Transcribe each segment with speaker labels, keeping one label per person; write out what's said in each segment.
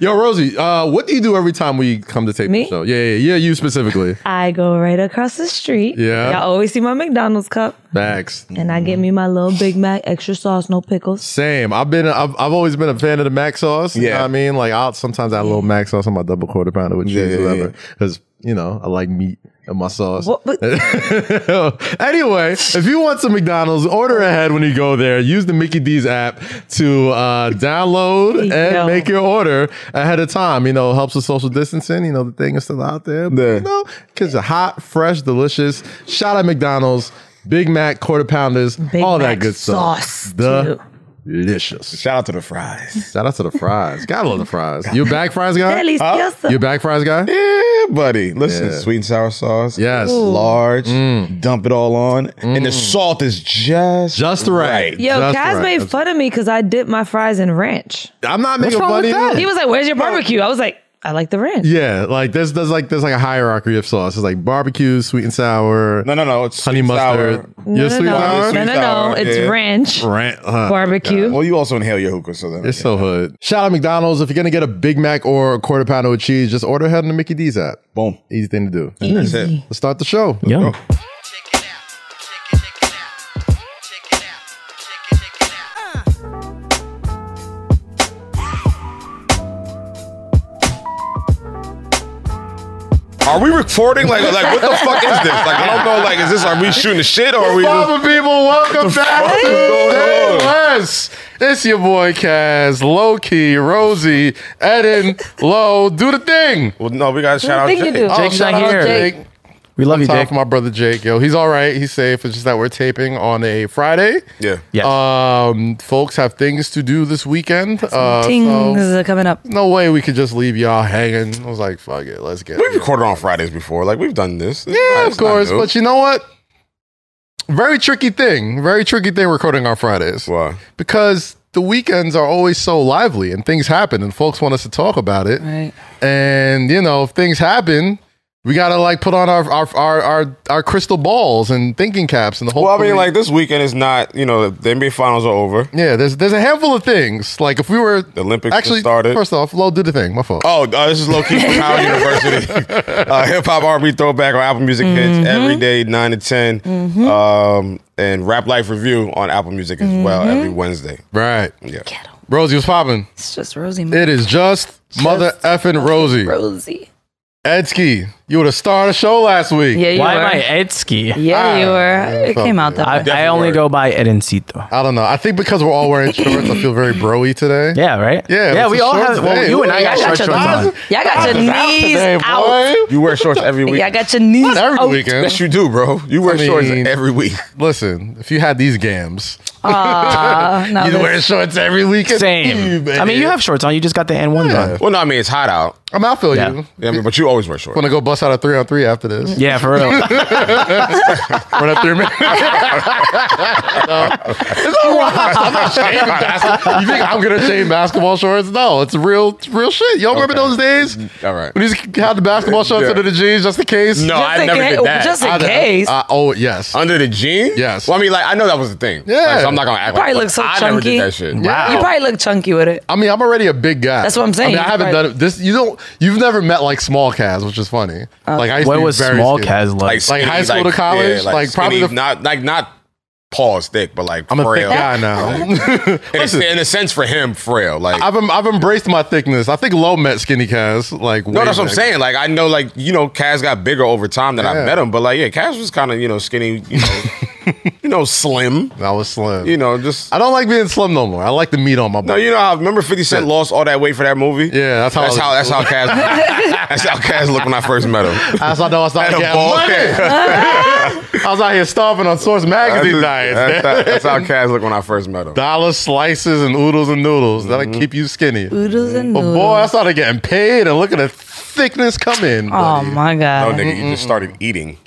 Speaker 1: Yo, Rosie, uh, what do you do every time we come to tape
Speaker 2: Me?
Speaker 1: the show? Yeah, yeah, yeah, you specifically.
Speaker 2: I go right across the street.
Speaker 1: Yeah.
Speaker 2: Y'all always see my McDonald's cup.
Speaker 1: Thanks.
Speaker 2: And I get me my little Big Mac, extra sauce, no pickles.
Speaker 1: Same. I've been. I've, I've always been a fan of the mac sauce. You know
Speaker 3: Yeah.
Speaker 1: what I mean, like I'll sometimes add a little mac sauce on my double quarter pounder with cheese,
Speaker 3: Yeah, yeah,
Speaker 1: or whatever,
Speaker 3: yeah.
Speaker 1: because you know I like meat in my sauce.
Speaker 2: What- but-
Speaker 1: anyway, if you want some McDonald's, order ahead when you go there. Use the Mickey D's app to uh, download and
Speaker 2: Yo.
Speaker 1: make your order ahead of time. You know, it helps with social distancing. You know, the thing is still out there. But,
Speaker 3: Yeah.
Speaker 1: You know, because it's hot, fresh, delicious. Shout out McDonald's. Big Mac, quarter pounders,
Speaker 2: Big
Speaker 1: all
Speaker 2: Mac
Speaker 1: that good
Speaker 2: sauce,
Speaker 1: stuff. Delicious.
Speaker 3: Shout out to the fries.
Speaker 1: Shout out to the fries. Gotta love the fries. You a back fries guy?
Speaker 2: Delicioso.
Speaker 1: You a back fries guy?
Speaker 3: Yeah, buddy. Listen,
Speaker 1: Yeah.
Speaker 3: sweet and sour sauce.
Speaker 1: Yes. Ooh.
Speaker 3: Large. Dump it all on. And the salt is just
Speaker 1: Just right.
Speaker 2: Yo,
Speaker 1: Just
Speaker 2: Kaz
Speaker 1: right.
Speaker 2: made
Speaker 1: That's-
Speaker 2: fun of me because I dipped my fries in ranch.
Speaker 1: I'm not making
Speaker 3: wrong
Speaker 1: fun of
Speaker 3: with
Speaker 1: you.
Speaker 3: that?
Speaker 2: He was like, Where's your barbecue? I was like, I like the ranch.
Speaker 1: Yeah, like there's there's like there's like a hierarchy of sauce. It's like barbecue, sweet and sour,
Speaker 3: No, no, no. It's
Speaker 1: honey
Speaker 3: sweet and
Speaker 1: mustard.
Speaker 3: sour.
Speaker 1: You're
Speaker 2: no,
Speaker 1: sweet
Speaker 2: no,
Speaker 1: and sour.
Speaker 2: no, no, no, no.
Speaker 3: Sweet
Speaker 2: It's
Speaker 3: sour, yeah.
Speaker 2: ranch,
Speaker 1: Rant, huh?
Speaker 2: barbecue.
Speaker 3: Well, you also inhale your hookah, so then.
Speaker 1: It's so hood. Shout out McDonald's. If you're gonna get a Big Mac or a quarter pounder with cheese, just order ahead on the Mickey D's app.
Speaker 3: Boom.
Speaker 1: Easy thing to do.
Speaker 3: That's it.
Speaker 1: Let's start the show.
Speaker 4: Yum.
Speaker 5: Check it out. Check it, check it out. Check it out. Check it, check it out.
Speaker 3: Are we recording? Like, like what the fuck is this? Like, I don't know. Like, is this, are we shooting the shit or are we just.
Speaker 1: Mama people, welcome back
Speaker 3: fuck
Speaker 1: to
Speaker 3: is going
Speaker 1: Say
Speaker 3: on?
Speaker 1: Less. It's your boy Kaz, Low Key, Rosie, Eden, Low. Do the thing.
Speaker 3: Well, no, we got to shout out
Speaker 2: think you
Speaker 3: Jay.
Speaker 2: do? Oh,
Speaker 4: Jake's
Speaker 1: shout
Speaker 4: not
Speaker 1: out
Speaker 4: here.
Speaker 1: Jake.
Speaker 4: We love you,
Speaker 1: Time
Speaker 4: Jake.
Speaker 1: for my brother Jake. Yo, he's all right. He's safe. It's just that we're taping on a Friday.
Speaker 3: Yeah.
Speaker 4: Yes.
Speaker 1: Um, folks have things to do this weekend. Uh,
Speaker 2: Tings
Speaker 1: so
Speaker 2: are coming up.
Speaker 1: no way we could just leave y'all hanging. I was like, fuck it, let's get.
Speaker 3: We've
Speaker 1: it.
Speaker 3: recorded on Fridays before. Like, we've done this. It's
Speaker 1: Yeah,
Speaker 3: not-
Speaker 1: of
Speaker 3: it's not
Speaker 1: course.
Speaker 3: new.
Speaker 1: But you know what? Very tricky thing. Very tricky thing recording on Fridays.
Speaker 3: Why?
Speaker 1: because the weekends are always so lively and things happen and folks want us to talk about it.
Speaker 2: Right.
Speaker 1: And you know, if things happen, we gotta like put on our our our our, our crystal balls and thinking caps and the whole.
Speaker 3: Well, I mean, like, this weekend is not, you know, the NBA finals are over.
Speaker 1: yeah, there's there's a handful of things. Like if we were
Speaker 3: The Olympics
Speaker 1: actually
Speaker 3: just started.
Speaker 1: First off, Lo did the thing. My fault.
Speaker 3: Oh, uh, this is low key from Howard University. Uh, Hip hop R&B throwback on Apple Music
Speaker 1: Mm-hmm.
Speaker 3: hits every day, nine to 10 um, and Rap Life review on Apple Music as well
Speaker 1: Mm-hmm.
Speaker 3: every Wednesday.
Speaker 1: Right,
Speaker 3: Yeah,
Speaker 1: Rosie was popping.
Speaker 2: It's just Rosie.
Speaker 1: It is just, mother effing Rosie
Speaker 2: Rosie.
Speaker 1: Edsky. You were the star of the show last week.
Speaker 2: Yeah, you
Speaker 4: Why
Speaker 2: were.
Speaker 4: am I Edsky?
Speaker 2: yeah,
Speaker 1: Ah,
Speaker 2: you
Speaker 1: yeah,
Speaker 2: were. It
Speaker 1: fuck
Speaker 2: came out
Speaker 1: you.
Speaker 2: that way.
Speaker 4: I, I only go by Edencito.
Speaker 1: I don't know. I think because we're all wearing shorts, I feel very broy today.
Speaker 4: Yeah, right?
Speaker 1: Yeah,
Speaker 4: Yeah,
Speaker 1: it's
Speaker 4: we
Speaker 1: the
Speaker 4: all
Speaker 1: shorts
Speaker 4: have. Well,
Speaker 1: day.
Speaker 4: you and
Speaker 1: Look
Speaker 4: I
Speaker 1: at
Speaker 4: got
Speaker 1: y'all
Speaker 4: short shorts on.
Speaker 2: Y'all got your knees
Speaker 1: Hey,
Speaker 2: out.
Speaker 1: boy.
Speaker 3: You wear shorts every week.
Speaker 2: Y'all got your Oh, knees
Speaker 1: Not every
Speaker 2: out.
Speaker 1: weekend.
Speaker 3: yes, you do, bro. You wear
Speaker 1: I mean-
Speaker 3: shorts every week.
Speaker 1: Listen, if you had these gams,
Speaker 2: Aw, uh, no,
Speaker 1: you'd
Speaker 2: that's-
Speaker 1: wear shorts every weekend.
Speaker 4: Same. I mean, you have shorts on. You just got the N1 done.
Speaker 3: Well, no, I mean it's hot out.
Speaker 1: I'm out for
Speaker 4: Yeah.
Speaker 1: you.
Speaker 3: Yeah, I mean, but you always wear shorts.
Speaker 1: Want to go bust out a three on three after this?
Speaker 4: Yeah, for real.
Speaker 1: Run up three minutes. It's all right. I'm not shaming basketball. You think I'm gonna shame basketball shorts? No, it's real, it's real shit. Y'all remember those days?
Speaker 3: All right.
Speaker 1: When you just had the basketball shorts
Speaker 3: Yeah.
Speaker 1: under the jeans just in case.
Speaker 3: No,
Speaker 2: Just
Speaker 3: I
Speaker 2: in
Speaker 3: never
Speaker 2: case-
Speaker 3: did that.
Speaker 2: just in
Speaker 1: I-
Speaker 2: case.
Speaker 1: I- oh yes.
Speaker 3: Under the jean?
Speaker 1: Yes.
Speaker 3: Well, I mean, like I know that was the thing.
Speaker 1: Yeah.
Speaker 3: Like, so I'm not gonna act.
Speaker 2: Probably
Speaker 3: like,
Speaker 2: look so
Speaker 3: I never
Speaker 2: chunky.
Speaker 3: did that shit.
Speaker 1: Wow.
Speaker 2: You probably look chunky with it.
Speaker 1: I mean, I'm already a big guy.
Speaker 2: That's what I'm saying.
Speaker 1: I mean, I haven't
Speaker 2: Right.
Speaker 1: done it. This you don't. You've never met like small Kaz, which is funny.
Speaker 2: Oh.
Speaker 1: Like I used
Speaker 4: What
Speaker 1: to be
Speaker 4: was
Speaker 1: very
Speaker 4: small
Speaker 1: skinny.
Speaker 4: Kaz like?
Speaker 1: Like, high school to college, like, probably
Speaker 3: skinny,
Speaker 1: the-
Speaker 3: not like not paws thick, but like
Speaker 1: I'm a
Speaker 3: frail.
Speaker 1: thick guy now.
Speaker 3: In a, in a sense, for him, frail. Like
Speaker 1: I've em- I've embraced my thickness. I think low met skinny Kaz. Like
Speaker 3: No,
Speaker 1: way
Speaker 3: that's what I'm
Speaker 1: back.
Speaker 3: saying. Like I know, like you know, Kaz got bigger over time than
Speaker 1: Yeah.
Speaker 3: I met him, but like yeah, Kaz was kind of you know skinny, you know, you know slim,
Speaker 1: I was slim.
Speaker 3: you know just.
Speaker 1: I don't like being slim no more. I like the meat on my
Speaker 3: no,
Speaker 1: body.
Speaker 3: you know how remember Fifty Cent lost all that weight for that movie?
Speaker 1: Yeah, that's how
Speaker 3: That's
Speaker 1: I-
Speaker 3: how. That's how Kaz. that's how Kaz looked when I first met him.
Speaker 1: That's how I know I started
Speaker 3: Had a
Speaker 1: getting
Speaker 3: bald
Speaker 1: money.
Speaker 3: head.
Speaker 1: I was out here starving on Source Magazine diets.
Speaker 3: That's, that's how Kaz looked when I first met him.
Speaker 1: Dollar slices and oodles and noodles. That'll
Speaker 3: Mm-hmm.
Speaker 1: keep you skinny.
Speaker 2: Oodles and
Speaker 1: But boy, I started getting paid and look at the thickness come in.
Speaker 2: Oh
Speaker 1: buddy.
Speaker 2: my
Speaker 3: Oh,
Speaker 2: god.
Speaker 3: nigga, you just started
Speaker 1: Mm-hmm.
Speaker 3: eating.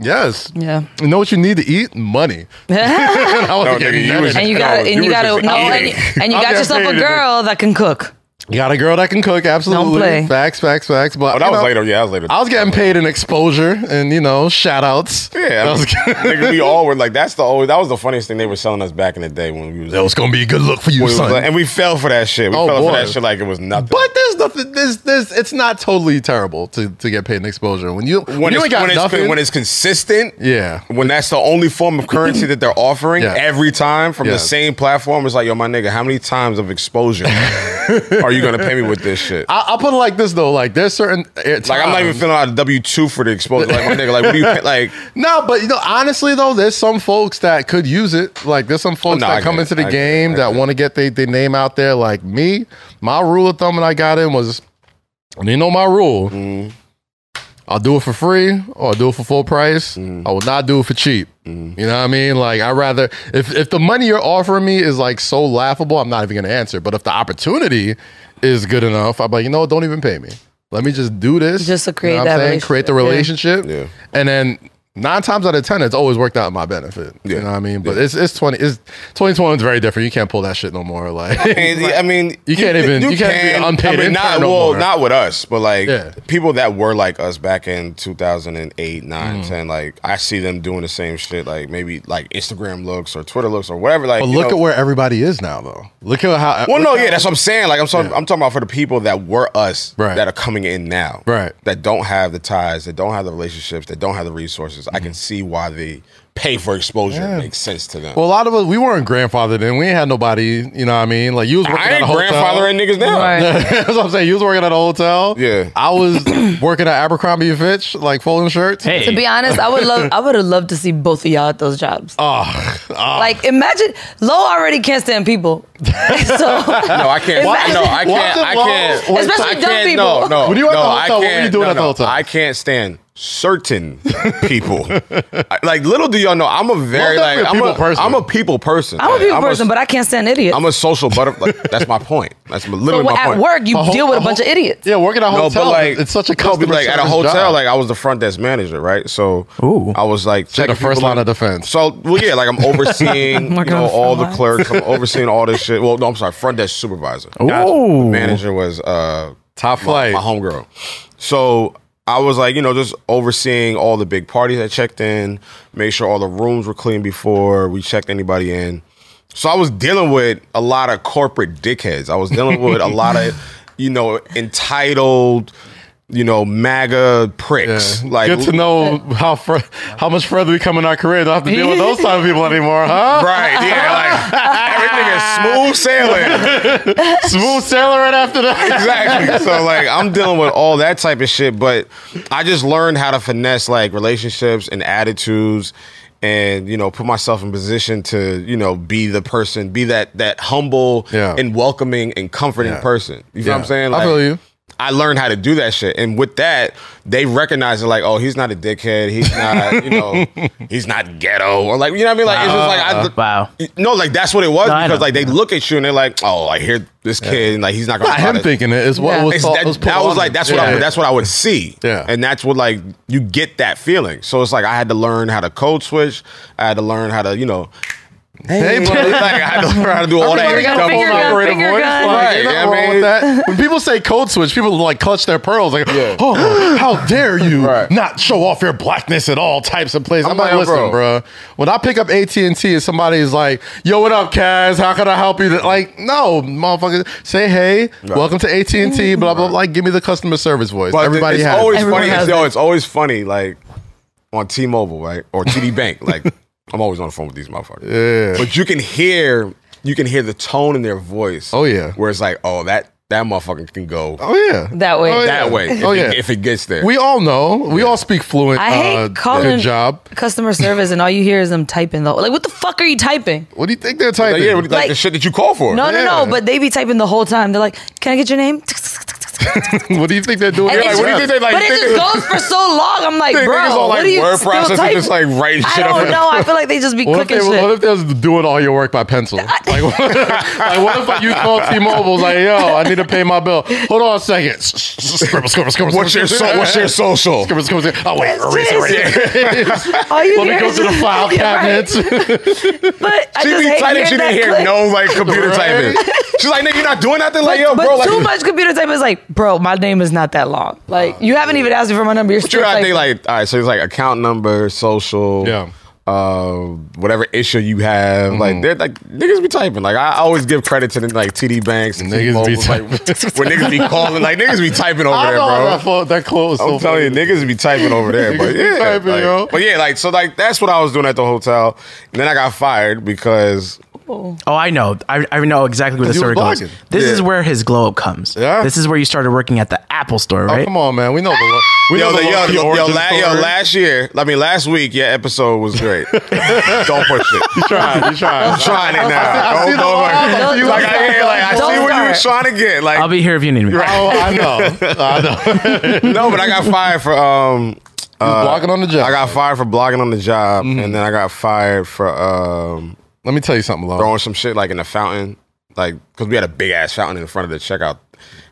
Speaker 1: Yes.
Speaker 2: Yeah.
Speaker 1: You know what you need to eat? Money.
Speaker 2: and
Speaker 1: I wasn't
Speaker 3: No, nigga,
Speaker 1: getting
Speaker 3: you
Speaker 1: none of
Speaker 3: was-
Speaker 1: that.
Speaker 2: you
Speaker 3: No,
Speaker 2: got and
Speaker 3: you
Speaker 2: you
Speaker 3: were
Speaker 2: got
Speaker 3: just
Speaker 2: to no and,
Speaker 3: eating.
Speaker 2: and you
Speaker 1: I'm
Speaker 2: got
Speaker 1: just
Speaker 2: yourself
Speaker 1: saying
Speaker 2: a
Speaker 1: it.
Speaker 2: girl that can cook.
Speaker 1: Got a girl that can cook, absolutely.
Speaker 2: play.
Speaker 1: Facts, facts, facts. But
Speaker 3: Oh, that
Speaker 1: you
Speaker 3: was
Speaker 1: know,
Speaker 3: later. Yeah, that was later.
Speaker 1: I was getting paid in exposure and you know shout outs.
Speaker 3: Yeah,
Speaker 1: that was,
Speaker 3: nigga, we all were like, that's the old, that was the funniest thing they were selling us back in the day when we was,
Speaker 1: that was gonna be a good look for you,
Speaker 3: when we was
Speaker 1: son.
Speaker 3: like- and we fell for that shit. We
Speaker 1: Oh,
Speaker 3: fell for that
Speaker 1: boy.
Speaker 3: shit like it was nothing.
Speaker 1: but there's nothing. There's there's. It's not totally terrible to, to get paid in exposure when you when,
Speaker 3: when,
Speaker 1: you
Speaker 3: it's,
Speaker 1: ain't got
Speaker 3: when, it's,
Speaker 1: nothing.
Speaker 3: when it's consistent,
Speaker 1: yeah,
Speaker 3: when that's the only form of currency that they're offering
Speaker 1: Yeah.
Speaker 3: every time from
Speaker 1: Yeah.
Speaker 3: the same platform, it's like, yo, my nigga, how many times of exposure are you gonna pay me with this shit?
Speaker 1: I, I'll put it like this though. Like there's certain eh,
Speaker 3: like, I'm not even feeling out a W two for the exposure. Like, my nigga, like, what do you pay? like?
Speaker 1: No, but you know, honestly though, there's some folks that could use it. Like there's some folks
Speaker 3: no, I
Speaker 1: that
Speaker 3: get
Speaker 1: come
Speaker 3: it.
Speaker 1: into the
Speaker 3: I get it.
Speaker 1: game
Speaker 3: I
Speaker 1: that
Speaker 3: get it.
Speaker 1: want to get their they name out there. Like me, my rule of thumb when I got in was, and you know my rule.
Speaker 3: Mm-hmm.
Speaker 1: I'll do it for free or I'll do it for full price.
Speaker 3: Mm-hmm.
Speaker 1: I will not do it for cheap. You know what I mean? Like I rather if if the money you're offering me is like so laughable, I'm not even gonna answer. But if the opportunity is good enough, I'm like, you know what, don't even pay me. Let me just do this.
Speaker 2: Just to create
Speaker 1: you know what
Speaker 2: that
Speaker 1: I'm saying? Create the relationship.
Speaker 3: Yeah.
Speaker 1: And then nine times out of ten, it's always worked out in my benefit. You
Speaker 3: Yeah.
Speaker 1: know what I mean? But it's it's twenty it's twenty twenty is very different. You can't pull that shit no more. Like
Speaker 3: And, I mean,
Speaker 1: You can't even- you can't be an unpaid
Speaker 3: not
Speaker 1: intern no
Speaker 3: well,
Speaker 1: more.
Speaker 3: not with us, but like
Speaker 1: Yeah.
Speaker 3: people that were like us back in 2008, 9,
Speaker 1: Mm-hmm.
Speaker 3: 10, Like I see them doing the same shit. Like maybe like Instagram looks or Twitter looks or whatever. Like
Speaker 1: but
Speaker 3: you
Speaker 1: look
Speaker 3: know-
Speaker 1: at where everybody is now though. Look at how
Speaker 3: Well,
Speaker 1: look
Speaker 3: no,
Speaker 1: how-
Speaker 3: yeah, that's what I'm saying. Like I'm talking, I'm talking about for the people that were us
Speaker 1: Right.
Speaker 3: that are coming in now,
Speaker 1: Right.
Speaker 3: That don't have the ties, that don't have the relationships, that don't have the resources. I can see why they pay for exposure. It makes sense to them.
Speaker 1: Well, a lot of us we weren't grandfathered in. We ain't had nobody. You know what I mean? Like you was working
Speaker 3: I
Speaker 1: at a
Speaker 3: ain't
Speaker 1: hotel.
Speaker 3: grandfathering niggas now.
Speaker 2: Right.
Speaker 1: That's what I'm saying. You was working at a hotel.
Speaker 3: Yeah.
Speaker 1: I was working at Abercrombie and Fitch, like folding shirts.
Speaker 4: Hey,
Speaker 2: To be honest, I would love I would have loved to see both of y'all at those jobs.
Speaker 1: Oh,
Speaker 2: Like imagine Lo already can't stand people. so
Speaker 3: No, I can't.
Speaker 2: Why-
Speaker 3: no, I can't. I can't.
Speaker 1: Why-
Speaker 2: Especially
Speaker 3: I
Speaker 2: dumb
Speaker 3: can't-
Speaker 2: people.
Speaker 3: No, no.
Speaker 1: When you were at
Speaker 3: no,
Speaker 1: the hotel,
Speaker 3: I
Speaker 1: what were
Speaker 3: can't-
Speaker 1: you doing
Speaker 3: no,
Speaker 1: at the
Speaker 3: no,
Speaker 1: hotel?
Speaker 3: I can't stand certain people. I- like little do y'all know, I'm a very
Speaker 1: Most
Speaker 3: like
Speaker 1: definitely a
Speaker 3: I'm
Speaker 1: people
Speaker 3: a,
Speaker 1: person.
Speaker 3: I'm a people person.
Speaker 2: I'm a
Speaker 3: Like,
Speaker 2: people person, but I can't stand idiots.
Speaker 3: I'm a social butterfly. that's my point. That's my,
Speaker 2: so
Speaker 3: literally
Speaker 2: what-
Speaker 3: my
Speaker 2: at
Speaker 3: point.
Speaker 2: work you
Speaker 1: A ho-
Speaker 2: deal with a, bunch
Speaker 1: ho-
Speaker 2: of idiots.
Speaker 1: Yeah, working at a hotel. like, it's such a
Speaker 3: no, but,
Speaker 1: customer
Speaker 3: like at a
Speaker 1: service
Speaker 3: hotel.
Speaker 1: job.
Speaker 3: Like I was the front desk manager, right? So
Speaker 4: Ooh.
Speaker 3: I was like
Speaker 1: So you're the
Speaker 3: checking
Speaker 1: first
Speaker 3: people
Speaker 1: line
Speaker 3: out.
Speaker 1: of defense.
Speaker 3: So well, yeah, like I'm overseeing you
Speaker 2: Working
Speaker 3: know
Speaker 2: on the
Speaker 3: all
Speaker 2: front
Speaker 3: the
Speaker 2: lines.
Speaker 3: clerks. I'm overseeing all this shit. Well, no, I'm sorry, front desk supervisor.
Speaker 4: Ooh.
Speaker 3: The manager was uh
Speaker 1: Top
Speaker 3: my-
Speaker 1: flight.
Speaker 3: my homegirl. So I was like, you know, just overseeing all the big parties I checked in, make sure all the rooms were clean before we checked anybody in. So I was dealing with a lot of corporate dickheads. I was dealing with a lot of, you know, entitled, you know, MAGA pricks.
Speaker 1: Yeah.
Speaker 3: Like
Speaker 1: good to know how fr- how much further we come in our career. Don't have to deal with those type of people anymore, huh?
Speaker 3: Right, yeah, like everything is smooth sailing.
Speaker 1: Smooth sailing right after that.
Speaker 3: exactly. So like I'm dealing with all that type of shit, but I just learned how to finesse like relationships and attitudes and you know put myself in position to you know be the person be that that humble
Speaker 1: Yeah.
Speaker 3: and welcoming and comforting
Speaker 1: Yeah.
Speaker 3: person you know what i'm
Speaker 1: Yeah.
Speaker 3: saying
Speaker 1: I feel you.
Speaker 3: i learned how to do that shit and with that they recognize it like oh he's not a dickhead he's not you know he's not ghetto or like you know what i mean like it's just like I,
Speaker 4: wow.
Speaker 3: no like that's what it was
Speaker 4: No, I
Speaker 3: because
Speaker 4: know.
Speaker 3: like they look at you and they're like oh I hear this kid and like he's not gonna
Speaker 1: Not
Speaker 3: try
Speaker 1: him
Speaker 3: to-
Speaker 1: thinking it is what
Speaker 2: Yeah.
Speaker 1: was,
Speaker 3: it's-
Speaker 1: thought-
Speaker 3: that,
Speaker 1: was put
Speaker 3: that was
Speaker 1: on
Speaker 3: like
Speaker 1: him.
Speaker 3: that's what I,
Speaker 1: Yeah.
Speaker 3: that's what I would see.
Speaker 1: Yeah.
Speaker 3: And that's what like you get that feeling. So it's like I had to learn how to code switch. I had to learn how to you know.
Speaker 1: Hey,
Speaker 3: like,
Speaker 1: buddy.
Speaker 3: I had to learn how to do all
Speaker 1: Everybody
Speaker 3: that.
Speaker 1: got
Speaker 2: got
Speaker 1: a phone
Speaker 2: a finger gun,
Speaker 1: operator
Speaker 2: finger
Speaker 1: voice.
Speaker 2: gun.
Speaker 1: Like,
Speaker 3: Right,
Speaker 1: ain't nothing
Speaker 3: yeah, I
Speaker 1: wrong
Speaker 3: mean-
Speaker 1: with that. When people say code switch, people like clutch their pearls. Like,
Speaker 3: Yeah.
Speaker 1: oh, how dare you
Speaker 3: Right.
Speaker 1: not show off your blackness at all types of places. I'm,
Speaker 3: I'm
Speaker 1: like,
Speaker 3: like,
Speaker 1: listen,
Speaker 3: bro.
Speaker 1: bro. When I pick up AT and T and somebody's like, "Yo, what up, Kaz? How can I help you?" Like, no, motherfucker, say hey, welcome to AT and T, blah blah blah. Like, give me the customer service voice.
Speaker 3: But
Speaker 1: Everybody
Speaker 3: it's
Speaker 1: has. it.
Speaker 3: always
Speaker 2: Everyone
Speaker 3: funny.
Speaker 2: has
Speaker 3: yo,
Speaker 2: it.
Speaker 3: it's always funny. Like on T-Mobile, right, or TD Bank. Like I'm always on the phone with these motherfuckers.
Speaker 1: Yeah.
Speaker 3: But you can hear you can hear the tone in their voice.
Speaker 1: Oh, yeah.
Speaker 3: Where it's like, oh that that motherfucker can go
Speaker 1: oh yeah,
Speaker 2: That way.
Speaker 1: Oh, yeah.
Speaker 3: that way.
Speaker 1: Oh
Speaker 3: if
Speaker 1: yeah,
Speaker 3: it, if it gets there.
Speaker 1: we all know. We all speak fluent.
Speaker 2: I hate
Speaker 1: uh,
Speaker 2: calling
Speaker 1: Good job.
Speaker 2: customer service and all you hear is them typing though. Like what the fuck are you typing?
Speaker 1: What do you think they're typing?
Speaker 3: like, yeah, like,
Speaker 2: Like-
Speaker 3: the shit that you call for.
Speaker 2: No,
Speaker 1: Yeah.
Speaker 2: no, no. But they be typing the whole time. They're like, "Can I get your name?"
Speaker 1: what do you think they're doing?
Speaker 2: And
Speaker 1: You're like,
Speaker 2: it just-
Speaker 1: what do you think they like?
Speaker 2: but it
Speaker 1: think
Speaker 2: just
Speaker 1: they-
Speaker 2: goes for so long. I'm like,
Speaker 3: They
Speaker 2: bro,
Speaker 3: niggas all
Speaker 2: what
Speaker 3: like
Speaker 2: are you
Speaker 3: word
Speaker 2: still
Speaker 3: processors
Speaker 2: typing?
Speaker 3: just like writing
Speaker 2: I
Speaker 3: shit up.
Speaker 2: don't know. I feel like they just be
Speaker 1: What if,
Speaker 2: cooking
Speaker 1: they,
Speaker 2: shit.
Speaker 1: what if they was doing all your work by pencil? Like, what, like, what if you call T-Mobile like, yo, I need to pay my bill. Hold on a second. Scribble, scribble, scribble.
Speaker 3: What's your so,
Speaker 1: scribble.
Speaker 3: what's your social?
Speaker 1: Scribble, scribble, scribble. Oh wait, erase it right there.
Speaker 2: All you
Speaker 1: Let me
Speaker 2: hear
Speaker 1: go
Speaker 2: is
Speaker 1: to the
Speaker 2: just-
Speaker 1: file
Speaker 2: Yeah, right.
Speaker 1: cabinets.
Speaker 2: But I
Speaker 3: She
Speaker 2: just
Speaker 3: be
Speaker 2: hate
Speaker 3: tight and she
Speaker 2: hearing that
Speaker 3: didn't hear
Speaker 2: click.
Speaker 3: no like computer
Speaker 1: Right.
Speaker 3: typing. She's like, nigga, you're not doing nothing. Like,
Speaker 2: but,
Speaker 3: yo,
Speaker 2: but
Speaker 3: bro, like,
Speaker 2: too much computer type is like, bro, my name is not that long. Like, you haven't even asked me for my number. You're
Speaker 3: But you
Speaker 2: still
Speaker 3: know, I
Speaker 2: typing.
Speaker 3: think like all right, so it's like account number, social,
Speaker 1: Yeah. Mm-hmm.
Speaker 3: uh, whatever issue you have. Like they're like niggas be typing. Like I always give credit to the, like TD Banks, and
Speaker 1: Niggas be
Speaker 3: T-Mobile, like, when niggas be calling, like niggas be typing over
Speaker 1: I
Speaker 3: there,
Speaker 1: know that
Speaker 3: bro.
Speaker 1: phone, that quote is so
Speaker 3: I'm telling you,
Speaker 1: funny.
Speaker 3: niggas be typing over there,
Speaker 1: Niggas
Speaker 3: but
Speaker 1: be
Speaker 3: yeah,
Speaker 1: typing,
Speaker 3: like-
Speaker 1: yo.
Speaker 3: but yeah, like so, like that's what I was doing at the hotel, and then I got fired because
Speaker 4: Oh, I know. I, I know exactly where the
Speaker 1: You
Speaker 4: story
Speaker 1: was
Speaker 4: goes.
Speaker 1: blogging.
Speaker 4: This
Speaker 3: Yeah.
Speaker 4: is where his glow up comes.
Speaker 1: Yeah.
Speaker 4: This is where you started working at the Apple store,
Speaker 1: Oh,
Speaker 4: right?
Speaker 1: come on, man. We know the lo- we
Speaker 3: yo,
Speaker 1: know
Speaker 3: the,
Speaker 1: the
Speaker 3: yo,
Speaker 1: low-key
Speaker 3: yo, yo,
Speaker 1: origin
Speaker 3: la- yo,
Speaker 1: story.
Speaker 3: last year, I mean, last week, your episode was great. Don't push it.
Speaker 1: You tried, you tried.
Speaker 3: I'm trying it now.
Speaker 1: I see
Speaker 3: Don't
Speaker 1: the
Speaker 3: go
Speaker 1: line.
Speaker 3: over.
Speaker 1: Don't-
Speaker 3: Like, I, yeah, like, I
Speaker 2: don't
Speaker 3: see what you were
Speaker 2: start.
Speaker 3: trying to get. Like,
Speaker 4: I'll be here if you need me.
Speaker 1: Oh, I know. I know.
Speaker 3: no, but I got fired for um. uh,
Speaker 1: blogging on the job.
Speaker 3: I got fired for blogging on the job,
Speaker 1: Mm-hmm.
Speaker 3: and then I got fired for um
Speaker 1: Let me tell you something, Lo.
Speaker 3: throwing some shit like in the fountain, like because we had a big ass fountain in front of the checkout,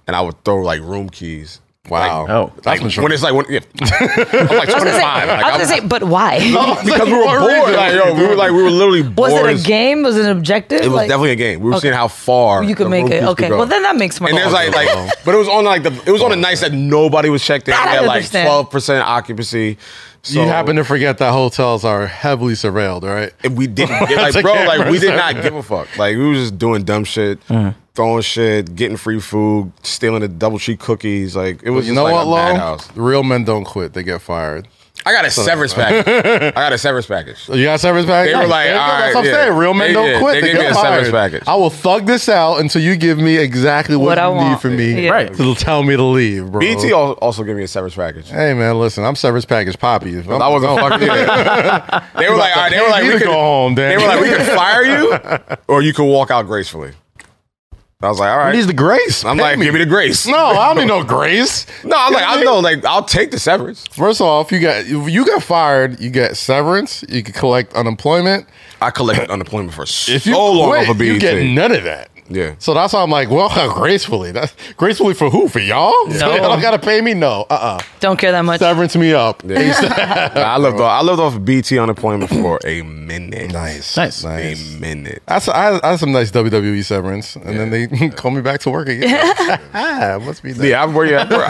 Speaker 3: and I would throw like room keys. Wow.
Speaker 4: Oh.
Speaker 1: That's
Speaker 3: like,
Speaker 1: mature.
Speaker 3: when it's like when yeah. I'm like
Speaker 2: I
Speaker 3: 25.
Speaker 2: was gonna say,
Speaker 3: like,
Speaker 2: I was
Speaker 3: I'm-
Speaker 2: gonna say, but why?
Speaker 3: Oh, because we were
Speaker 1: What
Speaker 3: bored.
Speaker 1: reason?
Speaker 3: Like, yo, we were like we were literally bored.
Speaker 2: Was it a
Speaker 3: as-
Speaker 2: game? Was it an objective?
Speaker 3: It was
Speaker 2: Like,
Speaker 3: definitely a game. We were seeing how far
Speaker 2: You could
Speaker 3: the
Speaker 2: make
Speaker 3: room
Speaker 2: it.
Speaker 3: keys could
Speaker 2: Okay.
Speaker 3: go.
Speaker 2: Well, then that makes more
Speaker 3: And there's like,
Speaker 2: sense.
Speaker 3: like, but it was on like the, it was on the nights that nobody was checked in. We
Speaker 2: That I
Speaker 3: had like
Speaker 2: understand.
Speaker 3: twelve percent occupancy. So
Speaker 1: you happen to forget that hotels are heavily surveilled, right?
Speaker 3: and we didn't get, like,
Speaker 1: That's
Speaker 3: bro,
Speaker 1: okay,
Speaker 3: like we
Speaker 1: bro.
Speaker 3: did not give a fuck. Like we was just doing dumb shit,
Speaker 2: Mm-hmm.
Speaker 3: throwing shit, getting free food, stealing the double cheek cookies. Like it was
Speaker 1: You
Speaker 3: just
Speaker 1: know
Speaker 3: like
Speaker 1: what,
Speaker 3: a
Speaker 1: Lo?
Speaker 3: madhouse.
Speaker 1: Real men don't quit; they get fired.
Speaker 3: I got a severance package. I got a severance package.
Speaker 1: You got severance package?
Speaker 3: They were like,
Speaker 1: There you go.
Speaker 3: all
Speaker 1: that's
Speaker 3: right,
Speaker 1: what I'm
Speaker 3: yeah.
Speaker 1: saying. Real men
Speaker 3: They-
Speaker 1: don't
Speaker 3: yeah,
Speaker 1: quit;
Speaker 3: they
Speaker 1: they,
Speaker 3: gave me
Speaker 1: get
Speaker 3: a severance
Speaker 1: fired.
Speaker 3: package.
Speaker 1: I will thug this out until you give me exactly what,
Speaker 2: What I
Speaker 1: you need
Speaker 2: want.
Speaker 1: from me.
Speaker 2: Yeah.
Speaker 4: Right.
Speaker 1: To tell me to leave, bro.
Speaker 3: BT al- also gave me a severance package.
Speaker 1: Hey man, listen, I'm severance package poppy. If I'm,
Speaker 3: I wasn't
Speaker 1: I'm-
Speaker 3: fucking. yeah. They were like, all right, they were like,
Speaker 1: you
Speaker 3: we
Speaker 1: to
Speaker 3: could
Speaker 1: go home,
Speaker 3: They
Speaker 1: Dan.
Speaker 3: were like, we could fire you, or you could walk out gracefully. I was like, all right.
Speaker 1: He's the grace.
Speaker 3: I'm
Speaker 1: Pay
Speaker 3: like,
Speaker 1: me.
Speaker 3: give me the grace.
Speaker 1: no, I don't need no grace.
Speaker 3: no, I'm like,
Speaker 1: Give me
Speaker 3: I know, like, I'll take the severance.
Speaker 1: First off, you got if you got fired, you get severance, you can collect unemployment.
Speaker 3: I collected unemployment for
Speaker 1: If you
Speaker 3: so long
Speaker 1: quit,
Speaker 3: off of E
Speaker 1: you
Speaker 3: BET.
Speaker 1: get none of that.
Speaker 3: Yeah.
Speaker 1: So that's why I'm like, well, gracefully. That's gracefully for who? For y'all? So y'all gotta pay me? No. Uh uh
Speaker 2: don't care that much.
Speaker 1: Severance me up.
Speaker 3: Nah, I lived off, I lived off of BT unemployment for a minute.
Speaker 1: Nice.
Speaker 4: Nice.
Speaker 3: A minute.
Speaker 1: That's I, I had some nice WWE severance, and then they call me back to work again. ah, it must be nice.
Speaker 3: Yeah, I've worked. I've worked-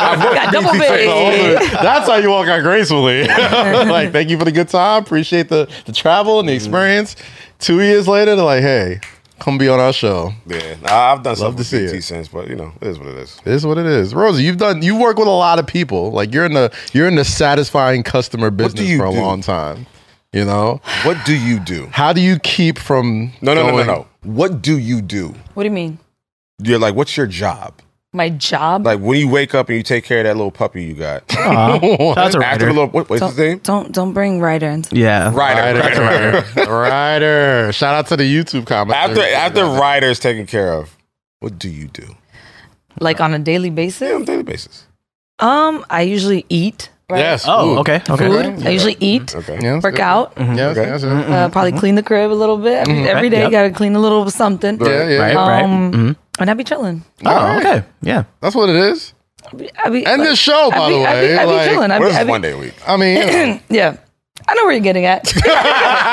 Speaker 3: I've worked
Speaker 2: Got double
Speaker 3: BT
Speaker 2: pay.
Speaker 1: So
Speaker 2: Yeah.
Speaker 1: that's how you walk out gracefully. like, thank you for the good time. Appreciate the, the travel
Speaker 3: Mm-hmm.
Speaker 1: and the experience. Two years later, they're like, hey, come be on our show.
Speaker 3: Yeah, I- I've done
Speaker 1: Love
Speaker 3: something
Speaker 1: to
Speaker 3: with
Speaker 1: see
Speaker 3: BT
Speaker 1: it.
Speaker 3: since, but you know, it is what it is.
Speaker 1: It is what it is. Rosie, you've done you work with a lot of people. Like you're in the you're in the satisfying customer
Speaker 3: do
Speaker 1: business
Speaker 3: you
Speaker 1: for a
Speaker 3: do?
Speaker 1: long time. You know?
Speaker 3: What do you do?
Speaker 1: How do you keep from
Speaker 3: No, no, no, no,
Speaker 1: going-
Speaker 3: no. What do you do?
Speaker 2: What do you mean?
Speaker 3: You're like, what's your job?
Speaker 2: My job?
Speaker 3: Like when you wake up and you take care of that little puppy you got.
Speaker 1: Oh,
Speaker 4: Aw. That's
Speaker 3: After the
Speaker 4: a writer.
Speaker 3: little, what, what's his name?
Speaker 2: don't, don't don't bring writer into.
Speaker 4: Yeah.
Speaker 3: Ryder.
Speaker 1: Ryder, Ryder. Ryder. Shout out to the YouTube comment.
Speaker 3: After after Ryder is taken care of, what do you do?
Speaker 2: Like on a daily
Speaker 3: Yeah, on a
Speaker 2: basis.
Speaker 3: daily basis.
Speaker 2: Um, I usually eat. Right?
Speaker 1: Yes.
Speaker 4: Oh,
Speaker 1: Ooh.
Speaker 4: okay. Okay.
Speaker 2: Food. I usually eat.
Speaker 3: Okay.
Speaker 1: Yes.
Speaker 2: Work out.
Speaker 1: Yes, yes, yes.
Speaker 3: Mm-hmm.
Speaker 2: Uh, probably clean the crib a little bit. Every- every day,
Speaker 4: Right,
Speaker 2: you gotta clean a little something.
Speaker 1: Yeah, yeah.
Speaker 4: Right, right.
Speaker 2: Um, and I be chilling.
Speaker 4: Oh, okay. Yeah.
Speaker 1: That's what it is.
Speaker 2: I be, I be,
Speaker 1: And
Speaker 2: like,
Speaker 1: this show, by
Speaker 2: I be,
Speaker 1: the way.
Speaker 2: I be, I be
Speaker 1: like,
Speaker 2: chilling. I be,
Speaker 3: What is
Speaker 2: I
Speaker 3: this
Speaker 2: be,
Speaker 3: one day a week?
Speaker 1: I mean, yeah.
Speaker 2: Yeah, I know where you're getting at. you're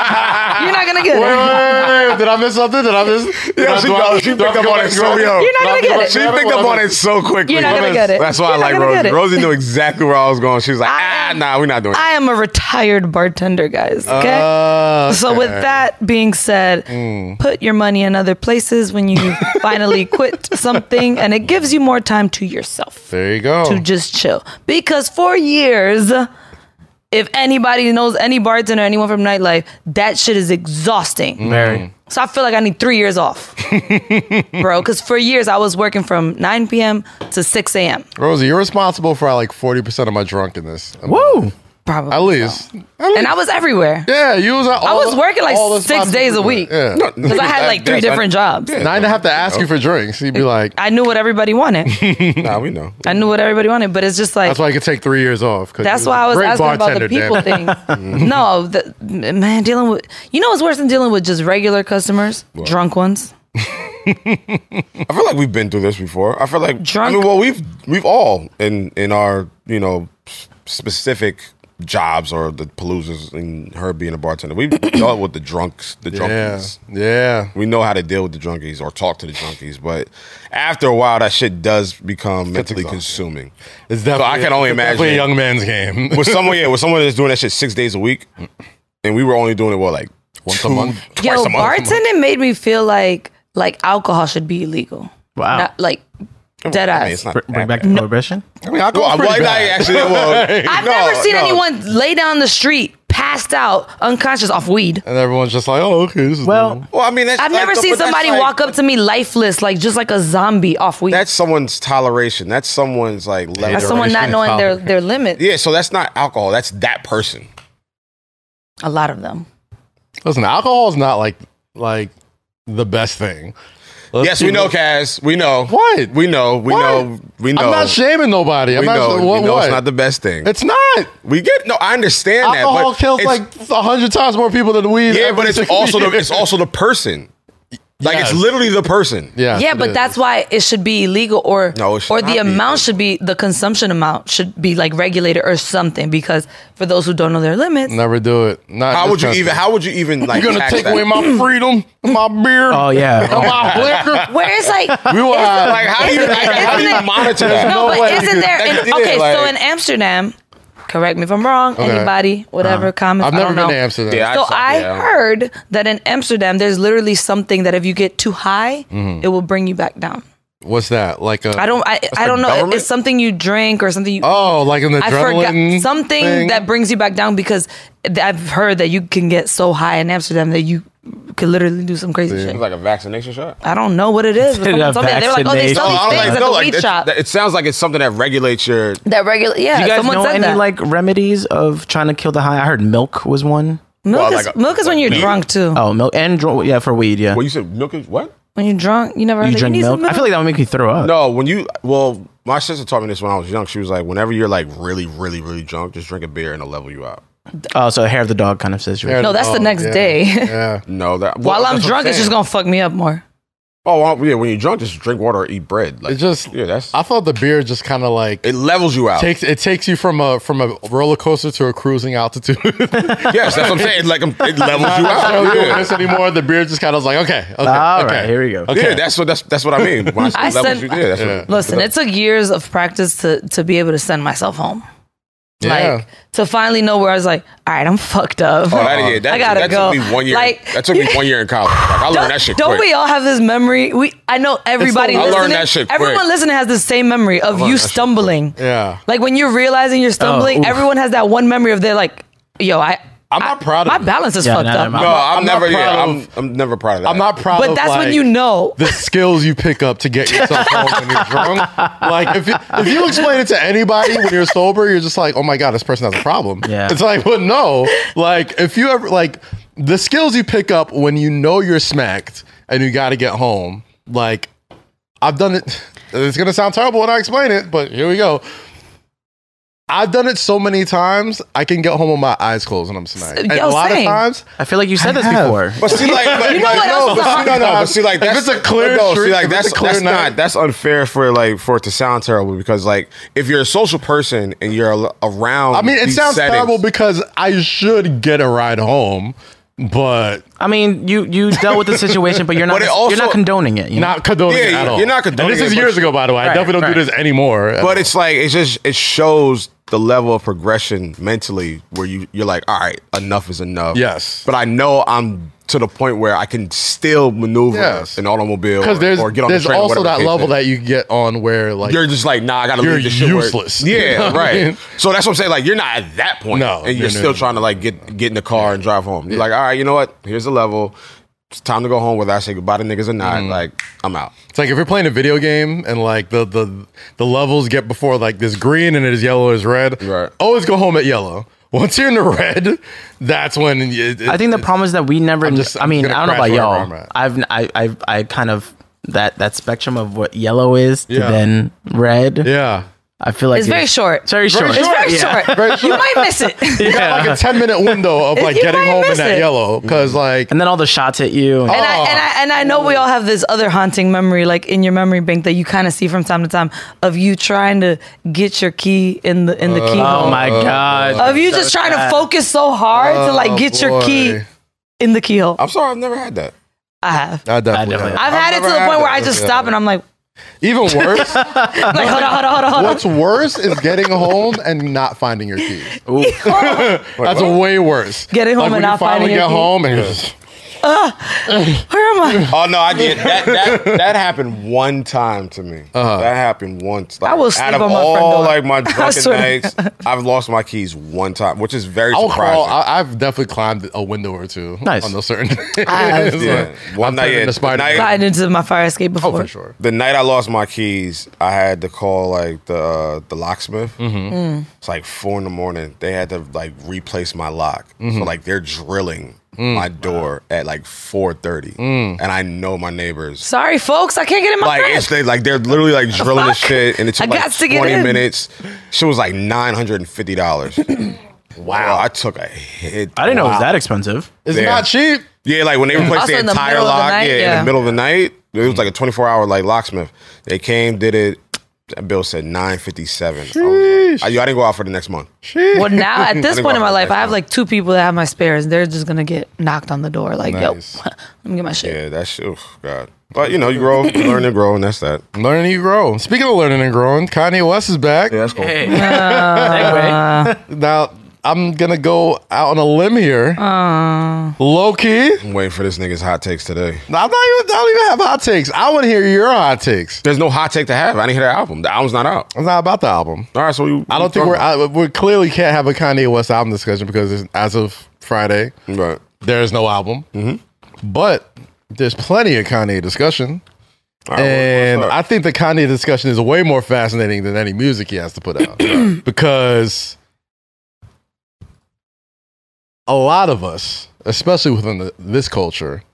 Speaker 2: not gonna get it.
Speaker 1: Wait, wait, wait, wait. Did I miss something? Did I miss? did I-
Speaker 3: she
Speaker 1: do I-
Speaker 3: got- she
Speaker 1: do I
Speaker 3: picked up
Speaker 1: go
Speaker 3: on
Speaker 1: back
Speaker 3: it
Speaker 1: to
Speaker 3: so
Speaker 1: go-
Speaker 3: yo.
Speaker 2: You're not gonna get it.
Speaker 3: She picked up on it so quickly.
Speaker 2: You're not gonna get it.
Speaker 3: That's why
Speaker 2: You're not
Speaker 3: I
Speaker 2: gonna
Speaker 3: like
Speaker 2: get
Speaker 3: Rosie.
Speaker 2: it.
Speaker 3: Rosie knew exactly where I was going. She was like, ah,
Speaker 2: I-
Speaker 3: nah, we're not doing it.
Speaker 2: I am a retired bartender, guys. Okay.
Speaker 1: Uh,
Speaker 2: so with that being said, put your money in other places when you finally quit something, and it gives you more time to yourself
Speaker 1: there you go.
Speaker 2: to just chill. Because for years, if anybody knows any bartender, anyone from nightlife, that shit is exhausting.
Speaker 4: Very.
Speaker 2: So I feel like I need three years off, bro. Because for years I was working from 9 p.m. to 6 a.m.
Speaker 1: Rosie, you're responsible for like forty percent of my drunkenness.
Speaker 4: Whoa.
Speaker 2: Probably.
Speaker 1: At least.
Speaker 2: And I was everywhere.
Speaker 1: Yeah, you was at
Speaker 2: I
Speaker 1: all
Speaker 2: was working like
Speaker 1: all the
Speaker 2: six
Speaker 1: spots
Speaker 2: days a
Speaker 1: everywhere.
Speaker 2: week.
Speaker 1: Yeah.
Speaker 2: Because I had like three
Speaker 3: That's-
Speaker 2: different jobs.
Speaker 1: And I didn't have to ask you for drinks. You'd be like,
Speaker 2: I knew what everybody wanted.
Speaker 3: Nah, we know.
Speaker 2: I knew what everybody wanted, but it's just like
Speaker 1: that's why I could take three years off. 'cause
Speaker 2: That's
Speaker 1: you
Speaker 2: why I was
Speaker 1: great
Speaker 2: asking about the
Speaker 1: bartender,
Speaker 2: people
Speaker 1: damn it.
Speaker 2: thing.
Speaker 3: Mm-hmm.
Speaker 2: no, the, man, dealing with you know what's worse than dealing with just regular customers, drunk ones.
Speaker 3: I feel like we've been through this before. I feel like
Speaker 2: Drunk-
Speaker 3: I mean, well, we've we've all in in our you know s- specific jobs or the paloozas and her being a bartender. We've dealt with the drunks, the drunkies.
Speaker 1: Yeah. Yeah.
Speaker 3: We know how to deal with the drunkies or talk to the drunkies, but after a while, that shit does become mentally consuming.
Speaker 1: It's definitely,
Speaker 3: I can only
Speaker 1: it's definitely
Speaker 3: imagine.
Speaker 1: a young man's game.
Speaker 3: With someone, yeah, with someone that's doing that shit six days a week, and we were only doing it what like
Speaker 1: Once a
Speaker 3: two,
Speaker 1: month?
Speaker 3: twice
Speaker 2: Yo,
Speaker 3: a month.
Speaker 2: bartending made me feel like like alcohol should be illegal.
Speaker 4: Wow.
Speaker 2: Not, like dead
Speaker 3: I mean,
Speaker 2: eyes.
Speaker 3: it's not
Speaker 4: Br-
Speaker 3: that
Speaker 4: bring back
Speaker 3: bad.
Speaker 4: prohibition.
Speaker 1: I mean, I
Speaker 3: Well, well, not actually, well,
Speaker 2: I've
Speaker 3: no,
Speaker 2: never seen
Speaker 3: no.
Speaker 2: anyone lay down the street, passed out, unconscious off weed.
Speaker 1: And everyone's just like, oh, okay. This is
Speaker 4: Well,
Speaker 3: Well, I mean, that's
Speaker 2: I've
Speaker 3: like,
Speaker 2: never
Speaker 3: but
Speaker 2: seen
Speaker 3: that's
Speaker 2: somebody
Speaker 3: like-
Speaker 2: walk up to me lifeless, like just like a zombie off weed.
Speaker 3: That's someone's toleration. That's someone's like level.
Speaker 2: That's someone not
Speaker 1: Iteration
Speaker 2: knowing their
Speaker 1: intolerant.
Speaker 2: their limit.
Speaker 3: yeah, so that's not alcohol. That's that person.
Speaker 2: A lot of them.
Speaker 1: Listen, alcohol is not like like the best thing. Let's
Speaker 3: yes,
Speaker 1: be
Speaker 3: we know,
Speaker 1: real.
Speaker 3: Kaz. We know.
Speaker 1: What?
Speaker 3: We know. We
Speaker 1: What?
Speaker 3: know. We know.
Speaker 1: I'm not shaming nobody. I'm
Speaker 3: we
Speaker 1: not
Speaker 3: know.
Speaker 1: sure- what,
Speaker 3: we know
Speaker 1: what?
Speaker 3: it's not the best thing.
Speaker 1: It's not.
Speaker 3: we get no. I understand that.
Speaker 1: Alcohol
Speaker 3: but
Speaker 1: kills
Speaker 3: it's-
Speaker 1: like a hundred times more people than weed.
Speaker 3: yeah,
Speaker 1: every
Speaker 3: but it's
Speaker 1: single
Speaker 3: also the,
Speaker 1: year.
Speaker 3: it's also the person. Like
Speaker 1: Yes.
Speaker 3: it's literally the person.
Speaker 1: Yes,
Speaker 2: yeah,
Speaker 1: it
Speaker 2: but
Speaker 1: is.
Speaker 2: that's why it should be illegal or
Speaker 3: No, it should
Speaker 2: or
Speaker 3: not
Speaker 2: the
Speaker 3: be illegal.
Speaker 2: amount should be the consumption amount should be like regulated or something because for those who don't know their limits,
Speaker 1: never do it. Not in
Speaker 3: How
Speaker 1: this
Speaker 3: would you
Speaker 1: country.
Speaker 3: even? How would you even like?
Speaker 1: You're gonna
Speaker 3: tax
Speaker 1: take
Speaker 3: that?
Speaker 1: away my freedom, my beer,
Speaker 4: Oh yeah.
Speaker 1: and my liquor.
Speaker 2: where it's like
Speaker 1: We will have
Speaker 3: Like how do you?
Speaker 2: Isn't
Speaker 3: Like, how do
Speaker 2: it-
Speaker 3: you
Speaker 2: isn't it-
Speaker 3: monitor that?
Speaker 1: No,
Speaker 2: no,
Speaker 1: way you
Speaker 2: but isn't
Speaker 1: could-
Speaker 2: there
Speaker 3: that
Speaker 2: in,
Speaker 3: could be
Speaker 2: okay? so
Speaker 3: like-
Speaker 2: in Amsterdam, correct me if I'm wrong. Anybody, whatever,
Speaker 3: Uh-huh.
Speaker 2: comments.
Speaker 1: I've
Speaker 2: I
Speaker 1: never
Speaker 2: don't
Speaker 1: been
Speaker 2: know.
Speaker 1: to Amsterdam.
Speaker 3: Yeah,
Speaker 2: So
Speaker 3: I've-
Speaker 2: I
Speaker 3: yeah.
Speaker 2: heard that in Amsterdam, there's literally something that if you get too high,
Speaker 3: Mm-hmm.
Speaker 2: it will bring you back down.
Speaker 1: What's that? Like a
Speaker 2: I don't, I, I don't know.
Speaker 3: government?
Speaker 2: It's something you drink or something you.
Speaker 1: Oh, like an
Speaker 2: I
Speaker 1: adrenaline.
Speaker 2: forgot something
Speaker 1: thing?
Speaker 2: that brings you back down because th- I've heard that you can get so high in Amsterdam that you could literally do some crazy
Speaker 3: It's
Speaker 2: shit.
Speaker 3: like a vaccination shot.
Speaker 2: I don't know what it is. But
Speaker 4: Did
Speaker 2: someone
Speaker 4: a
Speaker 2: told me that. They were like, oh, they
Speaker 4: vaccination- Oh,
Speaker 2: sell these
Speaker 4: I was
Speaker 2: things
Speaker 4: like,
Speaker 2: at
Speaker 3: no,
Speaker 2: the weed
Speaker 3: it's-
Speaker 2: shop.
Speaker 3: that- it sounds like it's something that regulates your.
Speaker 2: that regular, yeah.
Speaker 4: Do you guys
Speaker 2: someone
Speaker 4: know
Speaker 2: said
Speaker 4: any
Speaker 2: that.
Speaker 4: like remedies of trying to kill the high? I heard milk was one.
Speaker 2: milk,
Speaker 3: Well,
Speaker 2: is,
Speaker 3: like uh, a-
Speaker 2: milk is when you're
Speaker 3: Weed?
Speaker 2: drunk too.
Speaker 4: Oh, milk and dr- yeah for weed. Yeah,
Speaker 3: Well, you said milk is what?
Speaker 2: When you're drunk, you never. heard
Speaker 4: you
Speaker 2: that.
Speaker 4: drink
Speaker 2: need
Speaker 4: milk?
Speaker 2: some
Speaker 4: I feel like that would make you throw up.
Speaker 3: No, when you well, my sister taught me this when I was young. She was like, whenever you're like really, really, really drunk, just drink a beer and it'll level you out.
Speaker 4: Oh, so hair of the dog kind of situation.
Speaker 2: No, that's the
Speaker 1: Oh,
Speaker 2: next
Speaker 1: yeah.
Speaker 2: day.
Speaker 1: yeah.
Speaker 3: No, that
Speaker 2: While
Speaker 3: well,
Speaker 2: I'm
Speaker 3: that's what
Speaker 2: drunk, it's
Speaker 3: saying.
Speaker 2: just gonna fuck me up more.
Speaker 3: Oh well, yeah, when you're drunk, just drink water or eat bread. Like
Speaker 1: It just
Speaker 3: yeah, that's
Speaker 1: I thought the beer just kind of like
Speaker 3: it levels you out.
Speaker 1: takes it takes you from a from a roller coaster to a cruising altitude.
Speaker 3: yes, that's what I'm saying. Like um, it levels you
Speaker 1: I don't
Speaker 3: out.
Speaker 1: do this
Speaker 3: Yeah.
Speaker 1: anymore. The beer just kind of was like, okay, okay,
Speaker 4: All
Speaker 1: okay.
Speaker 4: right, here we go.
Speaker 1: Okay.
Speaker 3: Yeah, that's what that's that's what I mean. When I, say
Speaker 2: I
Speaker 3: levels
Speaker 2: said-
Speaker 3: you, yeah, that's what-
Speaker 2: Listen, it took years of practice to to be able to send myself home.
Speaker 1: Yeah.
Speaker 2: Like to finally know where I was like, all right, I'm fucked up.
Speaker 3: Oh, that, yeah, that,
Speaker 2: I gotta
Speaker 3: that
Speaker 2: go.
Speaker 3: took me one year.
Speaker 2: Like-
Speaker 3: that took me one year in college. Like, I learned that shit.
Speaker 2: Don't
Speaker 3: quick.
Speaker 2: we all have this memory? We I know everybody.
Speaker 3: I learned
Speaker 2: listening,
Speaker 3: that shit quick.
Speaker 2: Everyone listening has the same memory of you
Speaker 3: that shit quick.
Speaker 2: stumbling.
Speaker 1: Yeah.
Speaker 2: Like when you're realizing you're
Speaker 4: Oh,
Speaker 2: stumbling,
Speaker 4: oof.
Speaker 2: everyone has that one memory of they're like, yo, I.
Speaker 1: I'm not proud of
Speaker 2: my
Speaker 1: it.
Speaker 2: balance is
Speaker 4: Yeah,
Speaker 2: fucked
Speaker 4: neither
Speaker 2: up.
Speaker 4: am I.
Speaker 3: No, I'm,
Speaker 1: I'm not
Speaker 3: never. Yeah,
Speaker 1: proud
Speaker 3: I'm,
Speaker 1: of-
Speaker 3: I'm never proud of that.
Speaker 1: I'm not proud.
Speaker 2: But
Speaker 1: of,
Speaker 2: that's when
Speaker 1: like,
Speaker 2: you know.
Speaker 1: the skills you pick up to get yourself home when you're drunk. Like if you, if you explain it to anybody when you're sober, you're just like, oh my god, this person has a problem.
Speaker 4: Yeah.
Speaker 1: It's like, well, no. Like if you ever like the skills you pick up when you know you're smacked and you got to get home. Like I've done it. It's gonna sound terrible when I explain it, but here we go. I've done it so many times. I can get home with my eyes closed and I'm smacked. And a
Speaker 2: Yo,
Speaker 1: lot
Speaker 2: same.
Speaker 1: of times,
Speaker 4: I feel like you said
Speaker 1: I
Speaker 4: this
Speaker 1: have.
Speaker 4: before.
Speaker 3: But see, like, but,
Speaker 2: You know
Speaker 3: but
Speaker 2: what
Speaker 3: no, but
Speaker 2: else is
Speaker 3: see, no, no, but see, like,
Speaker 1: If
Speaker 3: that's
Speaker 1: it's a clear
Speaker 3: no, see,
Speaker 1: streak-
Speaker 3: like,
Speaker 1: if
Speaker 3: that's
Speaker 1: it's a clear
Speaker 3: that's not
Speaker 1: streak-
Speaker 3: that's unfair for like for it to sound terrible because like if you're a social person and you're al- around,
Speaker 1: I mean, it
Speaker 3: these
Speaker 1: sounds
Speaker 3: settings,
Speaker 1: terrible because I should get a ride home, but
Speaker 4: I mean, you you dealt with the situation, but you're not
Speaker 3: But it also-
Speaker 4: you're not condoning it. You know?
Speaker 1: not condoning
Speaker 3: Yeah,
Speaker 1: it at
Speaker 3: you're
Speaker 1: all.
Speaker 3: not condoning
Speaker 1: And this
Speaker 3: it,
Speaker 1: is
Speaker 3: but-
Speaker 1: years ago, by the way. I
Speaker 4: Right,
Speaker 1: definitely don't do
Speaker 4: right.
Speaker 1: this anymore.
Speaker 3: but it's like it's just it shows the level of progression mentally where you you're like, all right, enough is enough.
Speaker 1: Yes.
Speaker 3: but I know I'm to the point where I can still maneuver
Speaker 1: Yes.
Speaker 3: an automobile
Speaker 1: because there's
Speaker 3: or get on
Speaker 1: there's
Speaker 3: the train. or
Speaker 1: also
Speaker 3: whatever the
Speaker 1: that
Speaker 3: case
Speaker 1: level
Speaker 3: is.
Speaker 1: that you get on where like
Speaker 3: you're just like, nah, I gotta
Speaker 1: You're
Speaker 3: leave this shit. where-
Speaker 1: useless. You know
Speaker 3: Yeah,
Speaker 1: what I
Speaker 3: right.
Speaker 1: mean?
Speaker 3: So that's what I'm saying. Like, you're not at that point,
Speaker 1: No,
Speaker 3: and you're
Speaker 1: no, no,
Speaker 3: still
Speaker 1: no.
Speaker 3: trying to like get get in the car and drive home. You're like, all right, you know what? Here's the level. It's time to go home, whether I say goodbye to niggas or not.
Speaker 1: Mm.
Speaker 3: Like, I'm out.
Speaker 1: it's like if you're playing a video game and like the the the levels get before like this green and it is yellow is red.
Speaker 3: Right.
Speaker 1: Always go home at yellow. Once you're in the red, that's when it, it-
Speaker 4: I think the problem is that we never.
Speaker 1: I'm just-
Speaker 4: I
Speaker 1: I'm
Speaker 4: mean,
Speaker 1: gonna
Speaker 4: I don't know
Speaker 1: crash
Speaker 4: about
Speaker 1: wherever I'm
Speaker 4: y'all.
Speaker 1: at.
Speaker 4: I've n- I I I kind of that that spectrum of what yellow is to
Speaker 1: Yeah.
Speaker 4: then red.
Speaker 1: yeah.
Speaker 4: I feel like
Speaker 2: It's very short.
Speaker 4: It's very short.
Speaker 2: It's very
Speaker 4: yeah.
Speaker 2: short.
Speaker 1: Very short.
Speaker 2: You might miss it.
Speaker 1: You got like a 10 minute window of like
Speaker 2: You
Speaker 1: getting
Speaker 2: might
Speaker 1: home in
Speaker 2: miss
Speaker 1: that
Speaker 2: it.
Speaker 1: yellow. Cause like,
Speaker 4: And then all the shots at you.
Speaker 1: Oh,
Speaker 2: And I, and I and I know we all have this other haunting memory, like in your memory bank, that you kind of see from time to time of you trying to get your key in the in the
Speaker 3: Uh,
Speaker 2: key
Speaker 4: oh
Speaker 2: keyhole.
Speaker 4: my god.
Speaker 1: oh.
Speaker 2: of you just trying to focus so hard to like
Speaker 3: Oh,
Speaker 2: get your
Speaker 1: boy.
Speaker 2: key in the keyhole.
Speaker 3: I'm sorry, I've never had that.
Speaker 2: I have.
Speaker 1: I definitely,
Speaker 4: definitely-
Speaker 1: have.
Speaker 2: I've, had it to
Speaker 3: never
Speaker 2: the
Speaker 3: had
Speaker 2: point where
Speaker 3: that.
Speaker 2: I just
Speaker 3: Yeah.
Speaker 2: stop and I'm like,
Speaker 1: even worse.
Speaker 2: I'm like hold on, hold on, hold on, hold on.
Speaker 1: what's worse is getting home and not finding your keys. That's
Speaker 3: what?
Speaker 1: way worse.
Speaker 2: Getting home
Speaker 1: like, when
Speaker 2: and
Speaker 1: you
Speaker 2: not
Speaker 1: finally
Speaker 2: finding
Speaker 1: get
Speaker 2: your key.
Speaker 1: home and you're just,
Speaker 2: Where am I?
Speaker 3: Oh no, I get that. That, that happened one time to me.
Speaker 1: Uh-huh.
Speaker 3: That happened once. Like,
Speaker 2: I will sleep
Speaker 3: out of
Speaker 2: on my front
Speaker 3: all
Speaker 2: door.
Speaker 3: like my drunken
Speaker 2: swear to
Speaker 3: nights, I've lost my keys one time, which is very
Speaker 1: I'll crawl.
Speaker 3: surprising.
Speaker 1: I, I've definitely climbed a window or two
Speaker 4: Nice.
Speaker 1: on those certain days.
Speaker 2: have.
Speaker 3: Yeah. One
Speaker 1: I'm
Speaker 3: night,
Speaker 1: turning
Speaker 3: yeah,
Speaker 1: the spider.
Speaker 3: night-
Speaker 2: Gotten into my fire escape before.
Speaker 1: Oh, for sure.
Speaker 3: the night I lost my keys, I had to call like the uh, the locksmith.
Speaker 1: Mm-hmm.
Speaker 2: Mm.
Speaker 3: It's like four in the morning. They had to like replace my lock,
Speaker 1: Mm-hmm.
Speaker 3: so like they're drilling
Speaker 1: Mm.
Speaker 3: my door at like four thirty, and I know my neighbors.
Speaker 2: Sorry, folks, I can't get in my
Speaker 3: Like
Speaker 2: crib.
Speaker 3: it's they like they're literally like drilling the
Speaker 2: fuck?
Speaker 3: shit, and it took
Speaker 2: I
Speaker 3: like
Speaker 2: gots to get
Speaker 3: twenty
Speaker 2: in.
Speaker 3: minutes. She was like nine hundred and fifty dollars. wow, I took a hit.
Speaker 4: I didn't know it
Speaker 3: Wow.
Speaker 4: was that expensive.
Speaker 1: It's
Speaker 3: Yeah.
Speaker 1: not cheap.
Speaker 3: Yeah, like when they replaced
Speaker 2: Also
Speaker 3: the
Speaker 2: in the
Speaker 3: entire
Speaker 2: middle of the
Speaker 3: lock,
Speaker 2: night,
Speaker 3: yeah, in
Speaker 2: yeah.
Speaker 3: the middle of the night, it was like a twenty four hour like locksmith. They came, did it. That bill said nine fifty seven. I,
Speaker 1: Sheesh.
Speaker 3: didn't go out for the next month.
Speaker 2: well, now at this
Speaker 3: think
Speaker 2: point in
Speaker 3: about
Speaker 2: my
Speaker 3: that
Speaker 2: life,
Speaker 3: right
Speaker 2: I have
Speaker 3: now.
Speaker 2: like two people that have my spares. They're just gonna get knocked on the door. Like,
Speaker 1: Nice.
Speaker 2: yo, let me get my shit.
Speaker 3: Yeah, that shit. oof, God, but you know, you grow, you learn and grow, and that's that.
Speaker 1: Learning and you grow. Speaking of learning and growing, Kanye West is back.
Speaker 3: that's cool.
Speaker 4: Hey.
Speaker 2: Uh,
Speaker 4: Segue.
Speaker 1: Now I'm gonna go out on a limb here.
Speaker 2: Uh.
Speaker 1: Low key.
Speaker 3: I'm waiting for this nigga's hot takes today.
Speaker 1: I'm not even. I don't even have hot takes. I want to hear your hot takes.
Speaker 3: There's no hot take to have. I didn't hear the album. The album's not out.
Speaker 1: It's not about the album.
Speaker 3: All right, so you,
Speaker 1: I don't think we're. I, we clearly can't have a Kanye West album discussion because it's- as of Friday,
Speaker 3: right.
Speaker 1: there is no album.
Speaker 3: Mm-hmm.
Speaker 1: But there's plenty of Kanye discussion,
Speaker 3: All right,
Speaker 1: and
Speaker 3: what's up?
Speaker 1: I think the Kanye discussion is way more fascinating than any music he has to put out because a lot of us, especially within the, this culture.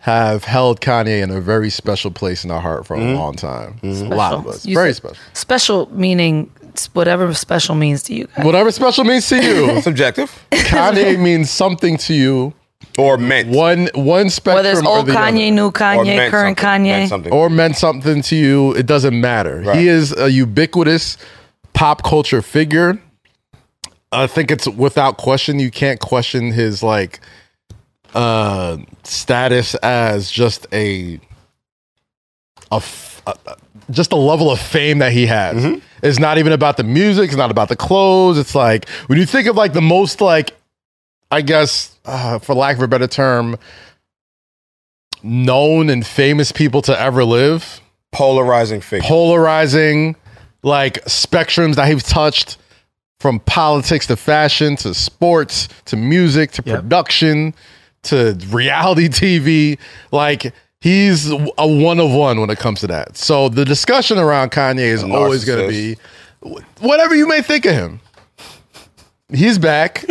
Speaker 1: Have held Kanye in a very special place in our heart for
Speaker 3: Mm-hmm.
Speaker 1: a long time. A lot of
Speaker 2: Special.
Speaker 1: us,
Speaker 2: You
Speaker 1: very
Speaker 2: said-
Speaker 1: special.
Speaker 2: Special meaning s- whatever special means to you guys.
Speaker 1: Whatever special means to you,
Speaker 3: subjective
Speaker 1: Kanye means something to you.
Speaker 3: or meant
Speaker 1: One one spectrum
Speaker 2: Whether it's
Speaker 1: or
Speaker 2: old
Speaker 1: the
Speaker 2: Kanye,
Speaker 1: other.
Speaker 2: new
Speaker 3: or meant
Speaker 2: Kanye, current
Speaker 3: something, meant
Speaker 2: Kanye.
Speaker 3: something.
Speaker 1: or meant something to you, it doesn't matter.
Speaker 3: Right.
Speaker 1: He is a ubiquitous pop culture figure. I think it's without question. You can't question his like uh status as just a a, f- a- a- just the level of fame that he has. It's not even about the music. It's not about the clothes. It's like when you think of like the most like, I guess, uh, for lack of a better term, known and famous people to ever live,
Speaker 3: polarizing figure.
Speaker 1: polarizing like spectrums that he's touched from politics to fashion to sports to music to
Speaker 4: Yep.
Speaker 1: production to reality TV. Like he's a one of one when it comes to that. So the discussion around Kanye is
Speaker 3: A
Speaker 1: always going to
Speaker 3: narcissist.
Speaker 1: be wh- whatever you may think of him. He's back.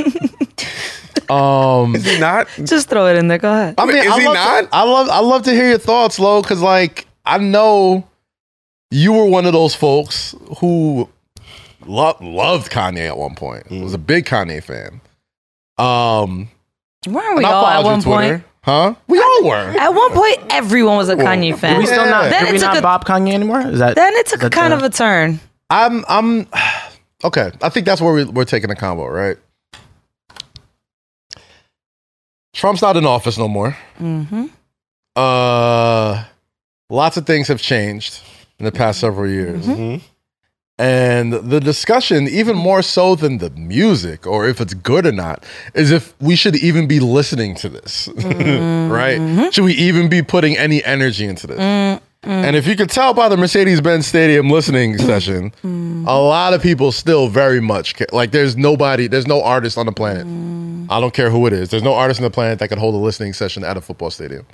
Speaker 1: um,
Speaker 3: Is he not?
Speaker 2: Just throw it in there. Go ahead.
Speaker 1: I mean,
Speaker 3: Is
Speaker 1: I
Speaker 3: he
Speaker 1: love
Speaker 3: not?
Speaker 1: To, I love I love to hear your thoughts, Lo, because like I know you were one of those folks who lo- loved Kanye at one point.
Speaker 3: Mm.
Speaker 1: Was a big Kanye fan. Um,
Speaker 2: Weren't we
Speaker 1: and I
Speaker 2: all
Speaker 1: followed
Speaker 2: at
Speaker 1: your
Speaker 2: one
Speaker 1: Twitter,
Speaker 2: point?
Speaker 1: huh? We all were.
Speaker 2: At one point, everyone was a Kanye
Speaker 4: Do
Speaker 2: fan.
Speaker 4: we still not?
Speaker 2: Then
Speaker 4: Do
Speaker 2: it
Speaker 4: we
Speaker 2: took
Speaker 4: not
Speaker 2: a-
Speaker 4: Bob Kanye anymore? Is that?
Speaker 2: Then it took a
Speaker 4: That's
Speaker 2: kind
Speaker 4: a-
Speaker 2: of a turn.
Speaker 1: I'm. I'm. Okay, I think that's where we, we're taking a combo, right? Trump's not in office no more.
Speaker 2: hmm
Speaker 1: Uh, lots of things have changed in the past several years.
Speaker 3: Mhm.
Speaker 1: And the discussion, even more so than the music or if it's good or not, is if we should even be listening to this, right? Should we even be putting any energy into this? And if you could tell by the Mercedes Benz Stadium listening
Speaker 2: Mm.
Speaker 1: session, a lot of people still very much care. Like, there's nobody, there's no artist on
Speaker 2: Mm.
Speaker 1: the planet. I don't care who it is. There's no artist on the planet that could hold a listening session at a football stadium.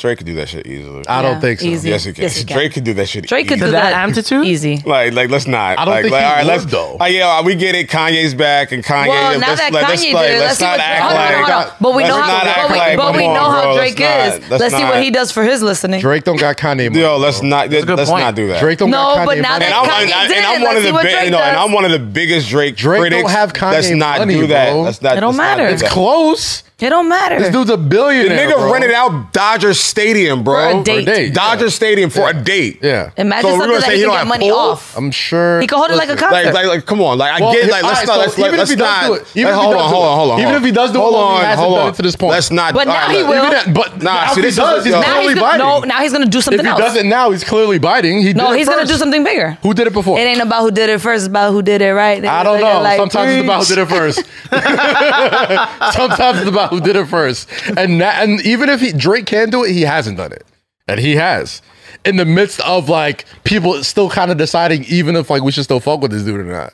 Speaker 3: Drake could do that shit easily.
Speaker 1: I don't
Speaker 2: Yeah,
Speaker 1: think so.
Speaker 2: easy.
Speaker 3: yes, he can.
Speaker 2: Yes, he can.
Speaker 3: Drake could do that shit.
Speaker 2: Drake could
Speaker 3: easily.
Speaker 2: do
Speaker 4: To that
Speaker 2: that
Speaker 4: amplitude?
Speaker 2: easy.
Speaker 3: Like, like, let's not.
Speaker 1: I don't
Speaker 3: like,
Speaker 1: think
Speaker 3: like,
Speaker 1: he
Speaker 3: all right,
Speaker 1: would,
Speaker 3: let's
Speaker 1: though.
Speaker 3: Uh, yeah, we get it. Kanye's back, and Kanye.
Speaker 2: Well, now
Speaker 3: let's,
Speaker 2: that
Speaker 3: like,
Speaker 2: Kanye
Speaker 3: let's,
Speaker 2: did
Speaker 3: like,
Speaker 2: it, let's
Speaker 3: let's
Speaker 2: see
Speaker 3: not
Speaker 2: what.
Speaker 3: act
Speaker 2: Hold on,
Speaker 3: like.
Speaker 2: hold on. But we
Speaker 3: let's
Speaker 2: know
Speaker 3: not
Speaker 2: how.
Speaker 3: act
Speaker 2: But we,
Speaker 3: like,
Speaker 2: but we
Speaker 3: come
Speaker 2: know
Speaker 3: on,
Speaker 2: how
Speaker 3: bro,
Speaker 2: Drake
Speaker 3: let's
Speaker 2: is.
Speaker 3: not-
Speaker 2: Let's, see what
Speaker 3: not-
Speaker 2: he does for his listening.
Speaker 1: Drake don't got Kanye money.
Speaker 3: Yo, let's not. Let's,
Speaker 4: good point.
Speaker 3: not do that.
Speaker 1: Drake don't
Speaker 2: No,
Speaker 1: got Kanye
Speaker 2: but now
Speaker 1: money.
Speaker 3: and
Speaker 2: that
Speaker 3: I'm,
Speaker 2: Kanye
Speaker 3: and, I,
Speaker 2: did
Speaker 3: and
Speaker 2: it,
Speaker 3: I'm
Speaker 2: let's
Speaker 3: one of
Speaker 2: see
Speaker 3: the
Speaker 2: what
Speaker 3: big,
Speaker 2: Drake
Speaker 3: you know, and
Speaker 2: does.
Speaker 3: I'm one of the biggest Drake
Speaker 1: Drake don't
Speaker 3: critics.
Speaker 1: have Kanye
Speaker 3: Let's not
Speaker 1: money,
Speaker 3: do that.
Speaker 1: bro.
Speaker 3: Let's not.
Speaker 2: It don't
Speaker 3: let's not do
Speaker 2: matter.
Speaker 1: It's
Speaker 3: that.
Speaker 1: close.
Speaker 2: It don't matter.
Speaker 1: This dude's a
Speaker 3: The
Speaker 1: billionaire.
Speaker 3: nigga
Speaker 1: bro.
Speaker 3: rented out Dodger Stadium, bro.
Speaker 2: For a date.
Speaker 1: date, yeah.
Speaker 3: Dodger Stadium for a date.
Speaker 1: Yeah.
Speaker 2: Imagine
Speaker 3: So we're
Speaker 2: something
Speaker 3: gonna
Speaker 2: that
Speaker 3: say he
Speaker 2: he can
Speaker 3: don't
Speaker 2: get
Speaker 3: have
Speaker 2: money
Speaker 3: pool?
Speaker 2: off.
Speaker 1: I'm sure.
Speaker 2: He can hold it like a
Speaker 1: Listen,
Speaker 2: concert.
Speaker 3: Like, like, like, come on! Like, I
Speaker 1: Well,
Speaker 3: get,
Speaker 1: he-
Speaker 3: like,
Speaker 1: all
Speaker 3: let's
Speaker 1: right,
Speaker 3: not,
Speaker 1: so
Speaker 3: let's,
Speaker 1: even if
Speaker 3: let's
Speaker 1: he does
Speaker 3: not.
Speaker 1: do it- even if he
Speaker 3: hold
Speaker 1: does
Speaker 3: on,
Speaker 1: do
Speaker 3: hold
Speaker 1: it-
Speaker 3: on, hold on.
Speaker 1: even if he does do it,
Speaker 3: hold
Speaker 1: he
Speaker 3: on,
Speaker 1: hasn't
Speaker 3: hold
Speaker 1: done
Speaker 3: on.
Speaker 1: it to this point.
Speaker 3: Let's not.
Speaker 2: But
Speaker 3: all
Speaker 2: now
Speaker 3: right,
Speaker 2: he
Speaker 3: let-
Speaker 2: will.
Speaker 1: Even that, but
Speaker 3: Nah,
Speaker 1: now
Speaker 3: see,
Speaker 1: if he
Speaker 3: this is-
Speaker 1: does, he's
Speaker 3: now
Speaker 2: now
Speaker 1: clearly
Speaker 2: he's gonna,
Speaker 1: biting.
Speaker 2: no, now he's gonna do something
Speaker 1: if he
Speaker 2: else.
Speaker 1: doesn't now, he's clearly biting. He
Speaker 2: no,
Speaker 1: did it
Speaker 2: he's going
Speaker 1: first.
Speaker 2: to do something bigger.
Speaker 1: Who did it before?
Speaker 2: It ain't about who did it first. It's about who did it right. They
Speaker 1: I don't
Speaker 2: look
Speaker 1: know.
Speaker 2: at like,
Speaker 1: Sometimes it's about who did it first. Sometimes it's about who did it first. And that, and even if he Drake can do it, he hasn't done it, and he has in the midst of like people still kind of deciding even if like we should still fuck with this dude or not.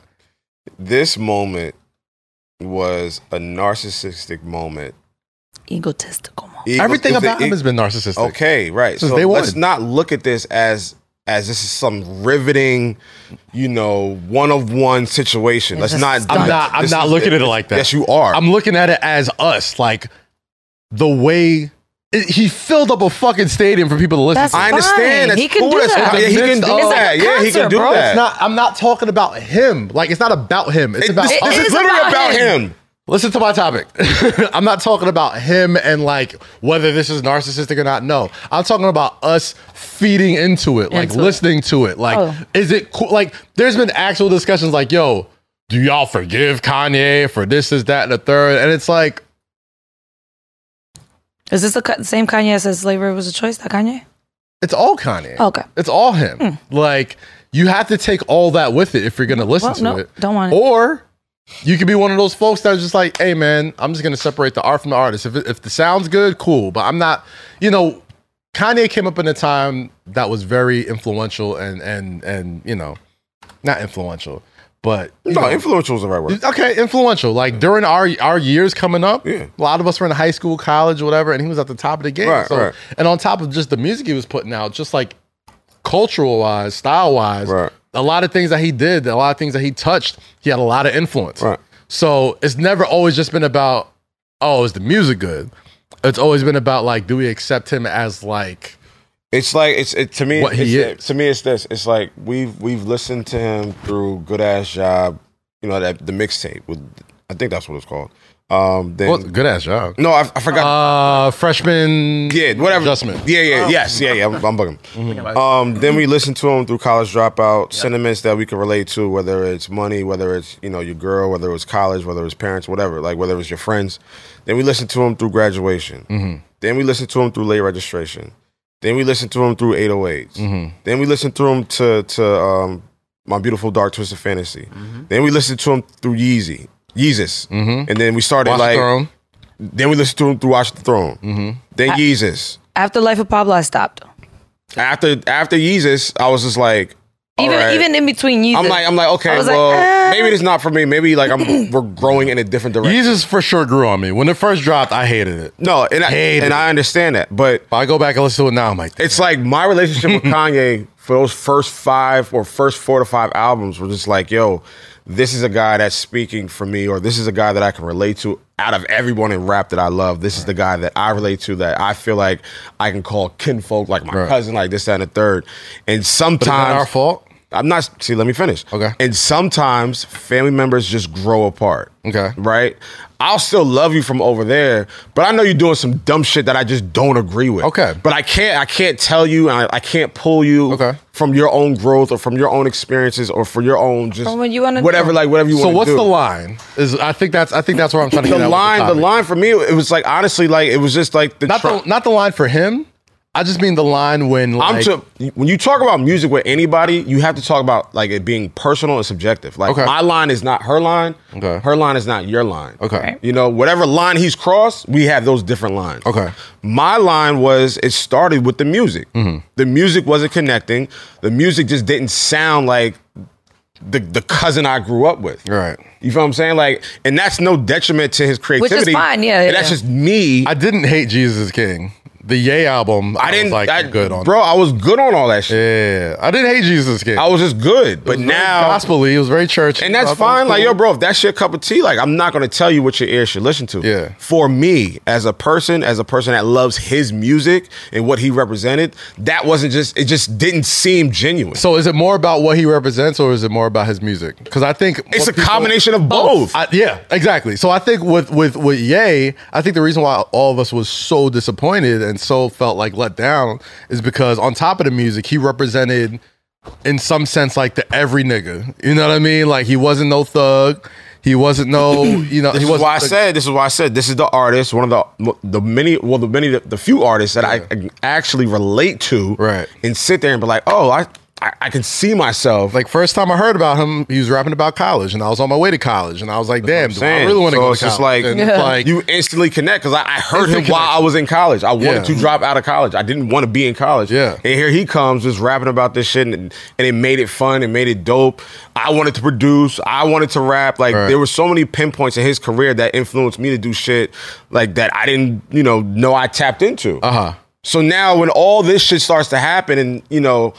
Speaker 3: This moment was a narcissistic moment.
Speaker 2: egotistical. moment.
Speaker 3: It
Speaker 1: Everything
Speaker 3: was- it was-
Speaker 1: about him
Speaker 3: it-
Speaker 1: has been narcissistic.
Speaker 3: Okay, right.
Speaker 1: Since
Speaker 3: so
Speaker 1: day one.
Speaker 3: let's not look at this as as this is some riveting, you know, one of one situation.
Speaker 2: It's
Speaker 3: Let's
Speaker 2: a
Speaker 3: not. do
Speaker 2: stunt.
Speaker 1: I'm
Speaker 3: that.
Speaker 1: not. I'm
Speaker 3: This
Speaker 1: not
Speaker 3: is-
Speaker 1: looking at it like that.
Speaker 3: Yes, you are.
Speaker 1: I'm looking at it as us, like the way it, he filled up a fucking stadium for people to listen.
Speaker 2: That's
Speaker 1: to.
Speaker 3: I understand.
Speaker 2: Fine.
Speaker 3: That's
Speaker 2: He can
Speaker 3: cool.
Speaker 2: do
Speaker 3: That's-
Speaker 2: that.
Speaker 3: Yeah, he
Speaker 1: It's
Speaker 3: can do
Speaker 1: like a
Speaker 3: that. Yeah, he
Speaker 2: concert,
Speaker 3: can do
Speaker 2: bro.
Speaker 3: that.
Speaker 1: It's not. I'm not talking about him. Like it's not about him. It's
Speaker 3: It-
Speaker 1: about
Speaker 3: this,
Speaker 1: us.
Speaker 3: this
Speaker 2: It
Speaker 3: is
Speaker 2: is
Speaker 3: literally
Speaker 2: about
Speaker 3: about
Speaker 2: him.
Speaker 3: him.
Speaker 1: Listen to my topic. I'm not talking about him and like whether this is narcissistic or not. No, I'm talking about us feeding into it, like
Speaker 2: Into it.
Speaker 1: listening to it. Like,
Speaker 2: Oh.
Speaker 1: is it cool? Like, there's been actual discussions like, yo, do y'all forgive Kanye for this, is that, and the third? And it's like,
Speaker 2: Is this the cut- same Kanye that says slavery was a choice? That Kanye?
Speaker 1: it's all Kanye.
Speaker 2: Okay. Hmm.
Speaker 1: It's all him. Like, you have to take all that with it if you're going to listen
Speaker 2: Well,
Speaker 1: to
Speaker 2: no,
Speaker 1: it.
Speaker 2: don't want it.
Speaker 1: Or you could be one of those folks that are just like, hey, man, I'm just going to separate the art from the artist. If, it, if the sound's good, cool. But I'm not, you know, Kanye came up in a time that was very influential and, and, and, you know, not influential, but. you
Speaker 3: No,
Speaker 1: know,
Speaker 3: influential is the right word.
Speaker 1: Okay, influential. Like during our our years coming up,
Speaker 3: Yeah.
Speaker 1: a lot of us were in high school, college, whatever, and he was at the top of the game.
Speaker 3: Right,
Speaker 1: so,
Speaker 3: right.
Speaker 1: and on top of just the music he was putting out, just like cultural wise, style wise,
Speaker 3: Right.
Speaker 1: a lot of things that he did, a lot of things that he touched, he had a lot of influence.
Speaker 3: Right.
Speaker 1: So it's never always just been about, oh, is the music good? It's always been about like, do we accept him as like
Speaker 3: It's like it's it, to me.
Speaker 1: What
Speaker 3: it's,
Speaker 1: he is.
Speaker 3: to me, it's this. It's like we've we've listened to him through good ass job. You know that the mixtape with I think that's what it's called. Um, then
Speaker 1: well, good ass job.
Speaker 3: no, I, I forgot.
Speaker 1: Uh freshman
Speaker 3: yeah, whatever.
Speaker 1: adjustment.
Speaker 3: Yeah, yeah, yes, yeah, yeah. I'm, I'm bugging. Um, then we listen to him through college dropout sentiments that we can relate to, whether it's money, whether it's you know your girl, whether it was college, whether it was parents, whatever, like whether it was your friends. Then we listen to him through graduation.
Speaker 1: Mm-hmm.
Speaker 3: Then we listen to him through late registration. Then we listen to him through 808s.
Speaker 1: Mm-hmm.
Speaker 3: Then we listen to him to to um, my beautiful dark twisted fantasy. Then we listen to him through Yeezy, Yeezus, and then we started
Speaker 1: Mm-hmm. Watch the
Speaker 3: like
Speaker 1: throne. Mm-hmm.
Speaker 3: then we listened to him through Watch the Throne. Then Yeezus.
Speaker 2: After Life of Pablo, I stopped.
Speaker 3: After after Yeezus, I was just like, all
Speaker 2: Even
Speaker 3: right.
Speaker 2: even in between Yeezus.
Speaker 3: I'm like I'm like okay,
Speaker 2: I was like,
Speaker 3: well
Speaker 2: eh.
Speaker 3: maybe it's not for me. Maybe like I'm we're growing in a different direction.
Speaker 1: Yeezus for sure grew on me. When it first dropped, I hated it.
Speaker 3: No, and I,
Speaker 1: Hated
Speaker 3: and
Speaker 1: it.
Speaker 3: I understand that, but
Speaker 1: If I go back and listen to it now, I'm like,
Speaker 3: it's like my relationship with Kanye for those first five or first four to five albums were just like, yo, this is a guy that's speaking for me, or this is a guy that I can relate to out of everyone in rap that I love. This is the guy that I relate to that I feel like I can call kinfolk, like my
Speaker 1: Right.
Speaker 3: cousin, like this, that, and the third. And
Speaker 1: it's not our
Speaker 3: sometimes
Speaker 1: fault.
Speaker 3: I'm not. See, let me finish.
Speaker 1: Okay.
Speaker 3: And sometimes family members just grow apart.
Speaker 1: Okay.
Speaker 3: Right. I'll still love you from over there, but I know you're doing some dumb shit that I just don't agree with.
Speaker 1: Okay.
Speaker 3: But I can't. I can't tell you, and I, I can't pull you.
Speaker 1: Okay.
Speaker 3: From your own growth, or from your own experiences, or for your own just
Speaker 2: From what you wanna
Speaker 3: whatever,
Speaker 2: do.
Speaker 3: like whatever you
Speaker 1: So
Speaker 3: want.
Speaker 1: what's the line? Is I think that's I think that's where I'm trying to get
Speaker 3: The
Speaker 1: at with
Speaker 3: line. The,
Speaker 1: topic.
Speaker 3: line for me, it was like honestly, like it was just like the.
Speaker 1: Not
Speaker 3: try-
Speaker 1: the not the line for him. I just mean the line when like,
Speaker 3: I'm to when you talk about music with anybody, you have to talk about like it being personal and subjective. Like
Speaker 1: Okay.
Speaker 3: my line is not her line.
Speaker 1: Okay.
Speaker 3: Her line is not your line.
Speaker 1: Okay. Right.
Speaker 3: You know, whatever line he's crossed, we have those different lines.
Speaker 1: Okay.
Speaker 3: My line was it started with the music.
Speaker 1: Mm-hmm.
Speaker 3: The music wasn't connecting. The music just didn't sound like the the cousin I grew up with.
Speaker 1: Right.
Speaker 3: You feel what I'm saying? Like, and that's no detriment to his creativity.
Speaker 2: fine, yeah, yeah,
Speaker 3: And that's
Speaker 2: yeah.
Speaker 3: just me.
Speaker 1: I didn't hate Jesus is King. the Ye album, I,
Speaker 3: I didn't
Speaker 1: was like
Speaker 3: I,
Speaker 1: I'm good on.
Speaker 3: bro. I was good on all that shit.
Speaker 1: Yeah, I didn't hate Jesus Kid.
Speaker 3: I was just good, but
Speaker 1: It was very
Speaker 3: now
Speaker 1: gospel-y, it was very church,
Speaker 3: and that's fine. Like, yo, bro, if that's your cup of tea, like, I'm not gonna tell you what your ear should listen to.
Speaker 1: Yeah.
Speaker 3: For me, as a person, as a person that loves his music and what he represented, that wasn't just. It just didn't seem genuine.
Speaker 1: So is it more about what he represents, or is it more about his music? Because I think
Speaker 3: it's
Speaker 1: what
Speaker 3: a
Speaker 1: people-
Speaker 3: combination of both.
Speaker 1: I, yeah, exactly. So I think with with with Ye, I think the reason why all of us was so disappointed and so felt like let down is because on top of the music, he represented in some sense like the every nigga. You know what I mean? Like he wasn't no thug. He wasn't no you know. he
Speaker 3: this is
Speaker 1: wasn't uh,
Speaker 3: why I
Speaker 1: the-
Speaker 3: said. This is why I said. This is the artist, one of the the many, well, the many, the few artists that I actually relate to,
Speaker 1: Right.
Speaker 3: And sit there and be like, oh, I, I, I can see myself.
Speaker 1: Like first time I heard about him, he was rapping about college, and I was on my way to college, and I was like, "Damn, do I
Speaker 3: saying.
Speaker 1: really want to
Speaker 3: So
Speaker 1: go?"
Speaker 3: it's
Speaker 1: to
Speaker 3: just
Speaker 1: college?
Speaker 3: like-
Speaker 1: And it's
Speaker 2: Yeah.
Speaker 1: like
Speaker 3: you instantly connect because I, I heard him
Speaker 1: Instant
Speaker 3: while I was in college. I wanted
Speaker 1: Yeah.
Speaker 3: to drop out of college. I didn't want to be in college.
Speaker 1: Yeah.
Speaker 3: And here he comes just rapping about this shit and, and it made it fun. It made it dope. I wanted to produce. I wanted to rap. Like
Speaker 1: Right.
Speaker 3: there were so many pinpoints in his career that influenced me to do shit like that I didn't, you know, know I tapped into.
Speaker 1: uh huh.
Speaker 3: So now when all this shit starts to happen and you know,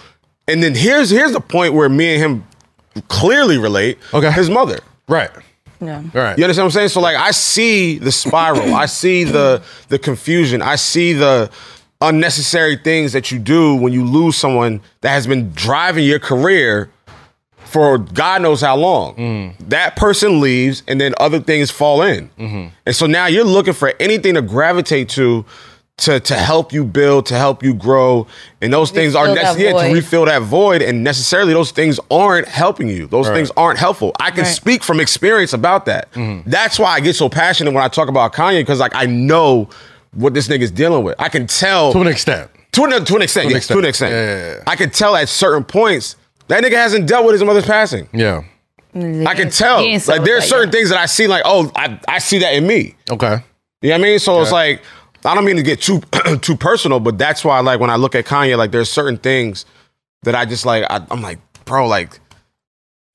Speaker 3: and then here's here's the point where me and him clearly relate.
Speaker 1: Okay.
Speaker 3: His mother.
Speaker 1: Right.
Speaker 2: Yeah.
Speaker 1: Right.
Speaker 3: You understand what I'm saying? So like I see the spiral. I see the the confusion. I see the unnecessary things that you do when you lose someone that has been driving your career for God knows how long. That person leaves and then other things fall in. And so now you're looking for anything to gravitate to to to help you build, to help you grow. And those things are
Speaker 2: Refill that
Speaker 3: necessary to
Speaker 2: void.
Speaker 3: refill that void. And necessarily those things aren't helping you. Those things aren't helpful. I can
Speaker 2: Right.
Speaker 3: speak from experience about that.
Speaker 1: Mm-hmm.
Speaker 3: That's why I get so passionate when I talk about Kanye, because like I know what this nigga's dealing with. I can tell
Speaker 1: To an extent.
Speaker 3: to an, to an extent, yes, to an extent.
Speaker 1: Yeah, yeah, yeah.
Speaker 3: I could tell at certain points that nigga hasn't dealt with his mother's passing.
Speaker 1: Yeah.
Speaker 3: I can tell.
Speaker 2: He ain't
Speaker 3: Like there are
Speaker 2: settled that
Speaker 3: certain
Speaker 2: yet.
Speaker 3: things that I see, like oh, I, I see that in me.
Speaker 1: Okay.
Speaker 3: You know what I mean? So it's like I don't mean to get too too personal, but that's why like when I look at Kanye, like there's certain things that I just like. I, I'm like, bro, like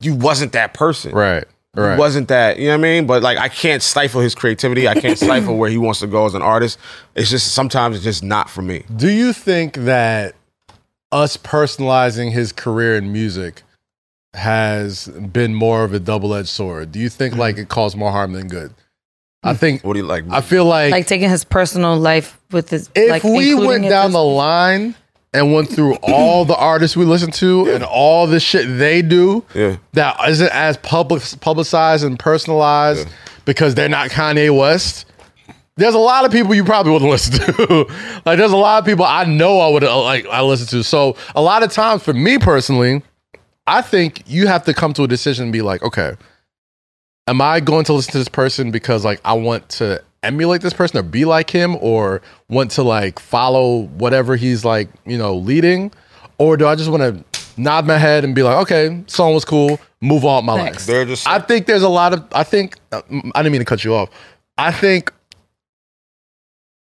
Speaker 3: you wasn't that person.
Speaker 1: Right. Right.
Speaker 3: It wasn't that, you know what I mean? But like I can't stifle his creativity. I can't stifle where he wants to go as an artist. It's just sometimes it's just not for me.
Speaker 1: Do you think that us personalizing his career in music has been more of a double-edged sword? Do you think like it caused more harm than good? I think
Speaker 3: What do you like?
Speaker 1: I feel like,
Speaker 2: Like taking his personal life with his.
Speaker 1: if
Speaker 2: like,
Speaker 1: we
Speaker 2: including
Speaker 1: went
Speaker 2: it
Speaker 1: down
Speaker 2: as-
Speaker 1: the line and went through all the artists we listen to and all the shit they do
Speaker 3: Yeah.
Speaker 1: that isn't as public publicized and personalized because they're not Kanye West. There's a lot of people you probably wouldn't listen to. like there's a lot of people I know I would uh, like I listen to. So a lot of times for me personally, I think you have to come to a decision and be like, okay, am I going to listen to this person because like I want to emulate this person or be like him or want to like follow whatever he's like, you know, leading? Or do I just want to nod my head and be like, okay, song was cool, move on with my
Speaker 2: Next.
Speaker 1: life?
Speaker 3: They're just-
Speaker 1: I think there's a lot of I think uh, mm, I didn't mean to cut you off. I think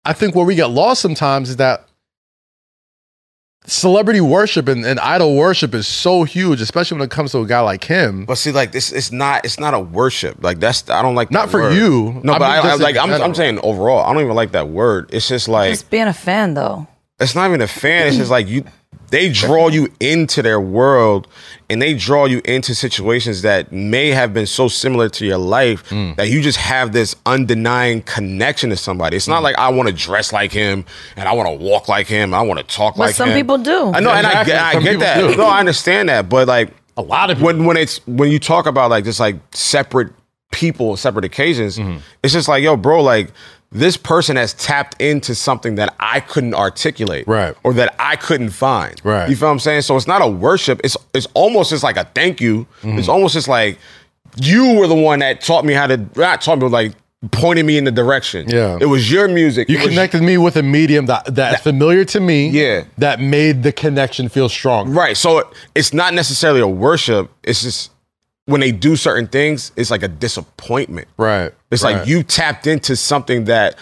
Speaker 1: I think where we get lost sometimes is that celebrity worship and, and idol worship is so huge, especially when it comes to a guy like him.
Speaker 3: But see, like this, it's not, it's not a worship. Like that's, I don't like.
Speaker 1: Not
Speaker 3: that
Speaker 1: for
Speaker 3: word.
Speaker 1: you.
Speaker 3: No,
Speaker 1: I
Speaker 3: but
Speaker 1: mean,
Speaker 3: I, I
Speaker 1: just in
Speaker 3: like. I'm,
Speaker 1: general.
Speaker 3: I'm saying overall, I don't even like that word. It's just like
Speaker 2: Just being a fan, though.
Speaker 3: it's not even a fan. It's just like you. They draw you into their world, and they draw you into situations that may have been so similar to your life
Speaker 1: Hmm.
Speaker 3: that you just have this undenying connection to somebody. It's
Speaker 1: Hmm.
Speaker 3: not like I want to dress like him, and I want to walk like him, and I want to talk
Speaker 2: But
Speaker 3: like
Speaker 2: some
Speaker 3: him.
Speaker 2: people do.
Speaker 3: I know, and I,
Speaker 1: Exactly.
Speaker 3: get- I
Speaker 1: Some
Speaker 3: get
Speaker 1: people
Speaker 3: that.
Speaker 1: do.
Speaker 3: No, I understand that, but like
Speaker 1: a lot of people.
Speaker 3: when when it's when you talk about like just like separate people and separate occasions,
Speaker 1: Mm-hmm.
Speaker 3: it's just like yo, bro, like this person has tapped into something that I couldn't articulate,
Speaker 1: Right.
Speaker 3: or that I couldn't find,
Speaker 1: Right.
Speaker 3: You feel what I'm saying? So it's not a worship. It's it's almost just like a thank you.
Speaker 1: Mm-hmm.
Speaker 3: It's almost just like you were the one that taught me how to not taught me but, like pointed me in the direction.
Speaker 1: Yeah.
Speaker 3: it was your music.
Speaker 1: you
Speaker 3: It was-
Speaker 1: connected me with a medium that, that's familiar to me.
Speaker 3: Yeah.
Speaker 1: That made the connection feel strong.
Speaker 3: Right. So it- it's not necessarily a worship. It's just when they do certain things, it's like a disappointment.
Speaker 1: Right.
Speaker 3: It's
Speaker 1: Right.
Speaker 3: like you tapped into something that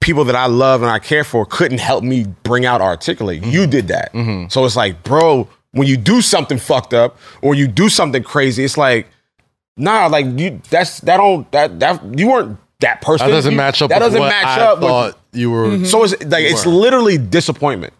Speaker 3: people that I love and I care for couldn't help me bring out or articulate.
Speaker 1: Mm-hmm.
Speaker 3: You did that. So it's like, bro, when you do something fucked up or you do something crazy, it's like, nah, like you that's that don't that that you weren't that person.
Speaker 1: That doesn't
Speaker 3: You-
Speaker 1: match up
Speaker 3: That
Speaker 1: with
Speaker 3: doesn't
Speaker 1: what
Speaker 3: match
Speaker 1: I
Speaker 3: up with
Speaker 1: thought you were
Speaker 3: So it's like it's literally disappointment.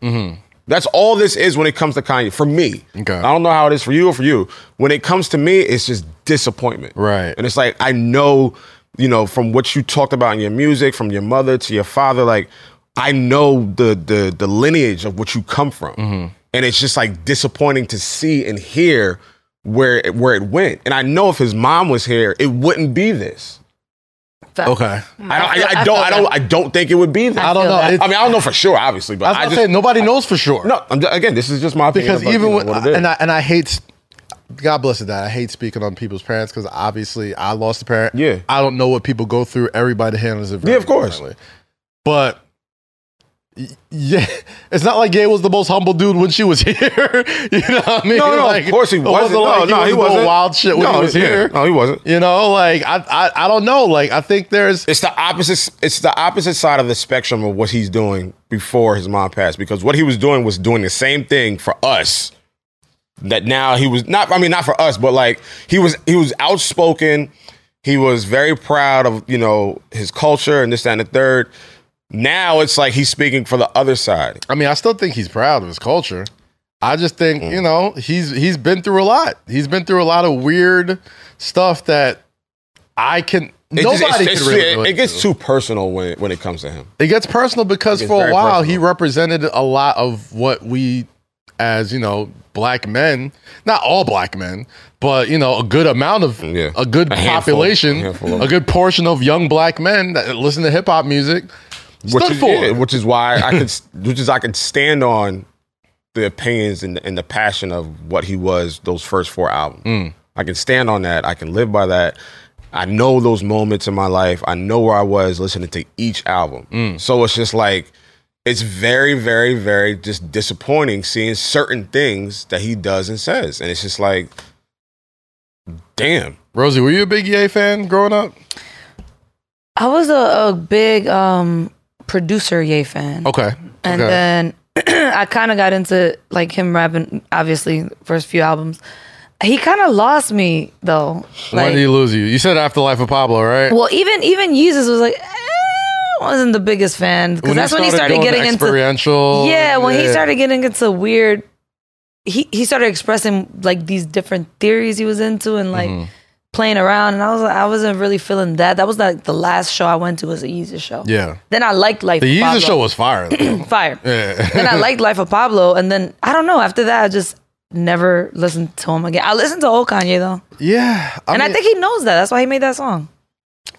Speaker 3: That's all this is when it comes to Kanye. For me,
Speaker 1: Mm-hmm. Okay.
Speaker 3: I don't know how it is for you or for you. When it comes to me, it's just disappointment.
Speaker 1: Right.
Speaker 3: And it's like I know, you know, from what you talked about in your music, from your mother to your father, like I know the the the lineage of what you come from,
Speaker 1: Mm-hmm.
Speaker 3: and it's just like disappointing to see and hear where it, where it went. And I know if his mom was here, it wouldn't be this.
Speaker 2: Fact.
Speaker 1: okay.
Speaker 3: I don't. I,
Speaker 2: feel-
Speaker 3: I
Speaker 2: I
Speaker 3: don't.
Speaker 2: feel
Speaker 3: I don't.
Speaker 2: that.
Speaker 3: I don't think it would be. This.
Speaker 1: I don't
Speaker 2: feel
Speaker 1: know.
Speaker 2: that.
Speaker 1: It's-
Speaker 3: I mean, I don't know for sure, obviously, but
Speaker 1: I was
Speaker 3: I
Speaker 1: about to
Speaker 3: just
Speaker 1: say nobody knows for sure.
Speaker 3: no. I'm, just- again, this is just my opinion
Speaker 1: because
Speaker 3: about,
Speaker 1: even
Speaker 3: you know,
Speaker 1: when
Speaker 3: what it is.
Speaker 1: and I and I hate. God bless it that I hate speaking on people's parents because obviously I lost a parent.
Speaker 3: Yeah.
Speaker 1: I don't know what people go through. Everybody handles it. Very
Speaker 3: Yeah, of course.
Speaker 1: differently. But y- yeah, it's not like Gabe was the most humble dude when she was here. you know what I mean?
Speaker 3: no, no,
Speaker 1: Like,
Speaker 3: of course he
Speaker 1: it
Speaker 3: wasn't. no,
Speaker 1: like
Speaker 3: no,
Speaker 1: was
Speaker 3: he
Speaker 1: doing
Speaker 3: wasn't.
Speaker 1: Wild shit when
Speaker 3: no,
Speaker 1: he was
Speaker 3: yeah,
Speaker 1: here.
Speaker 3: No, he wasn't.
Speaker 1: You know, like I, I, I don't know. Like I think there's
Speaker 3: It's the opposite. It's the opposite side of the spectrum of what he's doing before his mom passed. Because what he was doing was doing the same thing for us. That now he was not. I mean, not for us, but like he was. He was outspoken. He was very proud of you know his culture and this that, and the third. Now it's like he's speaking for the other side.
Speaker 1: I mean, I still think he's proud of his culture. I just
Speaker 3: Mm.
Speaker 1: think you know he's he's been through a lot. He's been through a lot of weird stuff that I can
Speaker 3: It
Speaker 1: nobody
Speaker 3: just- it's-
Speaker 1: can
Speaker 3: it's-
Speaker 1: really
Speaker 3: it-
Speaker 1: relate
Speaker 3: it gets
Speaker 1: to.
Speaker 3: too personal when it, when it comes to him.
Speaker 1: It gets personal because
Speaker 3: It gets
Speaker 1: for a
Speaker 3: very
Speaker 1: while he
Speaker 3: personal.
Speaker 1: represented a lot of what we, as you know, black men, not all black men, but you know, a good amount of
Speaker 3: Yeah.
Speaker 1: a good
Speaker 3: A handful-
Speaker 1: population,
Speaker 3: a handful of-
Speaker 1: a good portion of young black men that listen to hip hop music.
Speaker 3: which
Speaker 1: stood
Speaker 3: is,
Speaker 1: for.
Speaker 3: yeah, which is why I could, which is I could stand on the opinions and the, and the passion of what he was those first four albums. I can stand on that. I can live by that. I know those moments in my life. I know where I was listening to each album. So it's just like it's very, very, very just disappointing seeing certain things that he does and says, and it's just like, damn.
Speaker 1: Rosie, were you a big Ye fan growing up?
Speaker 2: I was a, a big um, producer Ye fan.
Speaker 1: Okay,
Speaker 2: And
Speaker 1: Oh,
Speaker 2: uh,
Speaker 1: okay.
Speaker 2: then I kind of got into like him rapping, obviously, the first few albums. He kind of lost me though.
Speaker 1: when
Speaker 2: Like,
Speaker 1: did he lose you? You said Afterlife of Pablo, right?
Speaker 2: well, even even Yeezus was like, eh, wasn't the biggest fan because that's when he started
Speaker 1: going to
Speaker 2: getting into
Speaker 1: experiential.
Speaker 2: Yeah, when he started getting into weird, he he started expressing like these different theories he was into and like
Speaker 1: Mm-hmm.
Speaker 2: playing around. And I was I wasn't really feeling that. That was like the last show I went to was the Yeezus show.
Speaker 1: Yeah.
Speaker 2: Then I liked Life.
Speaker 1: the
Speaker 2: of
Speaker 1: Yeezus
Speaker 2: Pablo.
Speaker 1: show was fire. though.
Speaker 2: fire.
Speaker 1: yeah.
Speaker 2: then I liked Life of Pablo, and then I don't know. After that, I just never listened to him again. I listened to old Kanye though,
Speaker 1: yeah,
Speaker 2: and I
Speaker 1: mean-
Speaker 2: think he knows that. That's why he made that song.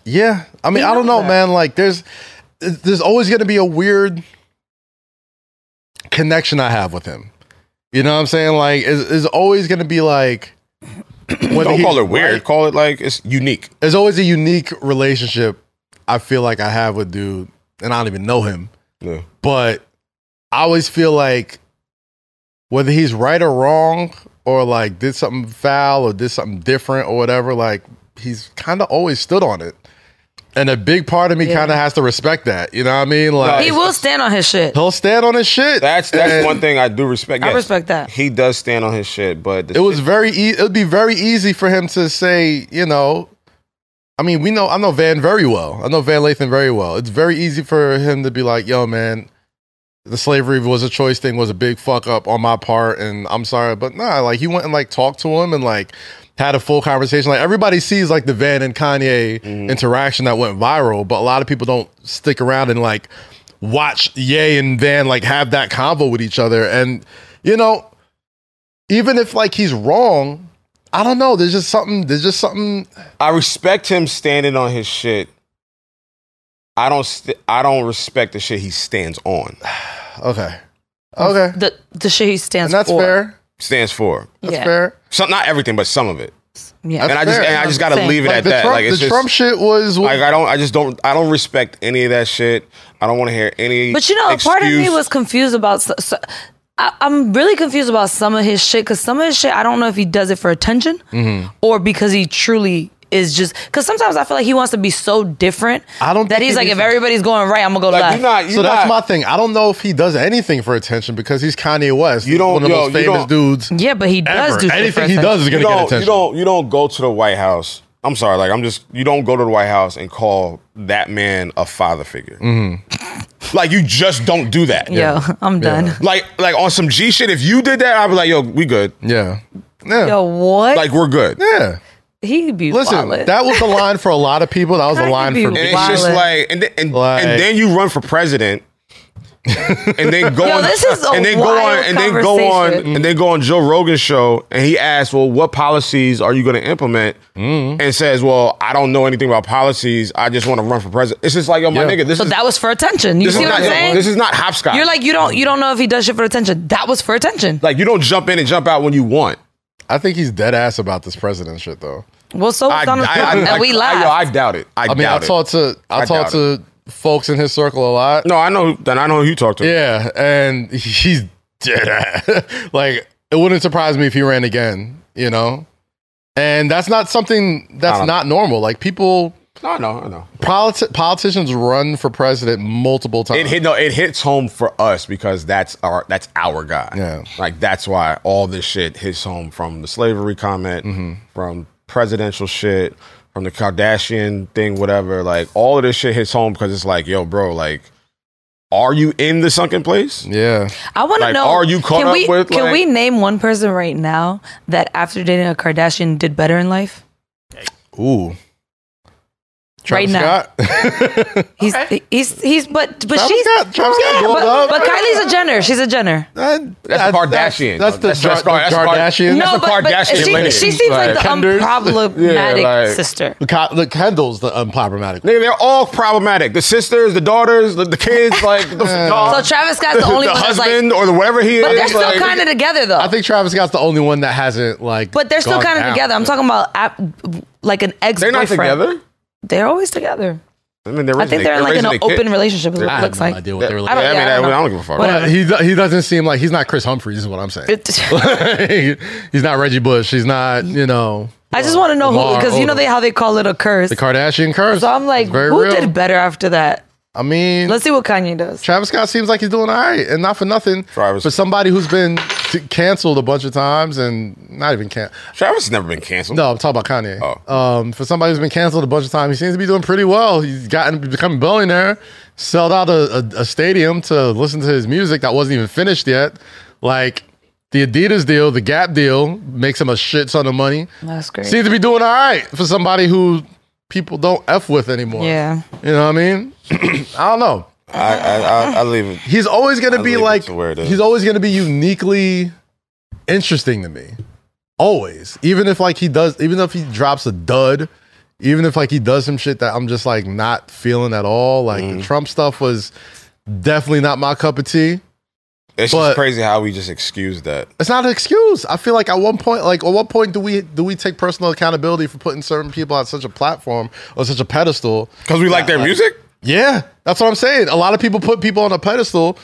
Speaker 1: Yeah, I mean,
Speaker 2: You
Speaker 1: I don't
Speaker 2: know
Speaker 1: know,
Speaker 2: that.
Speaker 1: man. Like, there's there's always going to be a weird connection I have with him. You know what I'm saying? Like, is is always going to be like. whether
Speaker 3: Don't
Speaker 1: he's
Speaker 3: call it weird.
Speaker 1: right-
Speaker 3: Call it like it's unique.
Speaker 1: there's always a unique relationship I feel like I have with dude, and I don't even know him,
Speaker 3: Yeah.
Speaker 1: but I always feel like whether he's right or wrong, or like did something foul or did something different or whatever, like he's kind of always stood on it. And a big part of me
Speaker 2: Yeah.
Speaker 1: kind of has to respect that. You know what I mean? Like
Speaker 2: He will stand on his shit.
Speaker 1: he'll stand on his shit.
Speaker 3: That's that's
Speaker 1: And
Speaker 3: one thing I do respect.
Speaker 2: I
Speaker 3: Yes,
Speaker 2: respect that.
Speaker 3: He does stand on his shit, but the
Speaker 1: It was very. E- it'd be very easy for him to say, you know, I mean, we know. I know Van very well. I know Van Lathan very well. It's very easy for him to be like, yo, man, the slavery was a choice thing was a big fuck up on my part, and I'm sorry, but nah, like he went and like talked to him and like had a full conversation. Like everybody sees like the Van and Kanye interaction that went viral, but a lot of people don't stick around and like watch Ye and Van like have that convo with each other. And you know, even if like he's wrong, I don't know. There's just something. There's just something.
Speaker 3: I respect him standing on his shit. I don't st- I don't respect the shit he stands on.
Speaker 1: Okay. Okay.
Speaker 2: The the shit he stands
Speaker 1: And that's
Speaker 2: for.
Speaker 1: fair.
Speaker 3: Stands for.
Speaker 1: That's
Speaker 2: yeah.
Speaker 1: fair.
Speaker 3: Some not everything, but some of it.
Speaker 2: Yeah.
Speaker 1: That's
Speaker 3: and I just
Speaker 1: fair.
Speaker 3: and I just gotta
Speaker 2: Same.
Speaker 3: leave it
Speaker 1: Like
Speaker 3: at
Speaker 1: the,
Speaker 3: that.
Speaker 1: Trump,
Speaker 3: like it's
Speaker 1: the
Speaker 3: just
Speaker 1: Trump shit was.
Speaker 3: like I don't I just don't I don't respect any of that shit. I don't want to hear any
Speaker 2: But you know, a part of me
Speaker 3: excuse.
Speaker 2: was confused about. So, so, I, I'm really confused about some of his shit because some of his shit I don't know if he does it for attention
Speaker 3: Mm-hmm.
Speaker 2: or because he truly is just. Because sometimes I feel like he wants to be so different.
Speaker 1: I don't
Speaker 2: that
Speaker 1: think
Speaker 2: he's
Speaker 1: he
Speaker 2: like
Speaker 1: needs
Speaker 2: if
Speaker 1: to-
Speaker 2: everybody's going right, I'm gonna go
Speaker 3: like
Speaker 2: left.
Speaker 3: you're not you're
Speaker 1: so that's my
Speaker 3: not-
Speaker 1: thing. I don't know if he does anything for attention because he's Kanye West.
Speaker 3: You don't-
Speaker 1: one of the
Speaker 3: yo,
Speaker 1: most
Speaker 3: you
Speaker 1: famous
Speaker 3: don't-
Speaker 1: dudes.
Speaker 2: yeah, but he does
Speaker 1: ever.
Speaker 2: do shit for
Speaker 1: anything he
Speaker 2: attention.
Speaker 1: does is
Speaker 3: you
Speaker 1: gonna get
Speaker 3: don't you
Speaker 1: attention.
Speaker 3: don't you don't go to the White House. I'm sorry, like I'm just you don't go to the White House and call that man a father figure.
Speaker 1: Mm-hmm.
Speaker 3: Like you just don't do that.
Speaker 2: Yo, I'm done.
Speaker 3: Like like on some G shit, if you did that, I'd be like, yo, we good.
Speaker 1: Yeah. Yeah.
Speaker 2: Yo, what?
Speaker 3: Like we're good.
Speaker 1: yeah.
Speaker 2: he be
Speaker 1: Listen,
Speaker 2: wildin'.
Speaker 1: that was the line for a lot of people. That was the
Speaker 2: Cardi
Speaker 1: line
Speaker 2: B
Speaker 1: for
Speaker 2: was
Speaker 3: And
Speaker 1: me.
Speaker 3: it's just
Speaker 2: Violent.
Speaker 3: like and then and,
Speaker 1: Like-
Speaker 3: and then you run for president. and then go
Speaker 2: Yo,
Speaker 3: on
Speaker 2: this is a
Speaker 3: and then go on
Speaker 2: wild
Speaker 3: and then go on
Speaker 2: conversation.
Speaker 3: and then go on Joe Rogan's show and he asks, Well, what policies are you gonna implement?
Speaker 1: Mm-hmm.
Speaker 3: And says, Well, I don't know anything about policies. I just want to run for president. It's just like, yo, my
Speaker 1: Yeah.
Speaker 3: nigga, this
Speaker 2: so
Speaker 3: is
Speaker 2: that was for attention. You
Speaker 3: this is
Speaker 2: see what
Speaker 3: not
Speaker 2: I'm saying?
Speaker 3: this is not hopscotch.
Speaker 2: You're like you don't you don't know if he does shit for attention. That was for attention.
Speaker 3: like you don't jump in and jump out when you want.
Speaker 1: I think he's dead ass about this president shit though.
Speaker 2: Well, so
Speaker 3: I,
Speaker 2: was Donald
Speaker 3: I- I-
Speaker 2: Trump, and
Speaker 3: I-
Speaker 2: we
Speaker 3: I-
Speaker 2: laughed.
Speaker 3: yo, I doubt it. I,
Speaker 1: I mean, I
Speaker 3: doubt it.
Speaker 1: talk to I,
Speaker 3: I
Speaker 1: talk
Speaker 3: doubt
Speaker 1: to folks in his circle a lot.
Speaker 3: No, I know. Then I know who you talk to.
Speaker 1: Yeah, and he's dead ass. like it wouldn't surprise me if he ran again. You know, and that's not something
Speaker 3: I
Speaker 1: that's
Speaker 3: don't-
Speaker 1: not normal. Like people,
Speaker 3: No, I know, I know.
Speaker 1: politi- politicians run for president multiple times.
Speaker 3: It hit no. It hits home for us because that's our that's our guy.
Speaker 1: Yeah.
Speaker 3: like that's why all this shit hits home from the slavery comment, from presidential shit, from the Kardashian thing, whatever. Like all of this shit hits home because it's like, yo, bro, like, are you in the sunken place?
Speaker 1: yeah,
Speaker 2: I want to
Speaker 3: Like,
Speaker 2: know.
Speaker 3: are you caught
Speaker 2: can
Speaker 3: up
Speaker 2: we,
Speaker 3: with,
Speaker 2: Can
Speaker 3: like-
Speaker 2: we name one person right now that after dating a Kardashian did better in life?
Speaker 1: ooh. Travis
Speaker 2: Right now.
Speaker 1: Scott?
Speaker 2: He's he's he's but but
Speaker 1: Travis
Speaker 2: she's
Speaker 1: Scott- Travis Scott
Speaker 2: yeah,
Speaker 1: blew
Speaker 2: but,
Speaker 1: up.
Speaker 2: but Kylie's a Jenner. She's a Jenner.
Speaker 1: That-
Speaker 3: That's a Kardashian.
Speaker 1: That's, the
Speaker 3: That's-
Speaker 1: Jar-
Speaker 3: that's Kar- that's Kar-
Speaker 1: Kardashian.
Speaker 3: No,
Speaker 1: That's
Speaker 3: the Kardashian
Speaker 2: she,
Speaker 3: lineage.
Speaker 2: she seems like,
Speaker 1: Like,
Speaker 2: the
Speaker 1: Kenders?
Speaker 2: unproblematic
Speaker 3: Yeah, like-
Speaker 2: sister.
Speaker 1: the Ka- the Kendall's the unproblematic.
Speaker 3: Nigga, they're all problematic. The sisters, the daughters, the, the kids, like the,
Speaker 2: So Travis Scott's the only
Speaker 3: uh, the
Speaker 2: one that's like,
Speaker 3: husband or the whatever he is.
Speaker 2: but they're still
Speaker 3: like-
Speaker 2: kind of together though.
Speaker 1: I think Travis Scott's the only one that hasn't like.
Speaker 2: but they're still
Speaker 1: gone
Speaker 2: kind of
Speaker 1: down.
Speaker 2: together. I'm talking about ap- like an ex.
Speaker 3: They're not together.
Speaker 2: They're always together.
Speaker 3: I mean, they're
Speaker 2: I think
Speaker 3: raising-
Speaker 2: they're in like
Speaker 3: raising
Speaker 2: an
Speaker 3: a kid.
Speaker 2: open relationship. Is what
Speaker 1: I
Speaker 2: it
Speaker 1: have
Speaker 2: looks
Speaker 1: no
Speaker 2: like.
Speaker 1: idea what they're
Speaker 3: I,
Speaker 1: related.
Speaker 2: don't-
Speaker 3: mean,
Speaker 2: yeah, I
Speaker 3: I,
Speaker 2: don't know.
Speaker 3: I don't give a fuck.
Speaker 2: Whatever.
Speaker 1: But he do- he doesn't seem like he's not Chris Humphries is what I'm saying. he's not Reggie Bush. He's not you know
Speaker 2: I just want to know who
Speaker 1: Lamar
Speaker 2: because you know
Speaker 1: Odom.
Speaker 2: they how they call it a curse.
Speaker 1: the Kardashian curse.
Speaker 2: So I'm like,
Speaker 1: It's very
Speaker 2: who
Speaker 1: real.
Speaker 2: did better after that?
Speaker 1: I mean,
Speaker 2: Let's see what Kanye does.
Speaker 1: Travis Scott seems like he's doing all right, and not for nothing.
Speaker 3: Travis-
Speaker 1: for somebody who's been t- canceled a bunch of times and not even can.
Speaker 3: Travis has never been canceled.
Speaker 1: No, I'm talking about Kanye.
Speaker 3: Oh.
Speaker 1: Um, for somebody who's been canceled a bunch of times, he seems to be doing pretty well. He's gotten become a billionaire, sold out a, a, a stadium to listen to his music that wasn't even finished yet. Like the Adidas deal, the Gap deal makes him a shit ton of money.
Speaker 2: That's great.
Speaker 1: Seems to be doing all right for somebody who people don't f with anymore.
Speaker 2: yeah.
Speaker 1: you know what I mean. I don't know.
Speaker 3: I, I, I, I leave it.
Speaker 1: He's always gonna be
Speaker 3: leave it
Speaker 1: like
Speaker 3: to where it is.
Speaker 1: he's always gonna be uniquely interesting to me. Always. Even if like he does even if he drops a dud, even if like he does some shit that I'm just like not feeling at all. Like
Speaker 3: Mm.
Speaker 1: the Trump stuff was definitely not my cup of tea.
Speaker 3: It's
Speaker 1: But-
Speaker 3: just crazy how we just excuse that.
Speaker 1: It's not an excuse. I feel like at one point, like at what point do we do we take personal accountability for putting certain people on such a platform or such a pedestal?
Speaker 3: Because we like their music?
Speaker 1: Yeah, that's what I'm saying. A lot of people put people on a pedestal.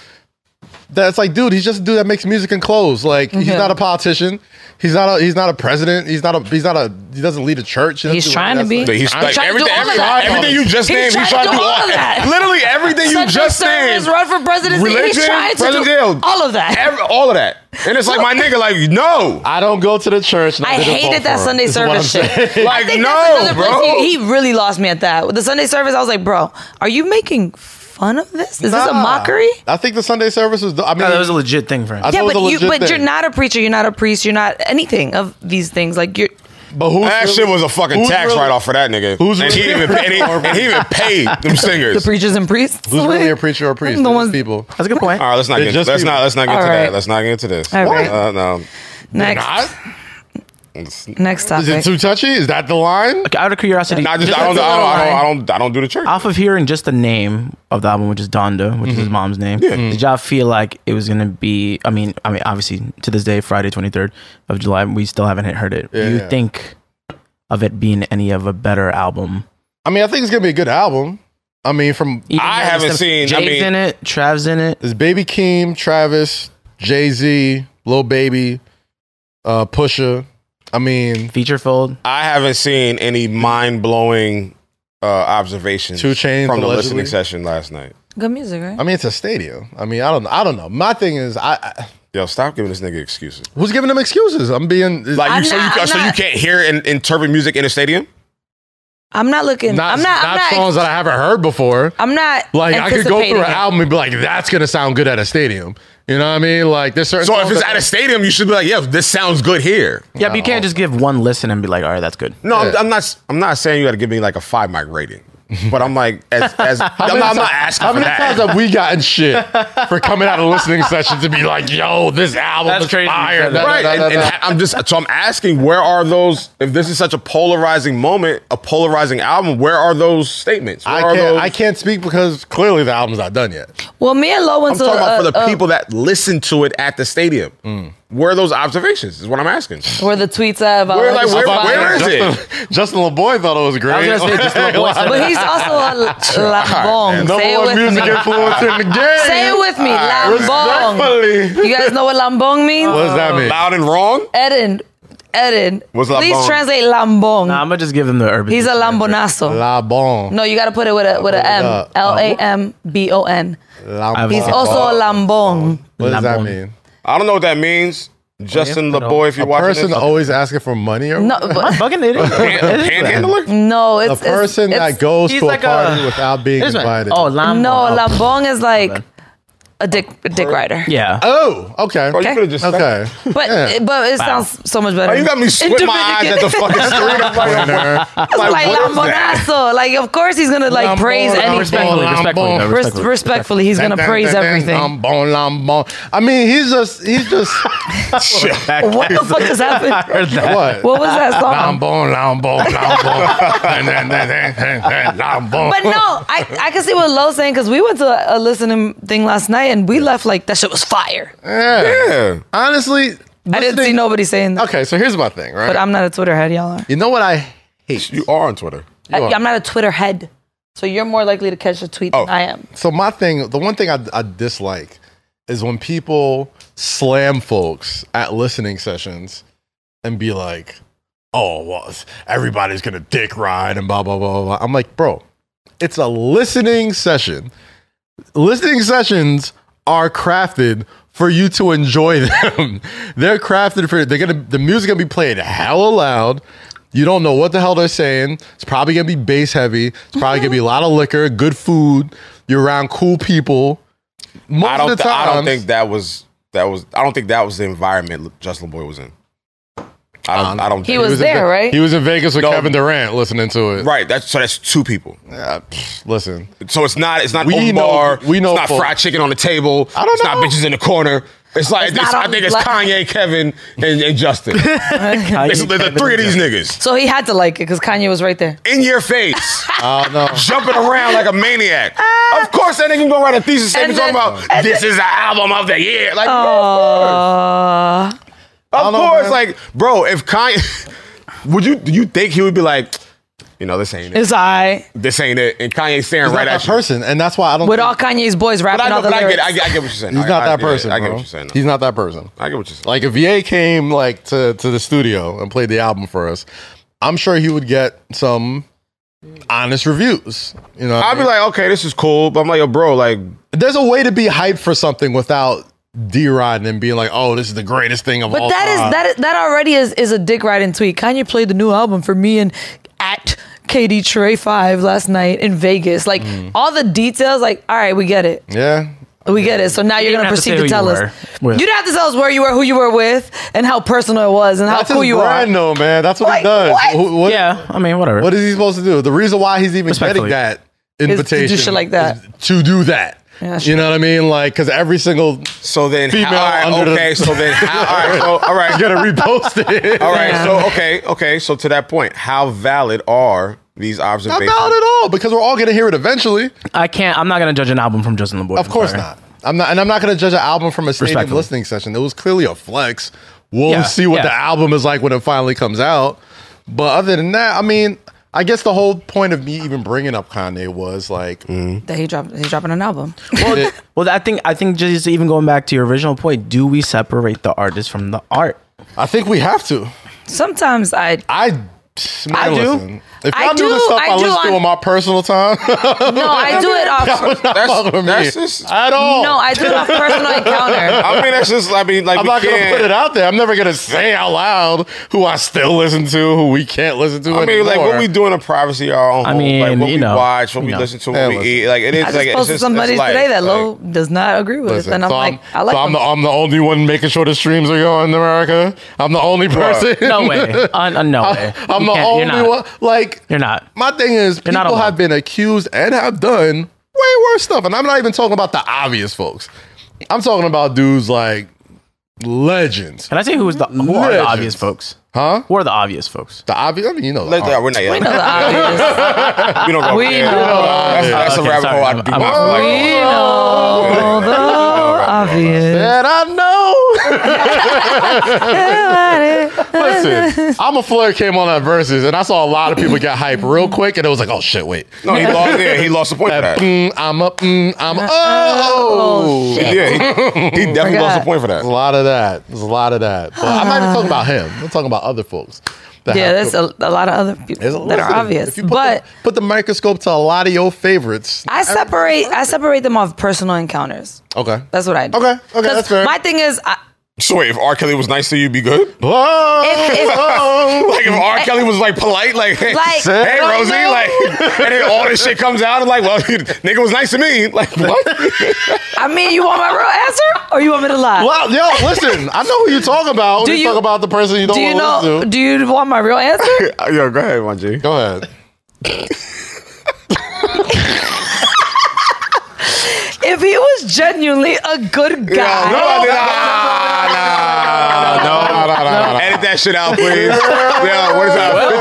Speaker 1: That's like, dude, he's just a dude that makes music and clothes. Like, he's
Speaker 2: Yeah.
Speaker 1: not a politician. He's not a he's not a president. He's not a he's not a he doesn't lead a church. He doesn't
Speaker 2: He's
Speaker 1: do
Speaker 2: trying
Speaker 1: any of
Speaker 2: to
Speaker 1: that
Speaker 2: be.
Speaker 1: stuff.
Speaker 3: He's
Speaker 2: He's
Speaker 3: like,
Speaker 2: trying to do
Speaker 3: everything,
Speaker 2: all of
Speaker 3: everything,
Speaker 2: that.
Speaker 3: everything you just
Speaker 2: He's
Speaker 3: named, he's trying to do all of that. Literally everything you
Speaker 2: Sexual
Speaker 3: just
Speaker 2: service,
Speaker 3: named.
Speaker 2: run for president. He's
Speaker 3: Religion,
Speaker 2: trying to
Speaker 3: president,
Speaker 2: do all of that.
Speaker 3: Every, all of that. And it's like, my nigga, like, no.
Speaker 1: I don't go to the church. and
Speaker 2: I
Speaker 1: didn't
Speaker 2: hated
Speaker 1: vote
Speaker 2: that
Speaker 1: for him,
Speaker 2: Sunday
Speaker 1: is what I'm
Speaker 2: service shit.
Speaker 1: saying.
Speaker 3: Like,
Speaker 2: think that's
Speaker 3: no,
Speaker 2: another place
Speaker 3: bro.
Speaker 2: He, he really lost me at that. With the Sunday service, I was like, bro, are you making fun of this? Is this a
Speaker 1: Nah.
Speaker 2: mockery?
Speaker 1: I think the Sunday service was. I mean,
Speaker 4: No, that was a legit thing for him.
Speaker 1: I-
Speaker 2: Yeah,
Speaker 1: That was
Speaker 2: but
Speaker 1: a
Speaker 2: you,
Speaker 1: legit
Speaker 2: but you're
Speaker 1: thing.
Speaker 2: not a preacher. You're not a priest. You're not anything of these things. Like you're.
Speaker 1: but who's
Speaker 3: that
Speaker 1: really-
Speaker 3: shit was a fucking
Speaker 1: who's
Speaker 3: tax
Speaker 1: really-
Speaker 3: write off for that nigga.
Speaker 1: who's
Speaker 3: and, he
Speaker 1: really-
Speaker 3: even, and, he, and he even paid them
Speaker 2: The
Speaker 3: singers.
Speaker 2: preachers and priests.
Speaker 1: Who's really a preacher or a priest?
Speaker 2: The
Speaker 1: It's
Speaker 2: ones-
Speaker 1: people.
Speaker 4: That's a good point.
Speaker 3: all right, let's not
Speaker 1: It
Speaker 3: get
Speaker 1: just
Speaker 3: let's
Speaker 1: people-
Speaker 3: not let's not get
Speaker 2: All
Speaker 3: to
Speaker 2: right.
Speaker 3: that. Let's not get into this.
Speaker 2: All right.
Speaker 3: Uh, no.
Speaker 2: Next,
Speaker 1: Not? Is
Speaker 2: next
Speaker 1: it
Speaker 2: topic.
Speaker 1: too touchy? Is that the line?
Speaker 4: Okay, out of curiosity,
Speaker 3: No, I just
Speaker 4: just
Speaker 3: I don't,
Speaker 4: as a
Speaker 3: I, don't,
Speaker 4: line,
Speaker 3: I don't I don't I don't do the church.
Speaker 4: off of hearing just the name of the album, which is Donda, which is his mom's name, did y'all feel like it was gonna be? I mean, I mean, obviously to this day, Friday twenty third of July, we still haven't heard it. Do you
Speaker 1: yeah.
Speaker 4: think of it being any of a better album?
Speaker 1: I mean, I think it's gonna be a good album. I mean, from
Speaker 4: Even
Speaker 3: I
Speaker 4: though
Speaker 3: haven't
Speaker 4: there's some-
Speaker 3: seen- I
Speaker 4: Jay's
Speaker 3: mean-
Speaker 4: in it, Trav's in it.
Speaker 1: There's Baby Keem, Travis, Jay Z, Lil Baby, uh, Pusha. I mean,
Speaker 4: Featurefold.
Speaker 3: I haven't seen any mind blowing uh, observations
Speaker 1: Two Chainz,
Speaker 3: from the
Speaker 1: allegedly.
Speaker 3: listening session last night.
Speaker 2: Good music, right?
Speaker 1: I mean, it's a stadium. I mean, I don't, I don't know. My thing is, I, I
Speaker 3: Yo, stop giving this nigga excuses.
Speaker 1: who's giving them excuses? I'm being
Speaker 3: Like
Speaker 2: I'm
Speaker 3: you, so
Speaker 2: not-
Speaker 3: you
Speaker 2: I'm
Speaker 3: so you
Speaker 2: not-
Speaker 3: can't hear and interpret music in a stadium?
Speaker 2: I'm not looking.
Speaker 1: Not,
Speaker 2: I'm not.
Speaker 1: not
Speaker 2: I'm not.
Speaker 1: songs that I haven't heard before.
Speaker 2: I'm not.
Speaker 1: Like I could go through
Speaker 2: anticipating
Speaker 1: an
Speaker 2: it.
Speaker 1: album and be like, that's gonna sound good at a stadium. You know what I mean? Like there's certain.
Speaker 3: So if
Speaker 1: songs
Speaker 3: it's
Speaker 1: that-
Speaker 3: at a stadium, you should be like, yeah, this sounds good here.
Speaker 4: Yeah, but you can't just give one listen and be like, all right, that's good.
Speaker 3: No, I'm-
Speaker 1: Yeah.
Speaker 3: I'm not. I'm not saying you got to give me like a five mic rating, but I'm like, as, as I'm, not, I'm not asking
Speaker 1: How
Speaker 3: for
Speaker 1: many
Speaker 3: that.
Speaker 1: times have we gotten shit for coming out of listening sessions to be like, yo, this album
Speaker 4: That's
Speaker 1: is
Speaker 4: crazy.
Speaker 1: fire.
Speaker 4: No, no,
Speaker 3: right, and, and ha- I'm just so I'm asking, where are those? If this is such a polarizing moment, a polarizing album, where are those statements? Where
Speaker 1: I
Speaker 3: are
Speaker 1: can't.
Speaker 3: those?
Speaker 1: I can't speak because clearly the album's not done yet.
Speaker 2: Well, me and Lo went
Speaker 3: I'm
Speaker 2: to.
Speaker 3: talking about for
Speaker 2: uh,
Speaker 3: the
Speaker 2: uh,
Speaker 3: people that listen to it at the stadium. Where are those observations? Is what I'm asking.
Speaker 2: where the tweets at about.
Speaker 3: Where,
Speaker 2: like,
Speaker 3: like,
Speaker 2: this
Speaker 3: where-
Speaker 2: fire.
Speaker 3: where is it?
Speaker 1: Justin, Justin LeBoy thought it was great.
Speaker 4: I was gonna say just little boy said
Speaker 2: But he's also a lambong. Say
Speaker 1: Number
Speaker 2: it
Speaker 1: one
Speaker 2: with
Speaker 1: music
Speaker 2: me.
Speaker 1: influencer in the game.
Speaker 2: Say it with me, lambong.
Speaker 1: Respectfully.
Speaker 2: You guys know what lambong means?
Speaker 1: What does that mean?
Speaker 3: Loud and wrong.
Speaker 2: Eden, Eden.
Speaker 3: What's
Speaker 2: Please
Speaker 3: lambong?
Speaker 2: translate lambong.
Speaker 4: Nah, I'm gonna just give them the urban.
Speaker 2: he's a
Speaker 4: dictionary.
Speaker 2: lambonazo.
Speaker 1: La bon.
Speaker 2: No, you got to put it with a with a M.
Speaker 1: up.
Speaker 2: L A M B O N.
Speaker 1: La
Speaker 4: I've
Speaker 1: bon.
Speaker 2: He's also a lambong.
Speaker 1: What does
Speaker 4: La
Speaker 1: that
Speaker 4: bon.
Speaker 1: mean?
Speaker 3: I don't know what that means. Justin
Speaker 4: but, uh,
Speaker 3: LeBoy, if you're
Speaker 1: A
Speaker 3: watching
Speaker 1: person
Speaker 3: this,
Speaker 1: always asking for money or
Speaker 2: No, but,
Speaker 4: Fucking it is.
Speaker 3: pan- panhandler.
Speaker 2: no,
Speaker 1: a
Speaker 2: it's it's-
Speaker 1: person
Speaker 2: it's-
Speaker 1: that goes
Speaker 4: he's
Speaker 1: to a
Speaker 4: like a-
Speaker 1: party without being
Speaker 4: Here's my-
Speaker 1: invited.
Speaker 4: Oh, lamb.
Speaker 2: No,
Speaker 4: oh,
Speaker 2: lambong is like
Speaker 4: bad.
Speaker 2: a dick a dick rider.
Speaker 4: Yeah.
Speaker 1: Oh, okay.
Speaker 3: Bro, you could have just said-
Speaker 1: Okay.
Speaker 2: But
Speaker 1: Yeah.
Speaker 2: but it sounds so much better.
Speaker 3: Bro, you got me squint my eyes at the fucking screen. I'm like,
Speaker 1: Winner.
Speaker 2: It's like,
Speaker 3: what is that?
Speaker 2: Lambonazo. Like, of course he's gonna like
Speaker 1: Lambon,
Speaker 2: praise
Speaker 1: Lambon,
Speaker 2: anything.
Speaker 4: Respectfully, respectfully,
Speaker 1: Lambon.
Speaker 4: though,
Speaker 2: Res-
Speaker 4: respectfully.
Speaker 2: respectfully, he's gonna praise everything.
Speaker 1: Lambon, lambon. um, I mean, he's just, he's just,
Speaker 2: What the fuck just happened?
Speaker 4: Heard that.
Speaker 1: what?
Speaker 2: What was that song?
Speaker 1: Lambon, lambon, lambon. Lambon.
Speaker 2: But no, I, I can see what Lo's saying because we went to a, a listening thing last night and we left like that shit was fire.
Speaker 1: Yeah.
Speaker 3: Yeah.
Speaker 1: Honestly,
Speaker 2: I didn't see nobody saying that.
Speaker 1: Okay, so here's my thing, right?
Speaker 2: But I'm not a Twitter head, y'all are.
Speaker 1: you know what I hate?
Speaker 3: You are on Twitter.
Speaker 2: I,
Speaker 1: are.
Speaker 2: I'm not a Twitter head. So you're more likely to catch a tweet than I am.
Speaker 1: So my thing, the one thing I, I dislike is when people slam folks at listening sessions and be like, "Oh, well, everybody's gonna dick ride and blah blah blah blah." blah." I'm like, bro, it's a listening session. Listening sessions are crafted for you to enjoy them. they're crafted for they're gonna the music gonna be played hella loud. You don't know what the hell they're saying. It's probably gonna be bass heavy. It's probably gonna be a lot of liquor, good food. You're around cool people. Most
Speaker 3: I don't.
Speaker 1: of the
Speaker 3: Th- I
Speaker 1: time,
Speaker 3: don't think that was. That was. I don't think that was the environment Justin LeBoy was in. I don't. I don't.
Speaker 2: He
Speaker 3: think-
Speaker 2: was
Speaker 1: in,
Speaker 2: there,
Speaker 1: Ve-
Speaker 2: right?
Speaker 1: He was in Vegas with
Speaker 3: No.
Speaker 1: Kevin Durant listening to it.
Speaker 3: Right. That's so. That's two people.
Speaker 1: Uh, pfft, listen,
Speaker 3: So it's not. It's not
Speaker 1: We
Speaker 3: open
Speaker 1: know-
Speaker 3: bar.
Speaker 1: we know
Speaker 3: It's not
Speaker 1: folk.
Speaker 3: fried chicken on the table.
Speaker 1: I don't
Speaker 3: It's not
Speaker 1: know.
Speaker 3: bitches in the corner. It's like.
Speaker 2: It's
Speaker 3: it's-
Speaker 2: not
Speaker 3: I think
Speaker 2: on
Speaker 3: it's
Speaker 2: black-
Speaker 3: Kanye, Kevin, and, and Justin. It's- it's the three of these niggas
Speaker 2: So he had to like it because Kanye was right there.
Speaker 3: in your face,
Speaker 1: I don't know.
Speaker 3: jumping around like a maniac.
Speaker 1: Ah.
Speaker 3: Of course, that nigga gonna write a thesis statement
Speaker 2: And
Speaker 3: talking
Speaker 2: then-
Speaker 3: about this is the album of the year. Like,
Speaker 2: Uh,
Speaker 3: Of
Speaker 1: Oh. know,
Speaker 3: course,
Speaker 1: man.
Speaker 3: like, bro, if Kanye, would you do you think he would be like, you know, this ain't it,
Speaker 2: it's I
Speaker 3: this ain't it, and Kanye staring
Speaker 1: He's
Speaker 3: right
Speaker 1: not
Speaker 3: at
Speaker 1: that
Speaker 3: you.
Speaker 1: person, and that's why I don't.
Speaker 2: with
Speaker 1: think-
Speaker 2: all Kanye's boys
Speaker 3: But
Speaker 2: rapping
Speaker 3: I, know,
Speaker 2: all the
Speaker 3: but I
Speaker 2: lyrics.
Speaker 3: get, I get, I get what you're saying.
Speaker 1: He's
Speaker 3: I-
Speaker 1: not
Speaker 3: I-
Speaker 1: that
Speaker 3: yeah,
Speaker 1: person.
Speaker 3: I get
Speaker 1: bro.
Speaker 3: what you're saying.
Speaker 1: He's not that person.
Speaker 3: I get what you're saying.
Speaker 1: Like if Ye came like to to the studio and played the album for us, I'm sure he would get some honest reviews. You know, what I
Speaker 3: I'd be
Speaker 1: mean?
Speaker 3: like, okay, this is cool, but I'm like, yo, bro, like,
Speaker 1: there's a way to be hyped for something without deriding and being like, "Oh, this is the greatest thing of
Speaker 2: But
Speaker 1: all
Speaker 2: that is
Speaker 1: time."
Speaker 2: that is that already is is a dick riding tweet. Kanye played the new album for me and at KD Trey Five last night in Vegas. Like
Speaker 4: Mm.
Speaker 2: all the details. Like all right, we get it,
Speaker 1: yeah.
Speaker 2: we get it. So now you're
Speaker 4: didn't
Speaker 2: gonna
Speaker 4: have to
Speaker 2: proceed
Speaker 4: say
Speaker 2: to,
Speaker 4: who you
Speaker 2: tell
Speaker 4: were
Speaker 2: us.
Speaker 4: with.
Speaker 2: You don't have to tell us where you were, who you were with, and how personal it was, and
Speaker 1: That's
Speaker 2: how cool
Speaker 1: his
Speaker 2: you
Speaker 1: brand,
Speaker 2: are.
Speaker 1: though, man. That's what
Speaker 2: Like,
Speaker 1: he does.
Speaker 2: what?
Speaker 1: Wh- what-
Speaker 4: Yeah, I mean, whatever.
Speaker 1: What is he supposed to do? The reason why he's even getting
Speaker 4: Respectfully.
Speaker 1: that
Speaker 2: do
Speaker 1: invitation
Speaker 2: shit like that.
Speaker 1: is to do that.
Speaker 2: Yeah,
Speaker 1: you
Speaker 2: sure.
Speaker 1: know what I mean? Like, because every single
Speaker 3: so then,
Speaker 1: Female
Speaker 3: how, all right,
Speaker 1: under the-
Speaker 3: okay, so then, how, all right, so, all right,
Speaker 1: gonna repost it.
Speaker 3: all right,
Speaker 2: Yeah.
Speaker 3: so okay, okay, so to that point, how valid are these
Speaker 1: Not
Speaker 3: observations?
Speaker 1: valid at all because we're all gonna hear it eventually.
Speaker 4: I can't. I'm not gonna judge an album from Justin LeBoy.
Speaker 1: Of course not. I'm not, and I'm not gonna judge an album from a stadium
Speaker 4: Respectfully.
Speaker 1: listening session. It was clearly a flex. We'll
Speaker 4: Yeah,
Speaker 1: see what
Speaker 4: yeah.
Speaker 1: the album is like when it finally comes out. But other than that, I mean, I guess the whole point of me even bringing up Kanye was like,
Speaker 3: Mm.
Speaker 2: That he dropped, he's dropping an album.
Speaker 1: it-
Speaker 4: Well, I think I think just even going back to your original point, do we separate the artist from the art?
Speaker 1: I think we have to.
Speaker 2: Sometimes I
Speaker 1: I Psh, man,
Speaker 4: I do.
Speaker 1: listen. If
Speaker 2: I
Speaker 1: y'all knew the
Speaker 2: do-
Speaker 1: stuff I,
Speaker 2: I do
Speaker 1: listen to
Speaker 2: on-
Speaker 1: on my personal time,
Speaker 2: No, I do it off.
Speaker 1: would not
Speaker 3: That's-
Speaker 1: fuck with
Speaker 3: that's
Speaker 1: me
Speaker 3: just-
Speaker 1: at all.
Speaker 2: No, I do it off personal encounter.
Speaker 3: I mean, that's just. I mean, like
Speaker 1: I'm
Speaker 3: we
Speaker 1: not gonna
Speaker 3: can't-
Speaker 1: put it out there. I'm never gonna say out loud who I still listen to, who we can't listen to.
Speaker 3: I mean, like what we do in the privacy of our own
Speaker 4: I
Speaker 3: home, like
Speaker 4: mean,
Speaker 3: what
Speaker 4: you
Speaker 3: we
Speaker 4: know,
Speaker 3: watch, what
Speaker 4: you
Speaker 3: we
Speaker 4: know.
Speaker 3: listen to,
Speaker 1: Yeah,
Speaker 3: what we
Speaker 1: listen.
Speaker 3: eat. Like it is.
Speaker 2: I
Speaker 3: like
Speaker 2: just
Speaker 3: it's
Speaker 2: posted
Speaker 3: just-
Speaker 2: somebody
Speaker 3: it's life.
Speaker 2: today that
Speaker 3: Like,
Speaker 2: Lo does not agree with,
Speaker 1: Listen,
Speaker 2: and I'm
Speaker 1: so
Speaker 2: like, I like.
Speaker 1: so I'm
Speaker 2: him.
Speaker 1: the I'm the only one making sure the streams are going in America. I'm the only person.
Speaker 4: No way. Uh, uh, no way.
Speaker 1: I'm
Speaker 4: You
Speaker 1: the
Speaker 4: can't-
Speaker 1: only
Speaker 4: you're not.
Speaker 1: one. Like
Speaker 4: You're not.
Speaker 1: my thing is, people
Speaker 4: You're not alone.
Speaker 1: have been accused and have done way worse stuff, and I'm not even talking about the obvious folks. I'm talking about dudes like legends,
Speaker 4: Can I say who is the who are the
Speaker 1: Legends.
Speaker 4: obvious folks?
Speaker 1: huh?
Speaker 4: Who are the obvious folks?
Speaker 1: The obvious. I mean, you know, the
Speaker 3: Let's,
Speaker 1: obvious.
Speaker 3: we're not yet.
Speaker 2: We know
Speaker 3: We
Speaker 2: the obvious.
Speaker 3: don't go
Speaker 2: We
Speaker 3: there.
Speaker 2: know.
Speaker 3: That's, that's
Speaker 4: Okay,
Speaker 3: a rabbit
Speaker 4: sorry.
Speaker 3: hole. I
Speaker 4: I'm-
Speaker 3: do
Speaker 4: I'm-
Speaker 3: not
Speaker 4: I'm-
Speaker 3: like.
Speaker 2: we know the obvious.
Speaker 1: that Oh, I know. Listen, I'm a Flair came on at verses, and I saw a lot of people get hype real quick, and it was like, oh shit, wait.
Speaker 3: No, he lost. Yeah, he lost a point for that. He
Speaker 1: Mm, I'm up. Mm, I'm a- oh.
Speaker 2: shit.
Speaker 3: did. He, he definitely lost a
Speaker 2: Forgot.
Speaker 3: point for that.
Speaker 1: There's a lot of that. There's a lot of that. But I'm not even talking about him. I'm talking about other folks. that
Speaker 2: Yeah,
Speaker 1: have-
Speaker 2: there's a, a lot of other people
Speaker 1: there's a-
Speaker 2: that are
Speaker 1: listen,
Speaker 2: obvious,
Speaker 1: if you put
Speaker 2: but.
Speaker 1: the, put the microscope to a lot of your favorites.
Speaker 2: I separate. I separate them off personal encounters.
Speaker 1: Okay.
Speaker 2: That's what I do.
Speaker 1: Okay, okay,
Speaker 2: 'Cause
Speaker 1: that's fair.
Speaker 2: My thing is, I,
Speaker 3: So wait, if R. Kelly was nice to you, be good.
Speaker 1: Whoa.
Speaker 2: if-
Speaker 3: Like if R. Kelly was like polite, like hey,
Speaker 2: Like,
Speaker 3: hey
Speaker 2: I don't
Speaker 3: Rosie,
Speaker 2: know.
Speaker 3: like, and then all this shit comes out, and like, well, nigga was nice to me. Like what?
Speaker 2: I mean, you want my real answer, or you want me to lie?
Speaker 1: Wow, yo, listen. I know who you're talking about.
Speaker 2: Do
Speaker 1: When you,
Speaker 2: you-
Speaker 1: talk about the person you don't
Speaker 2: Do you
Speaker 1: want to
Speaker 2: know?
Speaker 1: listen to.
Speaker 2: Do you want my real answer?
Speaker 3: Yo, go ahead, my G.
Speaker 1: Go ahead.
Speaker 2: if he was genuinely a good guy,
Speaker 3: no, no,
Speaker 1: no, no, no, no.
Speaker 3: Edit that shit out, please. yeah, what is that?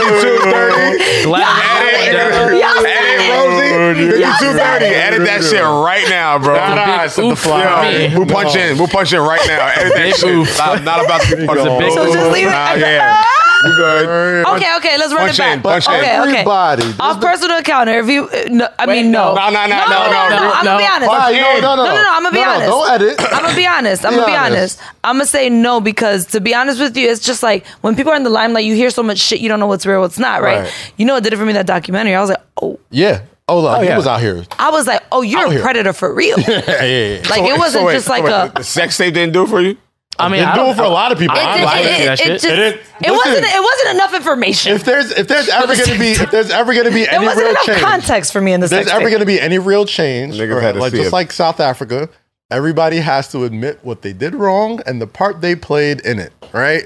Speaker 3: 5230.
Speaker 4: Glad
Speaker 3: Edit,
Speaker 2: Y'all
Speaker 3: edit,
Speaker 2: said
Speaker 3: Rosie.
Speaker 2: Y'all
Speaker 3: 5230.
Speaker 2: said it.
Speaker 3: Edit that shit right now, bro.
Speaker 1: Nah, nah, it's the
Speaker 4: oof.
Speaker 1: fly.
Speaker 4: Yeah.
Speaker 3: Yo, we'll punch in. We'll punch in right now. Edit that shit. Not, not about to be part of the
Speaker 4: big
Speaker 3: big.
Speaker 2: so just leave it.
Speaker 3: Nah, yeah. We good.
Speaker 2: Okay, okay, let's run it
Speaker 3: Punch in,
Speaker 2: back.
Speaker 3: punch in.
Speaker 2: okay, okay.
Speaker 1: Everybody. This
Speaker 2: Off personal encounter, if you, uh, no, I mean, no.
Speaker 3: no. No, no, no,
Speaker 2: no,
Speaker 3: no, no,
Speaker 2: no, I'm gonna be
Speaker 4: no.
Speaker 2: honest.
Speaker 1: Why? No, no, no.
Speaker 2: No, no, no, I'm gonna be
Speaker 1: No, no,
Speaker 2: honest.
Speaker 1: don't edit.
Speaker 2: I'm gonna be honest. I'm
Speaker 1: Be
Speaker 2: gonna be
Speaker 1: honest.
Speaker 2: honest. I'm gonna say no because to be honest with you, it's just like when people are in the limelight, you hear so much shit, you don't know what's real, what's not, right?
Speaker 1: Right.
Speaker 2: You know, it did it for me that documentary. I was like, oh,
Speaker 1: Yeah. Oh, look, he
Speaker 4: yeah.
Speaker 1: was out here.
Speaker 2: I was like, oh, you're
Speaker 1: Out
Speaker 2: a
Speaker 1: here.
Speaker 2: predator for real. like
Speaker 1: Yeah, yeah, yeah.
Speaker 2: it wasn't just like a.
Speaker 3: The sex tape didn't do it for you?
Speaker 4: I mean,
Speaker 1: They
Speaker 4: I
Speaker 1: do
Speaker 4: don't-
Speaker 1: it for a lot of people.
Speaker 4: I-
Speaker 1: I
Speaker 4: it-
Speaker 1: like
Speaker 4: it-
Speaker 1: it.
Speaker 4: that shit.
Speaker 2: just-
Speaker 1: It is-
Speaker 2: it
Speaker 1: listen.
Speaker 2: wasn't. It wasn't enough information.
Speaker 1: If there's if there's ever gonna be if there's ever gonna be
Speaker 2: there
Speaker 1: any
Speaker 2: wasn't
Speaker 1: real
Speaker 2: enough
Speaker 1: change,
Speaker 2: context for me in this.
Speaker 1: if there's
Speaker 2: sex
Speaker 1: ever
Speaker 2: tape.
Speaker 1: gonna be any real change,
Speaker 3: Niggas
Speaker 1: right,
Speaker 3: had to
Speaker 1: like
Speaker 3: see
Speaker 1: just
Speaker 3: it.
Speaker 1: like South Africa, everybody has to admit what they did wrong and the part they played in it. Right?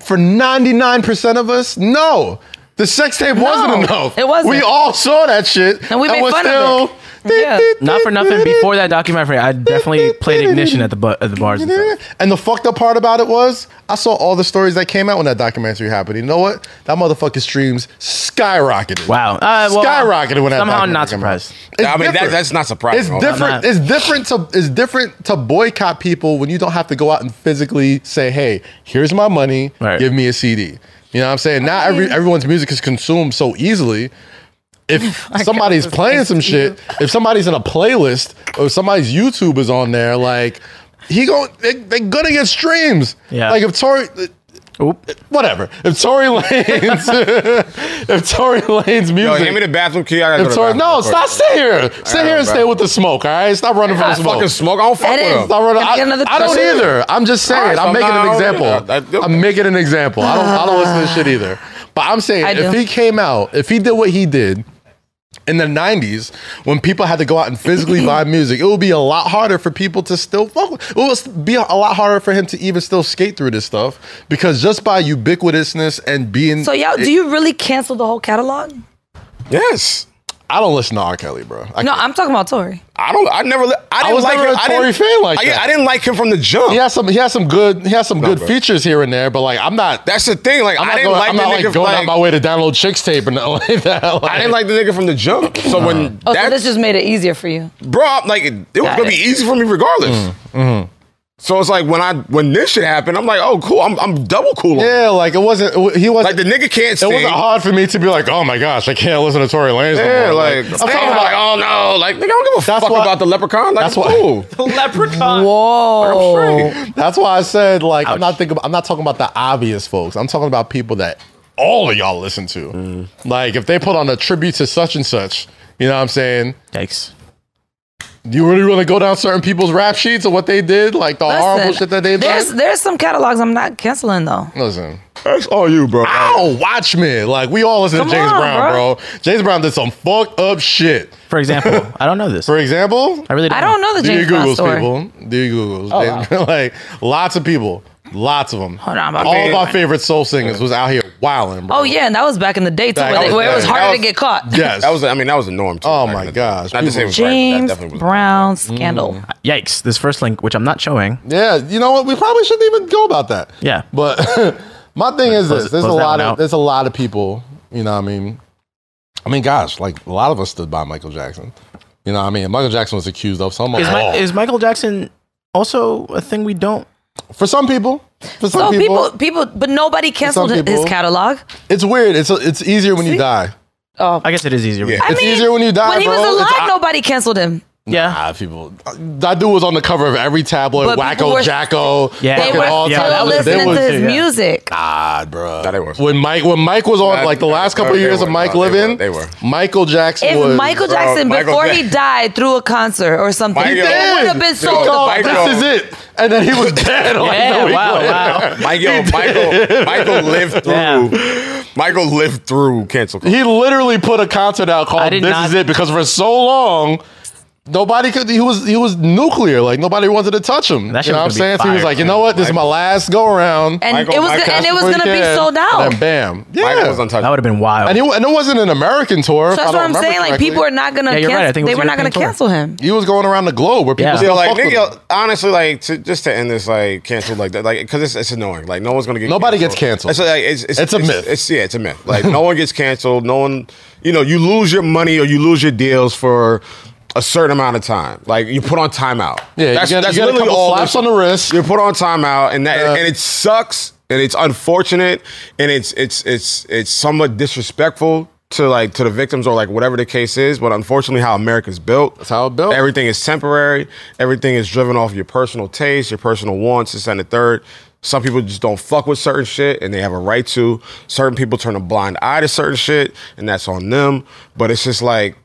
Speaker 1: For ninety nine percent of us, no. The sex tape wasn't enough.
Speaker 2: it wasn't.
Speaker 1: We all saw that shit,
Speaker 2: And we made fun of
Speaker 1: still-
Speaker 2: Yeah.
Speaker 4: Not for nothing. Before that documentary, I definitely played ignition at the bu- at the bars. and stuff.
Speaker 1: And the fucked up part about it was, I saw all the stories that came out when that documentary happened. You know what? That motherfucking streams skyrocketed.
Speaker 4: Wow. Uh, well,
Speaker 1: skyrocketed when that
Speaker 4: somehow
Speaker 1: documentary
Speaker 4: not
Speaker 1: came out.
Speaker 4: surprised.
Speaker 1: It's
Speaker 3: I mean, that,
Speaker 1: different.
Speaker 3: that's not surprising.
Speaker 1: It's
Speaker 3: I'm
Speaker 1: different.
Speaker 4: not-
Speaker 1: It's different to it's different to boycott people when you don't have to go out and physically say, "Hey, here's my money.
Speaker 4: Right.
Speaker 1: Give me a CD." You know what I'm saying? Now every everyone's music is consumed so easily. If somebody's playing some shit, if somebody's in a playlist or somebody's YouTube is on there, like he go they, they gonna get streams.
Speaker 4: Yeah.
Speaker 1: Like if Tori
Speaker 4: Oop.
Speaker 1: whatever. If Tory Lanez if Tory Lanez
Speaker 3: Yo,
Speaker 1: music
Speaker 3: hand me the bathroom key. I gotta go
Speaker 1: if
Speaker 3: to
Speaker 1: Tory,
Speaker 3: the
Speaker 1: no,
Speaker 3: bathroom.
Speaker 1: stop. Stay here. Stay here and stay with the smoke. All right, stop running from the
Speaker 3: I fucking
Speaker 1: smoke.
Speaker 3: smoke. I don't fuck
Speaker 2: That is-
Speaker 3: with
Speaker 1: Stop
Speaker 3: him.
Speaker 1: running.
Speaker 2: Can I get another
Speaker 1: I, I don't
Speaker 2: question?
Speaker 1: either. I'm just saying.
Speaker 3: Alright,
Speaker 1: I'm
Speaker 3: so
Speaker 1: making
Speaker 3: now
Speaker 1: an
Speaker 3: I don't
Speaker 1: example.
Speaker 3: either. I-
Speaker 1: I'm making an example. I don't. I don't listen to this shit either. But I'm saying
Speaker 2: I
Speaker 1: if
Speaker 2: do.
Speaker 1: he came out, if he did what he did. In the '90s, when people had to go out and physically buy music, it would be a lot harder for people to still fuck. With. It would be a lot harder for him to even still skate through this stuff because just by ubiquitousness and being,
Speaker 2: So y'all, do you really cancel the whole catalog?
Speaker 3: Yes.
Speaker 1: I don't listen to R. Kelly, bro. I
Speaker 2: No, I'm talking about Tory.
Speaker 3: I don't. I never. li- I didn't
Speaker 1: was
Speaker 3: like
Speaker 1: never
Speaker 3: him.
Speaker 1: a
Speaker 3: I
Speaker 1: Tory
Speaker 3: didn't-
Speaker 1: fan like
Speaker 3: I,
Speaker 1: that.
Speaker 3: I didn't like him from the jump.
Speaker 1: he has some he has some good he has some good
Speaker 3: bro.
Speaker 1: features here and there, but like I'm not
Speaker 3: That's the thing. Like
Speaker 1: I'm
Speaker 3: I
Speaker 1: not
Speaker 3: didn't
Speaker 1: going,
Speaker 3: like
Speaker 1: I'm
Speaker 3: the
Speaker 1: not
Speaker 3: nigga.
Speaker 1: like
Speaker 3: from,
Speaker 1: going out my way to download chicks tape or nothing like that. Like,
Speaker 3: I didn't like the nigga from the jump. So when
Speaker 2: Oh,
Speaker 3: that
Speaker 2: so this just made it easier for you.
Speaker 3: bro, I'm like it, it was
Speaker 2: Got
Speaker 3: gonna be
Speaker 2: it.
Speaker 3: easy for me regardless.
Speaker 1: Mm, mm-hmm.
Speaker 3: So it's like when I when this shit happened, I'm like, oh cool, I'm I'm double cool. on it.
Speaker 1: yeah, like it wasn't it wa- he
Speaker 3: Like
Speaker 1: wasn't
Speaker 3: the nigga can't
Speaker 1: it
Speaker 3: sing.
Speaker 1: wasn't hard for me to be like, oh my gosh, I can't listen to Tory Lanez. no
Speaker 3: Yeah,
Speaker 1: more.
Speaker 3: like I'm talking about like, oh no, like nigga, I don't give a
Speaker 1: That's
Speaker 3: fuck
Speaker 1: why-
Speaker 3: about the leprechaun. Like,
Speaker 1: that's
Speaker 3: that's
Speaker 1: why-
Speaker 3: cool.
Speaker 4: Leprechaun.
Speaker 2: Whoa.
Speaker 1: oh, That's why I said like I'm not thinking. I'm not talking about the obvious folks. I'm talking about people that all of y'all listen to. Like if they put on a tribute to such and such, you know what I'm saying?
Speaker 4: Yikes.
Speaker 1: Do you really want to go down certain people's rap sheets or what they did? Like the horrible shit that they
Speaker 2: there's
Speaker 1: did?
Speaker 2: there's some catalogs I'm not canceling though.
Speaker 1: Listen.
Speaker 3: That's all you, bro.
Speaker 1: Ow, Watchmen. Like we all listen
Speaker 2: Come
Speaker 1: to James
Speaker 2: on,
Speaker 1: Brown, bro.
Speaker 2: bro.
Speaker 1: James Brown did some fucked up shit.
Speaker 4: For example, I don't know this.
Speaker 1: For example,
Speaker 4: I really don't.
Speaker 2: I don't know the
Speaker 1: do your
Speaker 2: James Brown
Speaker 1: Googles,
Speaker 2: story.
Speaker 1: people. Do your Googles. James- like lots of people. Lots of them.
Speaker 2: Hold on, I'm
Speaker 1: all
Speaker 2: about
Speaker 1: of
Speaker 2: to-
Speaker 1: our favorite soul singers was out here wilding, bro.
Speaker 2: Oh yeah, and that was back in the day too,
Speaker 1: That
Speaker 2: where, they-
Speaker 1: was-
Speaker 2: where it was
Speaker 1: that
Speaker 2: harder
Speaker 3: was-
Speaker 2: to get caught.
Speaker 1: Yes.
Speaker 3: That was, I mean, that was the norm. Too,
Speaker 1: Oh
Speaker 3: back
Speaker 1: my
Speaker 3: in the day.
Speaker 1: gosh.
Speaker 3: Not to say it was right, but that
Speaker 2: James
Speaker 3: definitely was
Speaker 2: Brown
Speaker 1: Mm-hmm.
Speaker 2: scandal.
Speaker 4: Yikes. This first link, which I'm not showing.
Speaker 1: Yeah, you know what? We probably shouldn't even go about that.
Speaker 4: Yeah.
Speaker 1: But my thing is
Speaker 4: Close-
Speaker 1: this: there's a
Speaker 4: close that
Speaker 1: lot
Speaker 4: one
Speaker 1: of
Speaker 4: out.
Speaker 1: there's a lot of people. You know, what I mean, I mean, gosh, like a lot of us stood by Michael Jackson. You know, what I mean, Michael Jackson was accused of some
Speaker 4: Is,
Speaker 1: of all.
Speaker 4: Mi- is Michael Jackson also a thing we don't?
Speaker 1: for some people. For
Speaker 2: So
Speaker 1: some people,
Speaker 2: people, people, but nobody canceled his-
Speaker 1: people-
Speaker 2: his catalog.
Speaker 1: it's weird. It's it's easier when you
Speaker 2: See?
Speaker 1: die.
Speaker 2: Oh,
Speaker 4: I guess it is easier.
Speaker 3: Yeah.
Speaker 1: It's easier when you die,
Speaker 2: When he was
Speaker 1: bro. It's-
Speaker 2: alive,
Speaker 1: I-
Speaker 2: nobody canceled him.
Speaker 4: yeah.
Speaker 1: Ah, people. That dude was on the cover of every tabloid.
Speaker 2: But people
Speaker 1: Wacko,
Speaker 2: were-
Speaker 1: Jacko.
Speaker 4: Yeah.
Speaker 2: They
Speaker 1: fucking
Speaker 2: were
Speaker 1: all
Speaker 4: yeah,
Speaker 1: types
Speaker 2: still
Speaker 1: of-
Speaker 4: that was-
Speaker 1: they
Speaker 2: listening to
Speaker 1: was-
Speaker 2: his music.
Speaker 1: God, bro.
Speaker 3: Nah, they were.
Speaker 1: When Mike when Mike was on
Speaker 3: Nah,
Speaker 1: like the
Speaker 3: they-
Speaker 1: last couple
Speaker 3: they
Speaker 1: years
Speaker 3: were.
Speaker 1: of Mike
Speaker 3: Nah, they were.
Speaker 1: living,
Speaker 3: They were.
Speaker 1: Michael Jackson
Speaker 2: If
Speaker 1: was
Speaker 2: Michael
Speaker 3: Bro,
Speaker 2: Jackson,
Speaker 3: Michael
Speaker 2: before
Speaker 3: Jack-
Speaker 2: he died, threw a concert or something,
Speaker 3: Michael-
Speaker 2: he
Speaker 3: Dead.
Speaker 2: would have been
Speaker 3: Dude,
Speaker 2: sold the
Speaker 1: Oh,
Speaker 2: fuck
Speaker 3: Michael-
Speaker 2: out.
Speaker 1: this is it. And then he was dead. like,
Speaker 4: Yeah,
Speaker 1: no, he
Speaker 4: wow,
Speaker 1: wasn't.
Speaker 4: wow.
Speaker 3: Michael, Michael, Michael lived through. Michael lived through cancel culture.
Speaker 1: He literally put a concert out
Speaker 4: I
Speaker 1: called "This
Speaker 4: did not-
Speaker 1: Is It" because for so long. Nobody could. He was he was nuclear. Like nobody wanted to touch him.
Speaker 4: That shit
Speaker 1: you know what I'm
Speaker 4: was gonna
Speaker 1: saying?
Speaker 4: be
Speaker 1: So he was
Speaker 4: fire,
Speaker 1: like, you know what? This is my last go around.
Speaker 2: And
Speaker 3: Michael-
Speaker 2: it was
Speaker 3: Michael-
Speaker 2: gonna, and it was
Speaker 1: Before he
Speaker 2: gonna be
Speaker 1: can.
Speaker 2: sold out.
Speaker 1: And then bam, yeah.
Speaker 3: Michael was untouchable.
Speaker 4: That would have been wild.
Speaker 1: and, he, and it wasn't an American tour.
Speaker 2: So
Speaker 1: if I
Speaker 2: that's
Speaker 1: don't
Speaker 2: what I'm
Speaker 1: remember
Speaker 2: saying. Like
Speaker 1: correctly.
Speaker 2: people are not gonna
Speaker 4: Yeah, you're right. I
Speaker 2: cancel.
Speaker 4: think it
Speaker 2: They
Speaker 4: was
Speaker 2: were not gonna
Speaker 4: European tour.
Speaker 2: cancel him.
Speaker 1: He was going around the globe where people
Speaker 4: Yeah.
Speaker 1: still
Speaker 3: like
Speaker 1: fuck with him.
Speaker 3: nigga, honestly, like to, just to end this, like cancel like that, like because it's, it's annoying. Like no one's gonna get
Speaker 1: Nobody gets canceled.
Speaker 3: It's, like, it's, it's,
Speaker 1: It's a myth.
Speaker 3: It's, yeah, it's a myth. Like no one gets canceled. No one, you know, you lose your money or you lose your deals for a certain amount of time. Like you put on timeout.
Speaker 1: Yeah, you get, you get a couple slaps
Speaker 3: this-
Speaker 1: on the wrist.
Speaker 3: You're put on timeout, and that
Speaker 1: Yeah.
Speaker 3: and it sucks, and it's unfortunate, and it's it's it's it's somewhat disrespectful to like to the victims or like whatever the case is. But unfortunately, how America's built,
Speaker 1: That's how it built.
Speaker 3: Everything is temporary. Everything is driven off your personal taste, your personal wants, this and the third. Some people just don't fuck with certain shit, and they have a right to. Certain people turn a blind eye to certain shit, and that's on them. But it's just like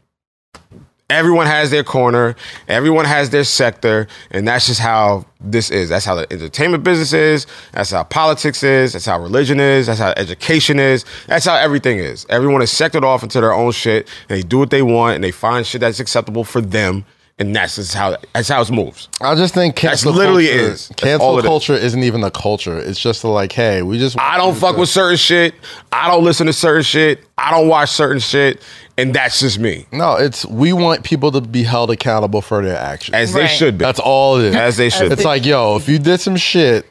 Speaker 3: everyone has their corner, everyone has their sector, and that's just how this is. That's how the entertainment business is, that's how politics is, that's how religion is, that's how education is, that's how everything is. Everyone is sectored off into their own shit, and they do what they want, and they find shit that's acceptable for them, and that's just how that's how it moves.
Speaker 1: I just think cancel
Speaker 3: literally
Speaker 1: culture,
Speaker 3: is. That's all
Speaker 1: cancel
Speaker 3: it is.
Speaker 1: culture isn't even a culture. It's just like, hey, we just
Speaker 3: I don't fuck with certain shit, I don't listen to certain shit, I don't watch certain shit, and that's just me.
Speaker 1: No, it's we want people to be held accountable for their actions.
Speaker 3: As they
Speaker 2: Right.
Speaker 3: should be.
Speaker 1: That's all it is.
Speaker 3: as they should
Speaker 1: it's
Speaker 3: be.
Speaker 1: like, yo, if you did some shit,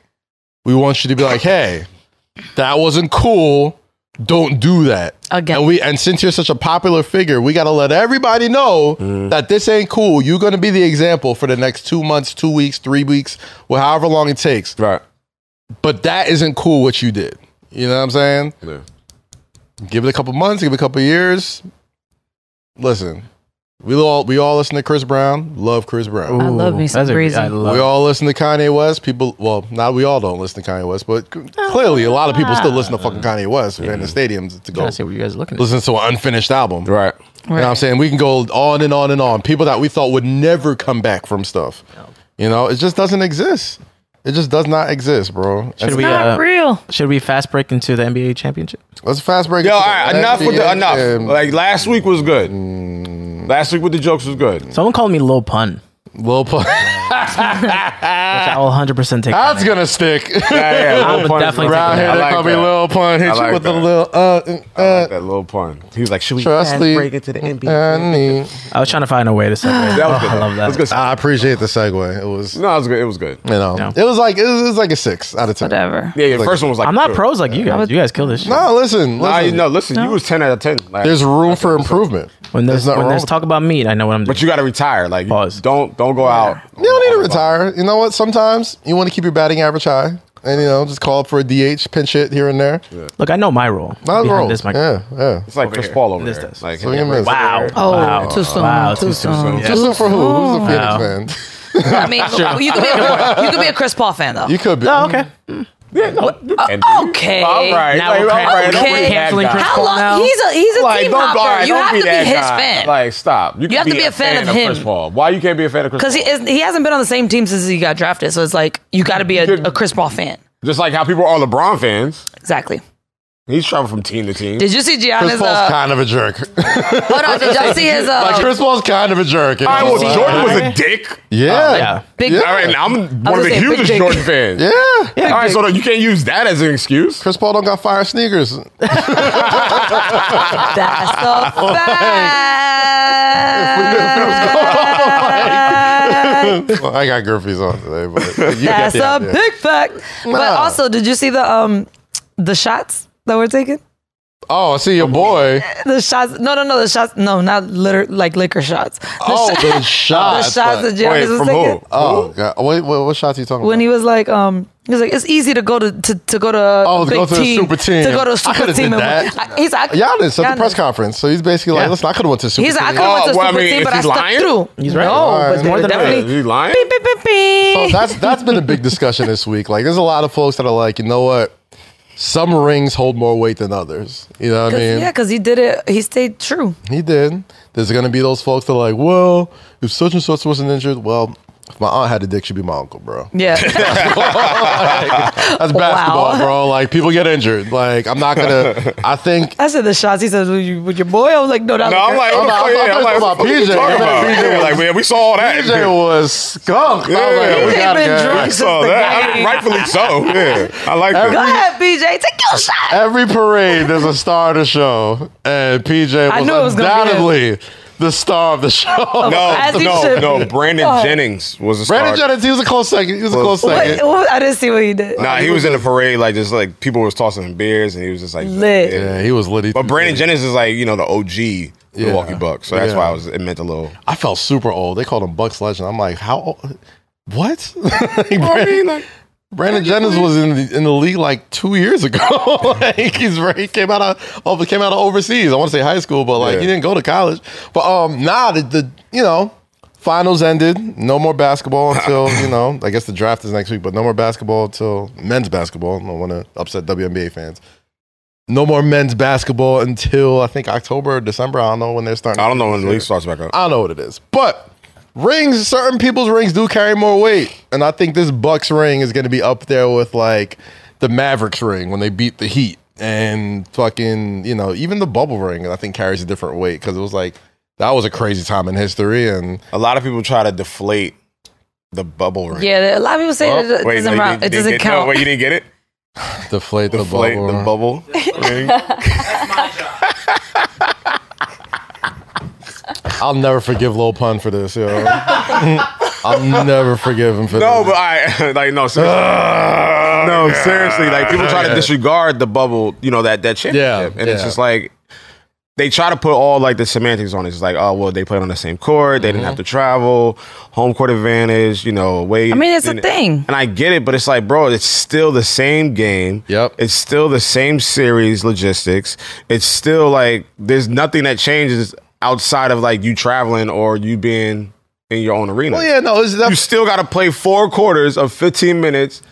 Speaker 1: we want you to be like, hey, that wasn't cool. Don't do that
Speaker 3: Oh,
Speaker 2: Again.
Speaker 1: And we and since you're such a popular figure, we gotta let everybody know that this ain't cool. You're gonna be the example for the next two months, two weeks, three weeks, well, however long it takes.
Speaker 3: Right.
Speaker 1: But that isn't cool. What you did, you know what I'm saying? give it a couple months, give it a couple years. Listen, we all we all listen to Chris Brown, love Chris Brown.
Speaker 2: I love
Speaker 4: Ooh,
Speaker 2: me some
Speaker 4: that's a-
Speaker 2: Breezy.
Speaker 4: I love
Speaker 1: We all listen to Kanye West. People, well, not we all don't listen to Kanye West, but c- clearly a lot of people still listen to fucking Kanye West. We're in the stadiums to go
Speaker 4: I see what you guys are looking at.
Speaker 1: listen to an unfinished album.
Speaker 3: Right.
Speaker 1: You know what I'm saying? We can go on and on and on. People that we thought would never come back from stuff. You know, it just doesn't exist. It just does not exist, bro.
Speaker 4: Should we,
Speaker 2: Not
Speaker 4: uh,
Speaker 2: real.
Speaker 4: should we fast break into the NBA championship?
Speaker 1: Let's fast break.
Speaker 3: Yo,
Speaker 1: into
Speaker 3: all
Speaker 1: the
Speaker 3: right, enough with the
Speaker 1: NBA
Speaker 3: enough.
Speaker 1: and-
Speaker 3: Like last week was good.
Speaker 1: Mm.
Speaker 3: Last week with the jokes was good.
Speaker 4: Someone called me Lil Pun, which
Speaker 1: Lil Pump.
Speaker 4: I will 100% take.
Speaker 1: Ah. That's
Speaker 4: that.
Speaker 1: gonna stick.
Speaker 3: Yeah, yeah,
Speaker 4: I
Speaker 3: Lil
Speaker 4: would
Speaker 3: Pun's
Speaker 4: definitely
Speaker 3: good.
Speaker 4: take
Speaker 1: Around
Speaker 4: that.
Speaker 1: here,
Speaker 4: I
Speaker 1: they call me Lil Pun. Hit
Speaker 3: I
Speaker 1: you
Speaker 3: like
Speaker 1: with the
Speaker 3: that.
Speaker 1: little uh,
Speaker 3: I
Speaker 1: uh,
Speaker 3: like that little pun. He was like, "Should we?"
Speaker 1: trust
Speaker 6: break
Speaker 1: me.
Speaker 6: into the NBA.
Speaker 1: I
Speaker 4: I was trying to find a way to segue.
Speaker 3: That was good.
Speaker 4: Oh, I love
Speaker 3: That was
Speaker 4: that.
Speaker 3: good.
Speaker 1: appreciate the segue. It was, you
Speaker 3: No, it was good. It was good.
Speaker 1: know,
Speaker 4: No.
Speaker 1: it was like it was, it was like a six out of ten.
Speaker 2: Whatever.
Speaker 3: Yeah, yeah. The first one was like.
Speaker 4: I'm not
Speaker 3: two.
Speaker 4: pros like you guys. You guys kill this shit.
Speaker 1: No, Oh, listen,
Speaker 3: Nah, you-
Speaker 1: listen.
Speaker 3: no, listen. You was ten out of ten. Like,
Speaker 1: There's room for improvement.
Speaker 4: When there's,
Speaker 1: There's nothing
Speaker 4: when
Speaker 1: wrong
Speaker 4: there's
Speaker 1: with
Speaker 4: talk about meat, I know what I'm doing.
Speaker 3: but you got to retire. Like, you
Speaker 4: Pause.
Speaker 3: don't don't go out.
Speaker 1: You don't need to retire. You know what? Sometimes you want to keep your batting average high, and you know, just call up for a DH, pinch hit here and there.
Speaker 4: Look, I know my role.
Speaker 1: Not
Speaker 4: behind
Speaker 1: wrong.
Speaker 4: This mic-
Speaker 1: Yeah, yeah.
Speaker 3: It's like Chris Paul over
Speaker 4: This
Speaker 3: there.
Speaker 4: does.
Speaker 3: Like,
Speaker 1: Swing and miss.
Speaker 4: Wow.
Speaker 2: Oh,
Speaker 4: Wow.
Speaker 2: too soon.
Speaker 4: Wow,
Speaker 2: too,
Speaker 4: too
Speaker 2: soon.
Speaker 4: soon.
Speaker 1: Just for who? Who's
Speaker 4: Oh.
Speaker 1: the Phoenix
Speaker 4: Wow.
Speaker 1: fan?
Speaker 2: I mean, you could be a, you could be a Chris Paul fan though.
Speaker 1: You could be.
Speaker 4: Oh, okay.
Speaker 3: Yeah, no, and dude,
Speaker 2: okay.
Speaker 3: All right.
Speaker 4: Now
Speaker 3: like,
Speaker 4: we're
Speaker 3: all right, don't
Speaker 4: canceling-
Speaker 3: be
Speaker 2: okay.
Speaker 3: that
Speaker 4: canceling
Speaker 3: guy.
Speaker 4: Chris
Speaker 2: How
Speaker 4: Paul
Speaker 2: long?
Speaker 4: now?
Speaker 2: He's a he's a team
Speaker 3: don't- all
Speaker 2: hopper.
Speaker 3: right,
Speaker 2: you
Speaker 3: don't
Speaker 2: have to be
Speaker 3: that
Speaker 2: his
Speaker 3: guy.
Speaker 2: fan.
Speaker 3: Like, stop. You, can
Speaker 2: have to be a fan of him.
Speaker 3: Chris Paul. Why you can't be a fan of Chris
Speaker 2: because
Speaker 3: Paul?
Speaker 2: he is, he hasn't been on the same team since he got drafted, so it's like you got to be a,
Speaker 3: Did-
Speaker 2: a Chris Paul fan.
Speaker 3: Just like how people are LeBron fans.
Speaker 2: Exactly.
Speaker 3: He's traveling from team to team.
Speaker 2: Did you see
Speaker 1: Chris
Speaker 2: Giannis?
Speaker 1: Paul's
Speaker 2: Uh,
Speaker 1: kind of a jerk.
Speaker 2: hold on. Did y'all see his?
Speaker 1: like
Speaker 2: Uh,
Speaker 1: Chris Paul's kind of a jerk.
Speaker 3: all right, well,
Speaker 4: Oh,
Speaker 1: Yeah.
Speaker 3: Jordan was a dick.
Speaker 1: yeah.
Speaker 2: big,
Speaker 1: Yeah.
Speaker 3: All right, now I'm one of
Speaker 2: gonna
Speaker 3: the
Speaker 2: say big
Speaker 3: hugest
Speaker 2: dick.
Speaker 3: Jordan fans.
Speaker 1: yeah,
Speaker 3: All right, so you can't use that as an excuse.
Speaker 1: Chris Paul don't got fire sneakers.
Speaker 2: That's a
Speaker 1: Oh, oh,
Speaker 2: fact.
Speaker 1: Well, I got Griffey's on today, but you get
Speaker 2: That's
Speaker 1: the
Speaker 2: a
Speaker 1: idea.
Speaker 2: big fact. But
Speaker 1: Nah.
Speaker 2: also, did you see the um the shots that were taken?
Speaker 1: Oh, I see your boy.
Speaker 2: The shots? No, no, no. The shots? No, not litter like liquor shots. The
Speaker 1: Oh,
Speaker 2: shot-
Speaker 1: the shots.
Speaker 2: the shots that Giannis
Speaker 3: Wait,
Speaker 2: was
Speaker 3: from
Speaker 2: taking.
Speaker 3: who?
Speaker 1: Oh, God. Wait, what, what shots are you talking
Speaker 2: when
Speaker 1: about?
Speaker 2: he was like, um, he was like, it's easy to go to to, to go to
Speaker 1: Oh,
Speaker 2: oh,
Speaker 1: to
Speaker 2: big
Speaker 1: go to the
Speaker 2: team,
Speaker 1: super team.
Speaker 2: to go to
Speaker 1: I
Speaker 2: a super
Speaker 1: coulda
Speaker 2: team.
Speaker 1: did
Speaker 2: and
Speaker 1: that.
Speaker 2: win." I- he's like,
Speaker 1: Giannis at the press
Speaker 2: Giannis.
Speaker 1: conference. So he's basically like,
Speaker 4: Yeah.
Speaker 1: listen, I could have went to the super
Speaker 2: He's like, I
Speaker 1: team.
Speaker 2: could have went to a
Speaker 3: Oh, well, I
Speaker 2: super
Speaker 3: mean,
Speaker 2: team,
Speaker 3: is
Speaker 2: but
Speaker 3: he
Speaker 2: I stuck
Speaker 3: lying?
Speaker 2: through.
Speaker 4: He's right.
Speaker 2: No,
Speaker 1: Lying.
Speaker 2: but
Speaker 1: He's more
Speaker 2: they
Speaker 4: than right.
Speaker 2: definitely.
Speaker 3: Is he lying?
Speaker 2: Beep, beep, beep,
Speaker 1: So
Speaker 2: beep.
Speaker 1: Oh, that's that's been a big discussion this week. Like, there's a lot of folks that are like, you know what? Some rings hold more weight than others. You know what I
Speaker 2: 'Cause-
Speaker 1: mean?
Speaker 2: yeah, because he did it. He stayed true.
Speaker 1: He did. There's gonna be those folks that are like, well, if such and such wasn't injured, well, if my aunt had a dick, she'd be my uncle, bro.
Speaker 2: Yeah.
Speaker 1: That's basketball,
Speaker 2: Wow.
Speaker 1: bro. Like people get injured. Like I'm not gonna. I think.
Speaker 2: I said the shots. He says, with, you, with your boy? I was like, no, that's
Speaker 3: No, I'm like,
Speaker 1: I'm
Speaker 3: I'm
Speaker 1: not-
Speaker 3: like,
Speaker 1: I'm
Speaker 3: yeah,
Speaker 1: not
Speaker 3: I'm like,
Speaker 1: about
Speaker 3: what are
Speaker 1: PJ.
Speaker 3: you talking
Speaker 1: I'm
Speaker 3: about?
Speaker 1: not PJ.
Speaker 3: Yeah, like, man, we saw all that.
Speaker 1: DJ was skunk. I was like,
Speaker 3: Yeah.
Speaker 1: we
Speaker 3: He
Speaker 2: ain't
Speaker 1: gotta
Speaker 2: been
Speaker 1: get-
Speaker 2: drunk
Speaker 3: I saw
Speaker 2: Since the
Speaker 3: that. I
Speaker 2: game.
Speaker 3: mean, rightfully so. Yeah, I like
Speaker 2: Go
Speaker 3: that.
Speaker 2: ahead, BJ. Take your shot.
Speaker 1: Every parade, there's a star of the show, and PJ
Speaker 2: I
Speaker 1: was
Speaker 2: knew it was gonna be
Speaker 1: undoubtedly the star of the show.
Speaker 2: As
Speaker 3: No,
Speaker 2: he
Speaker 3: no,
Speaker 2: should
Speaker 3: no.
Speaker 2: be.
Speaker 3: Brandon
Speaker 2: Go ahead.
Speaker 3: Jennings was a star.
Speaker 1: Brandon Jennings, he was a close second. He was a close
Speaker 2: What,
Speaker 1: second.
Speaker 2: what- I didn't see what he did.
Speaker 3: Nah, he was in the parade, like just like people was tossing him beers, and he was just like
Speaker 2: Lit.
Speaker 3: yeah.
Speaker 1: Yeah, he was litty.
Speaker 3: But Brandon Jennings is like you know the OG Milwaukee Bucks, so that's
Speaker 1: Yeah.
Speaker 3: why I was it meant a little.
Speaker 1: I felt super old. They called him Bucks Legend. I'm like, how old? What? Like,
Speaker 3: I
Speaker 1: Brandon,
Speaker 3: mean, like,
Speaker 1: Brandon Jennings was in the, in the league like two years ago. like he's right- he came out of oh, came out of overseas. I want to say high school, but like
Speaker 3: Yeah.
Speaker 1: he didn't go to college. But um, nah, the, the you know finals ended. No more basketball until you know. I guess the draft is next week, but no more basketball until men's basketball. I don't want to upset WNBA fans. No more men's basketball until I think October or December. I don't know when they're starting.
Speaker 3: I don't know when the league starts back up.
Speaker 1: I don't know what it is. But rings, certain people's rings do carry more weight. And I think this Bucks ring is going to be up there with like the Mavericks ring when they beat the Heat and fucking, you know, even the bubble ring, I think carries a different weight because it was like, that was a crazy time in history. And
Speaker 3: A lot of people try to deflate the bubble ring. Oh,
Speaker 2: Yeah, a lot of people say that it
Speaker 3: Wait, no,
Speaker 2: doesn't
Speaker 3: you
Speaker 2: round.
Speaker 3: didn't-
Speaker 2: It
Speaker 3: didn't
Speaker 2: doesn't
Speaker 3: get- no,
Speaker 2: count.
Speaker 3: wait, you didn't get it.
Speaker 1: deflate the,
Speaker 3: Deflate
Speaker 1: bubble.
Speaker 3: the
Speaker 1: ring.
Speaker 3: bubble. ring.
Speaker 1: I'll never forgive Lil Pun for this, yo. I'll never forgive him for
Speaker 3: No,
Speaker 1: this.
Speaker 3: but I like no seriously. no, seriously. Like people try to disregard the bubble, you know, that that championship.
Speaker 1: Yeah,
Speaker 3: and it's
Speaker 1: yeah.
Speaker 3: just like they try to put all like the semantics on it. It's like, oh well, they played on the same court, they
Speaker 1: Mm-hmm.
Speaker 3: didn't have to travel, home court advantage, you know, way
Speaker 2: I mean, it's a
Speaker 3: and-
Speaker 2: thing.
Speaker 3: And I get it, but it's like, bro, it's still the same game.
Speaker 1: Yep.
Speaker 3: It's still the same series logistics. It's still like there's nothing that changes outside of like you traveling or you being in your own arena
Speaker 1: Well, yeah, no, it's
Speaker 3: you
Speaker 1: definitely.
Speaker 3: still got to play four quarters of 15 minutes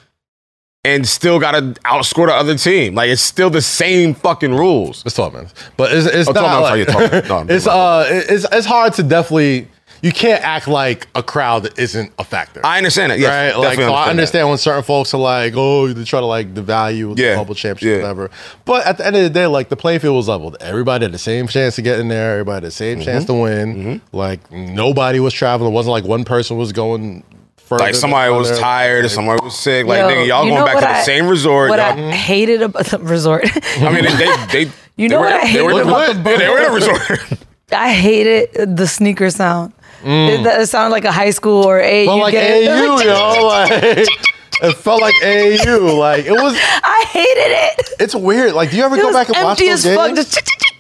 Speaker 3: and still got to outscore the other team. Like it's still the same fucking rules.
Speaker 1: It's 12 minutes. But it's, it's
Speaker 3: Oh,
Speaker 1: not
Speaker 3: 12 minutes,
Speaker 1: like,
Speaker 3: oh, yeah, 12 minutes. No, I'm
Speaker 1: it's,
Speaker 3: thinking
Speaker 1: uh, it- it's, it's hard to definitely, you can't act like a crowd that isn't a factor.
Speaker 3: I understand it. Yes,
Speaker 1: right? Like,
Speaker 3: definitely
Speaker 1: so I
Speaker 3: that.
Speaker 1: understand when certain folks are like, oh, they try to like devalue
Speaker 3: Yeah,
Speaker 1: the bubble championship,
Speaker 3: yeah.
Speaker 1: whatever. But at the end of the day, like the playing field was leveled. Everybody had the same chance to get in there. Everybody had the same
Speaker 3: Mm-hmm.
Speaker 1: chance to win. Like nobody was traveling. It wasn't like one person was going further.
Speaker 3: Like
Speaker 1: than
Speaker 3: somebody was
Speaker 1: other.
Speaker 3: tired or somebody was sick. Like
Speaker 2: Yo,
Speaker 3: nigga, y'all
Speaker 2: you
Speaker 3: going
Speaker 2: know
Speaker 3: back to
Speaker 2: what
Speaker 3: the
Speaker 2: I-
Speaker 3: same resort.
Speaker 2: What
Speaker 3: y'all- Mm-hmm.
Speaker 2: I hated about the resort.
Speaker 3: I mean, they they, they
Speaker 2: You
Speaker 3: they
Speaker 2: know
Speaker 3: were,
Speaker 2: what I
Speaker 3: they
Speaker 2: hated
Speaker 3: were in the-
Speaker 1: about the
Speaker 3: yeah, they were in a resort.
Speaker 2: I hated the sneaker sound.
Speaker 3: Mm.
Speaker 2: It, that- it sounded like a high school or AU.
Speaker 1: Felt like
Speaker 2: game.
Speaker 1: AU, yo. Like it felt like AU. Like it was.
Speaker 2: I hated it.
Speaker 1: It's weird. Like, do you ever
Speaker 2: It
Speaker 1: go
Speaker 2: was
Speaker 1: back and watch
Speaker 2: empty
Speaker 1: those games?
Speaker 2: as fuck. Just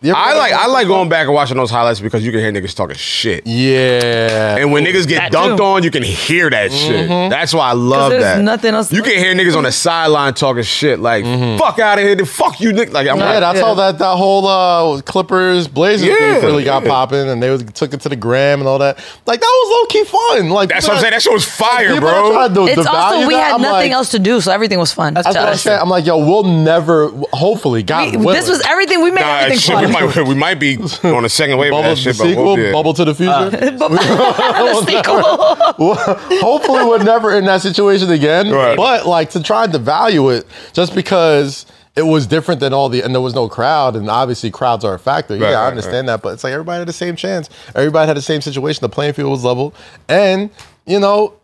Speaker 1: You ever
Speaker 3: I
Speaker 1: go to
Speaker 3: like
Speaker 1: a
Speaker 3: I like
Speaker 1: basketball-
Speaker 3: going back and watching those highlights because you can hear niggas talking shit.
Speaker 1: Yeah.
Speaker 3: And when niggas get
Speaker 2: That
Speaker 3: dunked
Speaker 2: too. Mm-hmm.
Speaker 3: on, you can hear that shit. That's why I love
Speaker 2: 'Cause there's
Speaker 3: that.
Speaker 2: nothing else- Mm-hmm.
Speaker 3: You can hear niggas on the sideline talking shit like "fuck out of here," then "fuck you, nigga." Like I'm
Speaker 1: Yeah,
Speaker 3: like,
Speaker 1: that's how that that whole uh, Clippers Blazers
Speaker 3: Yeah,
Speaker 1: thing really got
Speaker 3: yeah.
Speaker 1: popping, and they was, took it to the gram and all that. Like that was low key fun. Like
Speaker 3: That's what I'm saying. That shit was fire,
Speaker 1: people that
Speaker 3: bro.
Speaker 1: tried to
Speaker 2: It's
Speaker 1: devalue
Speaker 2: also we
Speaker 1: that,
Speaker 2: had
Speaker 1: I'm
Speaker 2: nothing
Speaker 1: like-
Speaker 2: else to do, so everything was fun.
Speaker 1: That's
Speaker 2: to
Speaker 1: what I'm
Speaker 2: us.
Speaker 1: saying. I'm like, yo, we'll never. Hopefully, God
Speaker 2: We-
Speaker 1: willing.
Speaker 2: this was everything we made.
Speaker 3: Nah,
Speaker 2: everything
Speaker 3: shit,
Speaker 2: fun.
Speaker 3: we might we might be on a second wave of
Speaker 1: bubble the
Speaker 3: that shit, but
Speaker 1: sequel,
Speaker 3: we'll, yeah.
Speaker 1: bubble to the future.
Speaker 2: Uh, The sequel.
Speaker 1: hopefully we're never in that situation again.
Speaker 3: Right.
Speaker 1: But like to try to value it just because it was different than all the and there was no crowd and obviously crowds are a factor.
Speaker 3: Right,
Speaker 1: yeah, I
Speaker 3: right,
Speaker 1: understand that, but it's like everybody had the same chance. Everybody had the same situation. The playing field was level, and you know,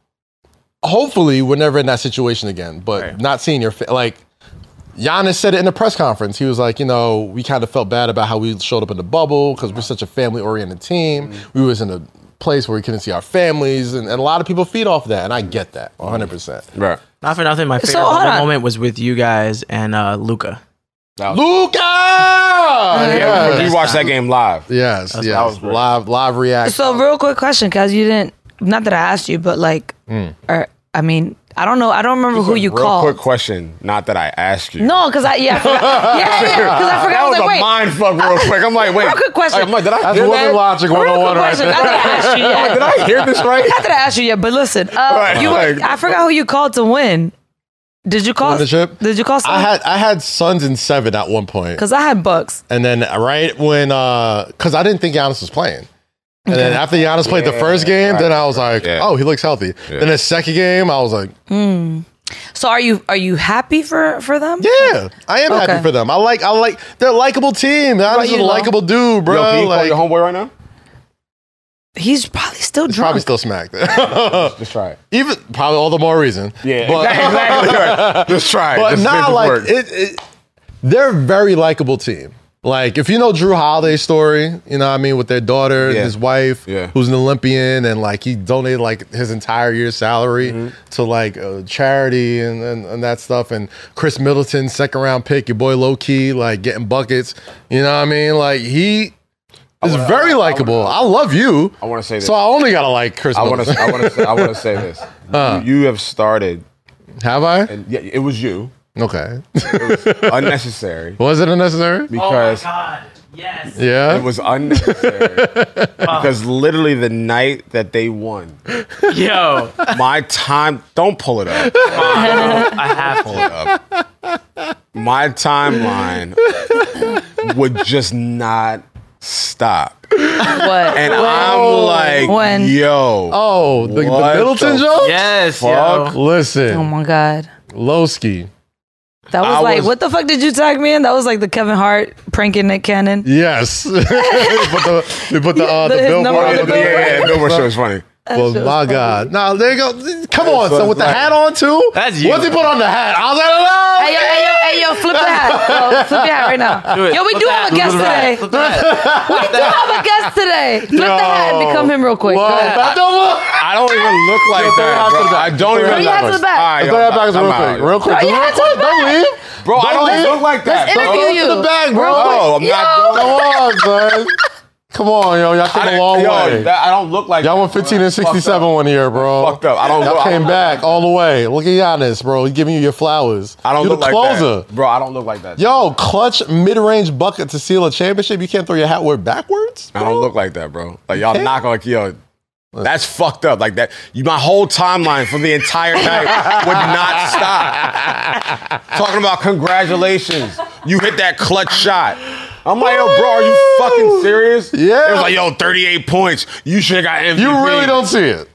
Speaker 1: hopefully we're never in that situation again. But not seeing your fa- like. Giannis said it in the press conference. He was like, you know, we kind of felt bad about how we showed up in the bubble because we're such a family-oriented team.
Speaker 3: Mm-hmm.
Speaker 1: We was in a place where we couldn't see our families, and, and a lot of people feed off that, and I get that 100. percent
Speaker 3: Right.
Speaker 4: Not for nothing. My favorite
Speaker 2: hold
Speaker 4: bubble
Speaker 2: on.
Speaker 4: moment was with you guys and uh, Luca.
Speaker 1: Luca,
Speaker 3: Yeah,
Speaker 1: yes,
Speaker 3: we watched that game live.
Speaker 1: yes, yes. live, live reaction.
Speaker 2: so,
Speaker 3: Um,
Speaker 2: real quick question, cause you didn't. Not that I asked you, but like, or I mean, I don't know. I don't remember who you
Speaker 3: Hmm. Real
Speaker 2: called.
Speaker 3: quick question. Not that I asked you.
Speaker 2: No, cause I yeah, I forgot. yeah, yeah, cause I forgot.
Speaker 3: That
Speaker 2: I was
Speaker 3: was,
Speaker 2: like, wait.
Speaker 3: a mind fuck real quick. I'm like, wait.
Speaker 2: Real quick question.
Speaker 3: I'm like, did I
Speaker 1: That's
Speaker 3: hear
Speaker 1: woman
Speaker 3: that?
Speaker 1: logic
Speaker 2: Real quick
Speaker 1: 101 right
Speaker 2: question.
Speaker 1: there.
Speaker 2: I didn't ask you yet.
Speaker 3: Did I hear this right?
Speaker 2: Not that I asked you yet, but listen, uh,
Speaker 3: Right,
Speaker 2: you were,
Speaker 3: like-
Speaker 2: I forgot who you called to win. Did you call?
Speaker 1: Win the chip?
Speaker 2: Did you call?
Speaker 1: I had I had sons in seven at one point.
Speaker 2: because I had bucks.
Speaker 1: And then right when, uh, because I didn't think Giannis was playing. And then after Giannis played the first game, then I was like,
Speaker 3: Yeah.
Speaker 1: oh, he looks healthy. Then the second game, I was like,
Speaker 2: So are you are you happy for for them?
Speaker 1: yeah, I am
Speaker 2: Okay.
Speaker 1: happy for them. I like, I like, they're a likable team. Giannis is a
Speaker 2: you, Lo?
Speaker 1: likable dude,
Speaker 3: Yo,
Speaker 1: bro.
Speaker 3: can you call
Speaker 1: like,
Speaker 3: your homeboy right now?
Speaker 2: He's probably still drunk.
Speaker 1: probably still smacked.
Speaker 3: Just try it.
Speaker 1: Even probably all the more reason. but
Speaker 3: exactly. Right. Just try it.
Speaker 1: but
Speaker 3: Just make
Speaker 1: nah,
Speaker 3: it
Speaker 1: like
Speaker 3: work.
Speaker 1: it, it, they're a very likable team. Like if you know Drew Holiday's story, you know what I mean with their daughter and
Speaker 3: Yeah.
Speaker 1: his wife,
Speaker 3: Yeah.
Speaker 1: who's an Olympian, and like he donated like his entire year's salary
Speaker 3: Mm-hmm.
Speaker 1: to like a charity and, and and that stuff. And Chris Middleton, second round pick, your boy low key, like getting buckets. You know what I mean? Like he is very likable. I, love you.
Speaker 3: I wanna say this.
Speaker 1: So I only gotta like Chris.
Speaker 3: I want
Speaker 1: Middleton.
Speaker 3: to. I want to. I want to say this. you, you have started,
Speaker 1: Have I?
Speaker 3: and yeah, it was you.
Speaker 1: Okay.
Speaker 3: unnecessary
Speaker 1: Was it unnecessary?
Speaker 3: because
Speaker 4: God. Yes.
Speaker 1: Yeah.
Speaker 3: it was unnecessary because literally the night that they won,
Speaker 4: Yo,
Speaker 3: my time. Don't pull it up.
Speaker 4: I have to.
Speaker 3: my timeline would just not stop.
Speaker 2: What?
Speaker 3: And I'm like,
Speaker 2: When?
Speaker 3: yo,
Speaker 1: Oh, the, the
Speaker 3: What
Speaker 1: Middleton
Speaker 3: the
Speaker 1: joke?
Speaker 4: Yes.
Speaker 3: Fuck.
Speaker 4: Yo.
Speaker 2: oh
Speaker 1: Listen,
Speaker 2: my god,
Speaker 1: Lowski.
Speaker 2: that was
Speaker 3: I
Speaker 2: like
Speaker 3: was-
Speaker 2: what the fuck did you tag me in? That was like the Kevin Hart pranking Nick Cannon.
Speaker 1: Yes. they put the, they put the, uh, the
Speaker 2: The- his number
Speaker 1: billboard
Speaker 2: on
Speaker 1: on
Speaker 3: yeah,
Speaker 1: the
Speaker 2: the
Speaker 3: yeah, yeah, yeah,
Speaker 1: billboard.
Speaker 3: Billboard show is funny.
Speaker 1: Well, my God. Now, there you go. Come on,
Speaker 3: So
Speaker 1: son. With the
Speaker 3: it's like-
Speaker 1: hat on, too?
Speaker 4: That's you.
Speaker 1: Once he put on the hat, I was like,
Speaker 2: Hey yo, hey yo, hey yo, flip the hat, yo, flip your hat right now.
Speaker 4: Do it.
Speaker 2: Yo, we
Speaker 4: Flip
Speaker 2: do
Speaker 4: that.
Speaker 2: have a guest
Speaker 4: Flip that.
Speaker 2: today.
Speaker 4: Flip that.
Speaker 2: We have a guest today. Flip the hat and become him real quick. Go
Speaker 1: Whoa,
Speaker 2: ahead.
Speaker 1: back to the back.
Speaker 3: I don't even look like
Speaker 1: Yo, throw your
Speaker 3: that.
Speaker 1: hands to
Speaker 3: Bro.
Speaker 1: the back.
Speaker 3: I
Speaker 1: Throw
Speaker 3: don't even
Speaker 1: your
Speaker 3: look
Speaker 2: hands
Speaker 3: like
Speaker 2: to the back.
Speaker 3: All right,
Speaker 1: Throw
Speaker 3: I'm
Speaker 1: that back
Speaker 3: out.
Speaker 1: real
Speaker 3: I'm
Speaker 1: quick.
Speaker 3: out.
Speaker 1: Real quick.
Speaker 2: Throw your
Speaker 1: Real
Speaker 2: hands to
Speaker 1: quick.
Speaker 2: the
Speaker 1: Don't
Speaker 2: back.
Speaker 1: leave.
Speaker 3: Bro, I
Speaker 1: Don't leave.
Speaker 3: don't look like
Speaker 1: Don't
Speaker 3: that. bro.
Speaker 2: interview
Speaker 1: go
Speaker 2: you.
Speaker 1: to the back, bro.
Speaker 3: No, I'm not
Speaker 1: Come
Speaker 3: going.
Speaker 1: on, son. Come on, yo. Y'all came a
Speaker 3: I didn't-
Speaker 1: long
Speaker 3: yo,
Speaker 1: way.
Speaker 3: that- I don't look like
Speaker 1: Y'all
Speaker 3: that,
Speaker 1: went
Speaker 3: bro.
Speaker 1: 15 and
Speaker 3: That's fucked
Speaker 1: 67
Speaker 3: up.
Speaker 1: one year, bro.
Speaker 3: Fucked up. I don't
Speaker 1: Y'all
Speaker 3: look- I
Speaker 1: came
Speaker 3: don't-
Speaker 1: back all the way. Look at Giannis, bro. He's giving you your flowers.
Speaker 3: I don't
Speaker 1: you
Speaker 3: look
Speaker 1: the
Speaker 3: like
Speaker 1: closer.
Speaker 3: that, bro. I don't look like that.
Speaker 1: Yo, clutch mid-range bucket to seal a championship. You can't throw your hat word backwards.
Speaker 3: I don't look like that, bro. Like y'all
Speaker 1: can't-
Speaker 3: knock on like yo. That's fucked up. Like that, you, my whole timeline for the entire night would not stop. Talking about congratulations, you hit that clutch shot. I'm like, yo, bro, are you fucking serious?
Speaker 1: Yeah.
Speaker 3: It was like, yo, 38 points. You should have got MVP.
Speaker 1: You really don't see it.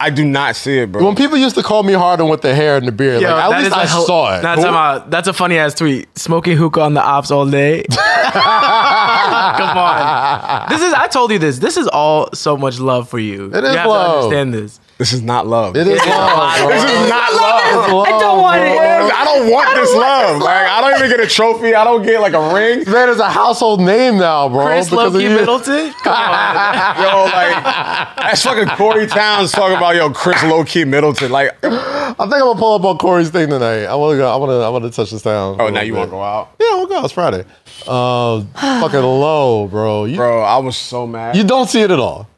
Speaker 3: I do not see it, bro.
Speaker 1: When people used to call me Harden with the hair and the beard,
Speaker 4: Yo,
Speaker 1: like, at
Speaker 4: that
Speaker 1: least
Speaker 4: is a
Speaker 1: I
Speaker 4: hel-
Speaker 1: saw it.
Speaker 4: Nah, time out. That's a funny ass tweet. Smoking hookah on the ops all day. Come on. This is. I told you this. This is all so much love for you.
Speaker 1: It
Speaker 4: you
Speaker 1: is
Speaker 4: have
Speaker 1: love.
Speaker 4: to understand this.
Speaker 3: This is not love.
Speaker 1: It is love, bro.
Speaker 3: This is not love.
Speaker 1: Love,
Speaker 2: I don't want
Speaker 1: bro.
Speaker 2: it.
Speaker 3: I don't want this love.
Speaker 2: love.
Speaker 3: Like I don't even get a trophy. I don't get like a ring.
Speaker 1: Man is a household name now, bro.
Speaker 4: Chris
Speaker 1: because of
Speaker 4: Loki
Speaker 1: you.
Speaker 4: Middleton. Come on.
Speaker 3: Yo, like that's fucking Corey Towns talking about yo Chris Low Key Middleton. Like, oh
Speaker 1: I think I'm gonna pull up on Corey's thing tonight. I wanna go. I wanna. I wanna touch this down.
Speaker 3: Oh, now you want to go out,
Speaker 1: Yeah, we'll go. It's Friday. Uh, fucking low, bro. You,
Speaker 3: bro? I was so mad.
Speaker 1: you don't see it at all.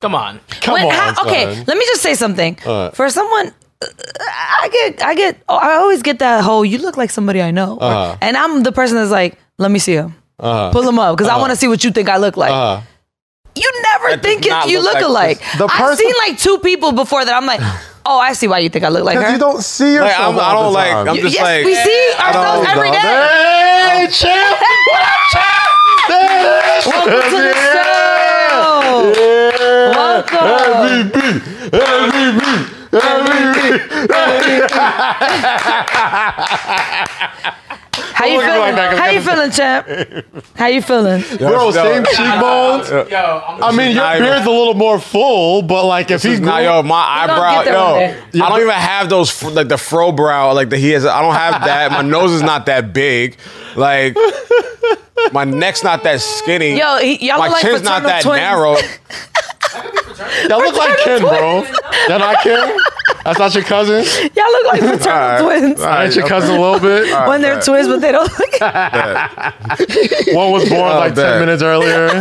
Speaker 4: Come on.
Speaker 1: Come
Speaker 2: Wait,
Speaker 1: on,
Speaker 2: how- okay,
Speaker 1: son.
Speaker 2: let me just say something.
Speaker 1: Alright.
Speaker 2: For someone, uh, I get, I get, oh, I always get that whole "you look like somebody I know," or-
Speaker 1: Uh-huh.
Speaker 2: and I'm the person that's like, "Let me see him,
Speaker 1: Uh-huh.
Speaker 2: pull him up," because I want to see what you think I look like.
Speaker 1: Uh,
Speaker 2: You never
Speaker 3: That does
Speaker 2: think
Speaker 3: not
Speaker 2: it, you
Speaker 3: look
Speaker 2: look,
Speaker 3: like
Speaker 2: alike.
Speaker 3: this.
Speaker 1: The
Speaker 2: I've
Speaker 1: person-
Speaker 2: seen like two people before that. I'm like, oh, I see why you think I look like
Speaker 1: Cause
Speaker 2: her.
Speaker 1: you don't see
Speaker 3: Like,
Speaker 1: yourself.
Speaker 3: I'm- I
Speaker 1: all
Speaker 3: don't
Speaker 1: the
Speaker 3: like-
Speaker 1: time.
Speaker 3: I'm
Speaker 2: You-
Speaker 3: just
Speaker 2: yes,
Speaker 3: like,
Speaker 2: we see ourselves
Speaker 1: Hold
Speaker 2: every
Speaker 1: on.
Speaker 2: day.
Speaker 1: Hey, champ! What up, champ? There it is.
Speaker 2: Welcome to the
Speaker 1: Yeah.
Speaker 2: show.
Speaker 1: Yeah.
Speaker 2: Welcome.
Speaker 1: MVP, MVP, MVP.
Speaker 2: How you
Speaker 1: Look at me like
Speaker 2: feeling?
Speaker 1: that, 'cause
Speaker 2: How
Speaker 1: I
Speaker 2: you feeling, champ? How you feeling?
Speaker 1: Bro, same
Speaker 3: Yo,
Speaker 1: cheekbones. I mean, your
Speaker 3: Nah, bro.
Speaker 1: beard's a little more full, but like if he
Speaker 3: Nah,
Speaker 1: grew-
Speaker 3: yo, my
Speaker 2: don't
Speaker 3: eyebrow,
Speaker 2: get that one
Speaker 3: yo,
Speaker 2: there.
Speaker 3: I don't even have those fr- like the fro brow, like the he has. I don't have that. My nose is not that big, like my neck's not that skinny.
Speaker 2: Yo, he- y'all
Speaker 3: my
Speaker 2: look like
Speaker 3: chin's not
Speaker 2: fraternal
Speaker 3: that
Speaker 2: twins.
Speaker 3: narrow.
Speaker 1: That look like Ken, bro. That not Ken? That's not your cousin?
Speaker 2: Y'all look like fraternal
Speaker 3: Alright.
Speaker 2: twins.
Speaker 3: Alright.
Speaker 1: That's your cousin a little bit.
Speaker 2: When they're twins, but they don't look.
Speaker 1: One was born
Speaker 3: Oh,
Speaker 1: like
Speaker 3: bet.
Speaker 1: 10 minutes earlier.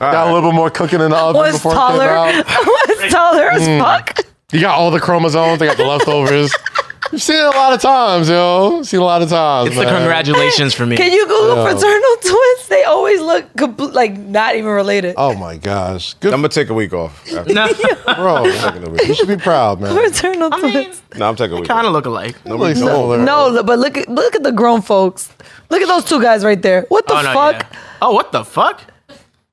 Speaker 1: Got a little bit more cooking in the oven
Speaker 2: One's
Speaker 1: before it
Speaker 2: taller.
Speaker 1: came out.
Speaker 2: One's taller as fuck.
Speaker 1: You got all the chromosomes. They got the leftovers. You've seen it a lot of times, yo. Seen a lot of times.
Speaker 4: It's the
Speaker 1: man.
Speaker 4: congratulations for me.
Speaker 2: Can you Google
Speaker 1: Yeah.
Speaker 2: fraternal twins? They always look compl- like not even related.
Speaker 1: Oh my gosh. Good
Speaker 3: I'm gonna take a week off. after.
Speaker 4: No,
Speaker 1: bro. you should be proud, man.
Speaker 2: Fraternal
Speaker 4: I mean,
Speaker 2: twins.
Speaker 3: No, I'm taking a week.
Speaker 4: kind
Speaker 3: off.
Speaker 4: of look alike.
Speaker 1: That looks similar.
Speaker 2: No, look- but look at look at the grown folks. Look at those two guys right there. What the
Speaker 4: oh, no,
Speaker 2: fuck?
Speaker 4: yeah. Ah. Oh, what the fuck?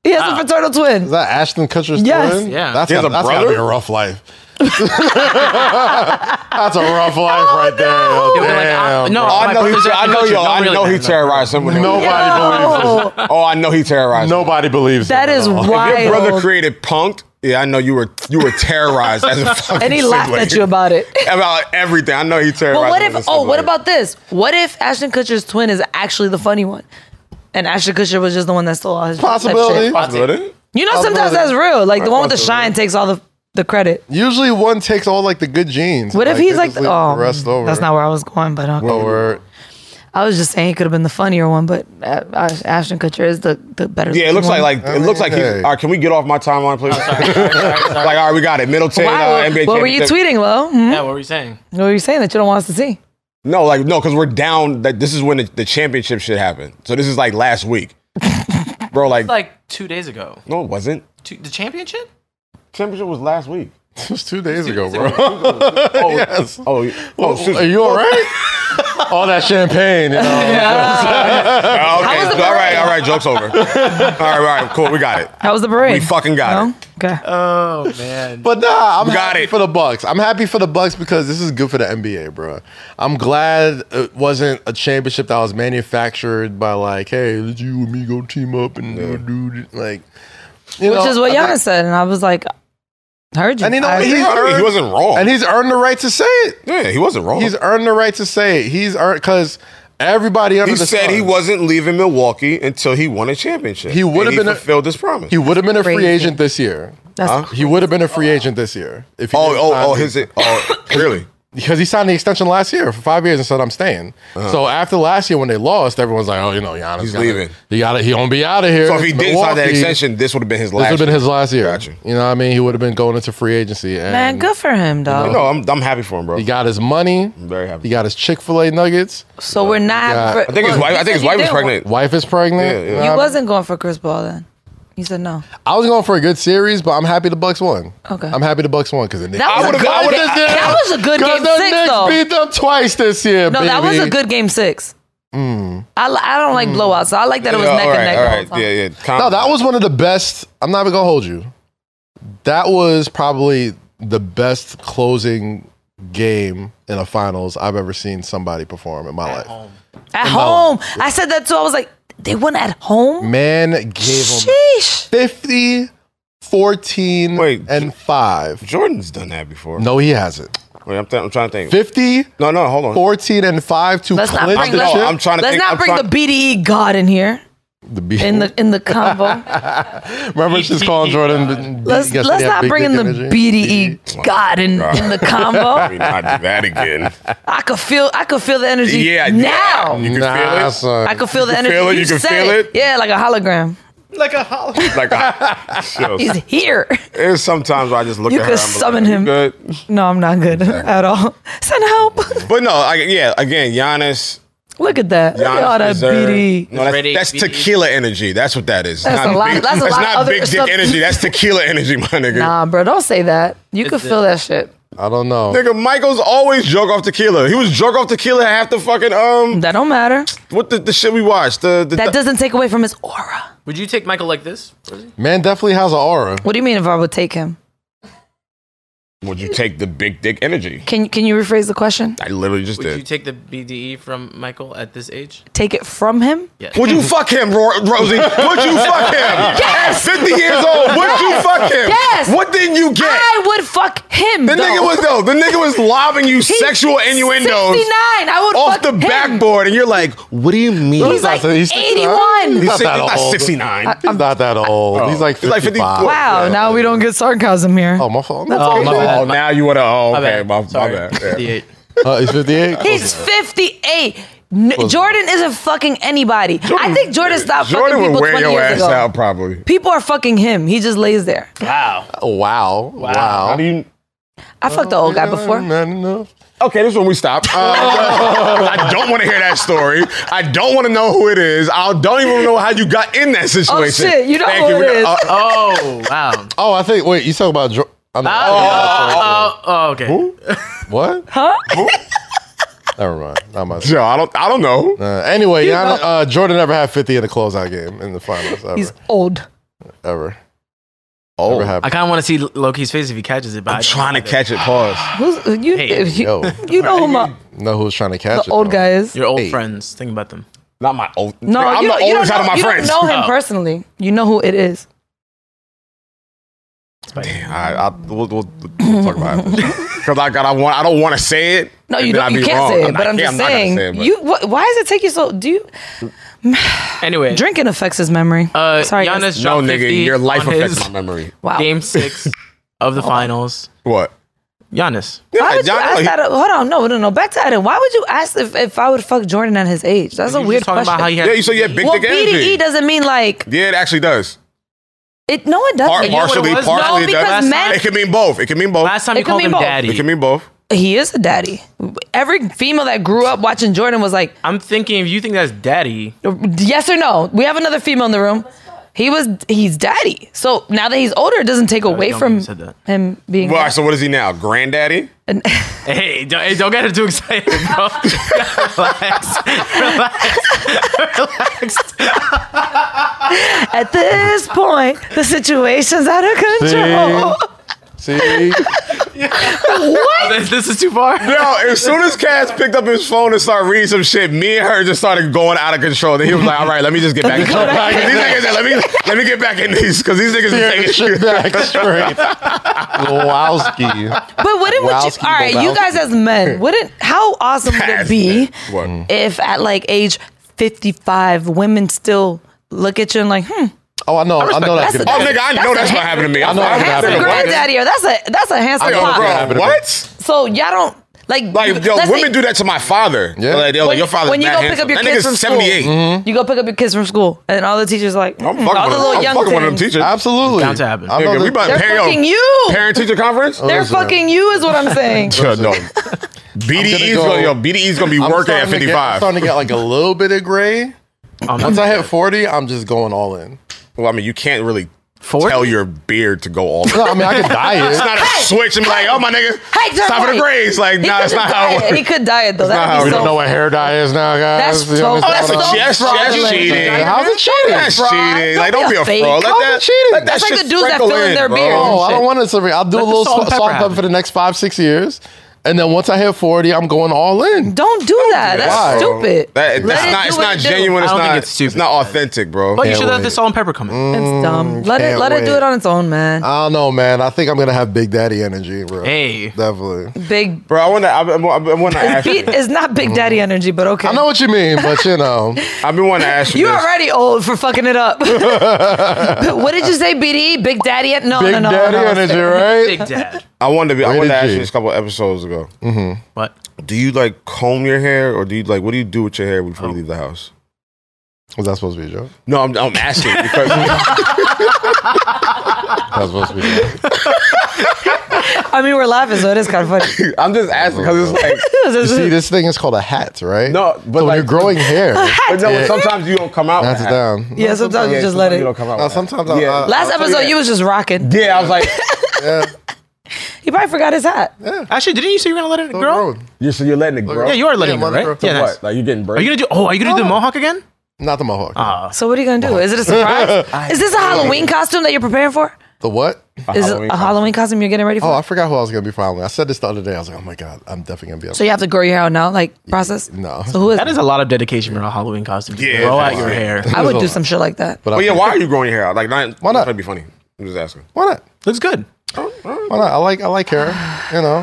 Speaker 2: He has a fraternal twin.
Speaker 1: Is that Ashton Kutcher's
Speaker 2: Yes.
Speaker 1: twin?
Speaker 4: Yeah.
Speaker 1: That's,
Speaker 3: He has
Speaker 1: gotta,
Speaker 3: a
Speaker 1: that's gotta be a
Speaker 3: brother?
Speaker 1: rough life. that's a rough life
Speaker 2: Oh,
Speaker 1: right there. yo.
Speaker 4: They were like, I-
Speaker 1: Damn,
Speaker 4: no,
Speaker 1: bro.
Speaker 4: I'm
Speaker 3: Oh, I
Speaker 4: like,
Speaker 3: know,
Speaker 4: "Who's
Speaker 3: he,
Speaker 4: that
Speaker 3: I know,
Speaker 4: picture?"
Speaker 3: yo,
Speaker 4: No,
Speaker 3: I
Speaker 4: really,
Speaker 3: know he
Speaker 4: no.
Speaker 3: terrorized him. when he was
Speaker 1: Nobody believes this.
Speaker 2: Yo,
Speaker 3: Oh, I know he terrorized. him.
Speaker 1: Nobody believes
Speaker 2: that
Speaker 1: him at
Speaker 2: is
Speaker 1: all.
Speaker 3: Your brother
Speaker 2: wild.
Speaker 3: created punked. Yeah, I know you were you were terrorized as a fucking.
Speaker 2: And he laughed
Speaker 3: sibling.
Speaker 2: at you about it.
Speaker 3: about everything. I know he terrorized.
Speaker 2: But what
Speaker 3: him as
Speaker 2: if?
Speaker 3: a
Speaker 2: Oh, what
Speaker 3: sibling.
Speaker 2: about this? What if Ashton Kutcher's twin is actually the funny one, and Ashton Kutcher was just the one that stole all his that shit?
Speaker 1: Possibility.
Speaker 3: Possibility?
Speaker 2: You know, sometimes that's real. Like the one with the shine takes all the the credit.
Speaker 1: Usually one takes all like the good genes.
Speaker 2: What if
Speaker 1: they
Speaker 2: he's like,
Speaker 1: just leave
Speaker 2: oh,
Speaker 1: the rest over.
Speaker 2: that's not where I was going, but okay.
Speaker 1: over.
Speaker 2: I was just saying he could have been the funnier one, but uh, uh, Ashton Kutcher is the, the better.
Speaker 3: Yeah, it looks
Speaker 2: one.
Speaker 3: like like it looks like he's.
Speaker 1: hey.
Speaker 3: All right, can we get off my timeline, please? like, all right, we got it. Middleton,
Speaker 2: Wow,
Speaker 3: uh, NBA
Speaker 2: what were you
Speaker 3: championship.
Speaker 2: tweeting, Lo? Hmm?
Speaker 4: Yeah, what were you saying?
Speaker 2: What were you saying that you don't want us to see?
Speaker 3: No, like no, because we're down. That this is when the, the championship shit happened. So this is like last week, bro. Like,
Speaker 4: Like two days ago.
Speaker 3: no, it wasn't.
Speaker 4: Two, the championship?
Speaker 3: Championship was last week.
Speaker 1: It was two days ago, bro.
Speaker 3: Oh,
Speaker 1: yes.
Speaker 3: oh, oh, Susan.
Speaker 1: Are you all right? all that champagne, you know.
Speaker 3: Oh, okay,
Speaker 2: was the
Speaker 3: all right,
Speaker 2: parade?
Speaker 3: all right. Joke's over. all right, all right, cool. We got it.
Speaker 2: How was the parade?
Speaker 3: We fucking got
Speaker 2: no?
Speaker 3: it.
Speaker 2: Okay.
Speaker 4: Oh man.
Speaker 1: But nah, I'm
Speaker 3: You got
Speaker 1: happy
Speaker 3: it.
Speaker 1: for the Bucks. I'm happy for the Bucks because this is good for the NBA, bro. I'm glad it wasn't a championship that was manufactured by like, hey, let you and me go team up and do do do- like. You
Speaker 2: Which
Speaker 1: know,
Speaker 2: is what
Speaker 1: I
Speaker 2: Giannis
Speaker 1: think-
Speaker 2: said, and I was like, heard you.
Speaker 1: And you know,
Speaker 2: I
Speaker 1: what?
Speaker 2: agree.
Speaker 1: he's
Speaker 3: I mean,
Speaker 1: earned,
Speaker 3: he wasn't wrong. Oh.
Speaker 1: and he's earned the right to say it.
Speaker 3: Yeah, he wasn't wrong.
Speaker 1: He's earned the right to say it. He's earned because everybody under
Speaker 3: he
Speaker 1: the
Speaker 3: said
Speaker 1: sun-
Speaker 3: he wasn't leaving Milwaukee until he won a championship.
Speaker 1: He would've
Speaker 3: And
Speaker 1: been a-
Speaker 3: fulfilled his promise.
Speaker 1: He would have been a free
Speaker 2: Crazy.
Speaker 1: agent this year.
Speaker 2: That's
Speaker 1: He would have been a free agent this year if he
Speaker 3: oh,
Speaker 1: didn't sign
Speaker 3: oh, oh,
Speaker 1: the-
Speaker 3: his oh, really?
Speaker 1: because he signed the extension last year for five years and said I'm staying. So after last year when they lost, everyone's like, oh, you know, Giannis,
Speaker 3: Uh-huh. He's
Speaker 1: gotta-
Speaker 3: leaving.
Speaker 1: He got to He gonna be out of here.
Speaker 3: So if he didn't sign that
Speaker 1: Milwaukee,
Speaker 3: extension, this would have been his
Speaker 1: this
Speaker 3: last.
Speaker 1: would have been his last year.
Speaker 3: Gotcha.
Speaker 1: You know what I mean? He would have been going into free agency. And
Speaker 2: man, good for him, dog.
Speaker 3: No, I'm, I'm happy for him, bro.
Speaker 1: He got his money.
Speaker 3: very happy.
Speaker 1: He got his Chick Fil A nuggets.
Speaker 2: so we're not.
Speaker 1: Yeah.
Speaker 3: I think his wife. I think his wife was pregnant.
Speaker 1: Wife is pregnant.
Speaker 3: Yeah, yeah.
Speaker 1: You know
Speaker 2: You
Speaker 1: what I mean?
Speaker 2: wasn't going for Chris Paul then. You said no.
Speaker 1: I was going for a good series, but I'm happy the Bucks won.
Speaker 2: Okay.
Speaker 1: I'm happy the Bucks won because the Knicks.
Speaker 2: That was a
Speaker 3: would've-
Speaker 2: good.
Speaker 3: I would've-
Speaker 1: this year.
Speaker 2: That was a good
Speaker 1: 'Cause
Speaker 2: game
Speaker 1: the
Speaker 2: six,
Speaker 1: Knicks
Speaker 2: though.
Speaker 1: beat them twice this year.
Speaker 2: No, Oh, that was
Speaker 1: baby.
Speaker 2: a good game six. I, li- I don't like blowouts, so I like that it was
Speaker 3: Hmm. Yeah,
Speaker 2: neck
Speaker 3: all
Speaker 2: and
Speaker 3: right,
Speaker 2: neck.
Speaker 3: all
Speaker 2: the whole
Speaker 3: right.
Speaker 2: time.
Speaker 3: Yeah, yeah. Calm
Speaker 1: No, that
Speaker 3: down.
Speaker 1: was one of the best. I'm not even gonna hold you. That was probably the best closing game in a finals I've ever seen somebody perform in my life.
Speaker 2: At home, I said that too. I was like, they won at home.
Speaker 1: Man gave him
Speaker 2: Sheesh.
Speaker 1: 50 14
Speaker 3: Wait.
Speaker 1: and 5.
Speaker 3: Jordan's done that before.
Speaker 1: No, he hasn't.
Speaker 3: Wait, I'm, th- I'm trying to think.
Speaker 1: 50,
Speaker 3: No, no, hold on.
Speaker 1: 14 and 5 to
Speaker 2: Let's not
Speaker 1: clinch
Speaker 2: bring
Speaker 1: the
Speaker 2: up-
Speaker 1: chip.
Speaker 3: No, I'm trying to
Speaker 2: Let's
Speaker 3: think.
Speaker 2: not
Speaker 3: I'm
Speaker 2: bring
Speaker 3: trying-
Speaker 2: the BDE god in here
Speaker 1: The
Speaker 3: E
Speaker 1: B-
Speaker 2: in the in the combo.
Speaker 1: Remember, she's calling Jordan. the-
Speaker 2: Let's
Speaker 1: yesterday
Speaker 2: let's
Speaker 1: had
Speaker 2: not
Speaker 1: big
Speaker 2: bring in
Speaker 1: dick
Speaker 2: the E
Speaker 1: energy.
Speaker 2: BDE god in, in the
Speaker 3: Let me
Speaker 2: combo.
Speaker 3: not do that again.
Speaker 2: I could feel I could feel the energy
Speaker 3: Yeah,
Speaker 2: now.
Speaker 3: You can
Speaker 1: nah,
Speaker 3: feel it?
Speaker 1: Son.
Speaker 2: I could feel the
Speaker 3: can
Speaker 2: energy.
Speaker 3: feel it, you can
Speaker 2: said
Speaker 3: feel it?
Speaker 2: Yeah, like a hologram.
Speaker 3: Like, I, so,
Speaker 2: He's here.
Speaker 3: there's sometimes where I just look
Speaker 2: You
Speaker 3: at her.
Speaker 2: could
Speaker 3: I'm like,
Speaker 2: summon
Speaker 3: "You
Speaker 2: him."
Speaker 3: good?"
Speaker 2: No, I'm not good at all. Send help.
Speaker 3: But no, I, yeah. Again, Giannis.
Speaker 2: Look at that. Look at
Speaker 3: Giannis
Speaker 2: all that
Speaker 3: deserve-
Speaker 2: BDE.
Speaker 3: No, that's,
Speaker 4: Ready,
Speaker 3: that's
Speaker 4: BD.
Speaker 3: tequila energy. That's what that is.
Speaker 2: E. That's
Speaker 3: Not
Speaker 2: a lot-
Speaker 3: big-
Speaker 2: that's a lot of
Speaker 3: not
Speaker 2: other
Speaker 3: big
Speaker 2: stuff.
Speaker 3: dick energy. That's tequila energy, my nigga.
Speaker 2: Nah, bro, don't say that. You could feel that shit.
Speaker 1: I don't know.
Speaker 3: Nigga, Michael's always drug off tequila. He was drug off tequila half the fucking um.
Speaker 2: That don't matter.
Speaker 3: What the, the shit we watched? The, the
Speaker 2: That doesn't take away from his aura.
Speaker 4: Would you take Michael like this?
Speaker 1: Man definitely has an aura.
Speaker 2: What do you mean if I would take him?
Speaker 3: Would you take the big dick energy?
Speaker 2: Can can you rephrase the question?
Speaker 3: I literally just did.
Speaker 4: take the BDE from Michael at this age?
Speaker 2: Take it from him?
Speaker 3: would you fuck him, Ro- Rosie? Would you fuck him?
Speaker 2: Yes!
Speaker 3: At 50 years old, would you fuck him?
Speaker 2: Yes!
Speaker 3: What didn't you get?
Speaker 2: I would fuck him.
Speaker 3: the
Speaker 2: though.
Speaker 3: nigga was though. The nigga was lobbing you sexual innuendos
Speaker 2: 69. I would
Speaker 3: off
Speaker 2: fuck
Speaker 3: the
Speaker 2: him.
Speaker 3: backboard, and you're like, "What do you mean?"
Speaker 2: He's like
Speaker 1: not- he's not-
Speaker 2: 81.
Speaker 1: He's
Speaker 3: He's
Speaker 1: not
Speaker 3: six-
Speaker 1: that
Speaker 3: he's not
Speaker 1: old.
Speaker 3: 69.
Speaker 1: He's not that old. he's like
Speaker 3: He's
Speaker 1: 55.
Speaker 3: like 54.
Speaker 2: Wow,
Speaker 3: Yeah.
Speaker 2: now we don't get sarcasm here.
Speaker 1: Oh, my fault.
Speaker 4: Oh, my
Speaker 3: Oh,
Speaker 4: bad.
Speaker 3: now you want to? Oh, okay, my, my
Speaker 4: Sorry.
Speaker 3: bad. Yeah.
Speaker 2: E.
Speaker 4: 58.
Speaker 1: Uh, he's 58?
Speaker 2: He's 58. N- Jordan isn't fucking anybody. I think Jordan stopped
Speaker 3: Jordan
Speaker 2: fucking
Speaker 3: would
Speaker 2: people
Speaker 3: wear
Speaker 2: 20
Speaker 3: your
Speaker 2: years
Speaker 3: ass
Speaker 2: ago.
Speaker 3: out probably.
Speaker 2: People are fucking him. He just lays there.
Speaker 4: Wow.
Speaker 1: Oh, wow. Wow.
Speaker 3: How do you?
Speaker 2: I fucked the old guy before.
Speaker 1: Not enough.
Speaker 3: Okay, this is when we stop. Uh, I don't want to hear that story. I don't want to know who it is. I don't even know how you got in that situation.
Speaker 2: Oh, shit, you know who
Speaker 3: We
Speaker 2: it is.
Speaker 3: got- uh,
Speaker 4: Oh, wow.
Speaker 1: Oh, I think, wait, you talking about. Dr- I'm,
Speaker 4: Oh, oh, okay.
Speaker 1: What?
Speaker 2: Oh. Huh?
Speaker 1: Never mind. Not my.
Speaker 3: Joe, I don't. I don't know.
Speaker 1: Uh, anyway,
Speaker 2: You
Speaker 1: Giannis,
Speaker 2: know-
Speaker 1: uh, Jordan never had 50 in the closeout game in the finals. Ever.
Speaker 2: He's old.
Speaker 1: ever. Oh, ever
Speaker 4: I
Speaker 1: happened.
Speaker 4: kind of want to see Loki's face if he catches it. But
Speaker 3: I'm trying to catch it. Pause.
Speaker 2: Who's you?
Speaker 4: Hey,
Speaker 2: you,
Speaker 1: yo.
Speaker 2: you know who my
Speaker 1: Know who's trying to
Speaker 2: the
Speaker 1: catch it?
Speaker 2: old
Speaker 1: though.
Speaker 2: guy is?
Speaker 4: Your old
Speaker 1: Hey.
Speaker 4: friends. Think about them.
Speaker 3: Not my old.
Speaker 2: No,
Speaker 3: Bro, I'm the
Speaker 2: you, don't- you
Speaker 3: oldest
Speaker 2: don't
Speaker 3: out of
Speaker 2: know-
Speaker 3: my
Speaker 2: you
Speaker 3: friends.
Speaker 2: don't know him
Speaker 4: Oh.
Speaker 2: personally. You know who it is.
Speaker 3: All right, I, we'll, we'll, we'll talk about it because I got. I want. I don't want to say it.
Speaker 2: No,
Speaker 3: and
Speaker 2: you
Speaker 3: then I
Speaker 2: don't. You
Speaker 3: be
Speaker 2: can't
Speaker 3: wrong.
Speaker 2: say it.
Speaker 3: I'm not-
Speaker 2: But I'm
Speaker 3: yeah,
Speaker 2: just
Speaker 3: not gonna
Speaker 2: saying.
Speaker 3: say it, but-
Speaker 2: you. Wh- why does it take you so? Do you
Speaker 4: Anyway,
Speaker 2: drinking affects his memory?
Speaker 4: uh,
Speaker 2: Sorry, guys.
Speaker 4: Giannis
Speaker 3: No,
Speaker 4: dropped 50
Speaker 3: nigga, your life
Speaker 4: on
Speaker 3: affects
Speaker 4: his
Speaker 3: my memory.
Speaker 2: Wow.
Speaker 4: Game six of
Speaker 2: Oh.
Speaker 4: the finals.
Speaker 3: What?
Speaker 4: Giannis.
Speaker 2: Why
Speaker 3: Yeah,
Speaker 2: would you
Speaker 3: Giannis-
Speaker 2: ask that? Hold on, no, no, no. Back to Adam. Why would you ask if, if I would fuck Jordan at his age? That's a
Speaker 4: You
Speaker 2: weird
Speaker 4: just talking
Speaker 2: question.
Speaker 4: about how he had
Speaker 3: Yeah, you said you had big
Speaker 2: well,
Speaker 3: dick
Speaker 2: BDE
Speaker 3: energy.
Speaker 2: doesn't mean like
Speaker 3: yeah, it actually does.
Speaker 2: it. No, it
Speaker 3: Par-
Speaker 2: doesn't.
Speaker 4: know what it
Speaker 3: partially,
Speaker 4: was? No,
Speaker 3: partially it
Speaker 2: because
Speaker 3: does.
Speaker 2: men-
Speaker 3: It can mean both. It can mean both.
Speaker 4: Last time
Speaker 2: It
Speaker 4: you
Speaker 2: could
Speaker 4: called
Speaker 2: be
Speaker 4: him
Speaker 2: both.
Speaker 3: It
Speaker 4: daddy.
Speaker 3: can mean both.
Speaker 2: he is a daddy. Every female that grew up watching Jordan was like,
Speaker 4: I'm thinking if you think that's daddy,
Speaker 2: yes or no. We have another female in the room. He was he's daddy. So now that he's older, it doesn't take away
Speaker 4: dumb
Speaker 2: from
Speaker 4: you said that.
Speaker 2: him being.
Speaker 3: Well, all right, so what is he now? Granddaddy?
Speaker 2: and-
Speaker 4: hey, don't, hey, don't get her too excited, bro. relax, relax, relax.
Speaker 2: at this point, the situation's out of control.
Speaker 1: See?
Speaker 4: This, this is too far.
Speaker 3: Yo, as soon as Cass picked up his phone and started reading some shit, me and her just started going out of control. Then he was like, all right, let me just get back in these niggas, let me let me get back in these because these niggas are taking
Speaker 1: shit
Speaker 3: shit.
Speaker 1: back straight. Wowski.
Speaker 2: But wouldn't would you?
Speaker 1: Wowski,
Speaker 2: All right, you
Speaker 1: Bobowski.
Speaker 2: guys as men, wouldn't how awesome would it be
Speaker 3: What?
Speaker 2: if at like age fifty-five, women still look at you and like, hmm,
Speaker 1: Oh, I know. I, know that's
Speaker 2: That's
Speaker 1: gonna
Speaker 2: a-
Speaker 3: Oh,
Speaker 1: happen.
Speaker 3: nigga, I know that's what happened to me. I
Speaker 1: know
Speaker 3: know
Speaker 1: what
Speaker 3: that's
Speaker 1: happened
Speaker 2: handsome
Speaker 1: to me.
Speaker 2: granddaddy, or that's a that's a handsome
Speaker 1: know,
Speaker 2: pop.
Speaker 1: That's
Speaker 3: Yo,
Speaker 1: happened
Speaker 3: bro,
Speaker 1: to me.
Speaker 3: what?
Speaker 2: So y'all don't like
Speaker 3: Like, yo,
Speaker 2: let's say
Speaker 3: women do that to my father.
Speaker 1: Yeah.
Speaker 3: Yeah. Like, yo, like,
Speaker 2: When-
Speaker 3: your father's
Speaker 2: when you
Speaker 3: mad
Speaker 2: go pick
Speaker 3: handsome.
Speaker 2: up your
Speaker 3: That
Speaker 2: kids
Speaker 3: nigga's
Speaker 2: from school.
Speaker 3: 78.
Speaker 2: You go pick up your kids from school, and all the teachers like
Speaker 3: I'm
Speaker 2: "Hmm."
Speaker 3: fucking
Speaker 2: all
Speaker 3: with him.
Speaker 2: the little
Speaker 3: I'm
Speaker 2: young
Speaker 3: fucking with them
Speaker 2: things.
Speaker 3: teachers.
Speaker 1: Absolutely.
Speaker 4: Bound to happen.
Speaker 1: I know
Speaker 3: Nigga, we
Speaker 1: the-
Speaker 3: about
Speaker 2: They're
Speaker 3: Hey, yo,
Speaker 2: fucking you.
Speaker 3: Parent teacher conference?
Speaker 2: They're
Speaker 1: Listen.
Speaker 2: fucking you, is what I'm saying.
Speaker 3: Yeah, no.
Speaker 1: gonna
Speaker 3: BDE's
Speaker 1: go-
Speaker 3: gonna, yo, BDE's gonna be
Speaker 1: I'm
Speaker 3: working at
Speaker 1: starting to get- I'm
Speaker 3: 55.
Speaker 1: starting to get like a little bit of gray.
Speaker 4: Um,
Speaker 1: Once I hit 40, I'm just going all in.
Speaker 3: well, I mean, you can't really
Speaker 4: 40?
Speaker 3: tell your beard to go all the
Speaker 1: No, I mean, I could diet.
Speaker 3: It's not a switch and be like, oh my nigga,
Speaker 2: Hey, Joe,
Speaker 3: stop for the
Speaker 2: wait.
Speaker 3: grades. Like,
Speaker 2: He
Speaker 3: nah, that's
Speaker 2: could
Speaker 3: not how it
Speaker 2: diet. He
Speaker 3: works.
Speaker 2: could diet though.
Speaker 3: That's not
Speaker 2: That'd
Speaker 3: how
Speaker 2: be
Speaker 3: it-
Speaker 1: We
Speaker 2: so
Speaker 1: don't know what hair dye is now, guys.
Speaker 2: That's
Speaker 1: You know what I'm
Speaker 2: so-
Speaker 1: saying?
Speaker 3: Oh, That's a
Speaker 2: Hold on.
Speaker 3: that's, that's
Speaker 2: Fraudulent.
Speaker 3: cheating.
Speaker 1: How's it cheating?
Speaker 3: That's
Speaker 1: bro?
Speaker 3: cheating. Like,
Speaker 2: Don't
Speaker 3: don't
Speaker 2: be
Speaker 3: be
Speaker 2: a
Speaker 3: a
Speaker 2: fake.
Speaker 3: fraud. Let
Speaker 2: Call
Speaker 3: that,
Speaker 1: it cheating.
Speaker 3: Let that
Speaker 2: That's like
Speaker 3: shit
Speaker 2: the dudes that
Speaker 3: sprinkle
Speaker 2: fill in their
Speaker 3: bro.
Speaker 2: beard.
Speaker 1: Oh, I
Speaker 2: and shit.
Speaker 1: don't want it to be. I'll do
Speaker 4: Let
Speaker 1: a
Speaker 4: the
Speaker 1: little
Speaker 4: salt
Speaker 1: salt,
Speaker 4: and
Speaker 1: salt
Speaker 4: pepper
Speaker 1: and pepper
Speaker 4: happen.
Speaker 1: for the next five, six years. And then once I hit 40, I'm going all in.
Speaker 2: Don't do that. That's
Speaker 1: Why?
Speaker 2: stupid.
Speaker 3: That,
Speaker 2: Let
Speaker 3: that's
Speaker 2: it
Speaker 3: not.
Speaker 2: do
Speaker 3: It's
Speaker 2: what
Speaker 3: not
Speaker 2: it do.
Speaker 3: genuine.
Speaker 4: I
Speaker 3: It's
Speaker 4: don't think
Speaker 3: not.
Speaker 4: it's stupid.
Speaker 3: It's not authentic, bro.
Speaker 4: But you should
Speaker 1: Can't
Speaker 4: let the
Speaker 1: wait.
Speaker 4: salt and pepper come in.
Speaker 1: Mm.
Speaker 2: It's dumb. Let it
Speaker 1: can't
Speaker 2: let it do
Speaker 1: wait.
Speaker 2: it on its own, man.
Speaker 1: I don't know, man. I think I'm gonna have Big Daddy energy, bro.
Speaker 4: Hey.
Speaker 1: definitely.
Speaker 2: Big
Speaker 3: bro, I want to. I, I want to ask.
Speaker 2: Pete
Speaker 3: You,
Speaker 2: is not
Speaker 1: Mm.
Speaker 2: Big Daddy energy, but okay.
Speaker 1: I know what you mean, but you know,
Speaker 3: I've been wanting to ask you.
Speaker 2: You're
Speaker 3: this.
Speaker 2: already old for fucking it up. what did you say, BD? Big Daddy? en- No,
Speaker 1: Big
Speaker 2: no, no,
Speaker 1: Daddy
Speaker 2: no, no.
Speaker 1: energy, right?
Speaker 4: Big dad.
Speaker 3: I wanted to be. I
Speaker 1: Rated
Speaker 3: wanted to ask
Speaker 1: G.
Speaker 3: you this a couple episodes ago.
Speaker 4: But
Speaker 3: Do you like comb your hair, or do you like what do you do with your hair before you leave the house?
Speaker 1: Was that supposed to be a joke?
Speaker 3: No, I'm, I'm asking because
Speaker 1: That was supposed to be a joke.
Speaker 2: I mean, we're laughing, so it is kind of funny.
Speaker 3: I'm just asking because it's like
Speaker 1: You see, this thing is called a hat, right?
Speaker 3: No, but
Speaker 1: so when
Speaker 3: like-
Speaker 1: you're growing hair,
Speaker 3: but no, sometimes you don't come out.
Speaker 1: that's
Speaker 3: with that.
Speaker 1: down.
Speaker 2: yeah, sometimes you just let
Speaker 3: sometimes You
Speaker 2: it.
Speaker 3: don't come out.
Speaker 1: No,
Speaker 3: with that.
Speaker 1: sometimes I- I-
Speaker 2: Last episode, you was just rocking.
Speaker 3: Yeah, I was like,
Speaker 1: Yeah,
Speaker 2: He probably forgot his hat.
Speaker 4: actually, didn't you say you were gonna let it grow?
Speaker 1: grown.
Speaker 3: you so you're letting it grow.
Speaker 4: Yeah, you are letting
Speaker 1: Yeah,
Speaker 4: it grow,
Speaker 1: grow.
Speaker 4: right? Yeah, nice.
Speaker 3: Like you're getting
Speaker 4: Are
Speaker 3: braids.
Speaker 4: you gonna do? Oh, are you gonna do the mohawk again?
Speaker 1: Not the mohawk.
Speaker 2: So what are you gonna do? Is it a surprise? is this a Halloween costume that you're preparing for?
Speaker 1: the what?
Speaker 2: Is
Speaker 3: Halloween
Speaker 2: it a Halloween costume you're getting ready for?
Speaker 1: Oh, I forgot who I was gonna be following. I said this the other day. I was like, oh my god, I'm definitely gonna be. Up.
Speaker 2: so you have to grow your hair out now, like process.
Speaker 1: no.
Speaker 2: So who is?
Speaker 4: That is a lot of dedication for a Halloween costume. to
Speaker 3: Yeah,
Speaker 4: grow out
Speaker 3: that's
Speaker 4: your
Speaker 3: right.
Speaker 4: hair.
Speaker 2: I would do some shit like that.
Speaker 1: but
Speaker 3: But
Speaker 1: I'm-
Speaker 3: yeah, why are you growing your hair out? Like, not,
Speaker 1: Why
Speaker 3: why
Speaker 1: not?
Speaker 3: not? Trying to be funny. I'm just asking.
Speaker 1: Why not?
Speaker 4: Looks good.
Speaker 1: Oh. Why not? I like I like hair. You know,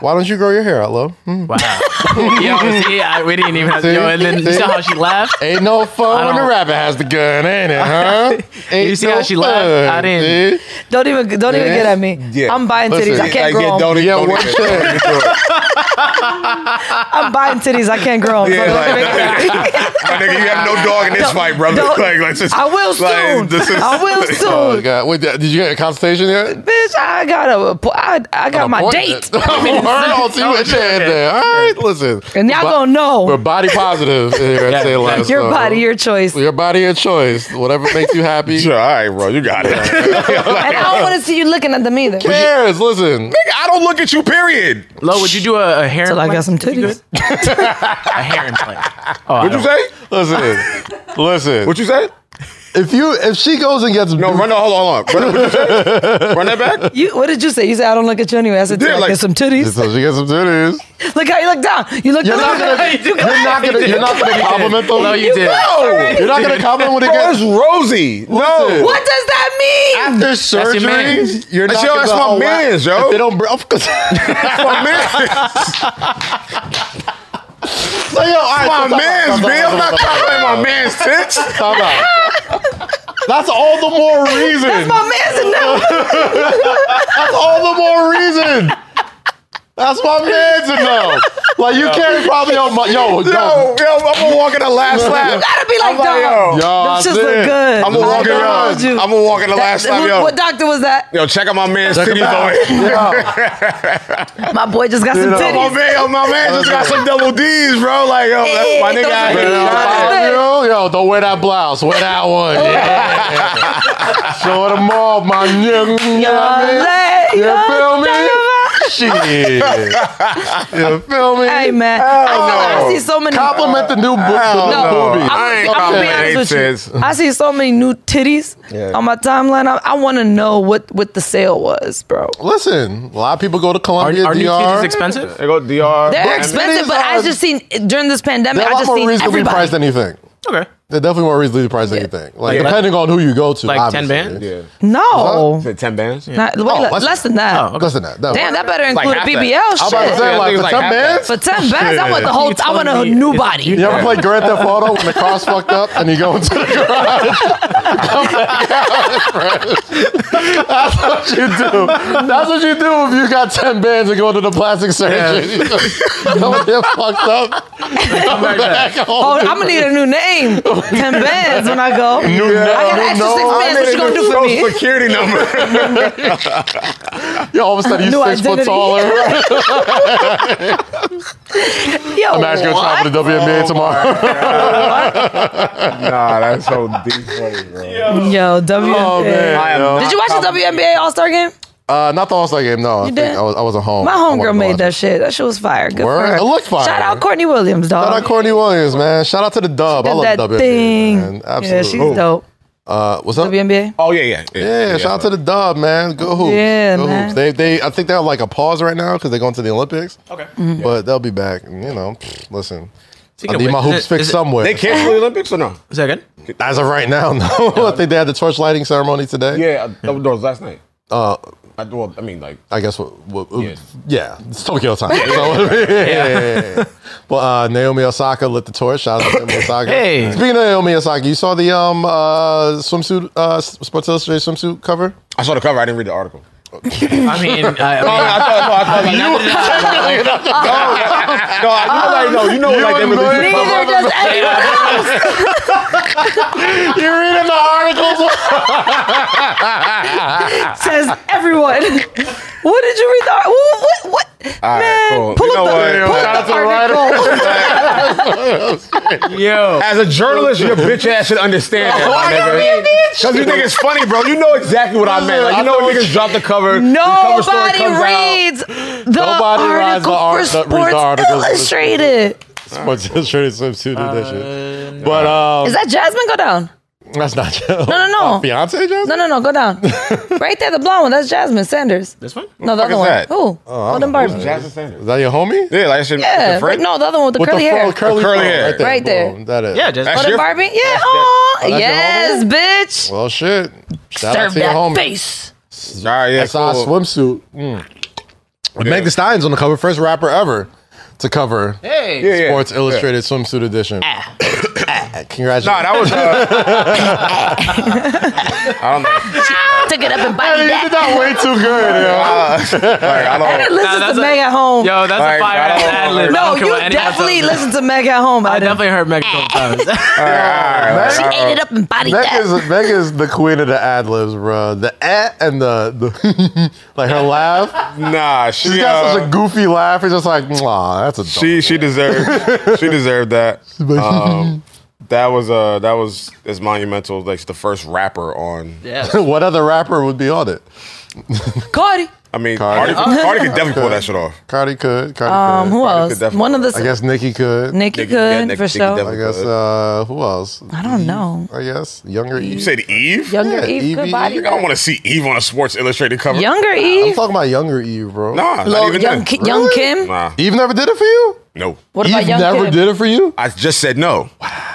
Speaker 1: why don't you grow your hair out low? Hmm.
Speaker 4: Wow. yo, see, I, we didn't even have
Speaker 1: See?
Speaker 4: to. Yo, and then you
Speaker 1: See?
Speaker 4: saw how she laughed.
Speaker 1: Ain't no fun
Speaker 4: I
Speaker 1: when the
Speaker 4: don't-
Speaker 1: rabbit has the gun, ain't it? Huh? Ain't
Speaker 4: You see how she laughed? I didn't.
Speaker 1: see?
Speaker 2: Don't even don't even
Speaker 1: Yeah.
Speaker 2: get at me.
Speaker 3: Yeah.
Speaker 2: I'm buying
Speaker 1: Listen,
Speaker 2: titties. I
Speaker 1: yeah,
Speaker 2: can't
Speaker 3: yeah,
Speaker 2: grow 'em.
Speaker 3: don't
Speaker 1: Yeah,
Speaker 3: don't
Speaker 1: one
Speaker 3: even-
Speaker 1: shit.
Speaker 3: don't even do it.
Speaker 2: I'm buying titties. I can't grow 'em. So
Speaker 3: Yeah,
Speaker 2: don't
Speaker 3: like,
Speaker 2: even get at me.
Speaker 3: my nigga, you have no dog in this
Speaker 2: Don't-
Speaker 3: fight, brother.
Speaker 2: don't-
Speaker 3: Like, like, just,
Speaker 2: I will soon.
Speaker 3: like, this is-
Speaker 2: I will
Speaker 1: Oh
Speaker 2: soon.
Speaker 1: god! Wait, did you get a consultation yet?
Speaker 2: Bitch, I got a, appo- I, I got my date.
Speaker 1: I'll see what you had there. All right, listen.
Speaker 2: And y'all
Speaker 1: Bo-
Speaker 2: gonna know.
Speaker 1: we're body positive. Here at Say Less,
Speaker 2: Your
Speaker 1: so-
Speaker 2: body, your choice.
Speaker 1: your body, your choice. Whatever makes you happy.
Speaker 3: Sure, all right, bro, you got it. Like,
Speaker 2: And I don't want to see you looking at them either.
Speaker 1: Who cares? Listen,
Speaker 3: nigga, I don't look at you. Period.
Speaker 4: Lo, would you do a, a hair?
Speaker 2: Till I got
Speaker 4: implant?
Speaker 2: some
Speaker 4: Would you do
Speaker 2: titties.
Speaker 4: it? a hair implant. Oh, I
Speaker 3: What you
Speaker 4: don't-
Speaker 3: say?
Speaker 1: listen, listen.
Speaker 3: What you say?
Speaker 1: If you if she goes and gets
Speaker 3: No, run that. Hold on, hold on. Run, that- what you say? run that back.
Speaker 2: You, what did you say? You said I don't look at you anyway. I said
Speaker 3: Yeah,
Speaker 2: till I
Speaker 3: like-
Speaker 2: get some titties.
Speaker 1: so she gets some titties.
Speaker 2: Look how you look down. You look.
Speaker 1: You're not gonna.
Speaker 2: You
Speaker 1: You're not gonna. You're not gonna compliment them.
Speaker 4: No, you did.
Speaker 1: You're not gonna compliment when it
Speaker 3: Where's
Speaker 1: gets.
Speaker 3: Rosie?
Speaker 1: Listen.
Speaker 3: No.
Speaker 2: What does that mean?
Speaker 1: After
Speaker 4: your
Speaker 1: surgery,
Speaker 4: man.
Speaker 1: you're not
Speaker 3: That's yo,
Speaker 1: gonna.
Speaker 3: that's my
Speaker 1: oh, wow.
Speaker 3: mans, yo.
Speaker 1: If They don't. br- Of course.
Speaker 3: That's my man.
Speaker 1: So yo, all right,
Speaker 3: My
Speaker 1: so stop, stop,
Speaker 3: man's,
Speaker 1: stop,
Speaker 3: man.
Speaker 1: stop,
Speaker 3: I'm
Speaker 1: stop, stop,
Speaker 3: not talking
Speaker 1: stop,
Speaker 3: about my man's tits.
Speaker 1: Stop out. That's all the more reason.
Speaker 2: That's my man's in there.
Speaker 1: That's all the more reason. That's my man's in them. Like you can't probably on my yo yo.
Speaker 3: Yo, yo, I'm gonna walk in the last lap.
Speaker 2: Gotta be like,
Speaker 3: I'm like,
Speaker 2: dog.
Speaker 3: yo.
Speaker 1: Yo, I
Speaker 2: Them shits
Speaker 1: did.
Speaker 2: look good.
Speaker 3: I'm gonna walk in.
Speaker 2: I told
Speaker 3: yo,
Speaker 2: you.
Speaker 3: I'm gonna walk in the last
Speaker 2: Who-
Speaker 3: lap, yo.
Speaker 2: What doctor was that?
Speaker 3: Yo, check out my man's
Speaker 1: Check 'em
Speaker 3: titties
Speaker 1: out.
Speaker 3: on it.
Speaker 2: My boy just got some
Speaker 1: know.
Speaker 3: My
Speaker 2: titties.
Speaker 3: man, yo, my man just got some double D's, bro. Like, yo, that's my
Speaker 2: Hey,
Speaker 3: nigga. out
Speaker 2: those
Speaker 3: here.
Speaker 2: are
Speaker 1: Yo,
Speaker 2: That's
Speaker 1: five
Speaker 2: it.
Speaker 1: yo, yo, don't wear that blouse. Wear that one. Yeah. Show them all, my nigga. You know what I mean?
Speaker 2: Yo,
Speaker 1: You
Speaker 2: yo,
Speaker 1: feel
Speaker 2: talk
Speaker 1: me?
Speaker 2: about-
Speaker 1: Shit. You feel me?
Speaker 2: Hey man, I, I see so many.
Speaker 1: Compliment the new, bo- the
Speaker 3: Hell
Speaker 1: new
Speaker 2: no.
Speaker 1: boobies.
Speaker 3: I ain't
Speaker 2: I'm gonna be honest with you.
Speaker 3: confident.
Speaker 2: I see so many new titties
Speaker 3: Yeah.
Speaker 2: on my timeline. I, I want to know what what the sale was, bro.
Speaker 1: Listen, a lot of people go to
Speaker 4: Are,
Speaker 1: Columbia
Speaker 4: are new titties
Speaker 1: DR.
Speaker 4: expensive?
Speaker 3: They go DR.
Speaker 2: They're
Speaker 1: Well,
Speaker 2: expensive,
Speaker 1: titties
Speaker 2: but I
Speaker 1: are-
Speaker 2: just seen during this pandemic.
Speaker 1: They're a
Speaker 2: I
Speaker 1: lot
Speaker 2: just
Speaker 1: more
Speaker 2: seen
Speaker 1: reasonably
Speaker 2: everybody.
Speaker 1: priced than you think.
Speaker 4: Okay.
Speaker 1: They're definitely more reasonably priced than you think. Like
Speaker 4: Yeah.
Speaker 1: depending on who you go to,
Speaker 4: Like 10
Speaker 1: obviously.
Speaker 4: bands?
Speaker 3: Yeah.
Speaker 2: No,
Speaker 3: Is it 10 bands? Yeah.
Speaker 2: Not- wait, le-
Speaker 1: less-
Speaker 2: less, than that.
Speaker 4: Oh, okay.
Speaker 1: Less than that. that
Speaker 2: Damn, that better
Speaker 3: like
Speaker 2: include
Speaker 3: half
Speaker 2: a
Speaker 3: that.
Speaker 2: BBL
Speaker 1: I'm
Speaker 2: shit.
Speaker 1: about to say
Speaker 3: Yeah, I
Speaker 1: like
Speaker 3: think
Speaker 1: for
Speaker 3: it's like
Speaker 1: ten
Speaker 3: half that.
Speaker 1: bands.
Speaker 2: For ten bands, I want the whole.
Speaker 4: You
Speaker 2: I want a
Speaker 4: telling me
Speaker 2: new
Speaker 4: it's-
Speaker 2: body.
Speaker 1: You ever play Grand Theft Auto when the car's fucked up and you go into the garage? That's what you do. That's what you do if you got ten bands and go to the plastic surgeon. You just Don't get fucked up. Come back home.
Speaker 2: Oh, I'm gonna need a new name. Ten bands when I go. I got an extra
Speaker 1: no, I
Speaker 2: six bands. What you gonna do for me?
Speaker 3: security number.
Speaker 1: You all of a sudden
Speaker 2: New
Speaker 1: you six foot
Speaker 2: identity.
Speaker 1: taller.
Speaker 2: Yo,
Speaker 1: Imagine going to
Speaker 2: what?
Speaker 1: top of the WNBA tomorrow.
Speaker 3: nah, that's so deep funny, bro.
Speaker 2: Yo, W.
Speaker 1: Oh, man.
Speaker 3: I am
Speaker 1: yo.
Speaker 2: Did you watch the WNBA All Star game?
Speaker 1: Uh, not the All Star game. No, I
Speaker 2: You
Speaker 1: think
Speaker 2: did?
Speaker 1: I was I wasn't home.
Speaker 2: My
Speaker 1: I wanted to
Speaker 2: homegirl made
Speaker 1: watch
Speaker 2: that
Speaker 1: it.
Speaker 2: shit. That shit was fire. Good
Speaker 1: Oh, Word?
Speaker 2: for her.
Speaker 1: It looked fire.
Speaker 2: Shout out Courtney Williams, dog.
Speaker 1: Shout out Courtney Williams, man. Shout out to the Dub. I
Speaker 2: Did
Speaker 1: love
Speaker 2: that
Speaker 1: WNBA.
Speaker 2: thing.
Speaker 1: Man.
Speaker 2: Yeah,
Speaker 1: Absolutely.
Speaker 2: she's dope.
Speaker 1: Uh, what's up?
Speaker 2: WNBA.
Speaker 3: Oh yeah, yeah, yeah.
Speaker 1: Yeah, shout out to the dub, man. Go hoops.
Speaker 2: Yeah,
Speaker 1: Go
Speaker 2: man.
Speaker 1: hoops. They, they, I think they're on, like a pause right now because they're going to the Olympics.
Speaker 4: Okay.
Speaker 1: But they'll be back. And, you know, pfft, listen, I need my hoops fixed somewhere.
Speaker 3: They canceled the Olympics or no?
Speaker 4: Is that good?
Speaker 1: As of right now, no. I think they had the torch lighting ceremony today.
Speaker 3: Yeah, I- that was, that was last night.
Speaker 1: Uh,
Speaker 3: I, well, I mean, like
Speaker 1: I guess what, what,
Speaker 3: Yeah.
Speaker 1: yeah. it's Tokyo time. So, yeah, yeah, yeah. But uh, Naomi Osaka lit the torch. Shout out to Naomi Osaka.
Speaker 4: Hey.
Speaker 1: Speaking of Naomi Osaka, you saw the um uh, swimsuit uh, Sports Illustrated swimsuit cover?
Speaker 3: I saw the cover. I didn't read the article.
Speaker 4: I mean, I, I mean,
Speaker 3: I thought, no, I thought, like, no, no,
Speaker 4: Oh,
Speaker 3: I, you know, like, no, you know, what, like,
Speaker 1: You annoying-
Speaker 3: they released the cover.
Speaker 2: Neither does anyone.
Speaker 1: You're reading the articles.
Speaker 2: Says everyone. what did you read? The, ar- what? What? what?
Speaker 3: All right,
Speaker 2: Man,
Speaker 3: cool.
Speaker 2: pull
Speaker 3: You know
Speaker 2: up
Speaker 3: what?
Speaker 2: the, pull
Speaker 1: Shout out
Speaker 2: up
Speaker 1: to
Speaker 2: the
Speaker 1: the writer.
Speaker 2: article.
Speaker 4: yo,
Speaker 3: As a journalist, your bitch ass should understand that.
Speaker 1: Why
Speaker 3: my
Speaker 1: you read
Speaker 3: nigga.
Speaker 1: that
Speaker 3: Cause you think it's funny, bro. You know exactly what I meant. Like you know when niggas drop the cover. the cover story
Speaker 2: Nobody
Speaker 3: comes out.
Speaker 2: reads the
Speaker 1: Nobody reads the
Speaker 2: article
Speaker 1: ar- the-
Speaker 2: for
Speaker 1: reads the
Speaker 2: Sports
Speaker 1: articles.
Speaker 2: Illustrated.
Speaker 1: Sports Illustrated swimsuit edition. But um,
Speaker 2: Is that Jasmine? Go down.
Speaker 1: that's not Joe.
Speaker 2: No, no, no.
Speaker 1: Beyonce, Joe?
Speaker 2: No, no, no. Go down. right there, the blonde one. That's Jasmine Sanders.
Speaker 4: this one.
Speaker 2: No, the
Speaker 3: fuck
Speaker 2: other
Speaker 3: is
Speaker 2: one.
Speaker 3: that?
Speaker 2: Who? Oh, them Barbie.
Speaker 3: Jasmine Sanders.
Speaker 1: Is that your homie?
Speaker 3: Yeah, like shit.
Speaker 2: Yeah.
Speaker 3: the friend.
Speaker 2: No, the other one with the
Speaker 1: With
Speaker 2: curly
Speaker 1: the
Speaker 2: hair.
Speaker 1: full curly,
Speaker 3: curly
Speaker 1: hair. Right
Speaker 3: hair.
Speaker 1: there.
Speaker 2: Right there.
Speaker 1: Boom, that is.
Speaker 4: Yeah, just
Speaker 3: That's
Speaker 2: Oh, the
Speaker 3: your-
Speaker 2: Barbie? Yeah.
Speaker 3: that-
Speaker 2: Oh,
Speaker 1: your
Speaker 2: yes, bitch.
Speaker 1: Well, shit. Shout out
Speaker 2: Serve
Speaker 1: to your
Speaker 2: that
Speaker 1: homie.
Speaker 2: face.
Speaker 3: All right, yeah,
Speaker 1: That's our
Speaker 3: cool.
Speaker 1: swimsuit. Mm. And Meg Thee Stallion's on the cover, first rapper ever to cover
Speaker 4: hey.
Speaker 3: Yeah, yeah.
Speaker 1: Sports Illustrated swimsuit edition. Congratulations.
Speaker 3: Nah, that was. Uh, I don't know.
Speaker 2: Took it up and bite
Speaker 1: Hey, you
Speaker 2: that.
Speaker 1: did that way too good. yo.
Speaker 3: Like, I
Speaker 2: I didn't
Speaker 3: don't.
Speaker 2: listen
Speaker 4: Nah,
Speaker 2: to
Speaker 4: that's a-
Speaker 2: Meg at home.
Speaker 4: Yo, that's
Speaker 3: Alright,
Speaker 4: a fire ass
Speaker 3: I don't-
Speaker 4: ad lib.
Speaker 2: no, you definitely listen to Meg at home.
Speaker 4: I
Speaker 2: I
Speaker 4: definitely heard Meg a couple times.
Speaker 3: All right, all right, all right,
Speaker 2: She
Speaker 3: all right.
Speaker 2: ate it up and bodied
Speaker 1: Meg
Speaker 2: that.
Speaker 1: is, Meg is the queen of the ad libs, bro. The eh and the, the like her laugh.
Speaker 3: Nah, she
Speaker 1: She's got
Speaker 3: uh,
Speaker 1: such a goofy laugh. It's just like, aw, that's a dumb.
Speaker 3: she she deserved she deserved that. Um, that was uh that was as monumental as like the first rapper on.
Speaker 4: yeah.
Speaker 1: what other rapper would be on it?
Speaker 2: Cardi.
Speaker 3: I mean, Cardi,
Speaker 1: Cardi.
Speaker 3: Cardi could definitely pull that shit off.
Speaker 1: Cardi could. Cardi
Speaker 2: Um,
Speaker 1: could.
Speaker 2: who
Speaker 3: Cardi
Speaker 2: else?
Speaker 3: could definitely-
Speaker 2: One of
Speaker 1: I
Speaker 2: the
Speaker 1: guess Nicki could.
Speaker 2: Nikki
Speaker 3: Nicki- yeah,
Speaker 2: could
Speaker 3: Nicki-
Speaker 2: for
Speaker 3: Nicki
Speaker 1: I
Speaker 2: sure.
Speaker 3: definitely-
Speaker 1: guess uh, who else?
Speaker 2: I don't know.
Speaker 1: I guess younger. E.
Speaker 3: You said Eve.
Speaker 2: Younger
Speaker 1: Yeah,
Speaker 2: Eve,
Speaker 1: Evie.
Speaker 2: good body.
Speaker 1: You
Speaker 3: I don't want to see Eve on a Sports Illustrated cover.
Speaker 2: Younger
Speaker 1: I'm
Speaker 2: Eve.
Speaker 1: talking about younger Eve, bro.
Speaker 3: Nah, not
Speaker 2: Lil-
Speaker 3: even
Speaker 2: young,
Speaker 3: then.
Speaker 2: Ki- young
Speaker 1: Really?
Speaker 2: Kim.
Speaker 3: Nah,
Speaker 1: Eve never did it for you.
Speaker 3: no.
Speaker 2: What about
Speaker 1: Eve
Speaker 2: Young
Speaker 1: never
Speaker 2: Kim?
Speaker 1: did it for you.
Speaker 3: I just said no.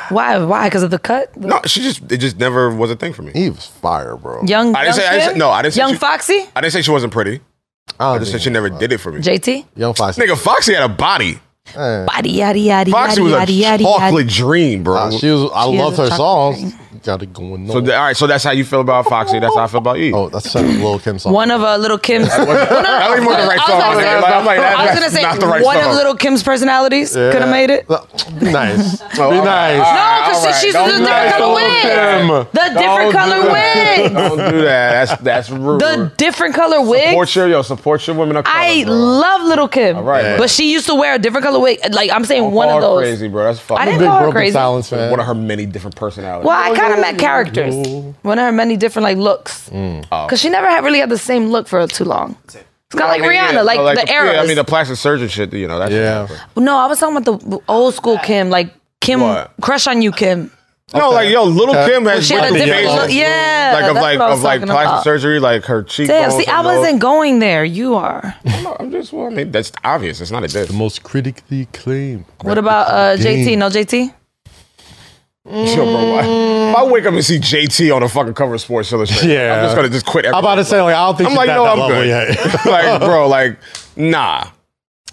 Speaker 2: Why? Why? Because of the cut. The
Speaker 3: No, she just it just never was a thing for me.
Speaker 1: Eve's fire, bro.
Speaker 2: Young.
Speaker 3: I
Speaker 2: young
Speaker 3: didn't say- I didn't
Speaker 2: Kim?
Speaker 3: say- no, I didn't say
Speaker 2: Young
Speaker 3: she-
Speaker 2: Foxy.
Speaker 3: I didn't say she wasn't
Speaker 1: I
Speaker 3: pretty. I
Speaker 1: don't
Speaker 3: just
Speaker 1: think
Speaker 3: said she never did it for me.
Speaker 2: JT.
Speaker 1: Young Foxy.
Speaker 3: Nigga, Foxy had a body.
Speaker 2: Body yaddy yaddy
Speaker 3: Foxy
Speaker 2: yaddy
Speaker 3: was a
Speaker 2: yaddy yaddy
Speaker 3: chocolate
Speaker 2: yaddy.
Speaker 3: dream, bro.
Speaker 1: Uh, she was. I
Speaker 2: She is
Speaker 1: loved
Speaker 2: a
Speaker 1: her
Speaker 2: chocolate
Speaker 1: songs. Got it going on.
Speaker 3: so, th- all right, so that's how you feel about Foxy. That's how I feel about Eve.
Speaker 1: oh, that's a Lil Kim song.
Speaker 2: One of uh, Little Kim's. no, no, no,
Speaker 3: That wasn't even the right
Speaker 2: I was
Speaker 3: song.
Speaker 2: about to say-
Speaker 3: I'm like, I'm like,
Speaker 2: I was
Speaker 3: that's
Speaker 2: gonna say
Speaker 3: not the right
Speaker 2: one of
Speaker 3: song.
Speaker 2: Little Kim's personalities could have made it. No,
Speaker 1: Be nice. Be
Speaker 3: all right.
Speaker 1: nice.
Speaker 2: because
Speaker 3: All right,
Speaker 2: she's
Speaker 3: don't
Speaker 2: the different
Speaker 3: nice
Speaker 2: color
Speaker 3: Lil'
Speaker 2: wig. The different color wig.
Speaker 3: Don't do that. That's that's rude.
Speaker 2: The different color wig.
Speaker 3: support your yo, support your women of color.
Speaker 2: I
Speaker 3: bro.
Speaker 2: love Little Kim.
Speaker 3: right, man.
Speaker 2: But she used to wear a different color wig. Like I'm saying,
Speaker 3: Don't
Speaker 2: one
Speaker 3: call
Speaker 2: of
Speaker 3: her
Speaker 2: those.
Speaker 3: crazy, bro. That's fucking
Speaker 2: I didn't
Speaker 1: Big
Speaker 2: call her
Speaker 1: Broken
Speaker 2: crazy.
Speaker 1: Silence fan.
Speaker 3: one of her many different personalities.
Speaker 2: Well, I kind of met characters. One of her many different like looks, because she never had really had the same look for too long. It's kind of like Rihanna,
Speaker 3: Oh. Yeah,
Speaker 2: like,
Speaker 3: no,
Speaker 2: the, era.
Speaker 3: Yeah, I mean the plastic surgeon shit. You know that. shit
Speaker 1: Yeah.
Speaker 3: happened.
Speaker 2: no, I was talking about the old school Kim, like Kim
Speaker 3: What?
Speaker 2: Crush on You Kim.
Speaker 3: No, like yo, little
Speaker 1: Okay.
Speaker 3: Kim has
Speaker 2: She had a
Speaker 3: different
Speaker 2: different
Speaker 3: faces.
Speaker 2: look. Yeah,
Speaker 3: Like of
Speaker 2: that's
Speaker 3: like
Speaker 2: what I was
Speaker 3: of like
Speaker 2: talking
Speaker 3: plastic
Speaker 2: about.
Speaker 3: surgery, like her cheekbones.
Speaker 2: Damn, see, I
Speaker 3: her nose.
Speaker 2: wasn't going there. You are.
Speaker 3: No, I'm just. Well, I mean, that's obvious. It's not a diss.
Speaker 1: Most critically acclaimed.
Speaker 2: What about uh, JT?
Speaker 1: Dang.
Speaker 2: No JT.
Speaker 3: Yo, bro, I- if I wake up and see JT on the fucking cover of Sports Illustrated,
Speaker 1: Yeah.
Speaker 3: I'm just gonna just quit.
Speaker 1: I'm
Speaker 3: Everything.
Speaker 1: about to say like I don't think
Speaker 3: I'm
Speaker 1: she's
Speaker 3: like,
Speaker 1: at
Speaker 3: no,
Speaker 1: that
Speaker 3: I'm
Speaker 1: level
Speaker 3: good.
Speaker 1: yet.
Speaker 3: like, bro, like, nah.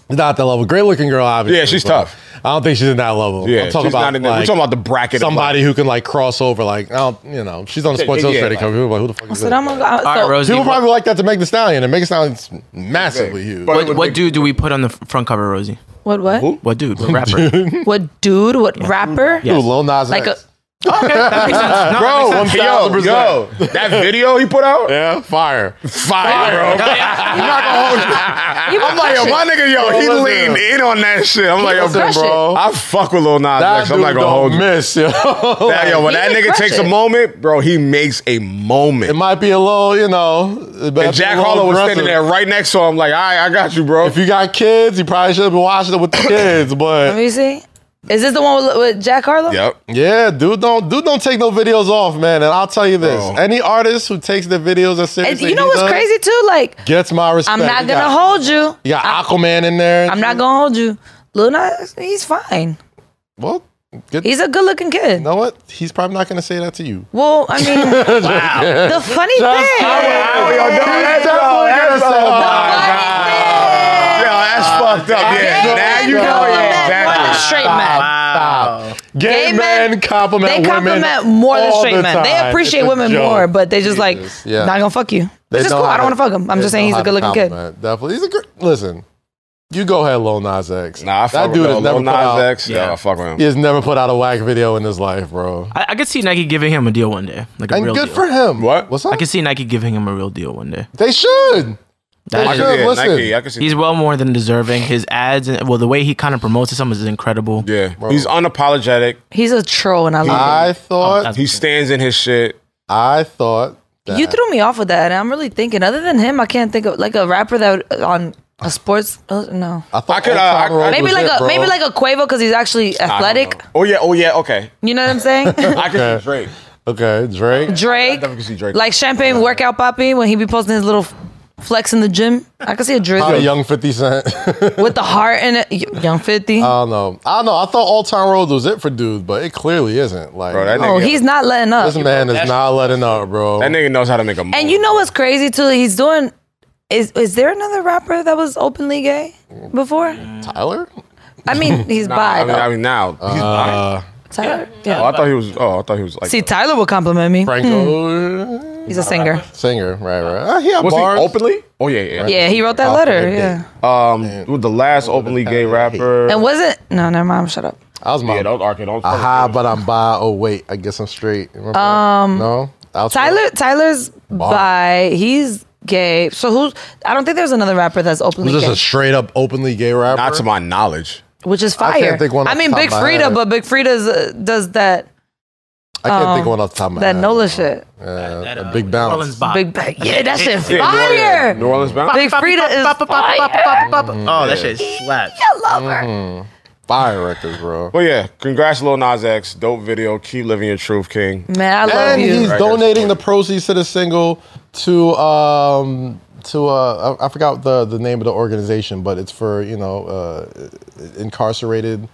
Speaker 1: not at that level. Great looking girl, obviously.
Speaker 3: Yeah, she's
Speaker 1: but
Speaker 3: tough.
Speaker 1: I don't think she's in that level.
Speaker 3: Yeah,
Speaker 1: I'm talking
Speaker 3: she's
Speaker 1: about
Speaker 3: not in there. We're
Speaker 1: like,
Speaker 3: talking about the bracket. of,
Speaker 1: somebody who can like cross over. Like I don't, you know, she's on the Sports
Speaker 3: yeah,
Speaker 1: Illustrated
Speaker 3: like-
Speaker 1: cover. People are like, who the fuck is
Speaker 2: So
Speaker 1: that?
Speaker 2: I'm gonna go.
Speaker 4: All right,
Speaker 2: so-
Speaker 4: Rosie.
Speaker 1: People
Speaker 4: What,
Speaker 1: probably like that to Meg The Stallion, and Meg The Stallion's massively
Speaker 3: Big.
Speaker 1: huge.
Speaker 3: But-
Speaker 4: what, what dude do we put on the front cover, Rosie?
Speaker 2: What? What?
Speaker 4: What dude? What rapper?
Speaker 2: What dude? What rapper?
Speaker 1: Ooh, Lil Nas
Speaker 2: Like
Speaker 1: X.
Speaker 2: a-
Speaker 3: bro,
Speaker 1: Oh, makes sense.
Speaker 3: yo,
Speaker 1: 1000%.
Speaker 3: yo, that video he put out,
Speaker 1: yeah, fire.
Speaker 3: fire, bro. I'm not gonna hold you. I'm like, yo, my nigga, yo, he
Speaker 1: Listen.
Speaker 3: leaned in on that shit. I'm like, yo,
Speaker 1: Listen,
Speaker 2: crush it.
Speaker 1: bro.
Speaker 3: I fuck with Lil Nas
Speaker 1: That
Speaker 3: X. I'm
Speaker 1: dude
Speaker 3: not gonna
Speaker 1: don't
Speaker 3: hold you.
Speaker 1: miss, yo.
Speaker 3: That, yo, when
Speaker 2: He
Speaker 3: that
Speaker 2: can
Speaker 3: nigga
Speaker 2: crush
Speaker 3: takes
Speaker 2: it.
Speaker 3: a moment, bro, he makes a moment.
Speaker 1: it might be a little, you know.
Speaker 3: and Jack Harlow was standing there right next to him, like, all right, I got you, bro.
Speaker 1: If you got kids, you probably should have been watching it with the kids,
Speaker 2: Let
Speaker 1: but
Speaker 2: me see. Is this the one with, with Jack Harlow?
Speaker 3: Yep.
Speaker 1: Yeah, dude, don't dude don't take no videos off, man. And I'll tell you this:
Speaker 3: Bro.
Speaker 1: any artist who takes their videos as
Speaker 2: And
Speaker 1: seriously,
Speaker 2: you know
Speaker 1: he
Speaker 2: what's
Speaker 1: does,
Speaker 2: crazy too? Like,
Speaker 1: Gets my respect.
Speaker 2: I'm not
Speaker 1: You
Speaker 2: gonna
Speaker 1: got-
Speaker 2: hold you.
Speaker 1: You got
Speaker 2: I'm,
Speaker 1: Aquaman in there.
Speaker 2: I'm not gonna hold you. Lil Nas, he's fine.
Speaker 1: Well, good.
Speaker 2: He's a good looking kid.
Speaker 1: you know what? He's probably not gonna say that to you.
Speaker 2: Well, I mean, the funny thing.
Speaker 1: Oh, That's
Speaker 3: Oh, Yo, that's fucked up. Uh, Yeah, now you know. Yeah,
Speaker 2: More than
Speaker 3: that-
Speaker 2: straight men.
Speaker 1: Stop. Gay,
Speaker 2: Gay
Speaker 1: men,
Speaker 2: men,
Speaker 1: compliment
Speaker 2: They
Speaker 1: women
Speaker 2: compliment more than
Speaker 1: all
Speaker 2: straight
Speaker 1: the
Speaker 2: men. They
Speaker 1: time.
Speaker 2: appreciate
Speaker 1: It's a
Speaker 2: women
Speaker 1: joke.
Speaker 2: more, but they just like
Speaker 1: Yeah.
Speaker 2: not gonna fuck you.
Speaker 1: They
Speaker 2: Which is
Speaker 1: know
Speaker 2: cool.
Speaker 1: how
Speaker 2: I
Speaker 1: to-
Speaker 2: don't want to fuck him. I'm
Speaker 1: they
Speaker 2: just saying
Speaker 1: know
Speaker 2: he's
Speaker 1: how
Speaker 2: a
Speaker 1: to
Speaker 2: good looking kid.
Speaker 1: compliment. Definitely, he's a good. Listen, you go ahead, Lil Nas X.
Speaker 3: Nah, I fuck
Speaker 1: that
Speaker 3: with
Speaker 1: dude has
Speaker 3: Lil
Speaker 1: never
Speaker 3: Lil
Speaker 1: put out.
Speaker 3: Nas X. Yeah,
Speaker 4: Yeah.
Speaker 3: I fuck with him.
Speaker 1: He has never put out a whack video in his life, bro.
Speaker 4: I, I could see Nike giving him a deal one day, like a
Speaker 1: And
Speaker 4: real
Speaker 1: good
Speaker 4: deal.
Speaker 1: for him.
Speaker 3: What?
Speaker 1: What's up?
Speaker 4: I could see Nike giving him a real deal one day.
Speaker 1: They should.
Speaker 4: That
Speaker 1: They
Speaker 4: is-
Speaker 1: should.
Speaker 3: Yeah,
Speaker 1: listen.
Speaker 3: Nike, I can see.
Speaker 4: He's well more than deserving. His ads, and well, the way he kind of promotes his something is incredible.
Speaker 3: yeah, he's unapologetic.
Speaker 2: He's a troll, and I love
Speaker 1: I thought.
Speaker 4: that's-
Speaker 3: He stands in his shit.
Speaker 1: I thought.
Speaker 2: it. You threw me off with that, and I'm really thinking. Other than him, I can't think of like a rapper that would- uh, on a sports. uh, no,
Speaker 1: I thought.
Speaker 3: I could,
Speaker 1: Old
Speaker 3: uh,
Speaker 1: Town
Speaker 3: I-
Speaker 1: Road
Speaker 2: maybe
Speaker 1: was
Speaker 2: like
Speaker 1: it,
Speaker 2: a
Speaker 1: bro.
Speaker 2: maybe like a Quavo because he's actually athletic.
Speaker 3: Oh yeah, oh yeah, okay.
Speaker 2: You know what I'm saying?
Speaker 3: I can see Drake.
Speaker 1: Okay, Drake.
Speaker 2: Drake,
Speaker 3: definitely can see Drake.
Speaker 2: like champagne workout poppy when he be posting his little f- flex in the gym. I could see a
Speaker 1: Probably
Speaker 2: Drake
Speaker 1: young Fifty Cent.
Speaker 2: with the heart in it. Y- Young Fifty.
Speaker 1: I don't know. I don't know. I thought Old Town Road was it for dude, but it clearly isn't. Like
Speaker 3: Bro, that
Speaker 2: oh,
Speaker 3: nigga,
Speaker 2: he's not letting up.
Speaker 1: this man is not letting up, bro.
Speaker 3: that nigga knows how to make a move.
Speaker 2: And you know what's crazy too? He's doing. Is is there another rapper that was openly gay before?
Speaker 1: Tyler.
Speaker 2: I mean, he's
Speaker 3: I
Speaker 2: bi.
Speaker 3: mean, I
Speaker 2: though.
Speaker 3: mean now. He's,
Speaker 1: Uh,
Speaker 2: Tyler.
Speaker 3: oh,
Speaker 2: Yeah.
Speaker 3: I thought he was. Oh, I thought he was like.
Speaker 2: See, Tyler will compliment me.
Speaker 1: Franco.
Speaker 2: He's a singer.
Speaker 1: Hmm. Singer, right, right. Uh, he had
Speaker 3: was he
Speaker 1: bars.
Speaker 3: openly? Oh yeah, yeah.
Speaker 2: Yeah, he wrote that
Speaker 1: Off
Speaker 2: letter.
Speaker 1: that dick.
Speaker 2: Yeah.
Speaker 3: Um, dude, the last openly gay rapper.
Speaker 2: And was it? No, never mind. Shut up.
Speaker 1: I was my
Speaker 3: yeah, don't argue. Don't.
Speaker 1: aha, but I'm bi. Oh wait, I guess I'm straight. Remember? no, Outside?
Speaker 2: Tyler. Tyler's bi. He's gay. So who's? I don't think there's another rapper that's
Speaker 1: was
Speaker 2: openly
Speaker 1: just
Speaker 2: gay,
Speaker 1: a straight up openly gay rapper.
Speaker 3: Not to my knowledge.
Speaker 2: which is fire.
Speaker 1: I can't think one
Speaker 2: I
Speaker 1: off
Speaker 2: mean,
Speaker 1: the top
Speaker 2: Big
Speaker 1: of my
Speaker 2: Frida,
Speaker 1: head.
Speaker 2: but Big Frida's uh, does that
Speaker 1: I can't
Speaker 2: um,
Speaker 1: think of one off the top of my
Speaker 2: that
Speaker 1: head.
Speaker 2: Nola shit.
Speaker 1: Uh, a big bounce.
Speaker 2: Big bang. Yeah, that shit
Speaker 4: Yeah,
Speaker 2: fire.
Speaker 3: New Orleans bound.
Speaker 2: Big Frida is fire.
Speaker 4: Oh, that shit slaps.
Speaker 2: I love her.
Speaker 1: Mm-hmm. Fire records, bro.
Speaker 3: But yeah, congrats, Lil Nas X. Dope video. Keep living your truth, King.
Speaker 2: Man, I love
Speaker 1: and
Speaker 2: you.
Speaker 1: he's
Speaker 3: Right,
Speaker 1: donating
Speaker 3: guys.
Speaker 1: the proceeds to the single to um to uh I, I forgot the the name of the organization, but it's for you know uh incarcerated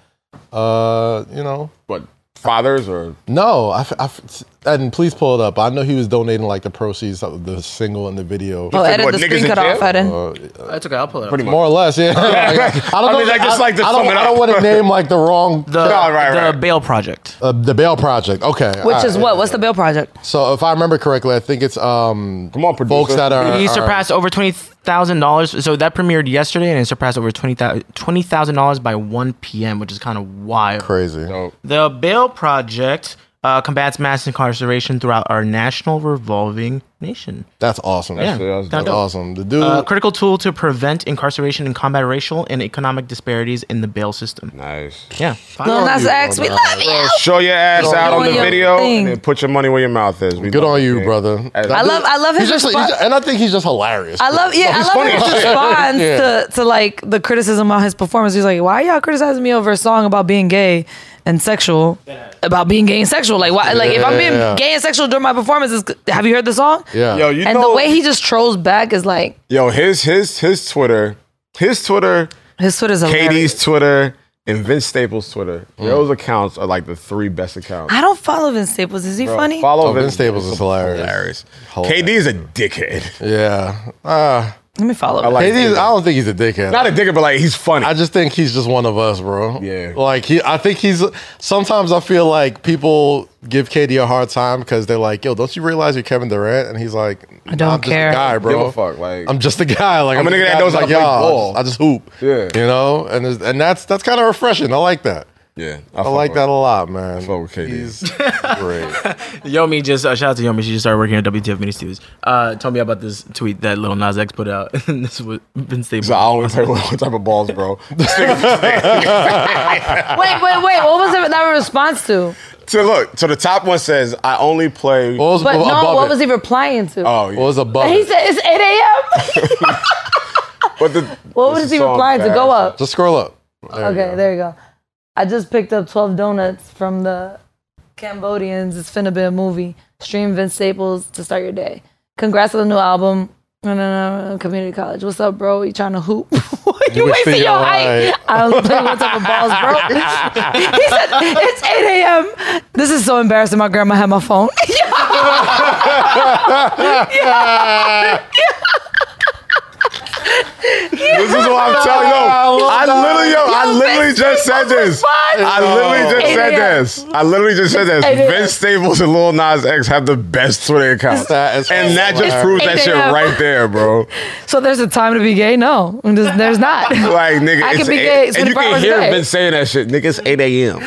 Speaker 1: uh you know
Speaker 3: But fathers or
Speaker 1: no I, f- I f- and please pull it up. I know he was donating like the proceeds of the single and the video.
Speaker 2: Oh,
Speaker 3: said,
Speaker 2: edit
Speaker 3: what,
Speaker 2: the
Speaker 3: niggas
Speaker 2: screen
Speaker 3: in
Speaker 2: cut
Speaker 3: jail?
Speaker 2: off, Eden.
Speaker 1: Uh,
Speaker 4: That's okay. I'll pull it up.
Speaker 3: pretty much.
Speaker 1: More or less, yeah. Like, I don't
Speaker 3: I
Speaker 1: know.
Speaker 3: mean, like, just like to
Speaker 1: I don't,
Speaker 3: sum it
Speaker 1: I don't
Speaker 3: up.
Speaker 1: want to name like the wrong
Speaker 4: The,
Speaker 3: No, right,
Speaker 4: Uh, the
Speaker 3: right.
Speaker 4: Bail Project.
Speaker 1: uh, the Bail Project. Okay,
Speaker 2: Which
Speaker 1: all
Speaker 2: is
Speaker 1: right.
Speaker 2: what? What's the Bill Project?
Speaker 1: So if I remember correctly, I think it's um
Speaker 3: Come on,
Speaker 1: folks
Speaker 3: producer.
Speaker 1: that are
Speaker 4: He
Speaker 1: are-
Speaker 4: surpassed over twenty thousand dollars. So that premiered yesterday, and it surpassed over twenty thousand dollars by one p.m., which is kind of wild.
Speaker 1: crazy.
Speaker 4: The Bail Project uh, combats mass incarceration throughout our national revolving nation.
Speaker 1: That's awesome.
Speaker 4: Yeah,
Speaker 3: that's
Speaker 1: That's
Speaker 4: kinda dope.
Speaker 1: awesome. The dude,
Speaker 2: Uh,
Speaker 4: A critical tool to prevent incarceration and combat racial and economic disparities in the bail system.
Speaker 3: nice.
Speaker 4: Yeah,
Speaker 2: No,
Speaker 4: fine.
Speaker 2: that's
Speaker 1: you,
Speaker 2: X. We
Speaker 1: Lil
Speaker 2: love you.
Speaker 3: Show your ass
Speaker 1: Good
Speaker 3: out
Speaker 1: on
Speaker 3: on the
Speaker 1: you.
Speaker 3: video
Speaker 2: Thing.
Speaker 3: and then put your money where your mouth is. We
Speaker 1: good
Speaker 3: love
Speaker 1: on you,
Speaker 3: King.
Speaker 1: brother.
Speaker 2: I love. I love
Speaker 1: He's
Speaker 2: his
Speaker 1: just, he's
Speaker 2: response.
Speaker 1: just- and I think he's just hilarious.
Speaker 2: I love. Yeah, I love
Speaker 3: funny as
Speaker 2: his
Speaker 3: shit.
Speaker 2: response
Speaker 1: Yeah.
Speaker 2: to, to like the criticism on his performance. He's like, "Why y'all criticizing me over a song about being gay and sexual? About being gay and sexual? Like, why? Like, if I'm being
Speaker 1: Yeah.
Speaker 2: gay and sexual during my performances, have you heard the song?
Speaker 1: Yeah.
Speaker 3: Yo, you
Speaker 2: and
Speaker 3: know,
Speaker 2: the way he just trolls back is like
Speaker 3: yo, his his his Twitter, his Twitter,
Speaker 2: his Twitter's hilarious.
Speaker 3: Katie's Twitter, and Vince Staples' Twitter.
Speaker 1: Mm.
Speaker 3: Those accounts are like the three best accounts.
Speaker 2: I don't follow Vince Staples. Is he
Speaker 3: Bro,
Speaker 2: funny?
Speaker 3: Follow
Speaker 1: Oh, Vince Staples is hilarious.
Speaker 3: hilarious.
Speaker 1: Hilarious.
Speaker 3: KD's a dickhead.
Speaker 1: yeah. Uh,
Speaker 2: Let me follow.
Speaker 3: I
Speaker 2: him.
Speaker 3: like
Speaker 1: KD is-
Speaker 3: him.
Speaker 1: I don't think he's a dickhead.
Speaker 3: Not a dickhead, but like he's funny.
Speaker 1: I just think he's just one of us, bro.
Speaker 3: Yeah.
Speaker 1: Like he, I think he's. Sometimes I feel like people give KD a hard time because they're like, "Yo, don't you realize you're Kevin Durant?" And he's like, "I
Speaker 2: don't
Speaker 1: am
Speaker 2: care.
Speaker 1: Just a guy, bro.
Speaker 3: Give a fuck, like-
Speaker 1: I'm just a guy. Like
Speaker 3: I'm a
Speaker 1: just
Speaker 3: nigga that
Speaker 1: guy
Speaker 3: knows
Speaker 1: who's
Speaker 3: I play
Speaker 1: "Yo,
Speaker 3: ball."
Speaker 1: I just, I just hoop.
Speaker 3: Yeah.
Speaker 1: You know, and there's- and that's that's kind of refreshing. I like that.
Speaker 3: yeah,
Speaker 1: I like that a lot, man.
Speaker 3: fuck with KD.
Speaker 1: He's great.
Speaker 4: Yomi just uh, shout out to Yomi. She just started working at WTF Mini Studios. Uh, told me about this tweet that Little Nas X put out. this was Vince Staples.
Speaker 3: So I always play what type of balls, bro. so
Speaker 2: Wait, wait, wait. What was that response to?
Speaker 3: look, so the top one says, "I only play."
Speaker 1: What was
Speaker 2: But
Speaker 1: ab-
Speaker 2: no,
Speaker 1: Oh, above
Speaker 2: what
Speaker 1: it?
Speaker 2: was he replying to?
Speaker 3: oh, yeah.
Speaker 1: What was above
Speaker 2: he
Speaker 1: it?
Speaker 2: said it's 8 a.m.
Speaker 3: But the,
Speaker 2: what was he replying to? Go up.
Speaker 1: Just scroll up. There you
Speaker 2: Okay,
Speaker 1: go.
Speaker 2: there you go. I just picked up 12 donuts from the Cambodians. It's finna be a movie. Stream Vince Staples to start your day. Congrats on the new album. No, no, no, no, community college. What's up, bro? You trying to hoop? you
Speaker 1: What's
Speaker 2: wasting
Speaker 1: your
Speaker 2: your height.
Speaker 1: height?
Speaker 2: I only play one type of balls, bro. he said, it's 8 a.m. This is so embarrassing. My grandma had my phone.
Speaker 3: This is what I'm telling you. Yo, I literally, yo, I literally just said this. I literally just
Speaker 2: It
Speaker 3: said
Speaker 2: is.
Speaker 3: this. I literally just said this.
Speaker 2: It is.
Speaker 3: Vince Staples and Lil Nas X have the best Twitter accounts,
Speaker 1: That is
Speaker 3: and that just
Speaker 1: hilarious.
Speaker 3: proves that shit
Speaker 2: It is.
Speaker 3: right there, bro.
Speaker 2: so there's a time to be gay? No, there's, there's not.
Speaker 3: Like nigga,
Speaker 2: I
Speaker 3: it's
Speaker 2: can be
Speaker 3: eight-
Speaker 2: gay. It's
Speaker 3: and you
Speaker 2: 24
Speaker 3: can
Speaker 2: hours a
Speaker 3: hear
Speaker 2: day.
Speaker 3: Vince saying that shit. Nigga, it's eight a.m.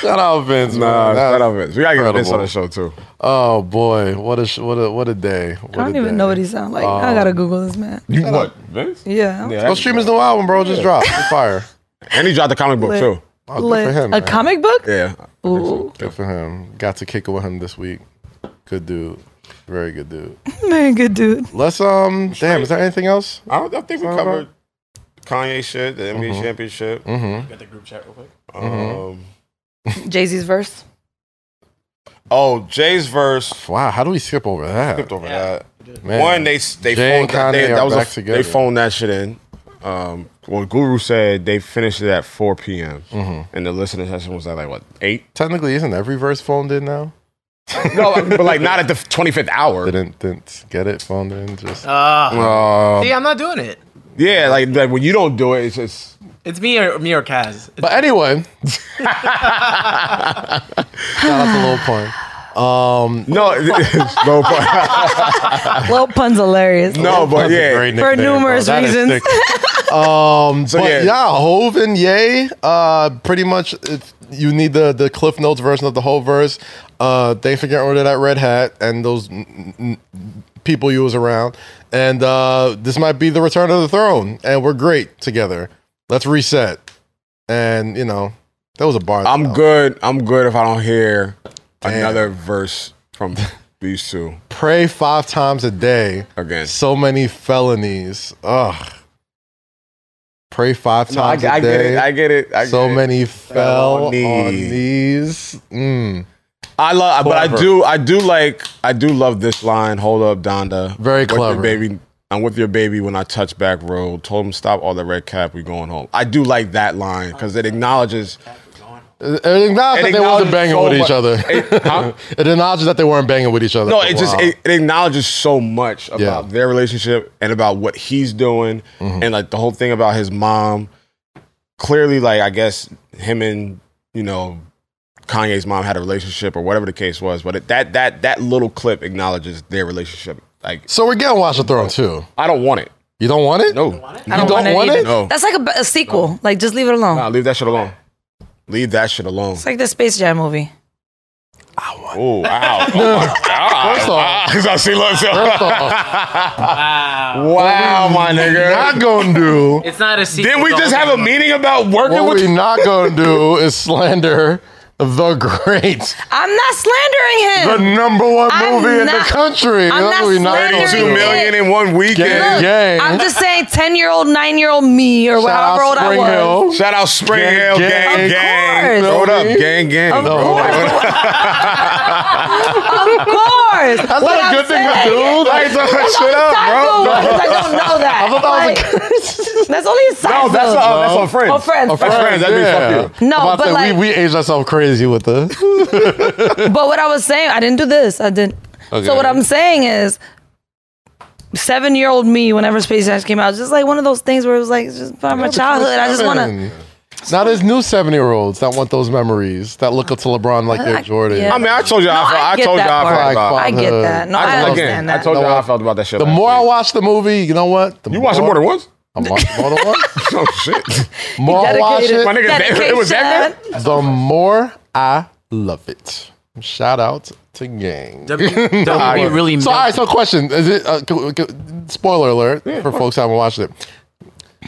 Speaker 1: Shout out Vince.
Speaker 3: Nah,
Speaker 1: man. That-
Speaker 3: shut up, Vince. We gotta get Vince
Speaker 1: incredible.
Speaker 3: on the show too.
Speaker 1: Oh boy, what a sh- what a what a day. What
Speaker 2: I don't
Speaker 1: a
Speaker 2: even
Speaker 1: day.
Speaker 2: know what he sound like.
Speaker 1: Um,
Speaker 2: I gotta Google this man.
Speaker 3: You what, Vince?
Speaker 2: Yeah.
Speaker 3: Yeah,
Speaker 1: Go stream his new album, bro. Just dropped. It's fire.
Speaker 3: and he dropped the comic book
Speaker 2: Lit.
Speaker 3: too.
Speaker 1: Oh, good
Speaker 2: Lit.
Speaker 1: for him.
Speaker 2: a
Speaker 1: man.
Speaker 2: comic book?
Speaker 3: Yeah,
Speaker 2: Ooh,
Speaker 1: Good for him. Got to kick it with him this week. Good dude. Very good dude.
Speaker 2: man, good dude.
Speaker 1: Let's um. Damn. Is there anything else?
Speaker 3: I don't. I think we covered Kanye shit, the NBA championship.
Speaker 4: Got the group chat real quick.
Speaker 3: Um,
Speaker 2: Jay Z's verse.
Speaker 3: oh, Jay's verse.
Speaker 1: Wow. How do we skip over that?
Speaker 3: Skipped over that.
Speaker 1: Man.
Speaker 3: One, they they
Speaker 1: Jay and
Speaker 3: phoned that,
Speaker 1: Kanye
Speaker 3: they,
Speaker 1: are
Speaker 3: that was a,
Speaker 1: back together.
Speaker 3: they phoned that shit in. Um, well, Guru said they finished it at 4 p.m. and the listening session was at like what eight?
Speaker 1: Technically, isn't every verse phoned in now?
Speaker 3: no, but like not at the 25th hour.
Speaker 1: Didn't didn't get it phoned in. Just
Speaker 4: Uh,
Speaker 1: Um,
Speaker 4: see, I'm not doing it.
Speaker 3: Yeah, like, like when you don't do it, it's just
Speaker 4: It's me or me or Kaz.
Speaker 1: But anyway, shout out to Lil Pun.
Speaker 3: no, it's no point.
Speaker 2: Lil Pun's hilarious.
Speaker 3: No, but
Speaker 1: That's a
Speaker 3: yeah,
Speaker 1: great nickname, bro.
Speaker 2: numerous
Speaker 1: That is
Speaker 2: reasons.
Speaker 1: sick. um,
Speaker 3: So,
Speaker 1: but
Speaker 3: yeah.
Speaker 1: yeah, Hov and Ye, uh, pretty much it's, you need the the Cliff Notes version of the whole verse. Uh, thanks for getting rid of that red hat and those n- n- n- people you was around. And uh, this might be the return of the throne, and we're great together. Let's reset. And you know, that was a bar.
Speaker 3: I'm
Speaker 1: though.
Speaker 3: good. I'm good if I don't hear another verse from these two
Speaker 1: Pray five times a day.
Speaker 3: again.
Speaker 1: so many felonies. Ugh. Pray five
Speaker 3: No, I, I
Speaker 1: times a
Speaker 3: get
Speaker 1: day.
Speaker 3: it. I get it. I get
Speaker 1: so
Speaker 3: it.
Speaker 1: many fell on
Speaker 3: Felonies.
Speaker 1: knees. Mm.
Speaker 3: I love, but I
Speaker 1: Clever.
Speaker 3: do, I do like, I do love this line. Hold up, Donda.
Speaker 1: Very
Speaker 3: With your
Speaker 1: clever.
Speaker 3: baby. I'm with your baby when I touch back road. Told him stop all the red cap. We going home. I do like that line because it acknowledges.
Speaker 1: It it acknowledges Uh, that they
Speaker 3: acknowledges
Speaker 1: wasn't banging
Speaker 3: so
Speaker 1: with
Speaker 3: much-
Speaker 1: each other.
Speaker 3: It- huh?
Speaker 1: It acknowledges that they weren't banging with each other.
Speaker 3: No,
Speaker 1: for a
Speaker 3: it just
Speaker 1: while.
Speaker 3: it, it acknowledges so much about
Speaker 1: Yeah.
Speaker 3: their relationship and about what he's doing and like the whole thing about his mom. Clearly, like I guess him and you know Kanye's mom had a relationship or whatever the case was, but it, that that that little clip acknowledges their relationship. Like
Speaker 1: so we're getting Watch the Throne too.
Speaker 3: I don't want it.
Speaker 1: You don't want it?
Speaker 3: No,
Speaker 2: I don't,
Speaker 1: don't
Speaker 2: want,
Speaker 1: want
Speaker 2: it.
Speaker 1: it?
Speaker 2: either.
Speaker 3: No.
Speaker 2: That's like a, b- a sequel. Like just leave it alone.
Speaker 3: Nah, leave that shit alone. Leave that shit alone.
Speaker 2: It's like the Space Jam movie.
Speaker 3: Oh, wow. Oh, my God.
Speaker 1: First off-
Speaker 3: Wow. I see love. wow, ah, my nigga.
Speaker 1: Not gonna do.
Speaker 6: It's not a secret.
Speaker 3: Didn't we just have a meeting about working
Speaker 1: what
Speaker 3: with
Speaker 1: we not gonna do is slander the great,
Speaker 2: I'm not
Speaker 1: the
Speaker 2: slandering him.
Speaker 1: number one
Speaker 2: I'm
Speaker 1: movie in the
Speaker 2: not-
Speaker 1: country?
Speaker 2: I'm
Speaker 1: That's
Speaker 2: not
Speaker 1: what we gonna
Speaker 2: slandering
Speaker 1: do.
Speaker 3: 32 million in one
Speaker 1: Gang,
Speaker 3: weekend?
Speaker 1: gang.
Speaker 2: I'm just saying, ten year old, nine year old me, or
Speaker 1: Shout
Speaker 2: however
Speaker 1: out
Speaker 2: old I
Speaker 1: Spring
Speaker 2: was.
Speaker 1: Hill.
Speaker 3: Shout out Spring
Speaker 1: Gang,
Speaker 3: Hill, gang,
Speaker 1: gang.
Speaker 3: gang.
Speaker 2: Of
Speaker 3: Throw it
Speaker 1: course.
Speaker 3: up, gang, gang.
Speaker 1: No,
Speaker 2: Of course. That's
Speaker 1: What a good thing to do. Like, throw that shit up, bro.
Speaker 2: I don't know that.
Speaker 1: I thought that was a
Speaker 2: That's only a side
Speaker 3: No, that's,
Speaker 2: note.
Speaker 3: uh, that's on Friends.
Speaker 2: Oh, friends.
Speaker 3: That's Friends. That means
Speaker 1: yeah.
Speaker 3: fuck you.
Speaker 2: No,
Speaker 1: About
Speaker 2: but
Speaker 1: that,
Speaker 2: like-
Speaker 1: we, we aged ourselves crazy with the.
Speaker 2: But what I was saying, I didn't do this. I didn't.
Speaker 1: Okay.
Speaker 2: So what I'm saying is, seven year old me, whenever Space Jam came out, just like one of those things where it was like it's just part of my childhood. I just want to.
Speaker 1: Now there's new seven year olds that want those memories that look up to LeBron like they're
Speaker 2: I-
Speaker 1: Jordan.
Speaker 2: yeah.
Speaker 3: I mean, I told you how I felt.
Speaker 2: I
Speaker 3: I
Speaker 2: get
Speaker 3: told you
Speaker 2: that
Speaker 3: how I felt
Speaker 2: part.
Speaker 3: about
Speaker 2: I get that. No, I,
Speaker 1: I-
Speaker 2: understand
Speaker 3: Again, I
Speaker 2: that.
Speaker 3: told you how I felt about that shit.
Speaker 1: the
Speaker 3: last
Speaker 1: more I
Speaker 3: week.
Speaker 1: watch the movie, you know what? The
Speaker 3: You watch it more than once?
Speaker 1: I'm watching more than one.
Speaker 3: Oh, shit.
Speaker 1: More I watch
Speaker 2: Dedicated.
Speaker 3: My
Speaker 1: it,
Speaker 3: nigga, it was that
Speaker 2: Dedication.
Speaker 1: the more I love it. Shout out to Gang.
Speaker 4: W, w really
Speaker 1: So, all
Speaker 4: milked
Speaker 1: right. So, question: Is it uh, c- c- spoiler alert for folks who haven't watched it?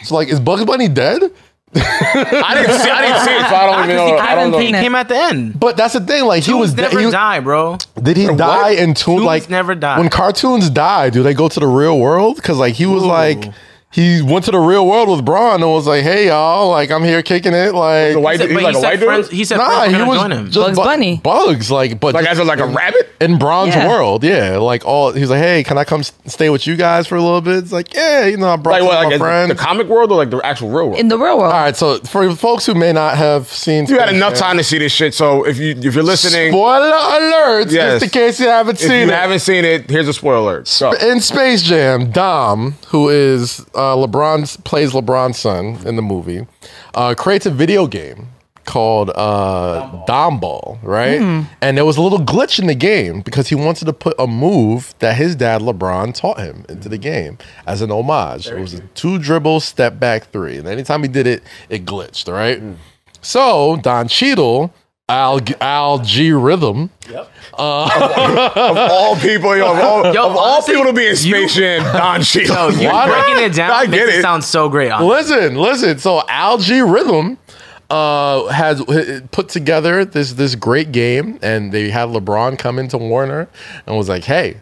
Speaker 1: So, like, is Bugs Bunny dead?
Speaker 3: I didn't see. I didn't see it, so I don't even know. I don't
Speaker 2: haven't
Speaker 3: know.
Speaker 4: He
Speaker 2: seen it.
Speaker 4: came at the end.
Speaker 1: But that's the thing. Like, he was
Speaker 4: Dudes
Speaker 1: dead.
Speaker 4: never
Speaker 1: He was-
Speaker 4: die, bro.
Speaker 1: did he die in tune?
Speaker 4: Toons
Speaker 1: Like,
Speaker 4: never die.
Speaker 1: When cartoons die, do they go to the real world? Because like he was like he went to the real world with Braun and was like, "Hey y'all, like I'm here kicking it." Like,
Speaker 3: The white dude,
Speaker 4: But
Speaker 3: he was like a
Speaker 4: he said
Speaker 3: white dude,
Speaker 4: friends- He said
Speaker 1: nah,
Speaker 4: friends were
Speaker 1: he
Speaker 4: gonna
Speaker 1: was
Speaker 4: join him.
Speaker 1: just
Speaker 2: Bugs Bunny.
Speaker 1: Bugs, like, but
Speaker 3: like
Speaker 1: just
Speaker 3: as a, like a rabbit.
Speaker 1: in Braun's
Speaker 2: Yeah.
Speaker 1: world, yeah, like all he was like, "Hey, can I come s- stay with you guys for a little bit?" It's like, yeah, you know, I brought
Speaker 3: Like
Speaker 1: some of
Speaker 3: what?
Speaker 1: my
Speaker 3: Like
Speaker 1: friends.
Speaker 3: the comic world or like the actual real world?
Speaker 2: in the real world.
Speaker 1: all right, so for folks who may not have seen,
Speaker 3: you had
Speaker 1: Space
Speaker 3: enough
Speaker 1: Jam-
Speaker 3: time to see this shit. So if you if you're listening,
Speaker 1: Spoiler alert!
Speaker 3: Yes.
Speaker 1: Just in case you haven't
Speaker 3: if
Speaker 1: seen
Speaker 3: you
Speaker 1: it.
Speaker 3: haven't seen it, here's a spoiler alert. So
Speaker 1: in Space Jam, Dom, who is uh, LeBron's plays LeBron's son in the movie, uh, creates a video game called uh, Dom Ball, right? And there was a little glitch in the game because he wanted to put a move that his dad LeBron taught him into the game as an homage. it was a two dribble step back three, and anytime he did it, it glitched, right? So Don Cheadle. Al, Al G Rhythm.
Speaker 3: of all people, yo, of all,
Speaker 4: Yo,
Speaker 3: of all
Speaker 4: honestly,
Speaker 3: people to be in Space
Speaker 4: you-
Speaker 3: Jam, Don Cheadle.
Speaker 4: You
Speaker 1: Why not?
Speaker 4: breaking it down
Speaker 3: I
Speaker 4: makes
Speaker 3: get
Speaker 4: it.
Speaker 3: it.
Speaker 4: sound so great. honestly.
Speaker 1: Listen, listen. So Al G Rhythm uh, has h- put together this this great game, and they had LeBron come into Warner and was like, "Hey,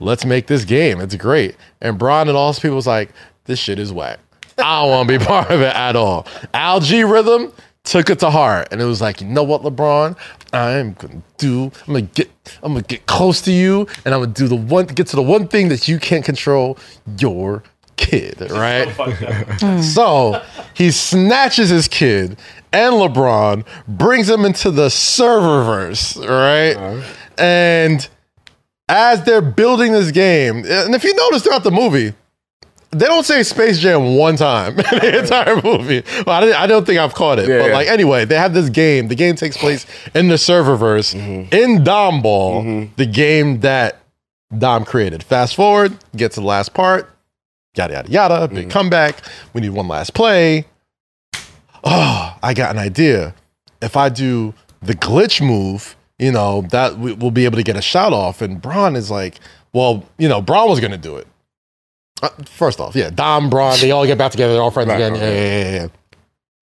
Speaker 1: let's make this game. It's great." And Bron and all his people was like, "This shit is whack. I don't want to be part of it at all." Al G Rhythm took it to heart, and it was like, "You know what, LeBron? I am gonna do. I'm gonna get. I'm gonna get close to you, and I'm gonna do the one. Get to the one thing that you can't control. Your kid, right?"
Speaker 3: Mm.
Speaker 1: So he snatches his kid and LeBron, brings him into the serververse, right?
Speaker 3: Uh-huh.
Speaker 1: And as they're building this game, and if you notice throughout the movie, they don't say Space Jam one time in the entire movie. Well, I, didn't, I don't think I've caught it.
Speaker 3: Yeah,
Speaker 1: but
Speaker 3: yeah.
Speaker 1: like anyway, they have this game. The game takes place in the serververse
Speaker 3: Mm-hmm.
Speaker 1: in Dom Ball, the game that Dom created. Fast forward, get to the last part yada yada yada, big comeback. We need one last play. Oh, I got an idea. If I do the glitch move, you know that we, we'll be able to get a shot off. And Braun is like, well, you know, Braun was gonna do it. Uh, first off, yeah, Dom Braun, they all get back together, they're all friends
Speaker 3: Right,
Speaker 1: again.
Speaker 3: okay.
Speaker 1: Yeah, yeah, yeah, yeah.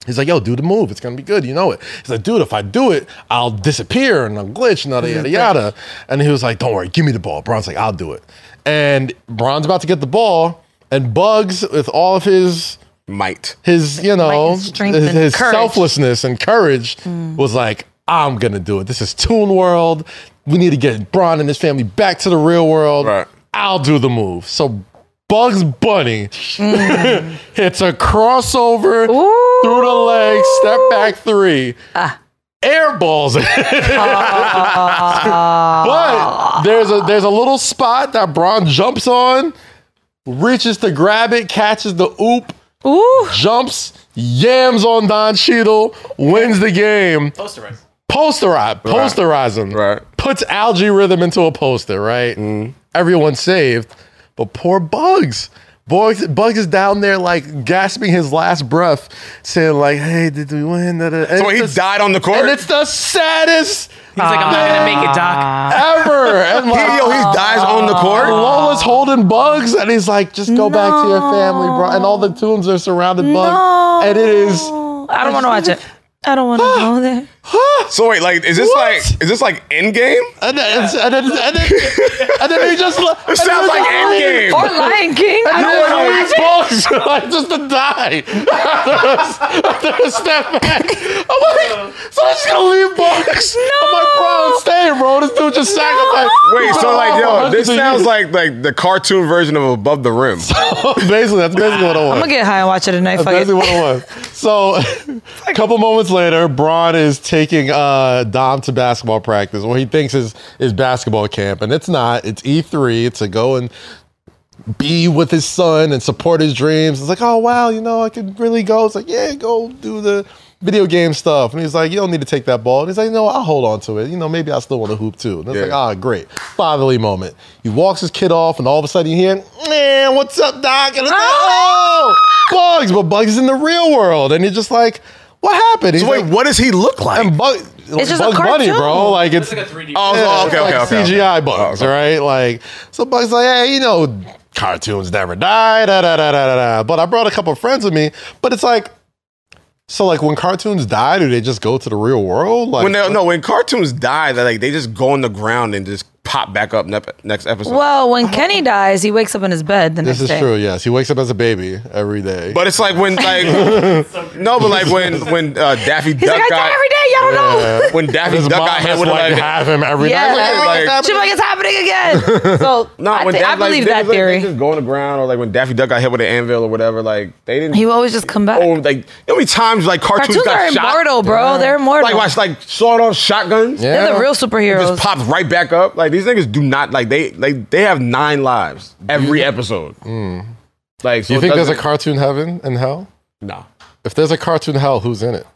Speaker 1: He's like, yo, do the move. It's gonna be good. You know it. He's like, dude, if I do it, I'll disappear and I'll glitch and yada yada yada. And he was like, don't worry, give me the ball. Braun's like, I'll do it. And Braun's about to get the ball, and Bugs with all of his
Speaker 3: Might.
Speaker 1: his you know
Speaker 2: and strength
Speaker 1: his,
Speaker 2: and
Speaker 1: his
Speaker 2: courage. Hmm.
Speaker 1: selflessness and courage was like i'm gonna do it this is toon world we need to get braun and his family back to the real world
Speaker 3: Right.
Speaker 1: i'll do the move so bugs bunny
Speaker 2: Hmm.
Speaker 1: hits a crossover
Speaker 2: Ooh.
Speaker 1: through the leg step back three
Speaker 2: Ah.
Speaker 1: airballs it but there's a there's a little spot that braun jumps on reaches to grab it catches the oop
Speaker 2: Ooh.
Speaker 1: jumps, yams on Don Cheadle, wins the game. Posterize, posterize him.
Speaker 3: Right. Mm-hmm.
Speaker 1: Puts algae rhythm into a poster. Right. Everyone's saved, but poor Bugs. Bugs, Bugs is down there like gasping his last breath, saying like, "Hey, did we win?" Da, da, da. And
Speaker 3: So he
Speaker 1: it's the-
Speaker 3: died on the court.
Speaker 1: and it's the saddest
Speaker 4: He's like, I'm not gonna make it, Doc.
Speaker 1: ever. And
Speaker 3: He-
Speaker 1: like,
Speaker 3: yo, he dies on the court.
Speaker 1: Lola's holding bugs, and he's like, "Just go back to your family, bro." And all the tombs are surrounded
Speaker 2: No.
Speaker 1: bugs, and it is
Speaker 2: I don't want to watch it. I don't want
Speaker 1: Ah.
Speaker 2: to go there.
Speaker 3: So wait, like, is this
Speaker 1: What?
Speaker 3: like, is this like Endgame?
Speaker 1: And then, and then, and then, and then he just left.
Speaker 3: It sounds like Endgame.
Speaker 2: Or Lion King. I don't want to watch it.
Speaker 1: Bugs, like just to die. After a step back, I'm like, so I'm just gonna leave Bugs. I'm like, bro, I'm staying, bro. This dude just sacrificed.
Speaker 3: Wait,
Speaker 1: He's
Speaker 3: so
Speaker 1: been
Speaker 3: like,
Speaker 1: alive for
Speaker 3: yo,
Speaker 1: hundreds
Speaker 3: this
Speaker 1: of
Speaker 3: sounds
Speaker 1: years.
Speaker 3: like like the cartoon version of Above the Rim.
Speaker 1: basically that's basically what it was.
Speaker 2: I'm going to get high and watch it tonight. Fuck
Speaker 1: That's
Speaker 2: it.
Speaker 1: basically what it was. So, a couple moments later, Braun is taking uh, Dom to basketball practice, what he thinks is is basketball camp, and it's not. It's E three. It's to go and be with his son and support his dreams. It's like, oh wow, you know, I could really go. It's like, yeah, go do the video game stuff. And he's like, you don't need to take that ball. And he's like, no, I'll hold on to it. You know, maybe I still want to hoop too. And it's
Speaker 3: Yeah.
Speaker 1: like, ah, great. Fatherly moment. He walks his kid off, and all of a sudden you hear, man, what's up, Doc? And it's like,
Speaker 2: Ah!
Speaker 1: oh, Bugs. But Bugs is in the real world. And you're just like, what happened? He's
Speaker 3: So wait,
Speaker 1: like,
Speaker 3: what does he look like?
Speaker 1: and Bug, it's
Speaker 2: just a
Speaker 1: Bugs Bunny,
Speaker 2: cartoon.
Speaker 1: bro. Like it's,
Speaker 3: Oh,
Speaker 1: yeah,
Speaker 3: oh,
Speaker 1: it's
Speaker 3: okay, okay,
Speaker 1: like
Speaker 3: okay, okay.
Speaker 1: CGI bugs, right? Like so Bugs like, hey, you know, cartoons never die, da da da da da da. But I brought a couple of friends with me, but it's like so like when cartoons die, do they just go to the real world? Like
Speaker 3: When they, no, when cartoons die, they like they just go on the ground and just pop back up nep next episode.
Speaker 2: Well, when Kenny dies, he wakes up in his bed the
Speaker 1: This
Speaker 2: next
Speaker 1: is
Speaker 2: day.
Speaker 1: true. Yes, he wakes up as a baby every day.
Speaker 3: But it's like when like no, but like when when uh, Daffy
Speaker 2: He's
Speaker 3: Duck
Speaker 2: like, I die
Speaker 3: got
Speaker 2: every day. Y'all don't know.
Speaker 3: when Daffy
Speaker 1: his
Speaker 3: Duck
Speaker 1: mom
Speaker 3: got hit
Speaker 1: has
Speaker 3: with
Speaker 1: to like
Speaker 3: like,
Speaker 1: have him every
Speaker 2: Yeah,
Speaker 1: night.
Speaker 2: like-
Speaker 1: Like,
Speaker 3: like-
Speaker 2: She's like, it's happening again. So
Speaker 3: no,
Speaker 2: I,
Speaker 3: when
Speaker 2: thi- I
Speaker 3: Daffy- like,
Speaker 2: believe
Speaker 3: they
Speaker 2: that
Speaker 3: just, like,
Speaker 2: theory.
Speaker 3: they just go on the ground or like when Daffy Duck got hit with an anvil or whatever. Like they didn't.
Speaker 2: he will always just come back.
Speaker 3: oh, like you know how many times like cartoons,
Speaker 2: Cartoons
Speaker 3: got
Speaker 2: are
Speaker 3: shot?
Speaker 2: immortal, bro. They're immortal.
Speaker 3: Like watch like sawed off shotguns.
Speaker 1: Yeah.
Speaker 2: They're the real
Speaker 3: It
Speaker 2: superheroes.
Speaker 3: Just pops right back up. Like these niggas do not like they like they have nine lives every episode. Like so
Speaker 1: Mm. you
Speaker 3: it
Speaker 1: think there's a
Speaker 3: doesn't-
Speaker 1: cartoon heaven and hell?
Speaker 3: nah.
Speaker 1: If there's a cartoon hell, who's in it?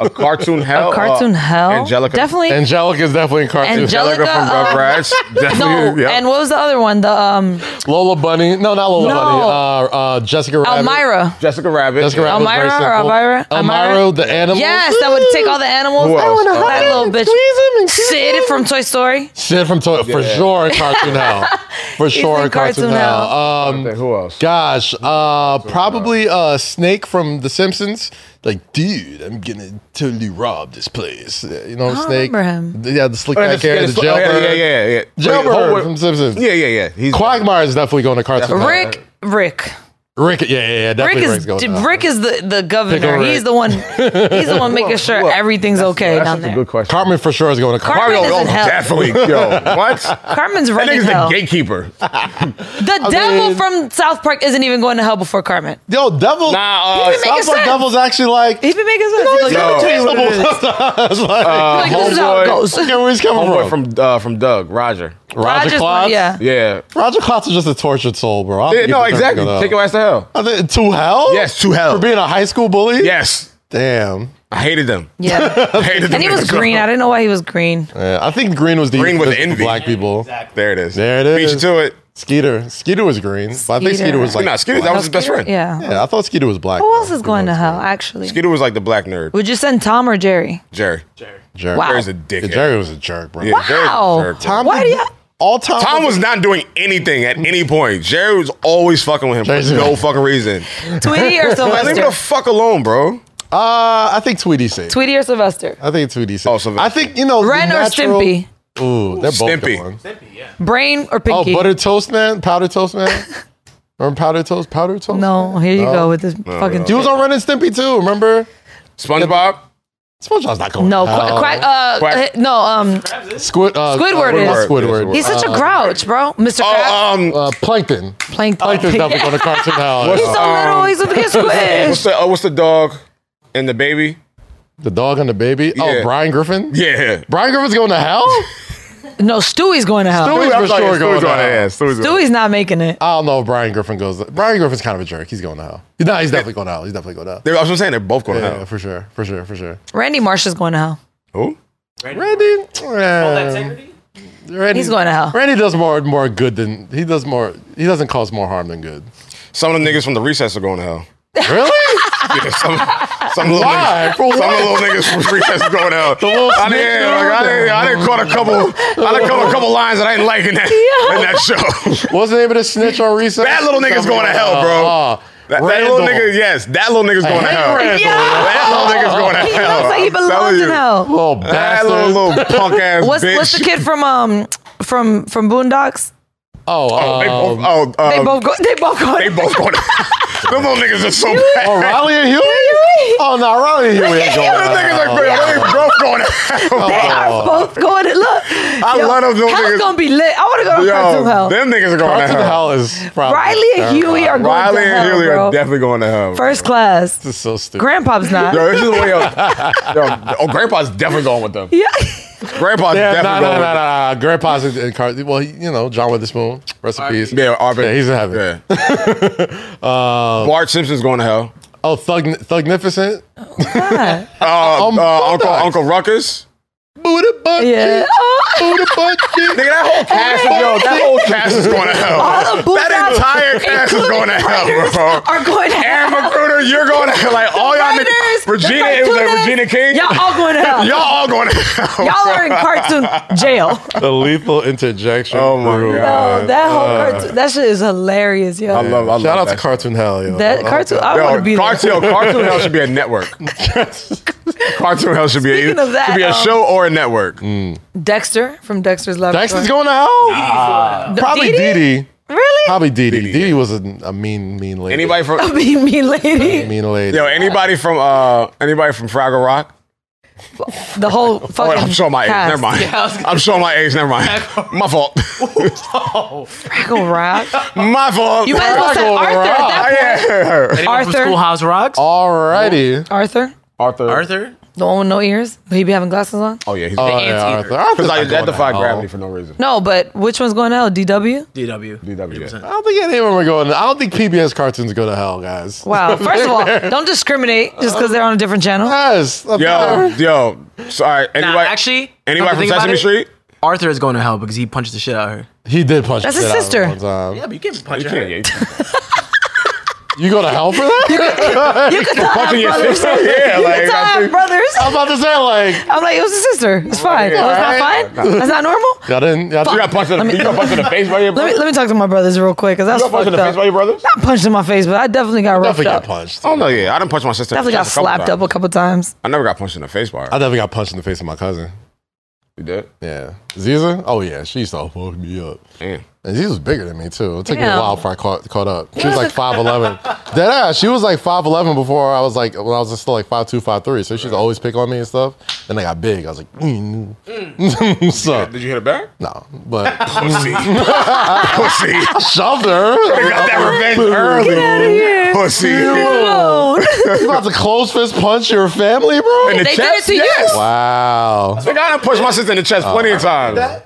Speaker 3: a cartoon hell.
Speaker 2: A cartoon
Speaker 3: uh,
Speaker 2: hell.
Speaker 3: Angelica.
Speaker 2: Definitely.
Speaker 1: Angelica's definitely in cartoon.
Speaker 2: Angelica-
Speaker 3: Angelica from
Speaker 2: uh,
Speaker 3: Rugrats.
Speaker 2: no,
Speaker 3: Definitely, yeah.
Speaker 2: and what was the other one? The um
Speaker 1: Lola Bunny. No, not Lola
Speaker 2: No.
Speaker 1: Bunny. Uh, uh, Jessica Rabbit.
Speaker 2: Elmira.
Speaker 3: Jessica Rabbit.
Speaker 1: Jessica
Speaker 3: yeah.
Speaker 1: Rabbit. was very
Speaker 2: Elmira or
Speaker 1: simple.
Speaker 2: Elvira?
Speaker 1: Elmira,
Speaker 2: Elmira?
Speaker 1: the animal.
Speaker 2: Yes, that would take all the animals.
Speaker 3: Who else? Oh. I wanna
Speaker 2: that
Speaker 3: hug
Speaker 2: little bitch.
Speaker 1: squeeze him and kiss
Speaker 2: Sid from Toy Story.
Speaker 1: Sid from Toy for
Speaker 3: Yeah.
Speaker 1: sure in Cartoon Hell. For sure
Speaker 2: in
Speaker 1: in Cartoon,
Speaker 2: Cartoon
Speaker 1: Hell.
Speaker 2: Hell.
Speaker 1: Um,
Speaker 3: Okay, who else?
Speaker 1: Gosh, uh, probably uh, Snake from The Simpsons. Like, dude, I'm gonna totally rob this place. Uh, You know,
Speaker 2: I don't
Speaker 1: Snake.
Speaker 2: remember him.
Speaker 1: Yeah, the slick
Speaker 3: Oh,
Speaker 1: back
Speaker 3: that's- yeah,
Speaker 1: hair, the
Speaker 3: that's- oh, yeah,
Speaker 1: jailbird.
Speaker 3: Yeah, yeah, yeah. Wait,
Speaker 1: Jailbird
Speaker 3: hold-
Speaker 1: from Simpsons.
Speaker 3: Yeah, yeah, yeah. He's
Speaker 1: Quagmire is definitely going to Cartoon Hell.
Speaker 2: Rick. Rick.
Speaker 1: Rick, yeah, yeah, yeah.
Speaker 2: Rick
Speaker 1: Definitely
Speaker 2: is
Speaker 1: Rick's going
Speaker 2: d-
Speaker 1: out.
Speaker 2: Rick is the, the governor.
Speaker 1: Pickle Rick.
Speaker 2: He's the one. He's the one making sure
Speaker 3: Look,
Speaker 2: everything's
Speaker 3: that's-
Speaker 2: okay
Speaker 3: that's
Speaker 2: down
Speaker 3: such
Speaker 2: there.
Speaker 3: a good question.
Speaker 1: Cartman for sure is going to Cartman.
Speaker 2: Cartman
Speaker 3: Mario,
Speaker 2: is in
Speaker 3: oh,
Speaker 2: hell.
Speaker 3: definitely. Yo, what? That
Speaker 2: Carmen's running
Speaker 3: nigga's
Speaker 2: hell.
Speaker 3: the gatekeeper.
Speaker 2: The devil
Speaker 1: mean-
Speaker 2: from South Park isn't even going to hell before Carmen.
Speaker 1: Yo, Devil.
Speaker 3: Nah, uh,
Speaker 1: Sounds
Speaker 2: making
Speaker 1: like
Speaker 2: sense.
Speaker 1: Devil's actually like.
Speaker 2: He's been making sense. He's
Speaker 3: not.
Speaker 2: like,
Speaker 3: Yo.
Speaker 1: It's like,
Speaker 2: like, this is how it
Speaker 3: uh, homeboy-
Speaker 2: goes.
Speaker 1: okay, where he's coming
Speaker 3: homeboy
Speaker 1: from?
Speaker 3: from uh, from Doug Roger.
Speaker 1: Roger
Speaker 2: Roger's one,
Speaker 1: Klotz.
Speaker 2: yeah.
Speaker 3: Yeah.
Speaker 1: Roger Klotz is just a tortured soul, bro.
Speaker 3: Yeah, no, exactly. Take your ass to hell.
Speaker 1: ass to hell.
Speaker 3: Yes, to hell.
Speaker 1: for being a high school bully.
Speaker 3: Yes.
Speaker 1: damn.
Speaker 3: I hated them.
Speaker 2: Yeah.
Speaker 3: I hated them.
Speaker 2: And he was
Speaker 3: niggas.
Speaker 2: green. I didn't know why he was green.
Speaker 1: Yeah, I think green was the
Speaker 3: Green with
Speaker 1: was
Speaker 3: envy.
Speaker 1: black people.
Speaker 3: There it is.
Speaker 1: There it
Speaker 3: Beat you
Speaker 1: is.
Speaker 3: to it.
Speaker 1: Skeeter, Skeeter was green, but I think
Speaker 2: Skeeter.
Speaker 1: Skeeter was like.
Speaker 3: Nah, Skeeter, that was his best friend.
Speaker 2: Yeah.
Speaker 1: yeah, I thought Skeeter was black.
Speaker 2: Who else is going to hell, actually?
Speaker 3: Skeeter was like the black nerd.
Speaker 2: Would you send Tom or Jerry?
Speaker 3: Jerry.
Speaker 1: Jerry.
Speaker 2: Wow.
Speaker 3: Jerry's a
Speaker 1: Yeah,
Speaker 3: dickhead.
Speaker 1: Jerry was a jerk, bro.
Speaker 3: Yeah, Jerry's a
Speaker 2: Wow.
Speaker 3: jerk, bro.
Speaker 1: Tom
Speaker 2: Why
Speaker 1: did-
Speaker 2: do you-
Speaker 1: All Tom.
Speaker 3: Tom was not doing anything at any point. Jerry was always fucking with him
Speaker 1: Jerry's-
Speaker 3: for no fucking reason.
Speaker 2: Tweety
Speaker 3: Like, leave me
Speaker 2: or
Speaker 3: the
Speaker 2: Sylvester?
Speaker 3: fuck alone, bro.
Speaker 1: Uh, I think Tweety said.
Speaker 2: Tweety or Sylvester?
Speaker 1: I think Tweety said.
Speaker 3: Oh, Sylvester.
Speaker 1: I think you know. the
Speaker 2: Ren or
Speaker 1: natural-
Speaker 2: Stimpy?
Speaker 1: Ooh, they're both
Speaker 3: Stimpy.
Speaker 1: gone.
Speaker 2: Brain or
Speaker 1: Oh,
Speaker 2: Pinky?
Speaker 1: butter toast man, powder toast man. Remember powder toast, powder toast.
Speaker 2: no, here you go with this fucking.
Speaker 1: He was on Ren and Stimpy too. Remember?
Speaker 3: SpongeBob.
Speaker 1: SpongeBob's not going.
Speaker 2: No,
Speaker 1: to hell.
Speaker 2: qu- quite, uh,
Speaker 3: Quack.
Speaker 2: uh, no, um,
Speaker 1: Squid, uh,
Speaker 2: Squidward
Speaker 1: uh,
Speaker 2: is.
Speaker 1: not Squidward.
Speaker 3: Squidward.
Speaker 2: he's such a grouch, bro. Mr. Krabs,
Speaker 3: Oh, um,
Speaker 1: uh, Plankton.
Speaker 2: Plankton.
Speaker 1: Plankton's definitely going to cartoon hell. Uh,
Speaker 3: What's-
Speaker 2: He's so little. He's a big
Speaker 3: what's
Speaker 2: squish.
Speaker 3: the oh, what's the dog and the baby?
Speaker 1: The dog and the baby. Oh,
Speaker 3: Yeah.
Speaker 1: Brian Griffin.
Speaker 3: Yeah.
Speaker 1: Brian Griffin's going to hell.
Speaker 2: No, Stewie's going to hell.
Speaker 1: Stewie's
Speaker 3: I
Speaker 1: for
Speaker 3: was like,
Speaker 1: sure
Speaker 3: Stewie's
Speaker 1: going to
Speaker 3: on
Speaker 1: hell.
Speaker 3: ass. Stewie's on-
Speaker 2: Stewie's not making it.
Speaker 1: I don't know if Brian Griffin goes. Brian Griffin's kind of a jerk. He's going to hell. No, he's definitely going to hell. He's definitely going to hell.
Speaker 3: They're- I was just saying they're both going to
Speaker 1: Yeah,
Speaker 3: hell.
Speaker 1: for sure, for sure, for sure.
Speaker 2: Randy Marsh is going to hell.
Speaker 3: Who?
Speaker 1: Randy, eh,
Speaker 4: integrity?
Speaker 1: Randy,
Speaker 2: He's going to hell.
Speaker 1: Randy does more more good than he does more. He doesn't cause more harm than good.
Speaker 3: Some of the niggas from the recess are going to hell.
Speaker 1: Really?
Speaker 3: Yeah, some, some little
Speaker 1: Why?
Speaker 3: niggas,
Speaker 1: For
Speaker 3: some
Speaker 1: what?
Speaker 3: little niggas from recess are going to hell.
Speaker 1: little
Speaker 3: I
Speaker 1: snitch
Speaker 3: didn't,
Speaker 1: dude?
Speaker 3: like, I didn't, I didn't caught a couple. I didn't caught a couple lines that I didn't like in that in that show.
Speaker 1: What's the name of the snitch on recess?
Speaker 3: That little nigga's going to hell, bro.
Speaker 1: Uh,
Speaker 3: That, that little
Speaker 1: Randall.
Speaker 3: nigga, yes, that little nigga's going to
Speaker 1: hate
Speaker 3: hell.
Speaker 1: Randall.
Speaker 3: That little nigga's going to
Speaker 2: He
Speaker 3: hell.
Speaker 2: looks like he
Speaker 3: I'm telling
Speaker 2: belongs in
Speaker 3: you.
Speaker 2: hell.
Speaker 1: Little
Speaker 3: That
Speaker 1: bastard.
Speaker 3: little, little punk ass
Speaker 2: What's
Speaker 3: bitch.
Speaker 2: what's the kid from um from from Boondocks?
Speaker 1: oh,
Speaker 3: Oh, they both.
Speaker 1: um,
Speaker 3: Oh,
Speaker 2: They
Speaker 3: um,
Speaker 2: both go. They both go.
Speaker 3: They both going. Them little niggas are so bad.
Speaker 1: oh, Riley and Huey. Oh no, Riley and Huey ain't going.
Speaker 3: Them
Speaker 1: to
Speaker 3: niggas
Speaker 1: hell.
Speaker 3: are bad. They both going.
Speaker 1: Oh,
Speaker 2: They
Speaker 3: Oh.
Speaker 2: are both going. To, look, I
Speaker 3: love those little
Speaker 2: Hell's
Speaker 3: niggas.
Speaker 2: gonna be lit. I want to go to cartoon
Speaker 3: Yo,
Speaker 2: hell.
Speaker 3: them niggas are going to
Speaker 1: Cartoon
Speaker 3: hell.
Speaker 1: hell is probably
Speaker 2: Riley and Huey are going
Speaker 3: Riley
Speaker 2: to
Speaker 3: and
Speaker 2: hell,
Speaker 3: Haley
Speaker 2: bro.
Speaker 3: are definitely going to hell.
Speaker 2: First class.
Speaker 1: This is so stupid.
Speaker 2: Grandpa's not.
Speaker 3: Yo, this is the way. Yo, yo, oh, Grandpa's definitely going with them.
Speaker 2: yeah.
Speaker 3: Grandpa's
Speaker 1: Yeah, nah, nah,
Speaker 3: definitely going
Speaker 1: nah,
Speaker 3: with
Speaker 1: nah,
Speaker 3: them.
Speaker 1: nah. Grandpa's in, in car. Well, he, you know, John Witherspoon, rest in peace.
Speaker 3: Yeah, Arvin.
Speaker 1: Yeah, he's in heaven. Um,
Speaker 3: Yeah. Bart Simpson's going to hell.
Speaker 1: Oh, Thug, Thugnificent.
Speaker 2: God.
Speaker 3: Uh,
Speaker 1: Um,
Speaker 3: uh, Uncle
Speaker 1: Boondocks.
Speaker 3: Uncle Ruckus.
Speaker 1: Buddha butt
Speaker 2: Yeah. Oh,
Speaker 1: cheeks. Buddha butt cheeks.
Speaker 3: Nigga, that whole cast is yo, that whole cast is going to hell.
Speaker 2: All the
Speaker 3: that
Speaker 2: Boondocks,
Speaker 3: entire cast is going to hell, bro.
Speaker 2: Are going to
Speaker 3: Aaron
Speaker 2: hell.
Speaker 3: Magruder, you're going to hell. Like all y'all
Speaker 2: Writers,
Speaker 3: niggas.
Speaker 2: the
Speaker 3: Regina, it was like
Speaker 2: cartoonists,
Speaker 3: Regina King.
Speaker 2: Y'all all going to hell.
Speaker 3: Y'all
Speaker 2: Y'all,
Speaker 3: all going to hell.
Speaker 2: are in cartoon jail.
Speaker 1: The lethal interjection.
Speaker 3: Oh, my
Speaker 1: crew,
Speaker 3: God.
Speaker 1: man.
Speaker 2: Yo, that whole cartoon, that shit is hilarious, yo.
Speaker 3: uh, I love, I love
Speaker 1: Shout out
Speaker 3: that
Speaker 1: to Cartoon Hell, yo.
Speaker 2: that cartoon, I want to be
Speaker 3: Yo,
Speaker 2: there.
Speaker 3: cartoon, yo, cartoon hell should be a network. Cartoon Hell should be
Speaker 2: Speaking
Speaker 3: either,
Speaker 2: of that,
Speaker 3: should be a
Speaker 2: um,
Speaker 3: show or a network.
Speaker 2: Dexter from Dexter's Laboratory.
Speaker 1: Dexter's going to hell. Probably
Speaker 2: Dee Dee?
Speaker 1: Dee Dee.
Speaker 2: Really?
Speaker 1: Probably Dee Dee.
Speaker 3: Dee
Speaker 1: Dee
Speaker 3: Dee.
Speaker 1: Dee was a, a mean, mean lady.
Speaker 3: Anybody from
Speaker 2: Be me, lady.
Speaker 1: Mean lady.
Speaker 3: yo? Anybody from uh? Anybody from Fraggle Rock?
Speaker 2: The whole
Speaker 3: Oh,
Speaker 2: fucking.
Speaker 3: I'm showing my age.
Speaker 2: cast.
Speaker 3: Never mind.
Speaker 4: Yeah, I was gonna-
Speaker 3: I'm showing my age. Never mind. My fault.
Speaker 2: Fraggle Rock.
Speaker 3: my fault. Oh,
Speaker 2: You might as well say
Speaker 1: Fraggle
Speaker 2: Arthur at
Speaker 1: Rock.
Speaker 2: that point.
Speaker 3: yeah.
Speaker 4: Anyone from
Speaker 2: Arthur.
Speaker 4: Schoolhouse Rocks?
Speaker 1: Alrighty.
Speaker 2: Arthur,
Speaker 3: Arthur.
Speaker 4: Arthur?
Speaker 2: the one with no ears. He be having glasses on.
Speaker 3: Oh yeah. He's
Speaker 1: Oh, yeah,
Speaker 4: anteater.
Speaker 1: Arthur. Arthur's
Speaker 3: Because
Speaker 1: not
Speaker 3: I
Speaker 1: going
Speaker 3: that
Speaker 1: to
Speaker 3: defied
Speaker 1: hell.
Speaker 3: gravity for no reason.
Speaker 2: No, but which one's going out? DW.
Speaker 4: DW.
Speaker 3: DW.
Speaker 1: I don't think anyone were going. I don't think PBS cartoons go to hell, guys.
Speaker 2: Wow. First of all, don't discriminate just because they're on a different channel.
Speaker 1: Yes.
Speaker 3: Yo, yo. Sorry. Anybody?
Speaker 4: Nah, actually, come to
Speaker 3: Anybody from
Speaker 4: think about
Speaker 3: Sesame
Speaker 4: it,
Speaker 3: Street?
Speaker 4: Arthur is going to hell because he punched the shit out of her.
Speaker 1: He did punch.
Speaker 2: That's
Speaker 1: the
Speaker 2: his
Speaker 1: shit out of
Speaker 2: sister.
Speaker 1: him one time.
Speaker 4: Yeah, but you can't punch
Speaker 3: You
Speaker 4: her.
Speaker 3: can't. Yeah, you can't.
Speaker 1: You go to hell for that?
Speaker 3: Punching your sister. Yeah, like I
Speaker 2: Time,
Speaker 3: think-
Speaker 2: brothers.
Speaker 1: I'm about to say like
Speaker 2: I'm like, it was a sister. It's fine.
Speaker 3: yeah.
Speaker 2: Oh, it's not fine. That's not normal.
Speaker 1: y'all didn't. Y'all
Speaker 3: you got punched in the you got punched in the face by your
Speaker 2: Let me
Speaker 3: brother.
Speaker 2: let me talk to my brothers real quick because
Speaker 3: You
Speaker 2: that's
Speaker 3: got punched
Speaker 2: fucked
Speaker 3: in the face by
Speaker 2: up.
Speaker 3: your brother.
Speaker 2: Not punched in my face, but I definitely got roughed
Speaker 1: definitely
Speaker 2: up.
Speaker 1: got punched.
Speaker 3: Oh no, yeah. I didn't punch my sister. in the
Speaker 2: Definitely got
Speaker 3: face a couple
Speaker 2: slapped
Speaker 3: times.
Speaker 2: up a couple times.
Speaker 3: I never got punched in the face by
Speaker 1: I
Speaker 3: her.
Speaker 1: definitely got punched in the face of my cousin.
Speaker 3: You did?
Speaker 1: Yeah, Ziza. Oh yeah, she used to fuck me up.
Speaker 3: Damn.
Speaker 1: And she was bigger than me too. It took me a
Speaker 2: Damn.
Speaker 1: while before I caught, caught up. She was like five eleven. Dead ass. She was like five eleven before I was like when I was still like five two, five three. So she'd always pick on me and stuff. Then I got big. I was like, mm. so
Speaker 3: Did you hit it back?
Speaker 1: no, but
Speaker 3: Pussy. Pussy.
Speaker 1: shoved her.
Speaker 3: Got that revenge early.
Speaker 1: Get
Speaker 2: outta here.
Speaker 3: Pussy.
Speaker 2: Alone.
Speaker 1: You about to close fist punch your family, bro?
Speaker 3: In the
Speaker 2: They did
Speaker 3: chest?
Speaker 2: it to you.
Speaker 3: yes.
Speaker 1: wow.
Speaker 3: Nigga, I done punched my sister in the chest plenty of times.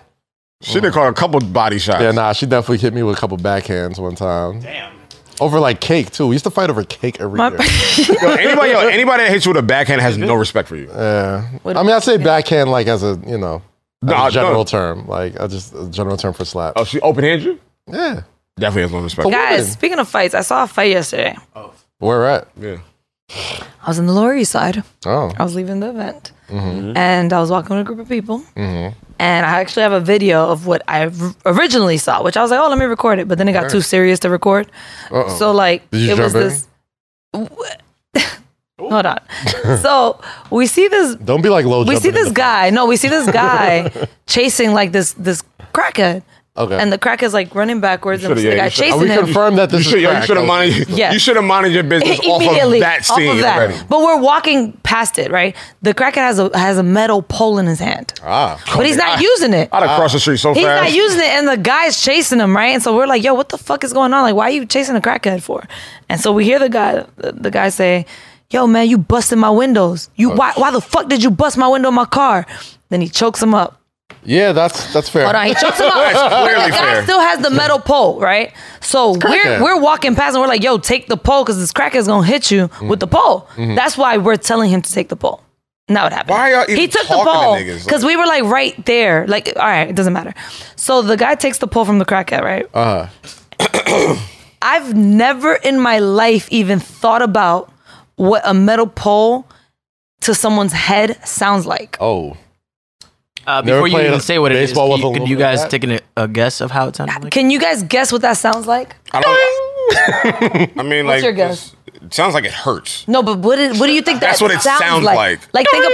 Speaker 3: She done caught a couple body shots.
Speaker 1: Uh, Yeah, nah, she definitely hit me with a couple backhands one time. Damn. Over like cake too. We used to fight over cake every
Speaker 2: My-
Speaker 1: year.
Speaker 3: Yo, anybody, yo, anybody that hits you with a backhand has no respect for you.
Speaker 1: Yeah. I mean, I say backhand like as a you know as
Speaker 3: Nah,
Speaker 1: a general
Speaker 3: no.
Speaker 1: term, like I just a general term for slap.
Speaker 3: Oh, she open handed you?
Speaker 1: Yeah.
Speaker 3: Definitely has no respect.
Speaker 2: Guys, speaking of fights, I saw a fight yesterday.
Speaker 1: Where at?
Speaker 3: Yeah.
Speaker 2: I was in the Lower East Side.
Speaker 1: Oh.
Speaker 2: I was leaving the event
Speaker 1: Mm-hmm.
Speaker 2: and I was walking with a group of people. And I actually have a video of what I r- originally saw, which I was like, oh, let me record it. But then it got too serious to record. So, like,
Speaker 1: Did you
Speaker 2: it was
Speaker 1: jump in?
Speaker 2: this. Hold on. so, we see this
Speaker 1: Don't be like low
Speaker 2: we see
Speaker 1: jumping in
Speaker 2: this
Speaker 1: the-
Speaker 2: guy. No, we see this guy chasing like this this crackhead.
Speaker 1: Okay.
Speaker 2: And the crackhead's like running backwards and
Speaker 3: Shoulda,
Speaker 2: the
Speaker 3: yeah,
Speaker 2: guy
Speaker 3: you shoulda-
Speaker 1: Are we
Speaker 2: chasing him.
Speaker 1: confirmed that
Speaker 3: You
Speaker 1: this
Speaker 3: should,
Speaker 1: is
Speaker 3: yo, you
Speaker 1: crack? Oh.
Speaker 3: should have minded.
Speaker 2: Yeah.
Speaker 3: You should have minded your business off of
Speaker 2: immediately
Speaker 3: that
Speaker 2: off
Speaker 3: scene
Speaker 2: of that.
Speaker 3: already.
Speaker 2: But we're walking past it, right? The crackhead has a has a metal pole in his hand,
Speaker 1: Ah.
Speaker 2: but he's not using it.
Speaker 3: I'd have crossed the street so
Speaker 2: He's
Speaker 3: fast.
Speaker 2: not using it, and the guy's chasing him, right? And so we're like, "Yo, what the fuck is going on? Like, why are you chasing a crackhead for?" And so we hear the guy, the, the guy say, "Yo, man, you busted my windows. You why? Why the fuck did you bust my window in my car?" Then he chokes him up.
Speaker 1: Yeah, that's that's fair.
Speaker 2: Hold on, he chokes him up.
Speaker 3: clearly
Speaker 2: But the guy
Speaker 3: fair.
Speaker 2: still has the metal pole, right? So
Speaker 1: crackhead.
Speaker 2: we're we're walking past and we're like, "Yo, take the pole, because this crackhead's gonna hit you
Speaker 3: Mm-hmm.
Speaker 2: with the pole." That's why we're telling him to take the pole. Not what happened.
Speaker 3: Why y'all even
Speaker 2: he took the
Speaker 3: talking to
Speaker 2: pole
Speaker 3: niggas?
Speaker 2: because we were like right there. Like, all right, it doesn't matter. So the guy takes the pole from the crackhead, right?
Speaker 1: Uh-huh.
Speaker 2: I've never in my life even thought about what a metal pole to someone's head sounds like.
Speaker 1: Oh.
Speaker 4: Uh,
Speaker 1: Never
Speaker 4: before you
Speaker 1: played
Speaker 4: even say what it is,
Speaker 1: baseball with a
Speaker 4: you,
Speaker 1: little
Speaker 4: you
Speaker 1: bit of
Speaker 4: guys
Speaker 1: that?
Speaker 4: taking a, a guess of how it sounded like?
Speaker 2: Can you guys guess what that sounds like?
Speaker 3: I don't. I mean, like,
Speaker 2: your guess?
Speaker 3: it's- It sounds like it hurts.
Speaker 2: No, but what, did, what do you think that
Speaker 3: That's what it
Speaker 2: sounds
Speaker 3: sounds like.
Speaker 2: like? think of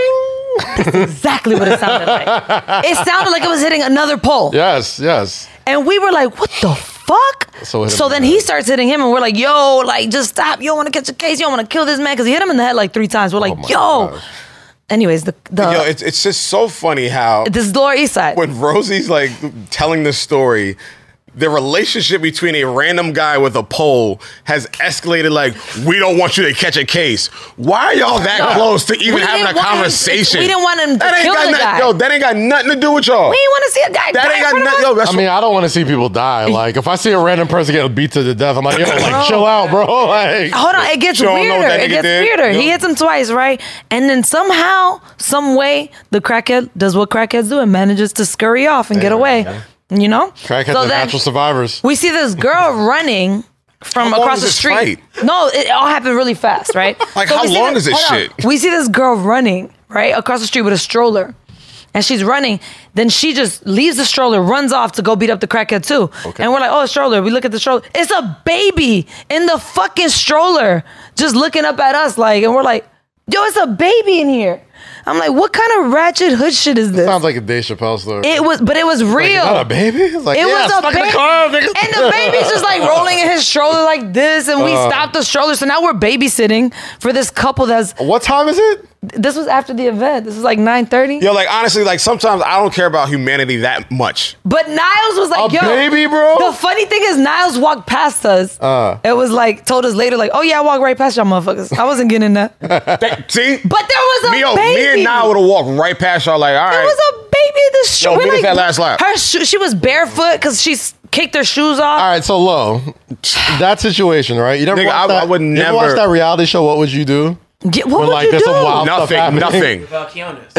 Speaker 2: that's exactly what it sounded like. It sounded like it was hitting another pole,
Speaker 1: Yes, yes.
Speaker 2: and we were like, "What the fuck?"
Speaker 1: So
Speaker 2: So,
Speaker 1: hit him in
Speaker 2: then
Speaker 1: the
Speaker 2: he
Speaker 1: head.
Speaker 2: starts hitting him, and we're like, "Yo, like just stop! You don't want to catch a case. You don't want to kill this man because he hit him in the head like three times." We're like,
Speaker 1: Oh my
Speaker 2: "Yo."
Speaker 1: gosh.
Speaker 2: Anyways, the the
Speaker 3: Yo, it's it's just so funny how
Speaker 2: this is the Lower East Side.
Speaker 3: when Rosie's like telling this story, the relationship between a random guy with a pole has escalated. Like, we don't want you to catch a case. Why are y'all that close to even
Speaker 2: We
Speaker 3: having
Speaker 2: didn't
Speaker 3: a
Speaker 2: want him-
Speaker 3: conversation?
Speaker 2: we didn't want him to
Speaker 3: That ain't
Speaker 2: kill
Speaker 3: got
Speaker 2: the
Speaker 3: noth-
Speaker 2: guy.
Speaker 3: Yo, that ain't got nothing to do with y'all.
Speaker 2: we want to see a
Speaker 3: that
Speaker 2: guy. die
Speaker 3: ain't
Speaker 2: in front
Speaker 3: got
Speaker 2: of
Speaker 3: nothing.
Speaker 2: us.
Speaker 3: Yo, that's
Speaker 1: I mean, I don't want to see people die. Like, if I see a random person get beat to the death, I'm like, yo, like, chill out, bro. Like,
Speaker 2: Hold on, it gets
Speaker 3: You don't know what
Speaker 2: weirder.
Speaker 3: that nigga
Speaker 2: It gets
Speaker 3: did?
Speaker 2: weirder.
Speaker 3: Yup.
Speaker 2: He hits him twice, right? And then somehow, some way, the crackhead does what crackheads do and manages to scurry off and get away. You know?
Speaker 1: crackheads
Speaker 2: So
Speaker 1: are
Speaker 2: then
Speaker 1: natural survivors.
Speaker 2: We see this girl running from
Speaker 3: long
Speaker 2: across
Speaker 3: is
Speaker 2: the
Speaker 3: this
Speaker 2: street.
Speaker 3: fight?
Speaker 2: No, it all happened really fast, right?
Speaker 3: Like,
Speaker 2: So
Speaker 3: how
Speaker 2: we see
Speaker 3: long is this
Speaker 2: hold on.
Speaker 3: shit?
Speaker 2: We see this girl running, right? Across the street with a stroller. And she's running. Then she just leaves the stroller, runs off to go beat up the crackhead too. And we're like, oh, stroller. We look at the stroller. It's a baby in the fucking stroller just looking up at us like, and we're like, yo, it's a baby in here. I'm like, what kind of ratchet hood shit is this?
Speaker 1: Sounds like a Dave Chappelle story.
Speaker 2: it was, but it was real.
Speaker 1: Not a baby. It's like,
Speaker 2: It
Speaker 1: yeah,
Speaker 2: was a
Speaker 1: stuck in the
Speaker 2: ba-
Speaker 1: car, nigga.
Speaker 2: And the baby's just like rolling in his stroller like this, and we stopped the stroller. So now we're babysitting for this couple. That's
Speaker 1: What time is it?
Speaker 2: this was after the event. This was like nine thirty.
Speaker 3: Yo, like honestly, like sometimes I don't care about humanity that much.
Speaker 2: But Niles was like,
Speaker 1: A
Speaker 2: "Yo,
Speaker 1: baby, bro?
Speaker 2: The funny thing is, Niles walked past us.
Speaker 3: Uh.
Speaker 2: it was like told us later, like, "Oh yeah, I walked right past y'all motherfuckers. I wasn't getting in that." But
Speaker 3: That- see,
Speaker 2: there was a
Speaker 3: me, yo,
Speaker 2: baby.
Speaker 3: me and Nile would have walked right past y'all. Like, all
Speaker 2: There
Speaker 3: right,
Speaker 2: was a baby in the
Speaker 3: Yo,
Speaker 2: show.
Speaker 3: meet us at last lap.
Speaker 2: Her sho- she was barefoot because she s- kicked her shoes off.
Speaker 1: All right, so low. That situation, right? You never
Speaker 3: Nigga,
Speaker 1: watched
Speaker 3: I-
Speaker 1: that?
Speaker 3: I would
Speaker 1: you
Speaker 3: never-
Speaker 1: watch that reality show. What would you do?
Speaker 2: Yeah, what
Speaker 1: When,
Speaker 2: would
Speaker 1: like,
Speaker 2: you
Speaker 1: there's
Speaker 2: do?
Speaker 1: a wild-
Speaker 3: nothing,
Speaker 1: happening.
Speaker 3: nothing.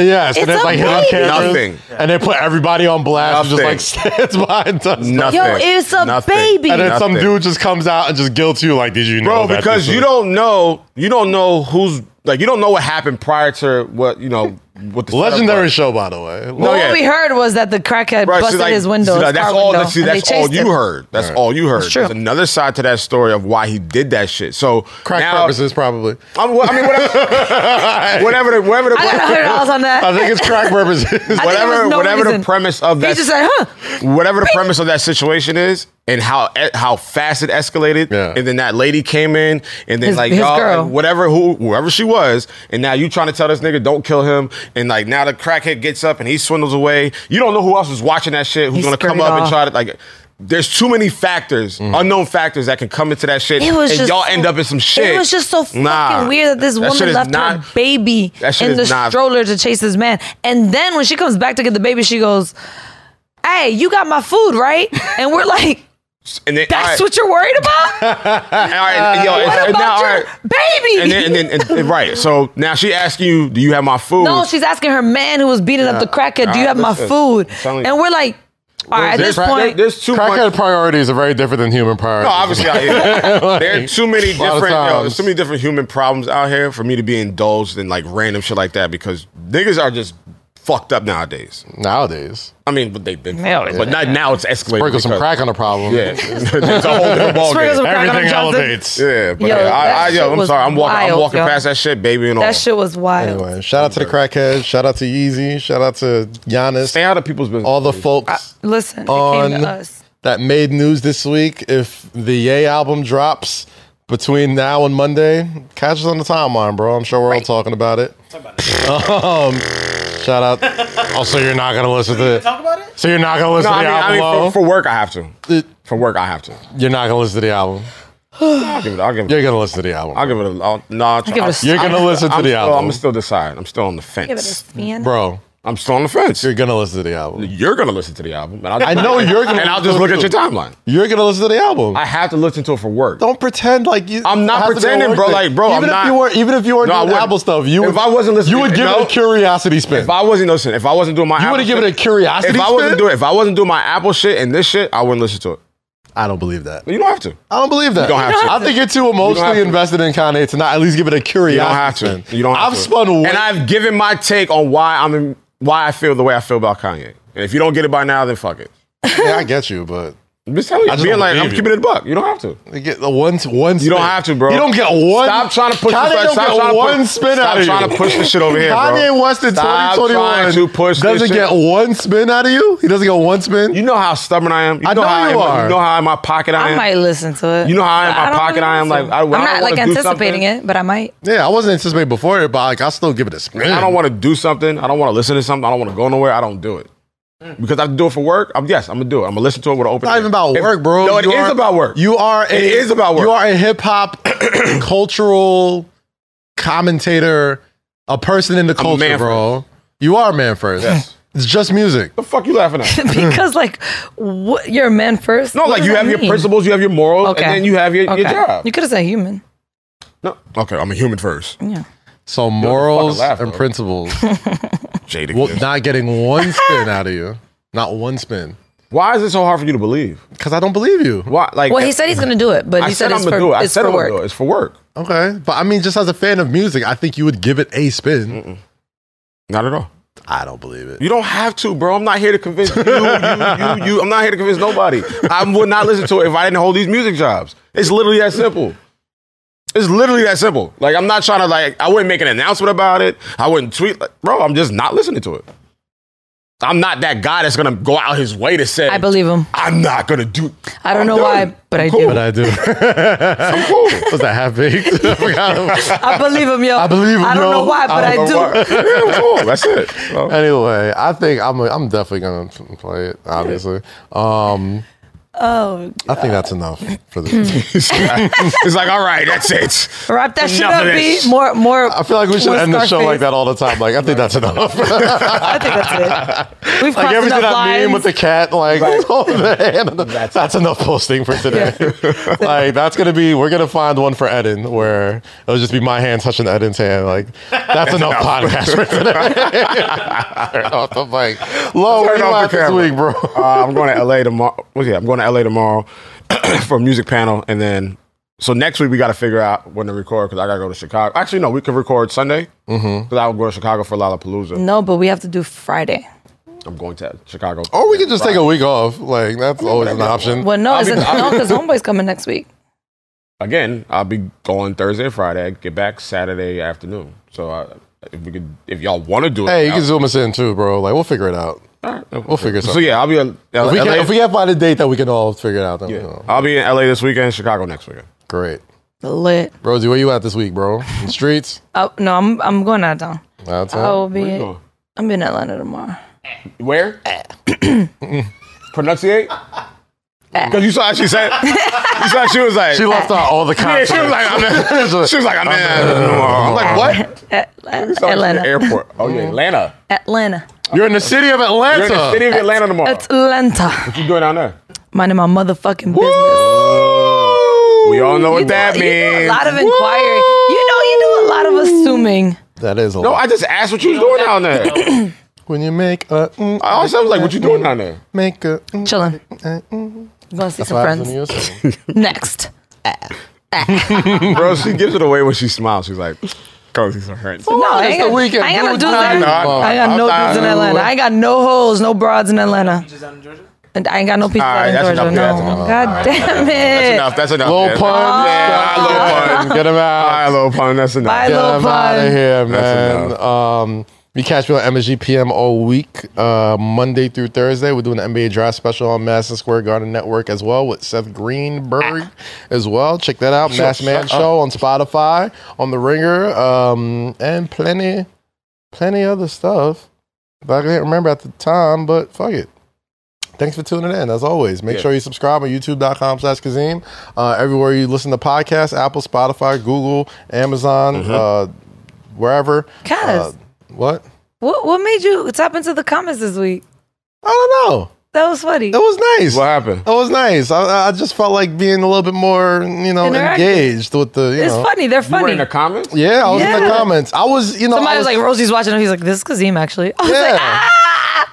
Speaker 1: Yes, and
Speaker 2: It's
Speaker 1: it's
Speaker 2: a
Speaker 1: like hit on
Speaker 2: baby.
Speaker 1: cameras,
Speaker 3: Nothing.
Speaker 1: and they put everybody on blast. And just like stands behind us,
Speaker 3: Nothing.
Speaker 2: Yo, it's a
Speaker 3: Nothing.
Speaker 2: baby.
Speaker 1: and then some
Speaker 3: Nothing.
Speaker 1: dude just comes out and just guilts you. Like, did you know?
Speaker 3: bro
Speaker 1: that
Speaker 3: because
Speaker 1: this
Speaker 3: you
Speaker 1: was-
Speaker 3: don't know you don't know who's like you don't know what happened prior to what you know what the
Speaker 1: Legendary
Speaker 3: setup
Speaker 1: show, by the way.
Speaker 3: was.
Speaker 2: What we heard was that the crackhead
Speaker 3: Oh, Right, see,
Speaker 2: busted
Speaker 3: like-
Speaker 2: his window.
Speaker 3: see,
Speaker 2: his
Speaker 3: like, that's
Speaker 2: car
Speaker 3: all.
Speaker 2: window,
Speaker 3: that- see,
Speaker 2: and they
Speaker 3: that's all
Speaker 2: chased
Speaker 3: you
Speaker 2: him.
Speaker 3: heard. That's all you heard.
Speaker 2: It's true.
Speaker 3: There's another side to that story of why he did that shit. So
Speaker 1: crack
Speaker 3: now,
Speaker 1: purposes, probably.
Speaker 3: I'm, I mean, whatever, whatever, the, whatever, the,
Speaker 2: I got hundred dollars on that.
Speaker 1: I think it's crack purposes.
Speaker 2: I think there
Speaker 3: whatever,
Speaker 2: was no
Speaker 3: whatever the
Speaker 2: reason.
Speaker 3: premise of
Speaker 2: He
Speaker 3: that,
Speaker 2: just said, "Huh."
Speaker 3: whatever the premise of that situation is, and how e- how fast it escalated,
Speaker 1: Yeah.
Speaker 3: and then that lady came in, and then
Speaker 2: His-
Speaker 3: like
Speaker 2: his
Speaker 3: y'all,
Speaker 2: girl.
Speaker 3: and whatever who whoever she was, and now you trying to tell this nigga don't kill him, and like now the crackhead gets up and he swindles away. You don't know who else is watching that shit. Who's
Speaker 2: He
Speaker 3: gonna come
Speaker 2: scurried
Speaker 3: up and
Speaker 2: off.
Speaker 3: try to like. There's too many factors, unknown factors that can come into that shit,
Speaker 2: It was
Speaker 3: and
Speaker 2: just
Speaker 3: y'all
Speaker 2: so-
Speaker 3: end up in some shit.
Speaker 2: It was just so fucking
Speaker 3: Nah.
Speaker 2: weird that this
Speaker 3: shit
Speaker 2: woman
Speaker 3: is
Speaker 2: left
Speaker 3: not-
Speaker 2: her baby
Speaker 3: that shit
Speaker 2: in the
Speaker 3: is not-
Speaker 2: stroller to chase this man. And then when she comes back to get the baby, she goes, Hey, you got my food, right? And we're like,
Speaker 3: And then,
Speaker 2: That's
Speaker 3: alright,
Speaker 2: what you're worried about?
Speaker 3: all right, yo, and-
Speaker 2: What
Speaker 3: and now,
Speaker 2: about
Speaker 3: all
Speaker 2: your
Speaker 3: right.
Speaker 2: baby?
Speaker 3: And then, and then and, and- right. So now she asked you, "Do you have my food?"
Speaker 2: no, she's asking her man who was beating up the crackhead, Do you
Speaker 3: Nah,
Speaker 2: have my
Speaker 3: listen,
Speaker 2: food?
Speaker 3: I'm telling you.
Speaker 2: And we're like, All right, at
Speaker 3: there's,
Speaker 2: this
Speaker 1: crack-
Speaker 2: point,
Speaker 3: there's too
Speaker 1: Crackhead
Speaker 3: much.
Speaker 1: priorities are very different than human priorities.
Speaker 3: No, obviously, out here. there are too many
Speaker 1: A lot of
Speaker 3: different, yo, there's
Speaker 1: times.
Speaker 3: too many different human problems out here for me to be indulged in like random shit like that because niggas are just fucked up nowadays.
Speaker 1: nowadays,
Speaker 3: I mean, but they've been,
Speaker 2: Hell yeah.
Speaker 3: but not now. It's escalating.
Speaker 1: sprinkle some
Speaker 3: because-
Speaker 1: crack on the problem.
Speaker 3: Yeah, it's a whole different
Speaker 2: Sprinkle some
Speaker 3: ballgame.
Speaker 2: crack on
Speaker 1: everything
Speaker 2: him, Johnson.
Speaker 1: elevates.
Speaker 3: Yeah, but
Speaker 2: Yo,
Speaker 3: yeah,
Speaker 2: that
Speaker 3: I, I,
Speaker 2: shit
Speaker 3: yo, I'm
Speaker 2: was
Speaker 3: sorry. I'm walking. I'm
Speaker 2: wild,
Speaker 3: walking
Speaker 2: yo.
Speaker 3: past that shit, baby, and all.
Speaker 2: that shit was wild.
Speaker 1: Anyway, shout out to the crackhead. Shout out to Yeezy. Shout out to Giannis.
Speaker 3: Stay out of people's business.
Speaker 1: all the folks
Speaker 2: Listen, it came
Speaker 1: on
Speaker 2: to us.
Speaker 1: that made news this week. If the Yay album drops between now and Monday, catch us on the timeline, bro. I'm sure we're all talking about it. um, shout out. Also, you're not gonna listen to. Talk about it. So you're not gonna listen
Speaker 3: No,
Speaker 1: to
Speaker 3: I
Speaker 1: the
Speaker 3: mean, I
Speaker 1: album.
Speaker 3: mean
Speaker 1: Lo?
Speaker 3: for, for work, I have to.
Speaker 1: It-
Speaker 3: For work, I have to.
Speaker 1: you're not gonna listen to the album.
Speaker 3: I'll give it. I'll give it.
Speaker 1: You're gonna listen to the album,
Speaker 3: I'll give it a. I'll, nah, I'll
Speaker 2: give it a
Speaker 1: You're gonna listen to
Speaker 3: I'm
Speaker 1: the
Speaker 3: still,
Speaker 1: album.
Speaker 3: I'm still decide. I'm still on the
Speaker 2: Give it a
Speaker 3: fence.
Speaker 2: spin.
Speaker 1: bro.
Speaker 3: I'm still on the fence.
Speaker 1: You're
Speaker 3: You're,
Speaker 1: gonna listen to the album.
Speaker 3: gonna listen to the album, and I'll,
Speaker 1: I know you're gonna
Speaker 3: And I'll
Speaker 1: listen
Speaker 3: just
Speaker 1: to
Speaker 3: look at
Speaker 1: it.
Speaker 3: your timeline.
Speaker 1: You're gonna listen to the album.
Speaker 3: I have to listen to it for work.
Speaker 1: don't pretend like you.
Speaker 3: I'm not
Speaker 1: it has to be a
Speaker 3: pretending,
Speaker 1: work
Speaker 3: bro.
Speaker 1: thing.
Speaker 3: Like, bro,
Speaker 1: even
Speaker 3: I'm
Speaker 1: if
Speaker 3: not-
Speaker 1: you weren't, even if you weren't
Speaker 3: No, I
Speaker 1: doing
Speaker 3: wouldn't.
Speaker 1: Apple stuff, you would,
Speaker 3: If I wasn't listening-
Speaker 1: you would give
Speaker 3: no.
Speaker 1: it a curiosity spin.
Speaker 3: If I wasn't listening, if I wasn't doing my,
Speaker 1: You
Speaker 3: Apple
Speaker 1: would've given
Speaker 3: shit-
Speaker 1: it a curiosity
Speaker 3: If I
Speaker 1: spin?
Speaker 3: wasn't doing, if I wasn't doing my Apple shit and this shit, I wouldn't listen to it.
Speaker 1: I don't believe that.
Speaker 3: But you don't have to.
Speaker 1: I don't believe that.
Speaker 3: don't have to.
Speaker 1: I think you're too
Speaker 3: have
Speaker 1: emotionally
Speaker 3: to.
Speaker 1: invested in Kanye to not at least give it a curiosity.
Speaker 3: You don't have to.
Speaker 1: spin.
Speaker 3: You
Speaker 1: I've spun
Speaker 3: don't. Have to.
Speaker 1: way.
Speaker 3: and I've given my take on why I'm in, why I feel the way I feel about Kanye. And if you don't get it by now, then fuck it.
Speaker 1: Yeah, I get you, but
Speaker 3: I'm just telling you,
Speaker 1: I just
Speaker 3: being
Speaker 1: don't
Speaker 3: like,
Speaker 1: believe
Speaker 3: I'm
Speaker 1: you.
Speaker 3: keeping it a buck. You don't have to.
Speaker 1: you get the one one.
Speaker 3: You
Speaker 1: spin.
Speaker 3: don't have to, bro.
Speaker 1: You don't get one.
Speaker 3: Stop trying to push.
Speaker 1: Kanye
Speaker 3: this,
Speaker 1: don't
Speaker 3: stop
Speaker 1: get
Speaker 3: trying to
Speaker 1: one
Speaker 3: push,
Speaker 1: spin
Speaker 3: stop
Speaker 1: out of you.
Speaker 3: trying to push this shit over here,
Speaker 1: Kanye
Speaker 3: bro.
Speaker 1: West in
Speaker 3: Stop trying
Speaker 1: 2021
Speaker 3: to push
Speaker 1: doesn't
Speaker 3: this
Speaker 1: get
Speaker 3: shit.
Speaker 1: one spin out of you. He doesn't get one spin.
Speaker 3: You know how stubborn I am. You
Speaker 1: I know
Speaker 3: how
Speaker 1: you
Speaker 3: I am.
Speaker 1: are.
Speaker 3: You know how in my pocket I am.
Speaker 2: I might listen to it.
Speaker 3: You know how I am
Speaker 2: But
Speaker 3: in my
Speaker 2: don't
Speaker 3: pocket, I am
Speaker 2: listen.
Speaker 3: like, I- I don't
Speaker 2: I'm not like
Speaker 3: wanna do
Speaker 2: anticipating
Speaker 3: something.
Speaker 2: it, but I might.
Speaker 1: yeah, I wasn't anticipating before it, but like I still give it a spin.
Speaker 3: I don't want to do something. I don't want to listen to something. I don't want to go nowhere. I don't do it. Because I do it for work. I'm, yes, I'm gonna do it. I'm gonna listen to it with an open.
Speaker 1: It's not even about
Speaker 3: ear. If-
Speaker 1: work, bro.
Speaker 3: No, it
Speaker 1: You
Speaker 3: is
Speaker 1: are-
Speaker 3: about work.
Speaker 1: You are. A,
Speaker 3: It is about work.
Speaker 1: You are a hip hop cultural commentator, a person in the
Speaker 3: I'm a
Speaker 1: culture,
Speaker 3: man
Speaker 1: bro. You are a man first.
Speaker 3: Yes.
Speaker 1: It's just music.
Speaker 3: the fuck you laughing at?
Speaker 2: because like what you're a man first.
Speaker 3: No,
Speaker 2: What
Speaker 3: like
Speaker 2: does
Speaker 3: you
Speaker 2: that
Speaker 3: have your
Speaker 2: mean?
Speaker 3: principles, you have your morals,
Speaker 2: Okay.
Speaker 3: and then you have your, your
Speaker 2: Okay.
Speaker 3: job.
Speaker 2: You could have said human.
Speaker 3: No, okay, I'm a human first.
Speaker 2: Yeah.
Speaker 1: So morals
Speaker 3: laugh,
Speaker 1: and
Speaker 3: bro.
Speaker 1: principles.
Speaker 3: Jada.
Speaker 1: Well,
Speaker 3: Kiss.
Speaker 1: not getting one spin out of you. Not one spin.
Speaker 3: Why is it so hard for you to believe?
Speaker 1: Because I don't believe you.
Speaker 3: Why? Like,
Speaker 2: Well, he said he's gonna do it, but
Speaker 3: I
Speaker 2: he said,
Speaker 3: said, I'm
Speaker 2: it's
Speaker 3: gonna
Speaker 2: for
Speaker 3: do it. I
Speaker 2: it's
Speaker 3: said
Speaker 2: for
Speaker 3: I'm gonna do it.
Speaker 2: work.
Speaker 3: It's for work.
Speaker 1: Okay. But I mean, just as a fan of music, I think you would give it a spin.
Speaker 3: Not at all.
Speaker 1: I don't believe it.
Speaker 3: You don't have to, bro. I'm not here to convince you, you, you, you. I'm not here to convince nobody. I would not listen to it if I didn't hold these music jobs. It's literally that simple. It's literally that simple. Like I'm not trying to like I wouldn't make an announcement about it. I wouldn't tweet like, bro, I'm just not listening to it. I'm not that guy that's gonna go out his way to say
Speaker 2: I believe him.
Speaker 3: I'm not gonna do
Speaker 2: I don't
Speaker 3: I'm
Speaker 2: know why,
Speaker 3: done.
Speaker 2: but
Speaker 3: I'm
Speaker 2: I
Speaker 3: cool.
Speaker 2: do.
Speaker 1: But I do.
Speaker 3: cool.
Speaker 1: Was that half baked? I forgot.
Speaker 2: I believe him, yo.
Speaker 1: I believe him,
Speaker 2: I don't
Speaker 1: yo.
Speaker 2: know why, but I,
Speaker 3: don't know
Speaker 2: do.
Speaker 3: why. Yeah, I'm cool. That's it. So,
Speaker 1: anyway, I think I'm. I'm definitely gonna play it. Obviously, um,
Speaker 2: Oh,
Speaker 1: I think that's enough for this.
Speaker 3: it's like, all right, that's it.
Speaker 2: wrap that shit
Speaker 3: Enough
Speaker 2: up,
Speaker 3: of
Speaker 2: B.
Speaker 3: this.
Speaker 2: More, more.
Speaker 1: I feel like we should
Speaker 2: more
Speaker 1: end the show
Speaker 2: Scarface.
Speaker 1: like that all the time. Like I think that's enough.
Speaker 2: I think that's it. We've
Speaker 1: like
Speaker 2: crossed
Speaker 1: everything
Speaker 2: enough
Speaker 1: I mean
Speaker 2: lines.
Speaker 1: with the cat, like oh, man, that's, enough posting for today. like that's gonna be. We're gonna find one for Eden where it'll just be my hand touching Eden's hand. Like that's enough podcast for today. Turn off the mic. Lo, where
Speaker 3: Turn
Speaker 1: you
Speaker 3: off
Speaker 1: at
Speaker 3: the
Speaker 1: this
Speaker 3: camera.
Speaker 1: week, bro?
Speaker 3: uh, I'm going to LA tomorrow. Well, yeah, I'm going to LA tomorrow for a music panel, and then so next week we got to figure out when to record because I got to go to Chicago. Actually, no, we could record Sunday because
Speaker 1: Mm-hmm.
Speaker 3: I will go to Chicago for Lollapalooza.
Speaker 2: no, but we have to do Friday.
Speaker 3: I'm going to Chicago.
Speaker 1: Or we could just take a week off. Like that's always an option.
Speaker 2: Well, no,
Speaker 3: I'll
Speaker 2: it's
Speaker 3: be-
Speaker 2: not- no, because homeboy's coming next week.
Speaker 3: again. I'll be going Thursday, Friday. Get back Saturday afternoon. So I, if we could, if y'all want to do it,
Speaker 1: Hey, you
Speaker 3: I'll-
Speaker 1: can zoom us in too, bro. Like we'll figure it out. We'll figure
Speaker 3: So
Speaker 1: something.
Speaker 3: yeah, I'll be in LA.
Speaker 1: If we, can, if we can find a date that we can all figure it out, then you know,
Speaker 3: I'll be in LA this weekend, Chicago next weekend.
Speaker 1: great.
Speaker 2: Lit.
Speaker 1: Rosie, where you at this week, bro? In the streets?
Speaker 2: Oh, no, I'm I'm going out of town.
Speaker 1: That's it.
Speaker 2: I will be.
Speaker 3: Oh, you going?
Speaker 2: I'm in Atlanta tomorrow.
Speaker 3: Where? Pronunciate?
Speaker 2: Eh.
Speaker 3: Because you saw how she said. You saw she was like.
Speaker 1: She left out all the
Speaker 3: yeah,
Speaker 1: content.
Speaker 3: she was like, I'm in-
Speaker 1: She was
Speaker 3: she was like, I'm, in- I'm like, what? You saw her at the
Speaker 2: Atlanta. Mm-hmm.
Speaker 3: airport. Oh yeah, Atlanta.
Speaker 2: Atlanta.
Speaker 1: You're in the city of Atlanta.
Speaker 3: You're in the city of Atlanta tomorrow. What
Speaker 2: Atlanta.
Speaker 3: you doing down there?
Speaker 2: Minding my motherfucking business.
Speaker 3: Woo! We all know what
Speaker 2: You do-
Speaker 3: that
Speaker 2: you do
Speaker 3: means.
Speaker 2: a lot of inquiry. You know, you do a lot of assuming.
Speaker 1: That is a
Speaker 3: No,
Speaker 1: lot.
Speaker 3: I just asked what you was doing down there.
Speaker 1: when you make a mm,
Speaker 3: I always was like, what you doing down there?
Speaker 1: make a mm,
Speaker 2: Chilling. Gonna see some
Speaker 1: what happens
Speaker 2: friends
Speaker 1: when you listen.
Speaker 2: next.
Speaker 3: Bro, she gives it away when she smiles. She's like, come see some friends.
Speaker 2: No, I
Speaker 1: it's
Speaker 2: ain't
Speaker 1: the
Speaker 2: got-
Speaker 1: weekend,
Speaker 2: I ain't got no
Speaker 1: bro.
Speaker 2: dudes.
Speaker 1: I
Speaker 2: in-
Speaker 1: know.
Speaker 2: I ain't got no
Speaker 3: I'm
Speaker 2: dudes in
Speaker 3: not-
Speaker 2: Atlanta. I ain't got no hoes, no broads in Atlanta. And I ain't got no people
Speaker 3: All right,
Speaker 2: out in
Speaker 3: that's
Speaker 2: Georgia.
Speaker 3: enough.
Speaker 2: No.
Speaker 3: That's enough.
Speaker 2: God damn
Speaker 3: That's
Speaker 2: it. Oh.
Speaker 3: enough. That's enough.
Speaker 1: Little
Speaker 3: man.
Speaker 1: pun.
Speaker 3: Yeah, little pun.
Speaker 1: Get him
Speaker 3: All right,
Speaker 1: out.
Speaker 3: little pun. That's enough.
Speaker 2: Bye,
Speaker 1: Get
Speaker 2: Little
Speaker 1: him out
Speaker 2: pun.
Speaker 1: of here,
Speaker 3: That's
Speaker 1: man. Um, you catch me on MSG PM all week, uh, Monday through Thursday. We're doing the NBA draft special on Madison Square Garden Network as well with Seth Greenberg as well. Check that out. Mass Man Show on Spotify, on The Ringer, um, and plenty, plenty other stuff that I can't remember at the time, but fuck it. Thanks for tuning in. As always, make
Speaker 3: Yeah.
Speaker 1: sure you subscribe on youtube.com slash Kazim. Uh, everywhere you listen to podcasts, Apple, Spotify, Google, Amazon, uh, wherever.
Speaker 2: Kaz,
Speaker 1: Uh, what?
Speaker 2: what, what made you tap into the comments this week?
Speaker 1: I don't know.
Speaker 2: That was funny.
Speaker 1: It was nice.
Speaker 3: What happened?
Speaker 1: It was nice. I, I just felt like being a little bit more, you know,
Speaker 2: Interactive.
Speaker 1: engaged with the, you
Speaker 2: It's
Speaker 1: know.
Speaker 2: funny. They're
Speaker 3: You were
Speaker 2: funny.
Speaker 3: in the comments?
Speaker 1: Yeah, I was in the
Speaker 2: Yeah.
Speaker 1: comments. I was, you know,
Speaker 2: Somebody
Speaker 1: I
Speaker 2: was, like, Rosie's watching him. He's like, this is Kazim, actually. I was
Speaker 1: Yeah.
Speaker 2: like, ah!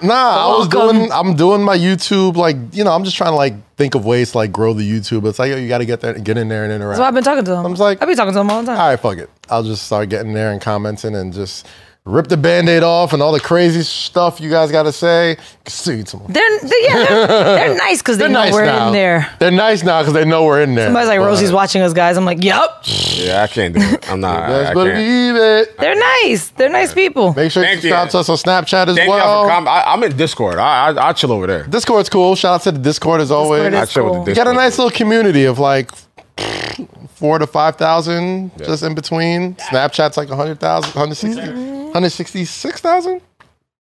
Speaker 1: Nah, I was
Speaker 2: Welcome.
Speaker 1: doing. I'm doing my YouTube. Like, you know, I'm just trying to like think of ways to like grow the YouTube. It's like yo, you got to get there, get in there, and interact.
Speaker 2: So I've been talking to him.
Speaker 1: I'm just like-
Speaker 2: I've been talking to him all the time.
Speaker 1: all right, fuck it. I'll just start getting there and commenting and just rip the band-aid off and all the crazy stuff you guys got to say. See some.
Speaker 2: They're, they yeah, they're, they're nice because they
Speaker 1: They're
Speaker 2: know
Speaker 1: nice
Speaker 2: we're
Speaker 1: now.
Speaker 2: in there.
Speaker 1: They're nice now because they know we're in there.
Speaker 2: Somebody's like,
Speaker 1: But
Speaker 2: Rosie's watching us, guys. I'm like, yup.
Speaker 3: Yeah, I can't do it. I'm not. I, I
Speaker 1: Best
Speaker 3: can't.
Speaker 1: believe it.
Speaker 2: They're nice. They're nice people.
Speaker 1: Make sure you
Speaker 3: Thank
Speaker 1: subscribe
Speaker 3: you.
Speaker 1: to us on Snapchat as
Speaker 3: Thank y'all
Speaker 1: well.
Speaker 3: for coming. I, I'm in Discord. I, I I chill over there.
Speaker 1: Discord's cool. Shout out to the Discord as always.
Speaker 2: Discord
Speaker 3: I
Speaker 2: That's
Speaker 3: chill
Speaker 2: cool.
Speaker 3: with the
Speaker 1: You
Speaker 3: Discord.
Speaker 1: got a nice little community of like four to five thousand just in between. Snapchat's like 100,000, 160
Speaker 2: Mm-hmm.
Speaker 1: 166,000.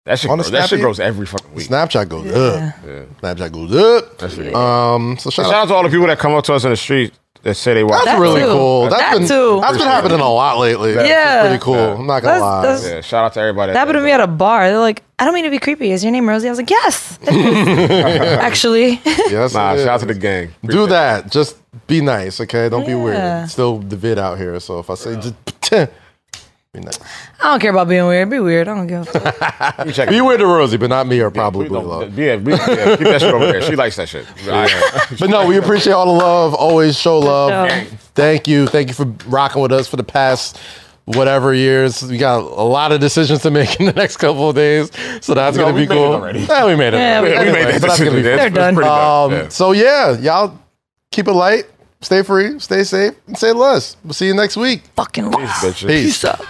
Speaker 3: That shit,
Speaker 1: On the
Speaker 3: grows, that shit
Speaker 1: Snappy?
Speaker 3: grows every fucking week.
Speaker 1: Snapchat goes up. Snapchat goes up.
Speaker 3: That shit goes
Speaker 1: Um, so shout
Speaker 3: Shout
Speaker 1: out.
Speaker 3: out to all the people that come up to us in the street that say they watch.
Speaker 1: That's
Speaker 2: That
Speaker 1: really
Speaker 2: too.
Speaker 1: cool. That's
Speaker 2: That
Speaker 1: been
Speaker 2: too.
Speaker 1: that's been happening a lot lately. That's
Speaker 2: Yeah.
Speaker 1: pretty cool. I'm not gonna
Speaker 2: That's-
Speaker 1: lie.
Speaker 2: that's-
Speaker 3: yeah, shout out to everybody.
Speaker 2: That happened to me at a bar. They're like, I don't mean to be creepy. Is your name Rosie? I was like, yes. it is." Actually,
Speaker 1: yes,
Speaker 3: Nah,
Speaker 1: it
Speaker 3: shout out
Speaker 1: is.
Speaker 3: to the gang.
Speaker 1: Do that. Just be nice, okay? Don't be
Speaker 2: Yeah.
Speaker 1: weird. Still the vid out here. So if I say just be nice.
Speaker 2: I don't care about being weird. Be weird. I don't give a fuck.
Speaker 3: Let me check.
Speaker 1: Be weird to Rosie, but not me or probably
Speaker 3: Please
Speaker 1: Blue
Speaker 3: don't-
Speaker 1: Love.
Speaker 3: Yeah, we- yeah, keep that shit over there. She likes that shit. Alright.
Speaker 1: But no, we appreciate all the love. Always show love.
Speaker 2: sure.
Speaker 1: Thank you. Thank you for rocking with us for the past whatever years. We got a lot of decisions to make in the next couple of days. So that's
Speaker 3: No,
Speaker 1: going to
Speaker 3: we
Speaker 1: be
Speaker 3: made it
Speaker 1: cool.
Speaker 3: already.
Speaker 1: Yeah, we made it.
Speaker 2: Yeah, we
Speaker 3: Yeah, we
Speaker 1: Anyway,
Speaker 3: made that
Speaker 1: so that's gonna
Speaker 3: decision.
Speaker 1: be
Speaker 3: That's-
Speaker 2: They're
Speaker 3: that's
Speaker 2: done.
Speaker 3: pretty
Speaker 1: cool. Um,
Speaker 3: done. Yeah.
Speaker 1: So yeah, y'all keep it light. Stay free, stay safe, and say less. We'll see you next week.
Speaker 7: Fucking lies.
Speaker 1: Peace.
Speaker 3: Bitches.
Speaker 7: Peace up.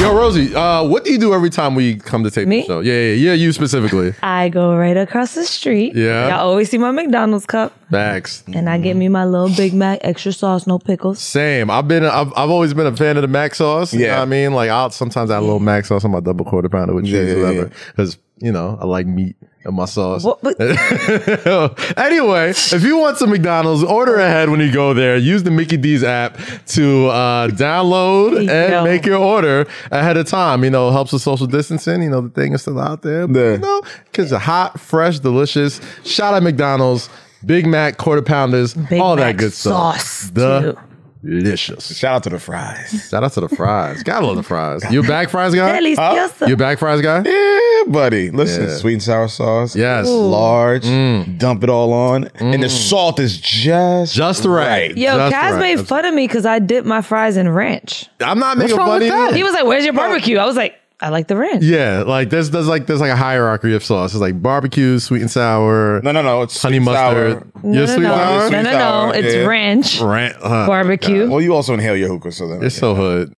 Speaker 1: Yo, Rosie, uh, what do you do every time we come to tape
Speaker 7: Me?
Speaker 1: the show? Yeah, yeah, yeah, you specifically.
Speaker 7: I go right across the street.
Speaker 1: Yeah.
Speaker 7: Y'all always see my McDonald's cup.
Speaker 1: Max.
Speaker 7: And I get me my little Big Mac, extra sauce, no pickles.
Speaker 1: Same. I've been. I've, I've always been a fan of the mac sauce. You
Speaker 3: Yeah.
Speaker 1: know what I mean, like I'll sometimes add a little mac sauce on my double quarter pounder with cheese,
Speaker 3: Yeah, yeah,
Speaker 1: or whatever,
Speaker 3: yeah.
Speaker 1: because you know I like meat in my sauce.
Speaker 7: What, but
Speaker 1: anyway, if you want some McDonald's, order ahead when you go there. Use the Mickey D's app to uh, download and
Speaker 7: Yo.
Speaker 1: make your order ahead of time. You know, it helps with social distancing. You know, the thing is still out there. But,
Speaker 3: Yeah.
Speaker 1: You know, because hot, fresh, delicious. Shout out McDonald's, Big Mac, quarter pounders,
Speaker 7: Big
Speaker 1: all that
Speaker 7: Mac
Speaker 1: good stuff.
Speaker 7: sauce, too.
Speaker 1: Delicious.
Speaker 3: Shout out to the fries.
Speaker 1: Shout out to the fries. Gotta love the fries. You a back fries guy?
Speaker 7: Delicioso.
Speaker 1: You a back fries guy?
Speaker 3: Yeah, Eh, buddy. Listen,
Speaker 1: Yeah.
Speaker 3: sweet and sour sauce.
Speaker 1: Yes. Mm. Ooh.
Speaker 3: Large. Dump it all on. And the salt is just
Speaker 1: Just right.
Speaker 7: Yo,
Speaker 1: Just
Speaker 7: Kaz
Speaker 1: right.
Speaker 7: made fun of me because I dipped my fries in ranch.
Speaker 1: I'm not making
Speaker 7: wrong
Speaker 1: fun of
Speaker 7: with
Speaker 1: you.
Speaker 7: He was like, "Where's your barbecue?" I was like, "I like the ranch."
Speaker 1: Oh Yeah, like there's there's like there's like a hierarchy of sauce. It's like barbecue, sweet and sour,
Speaker 3: No, no, no. It's
Speaker 1: honey
Speaker 3: sweet and
Speaker 1: mustard.
Speaker 3: sour.
Speaker 1: Your
Speaker 7: No, no,
Speaker 1: sweet and
Speaker 7: no, no,
Speaker 1: sour?
Speaker 7: no, no.
Speaker 3: Sweet sour,
Speaker 7: It's
Speaker 3: yeah.
Speaker 7: ranch
Speaker 1: Rant. huh.
Speaker 7: barbecue.
Speaker 3: Well, you also inhale your hookah, so then
Speaker 1: It's so hood.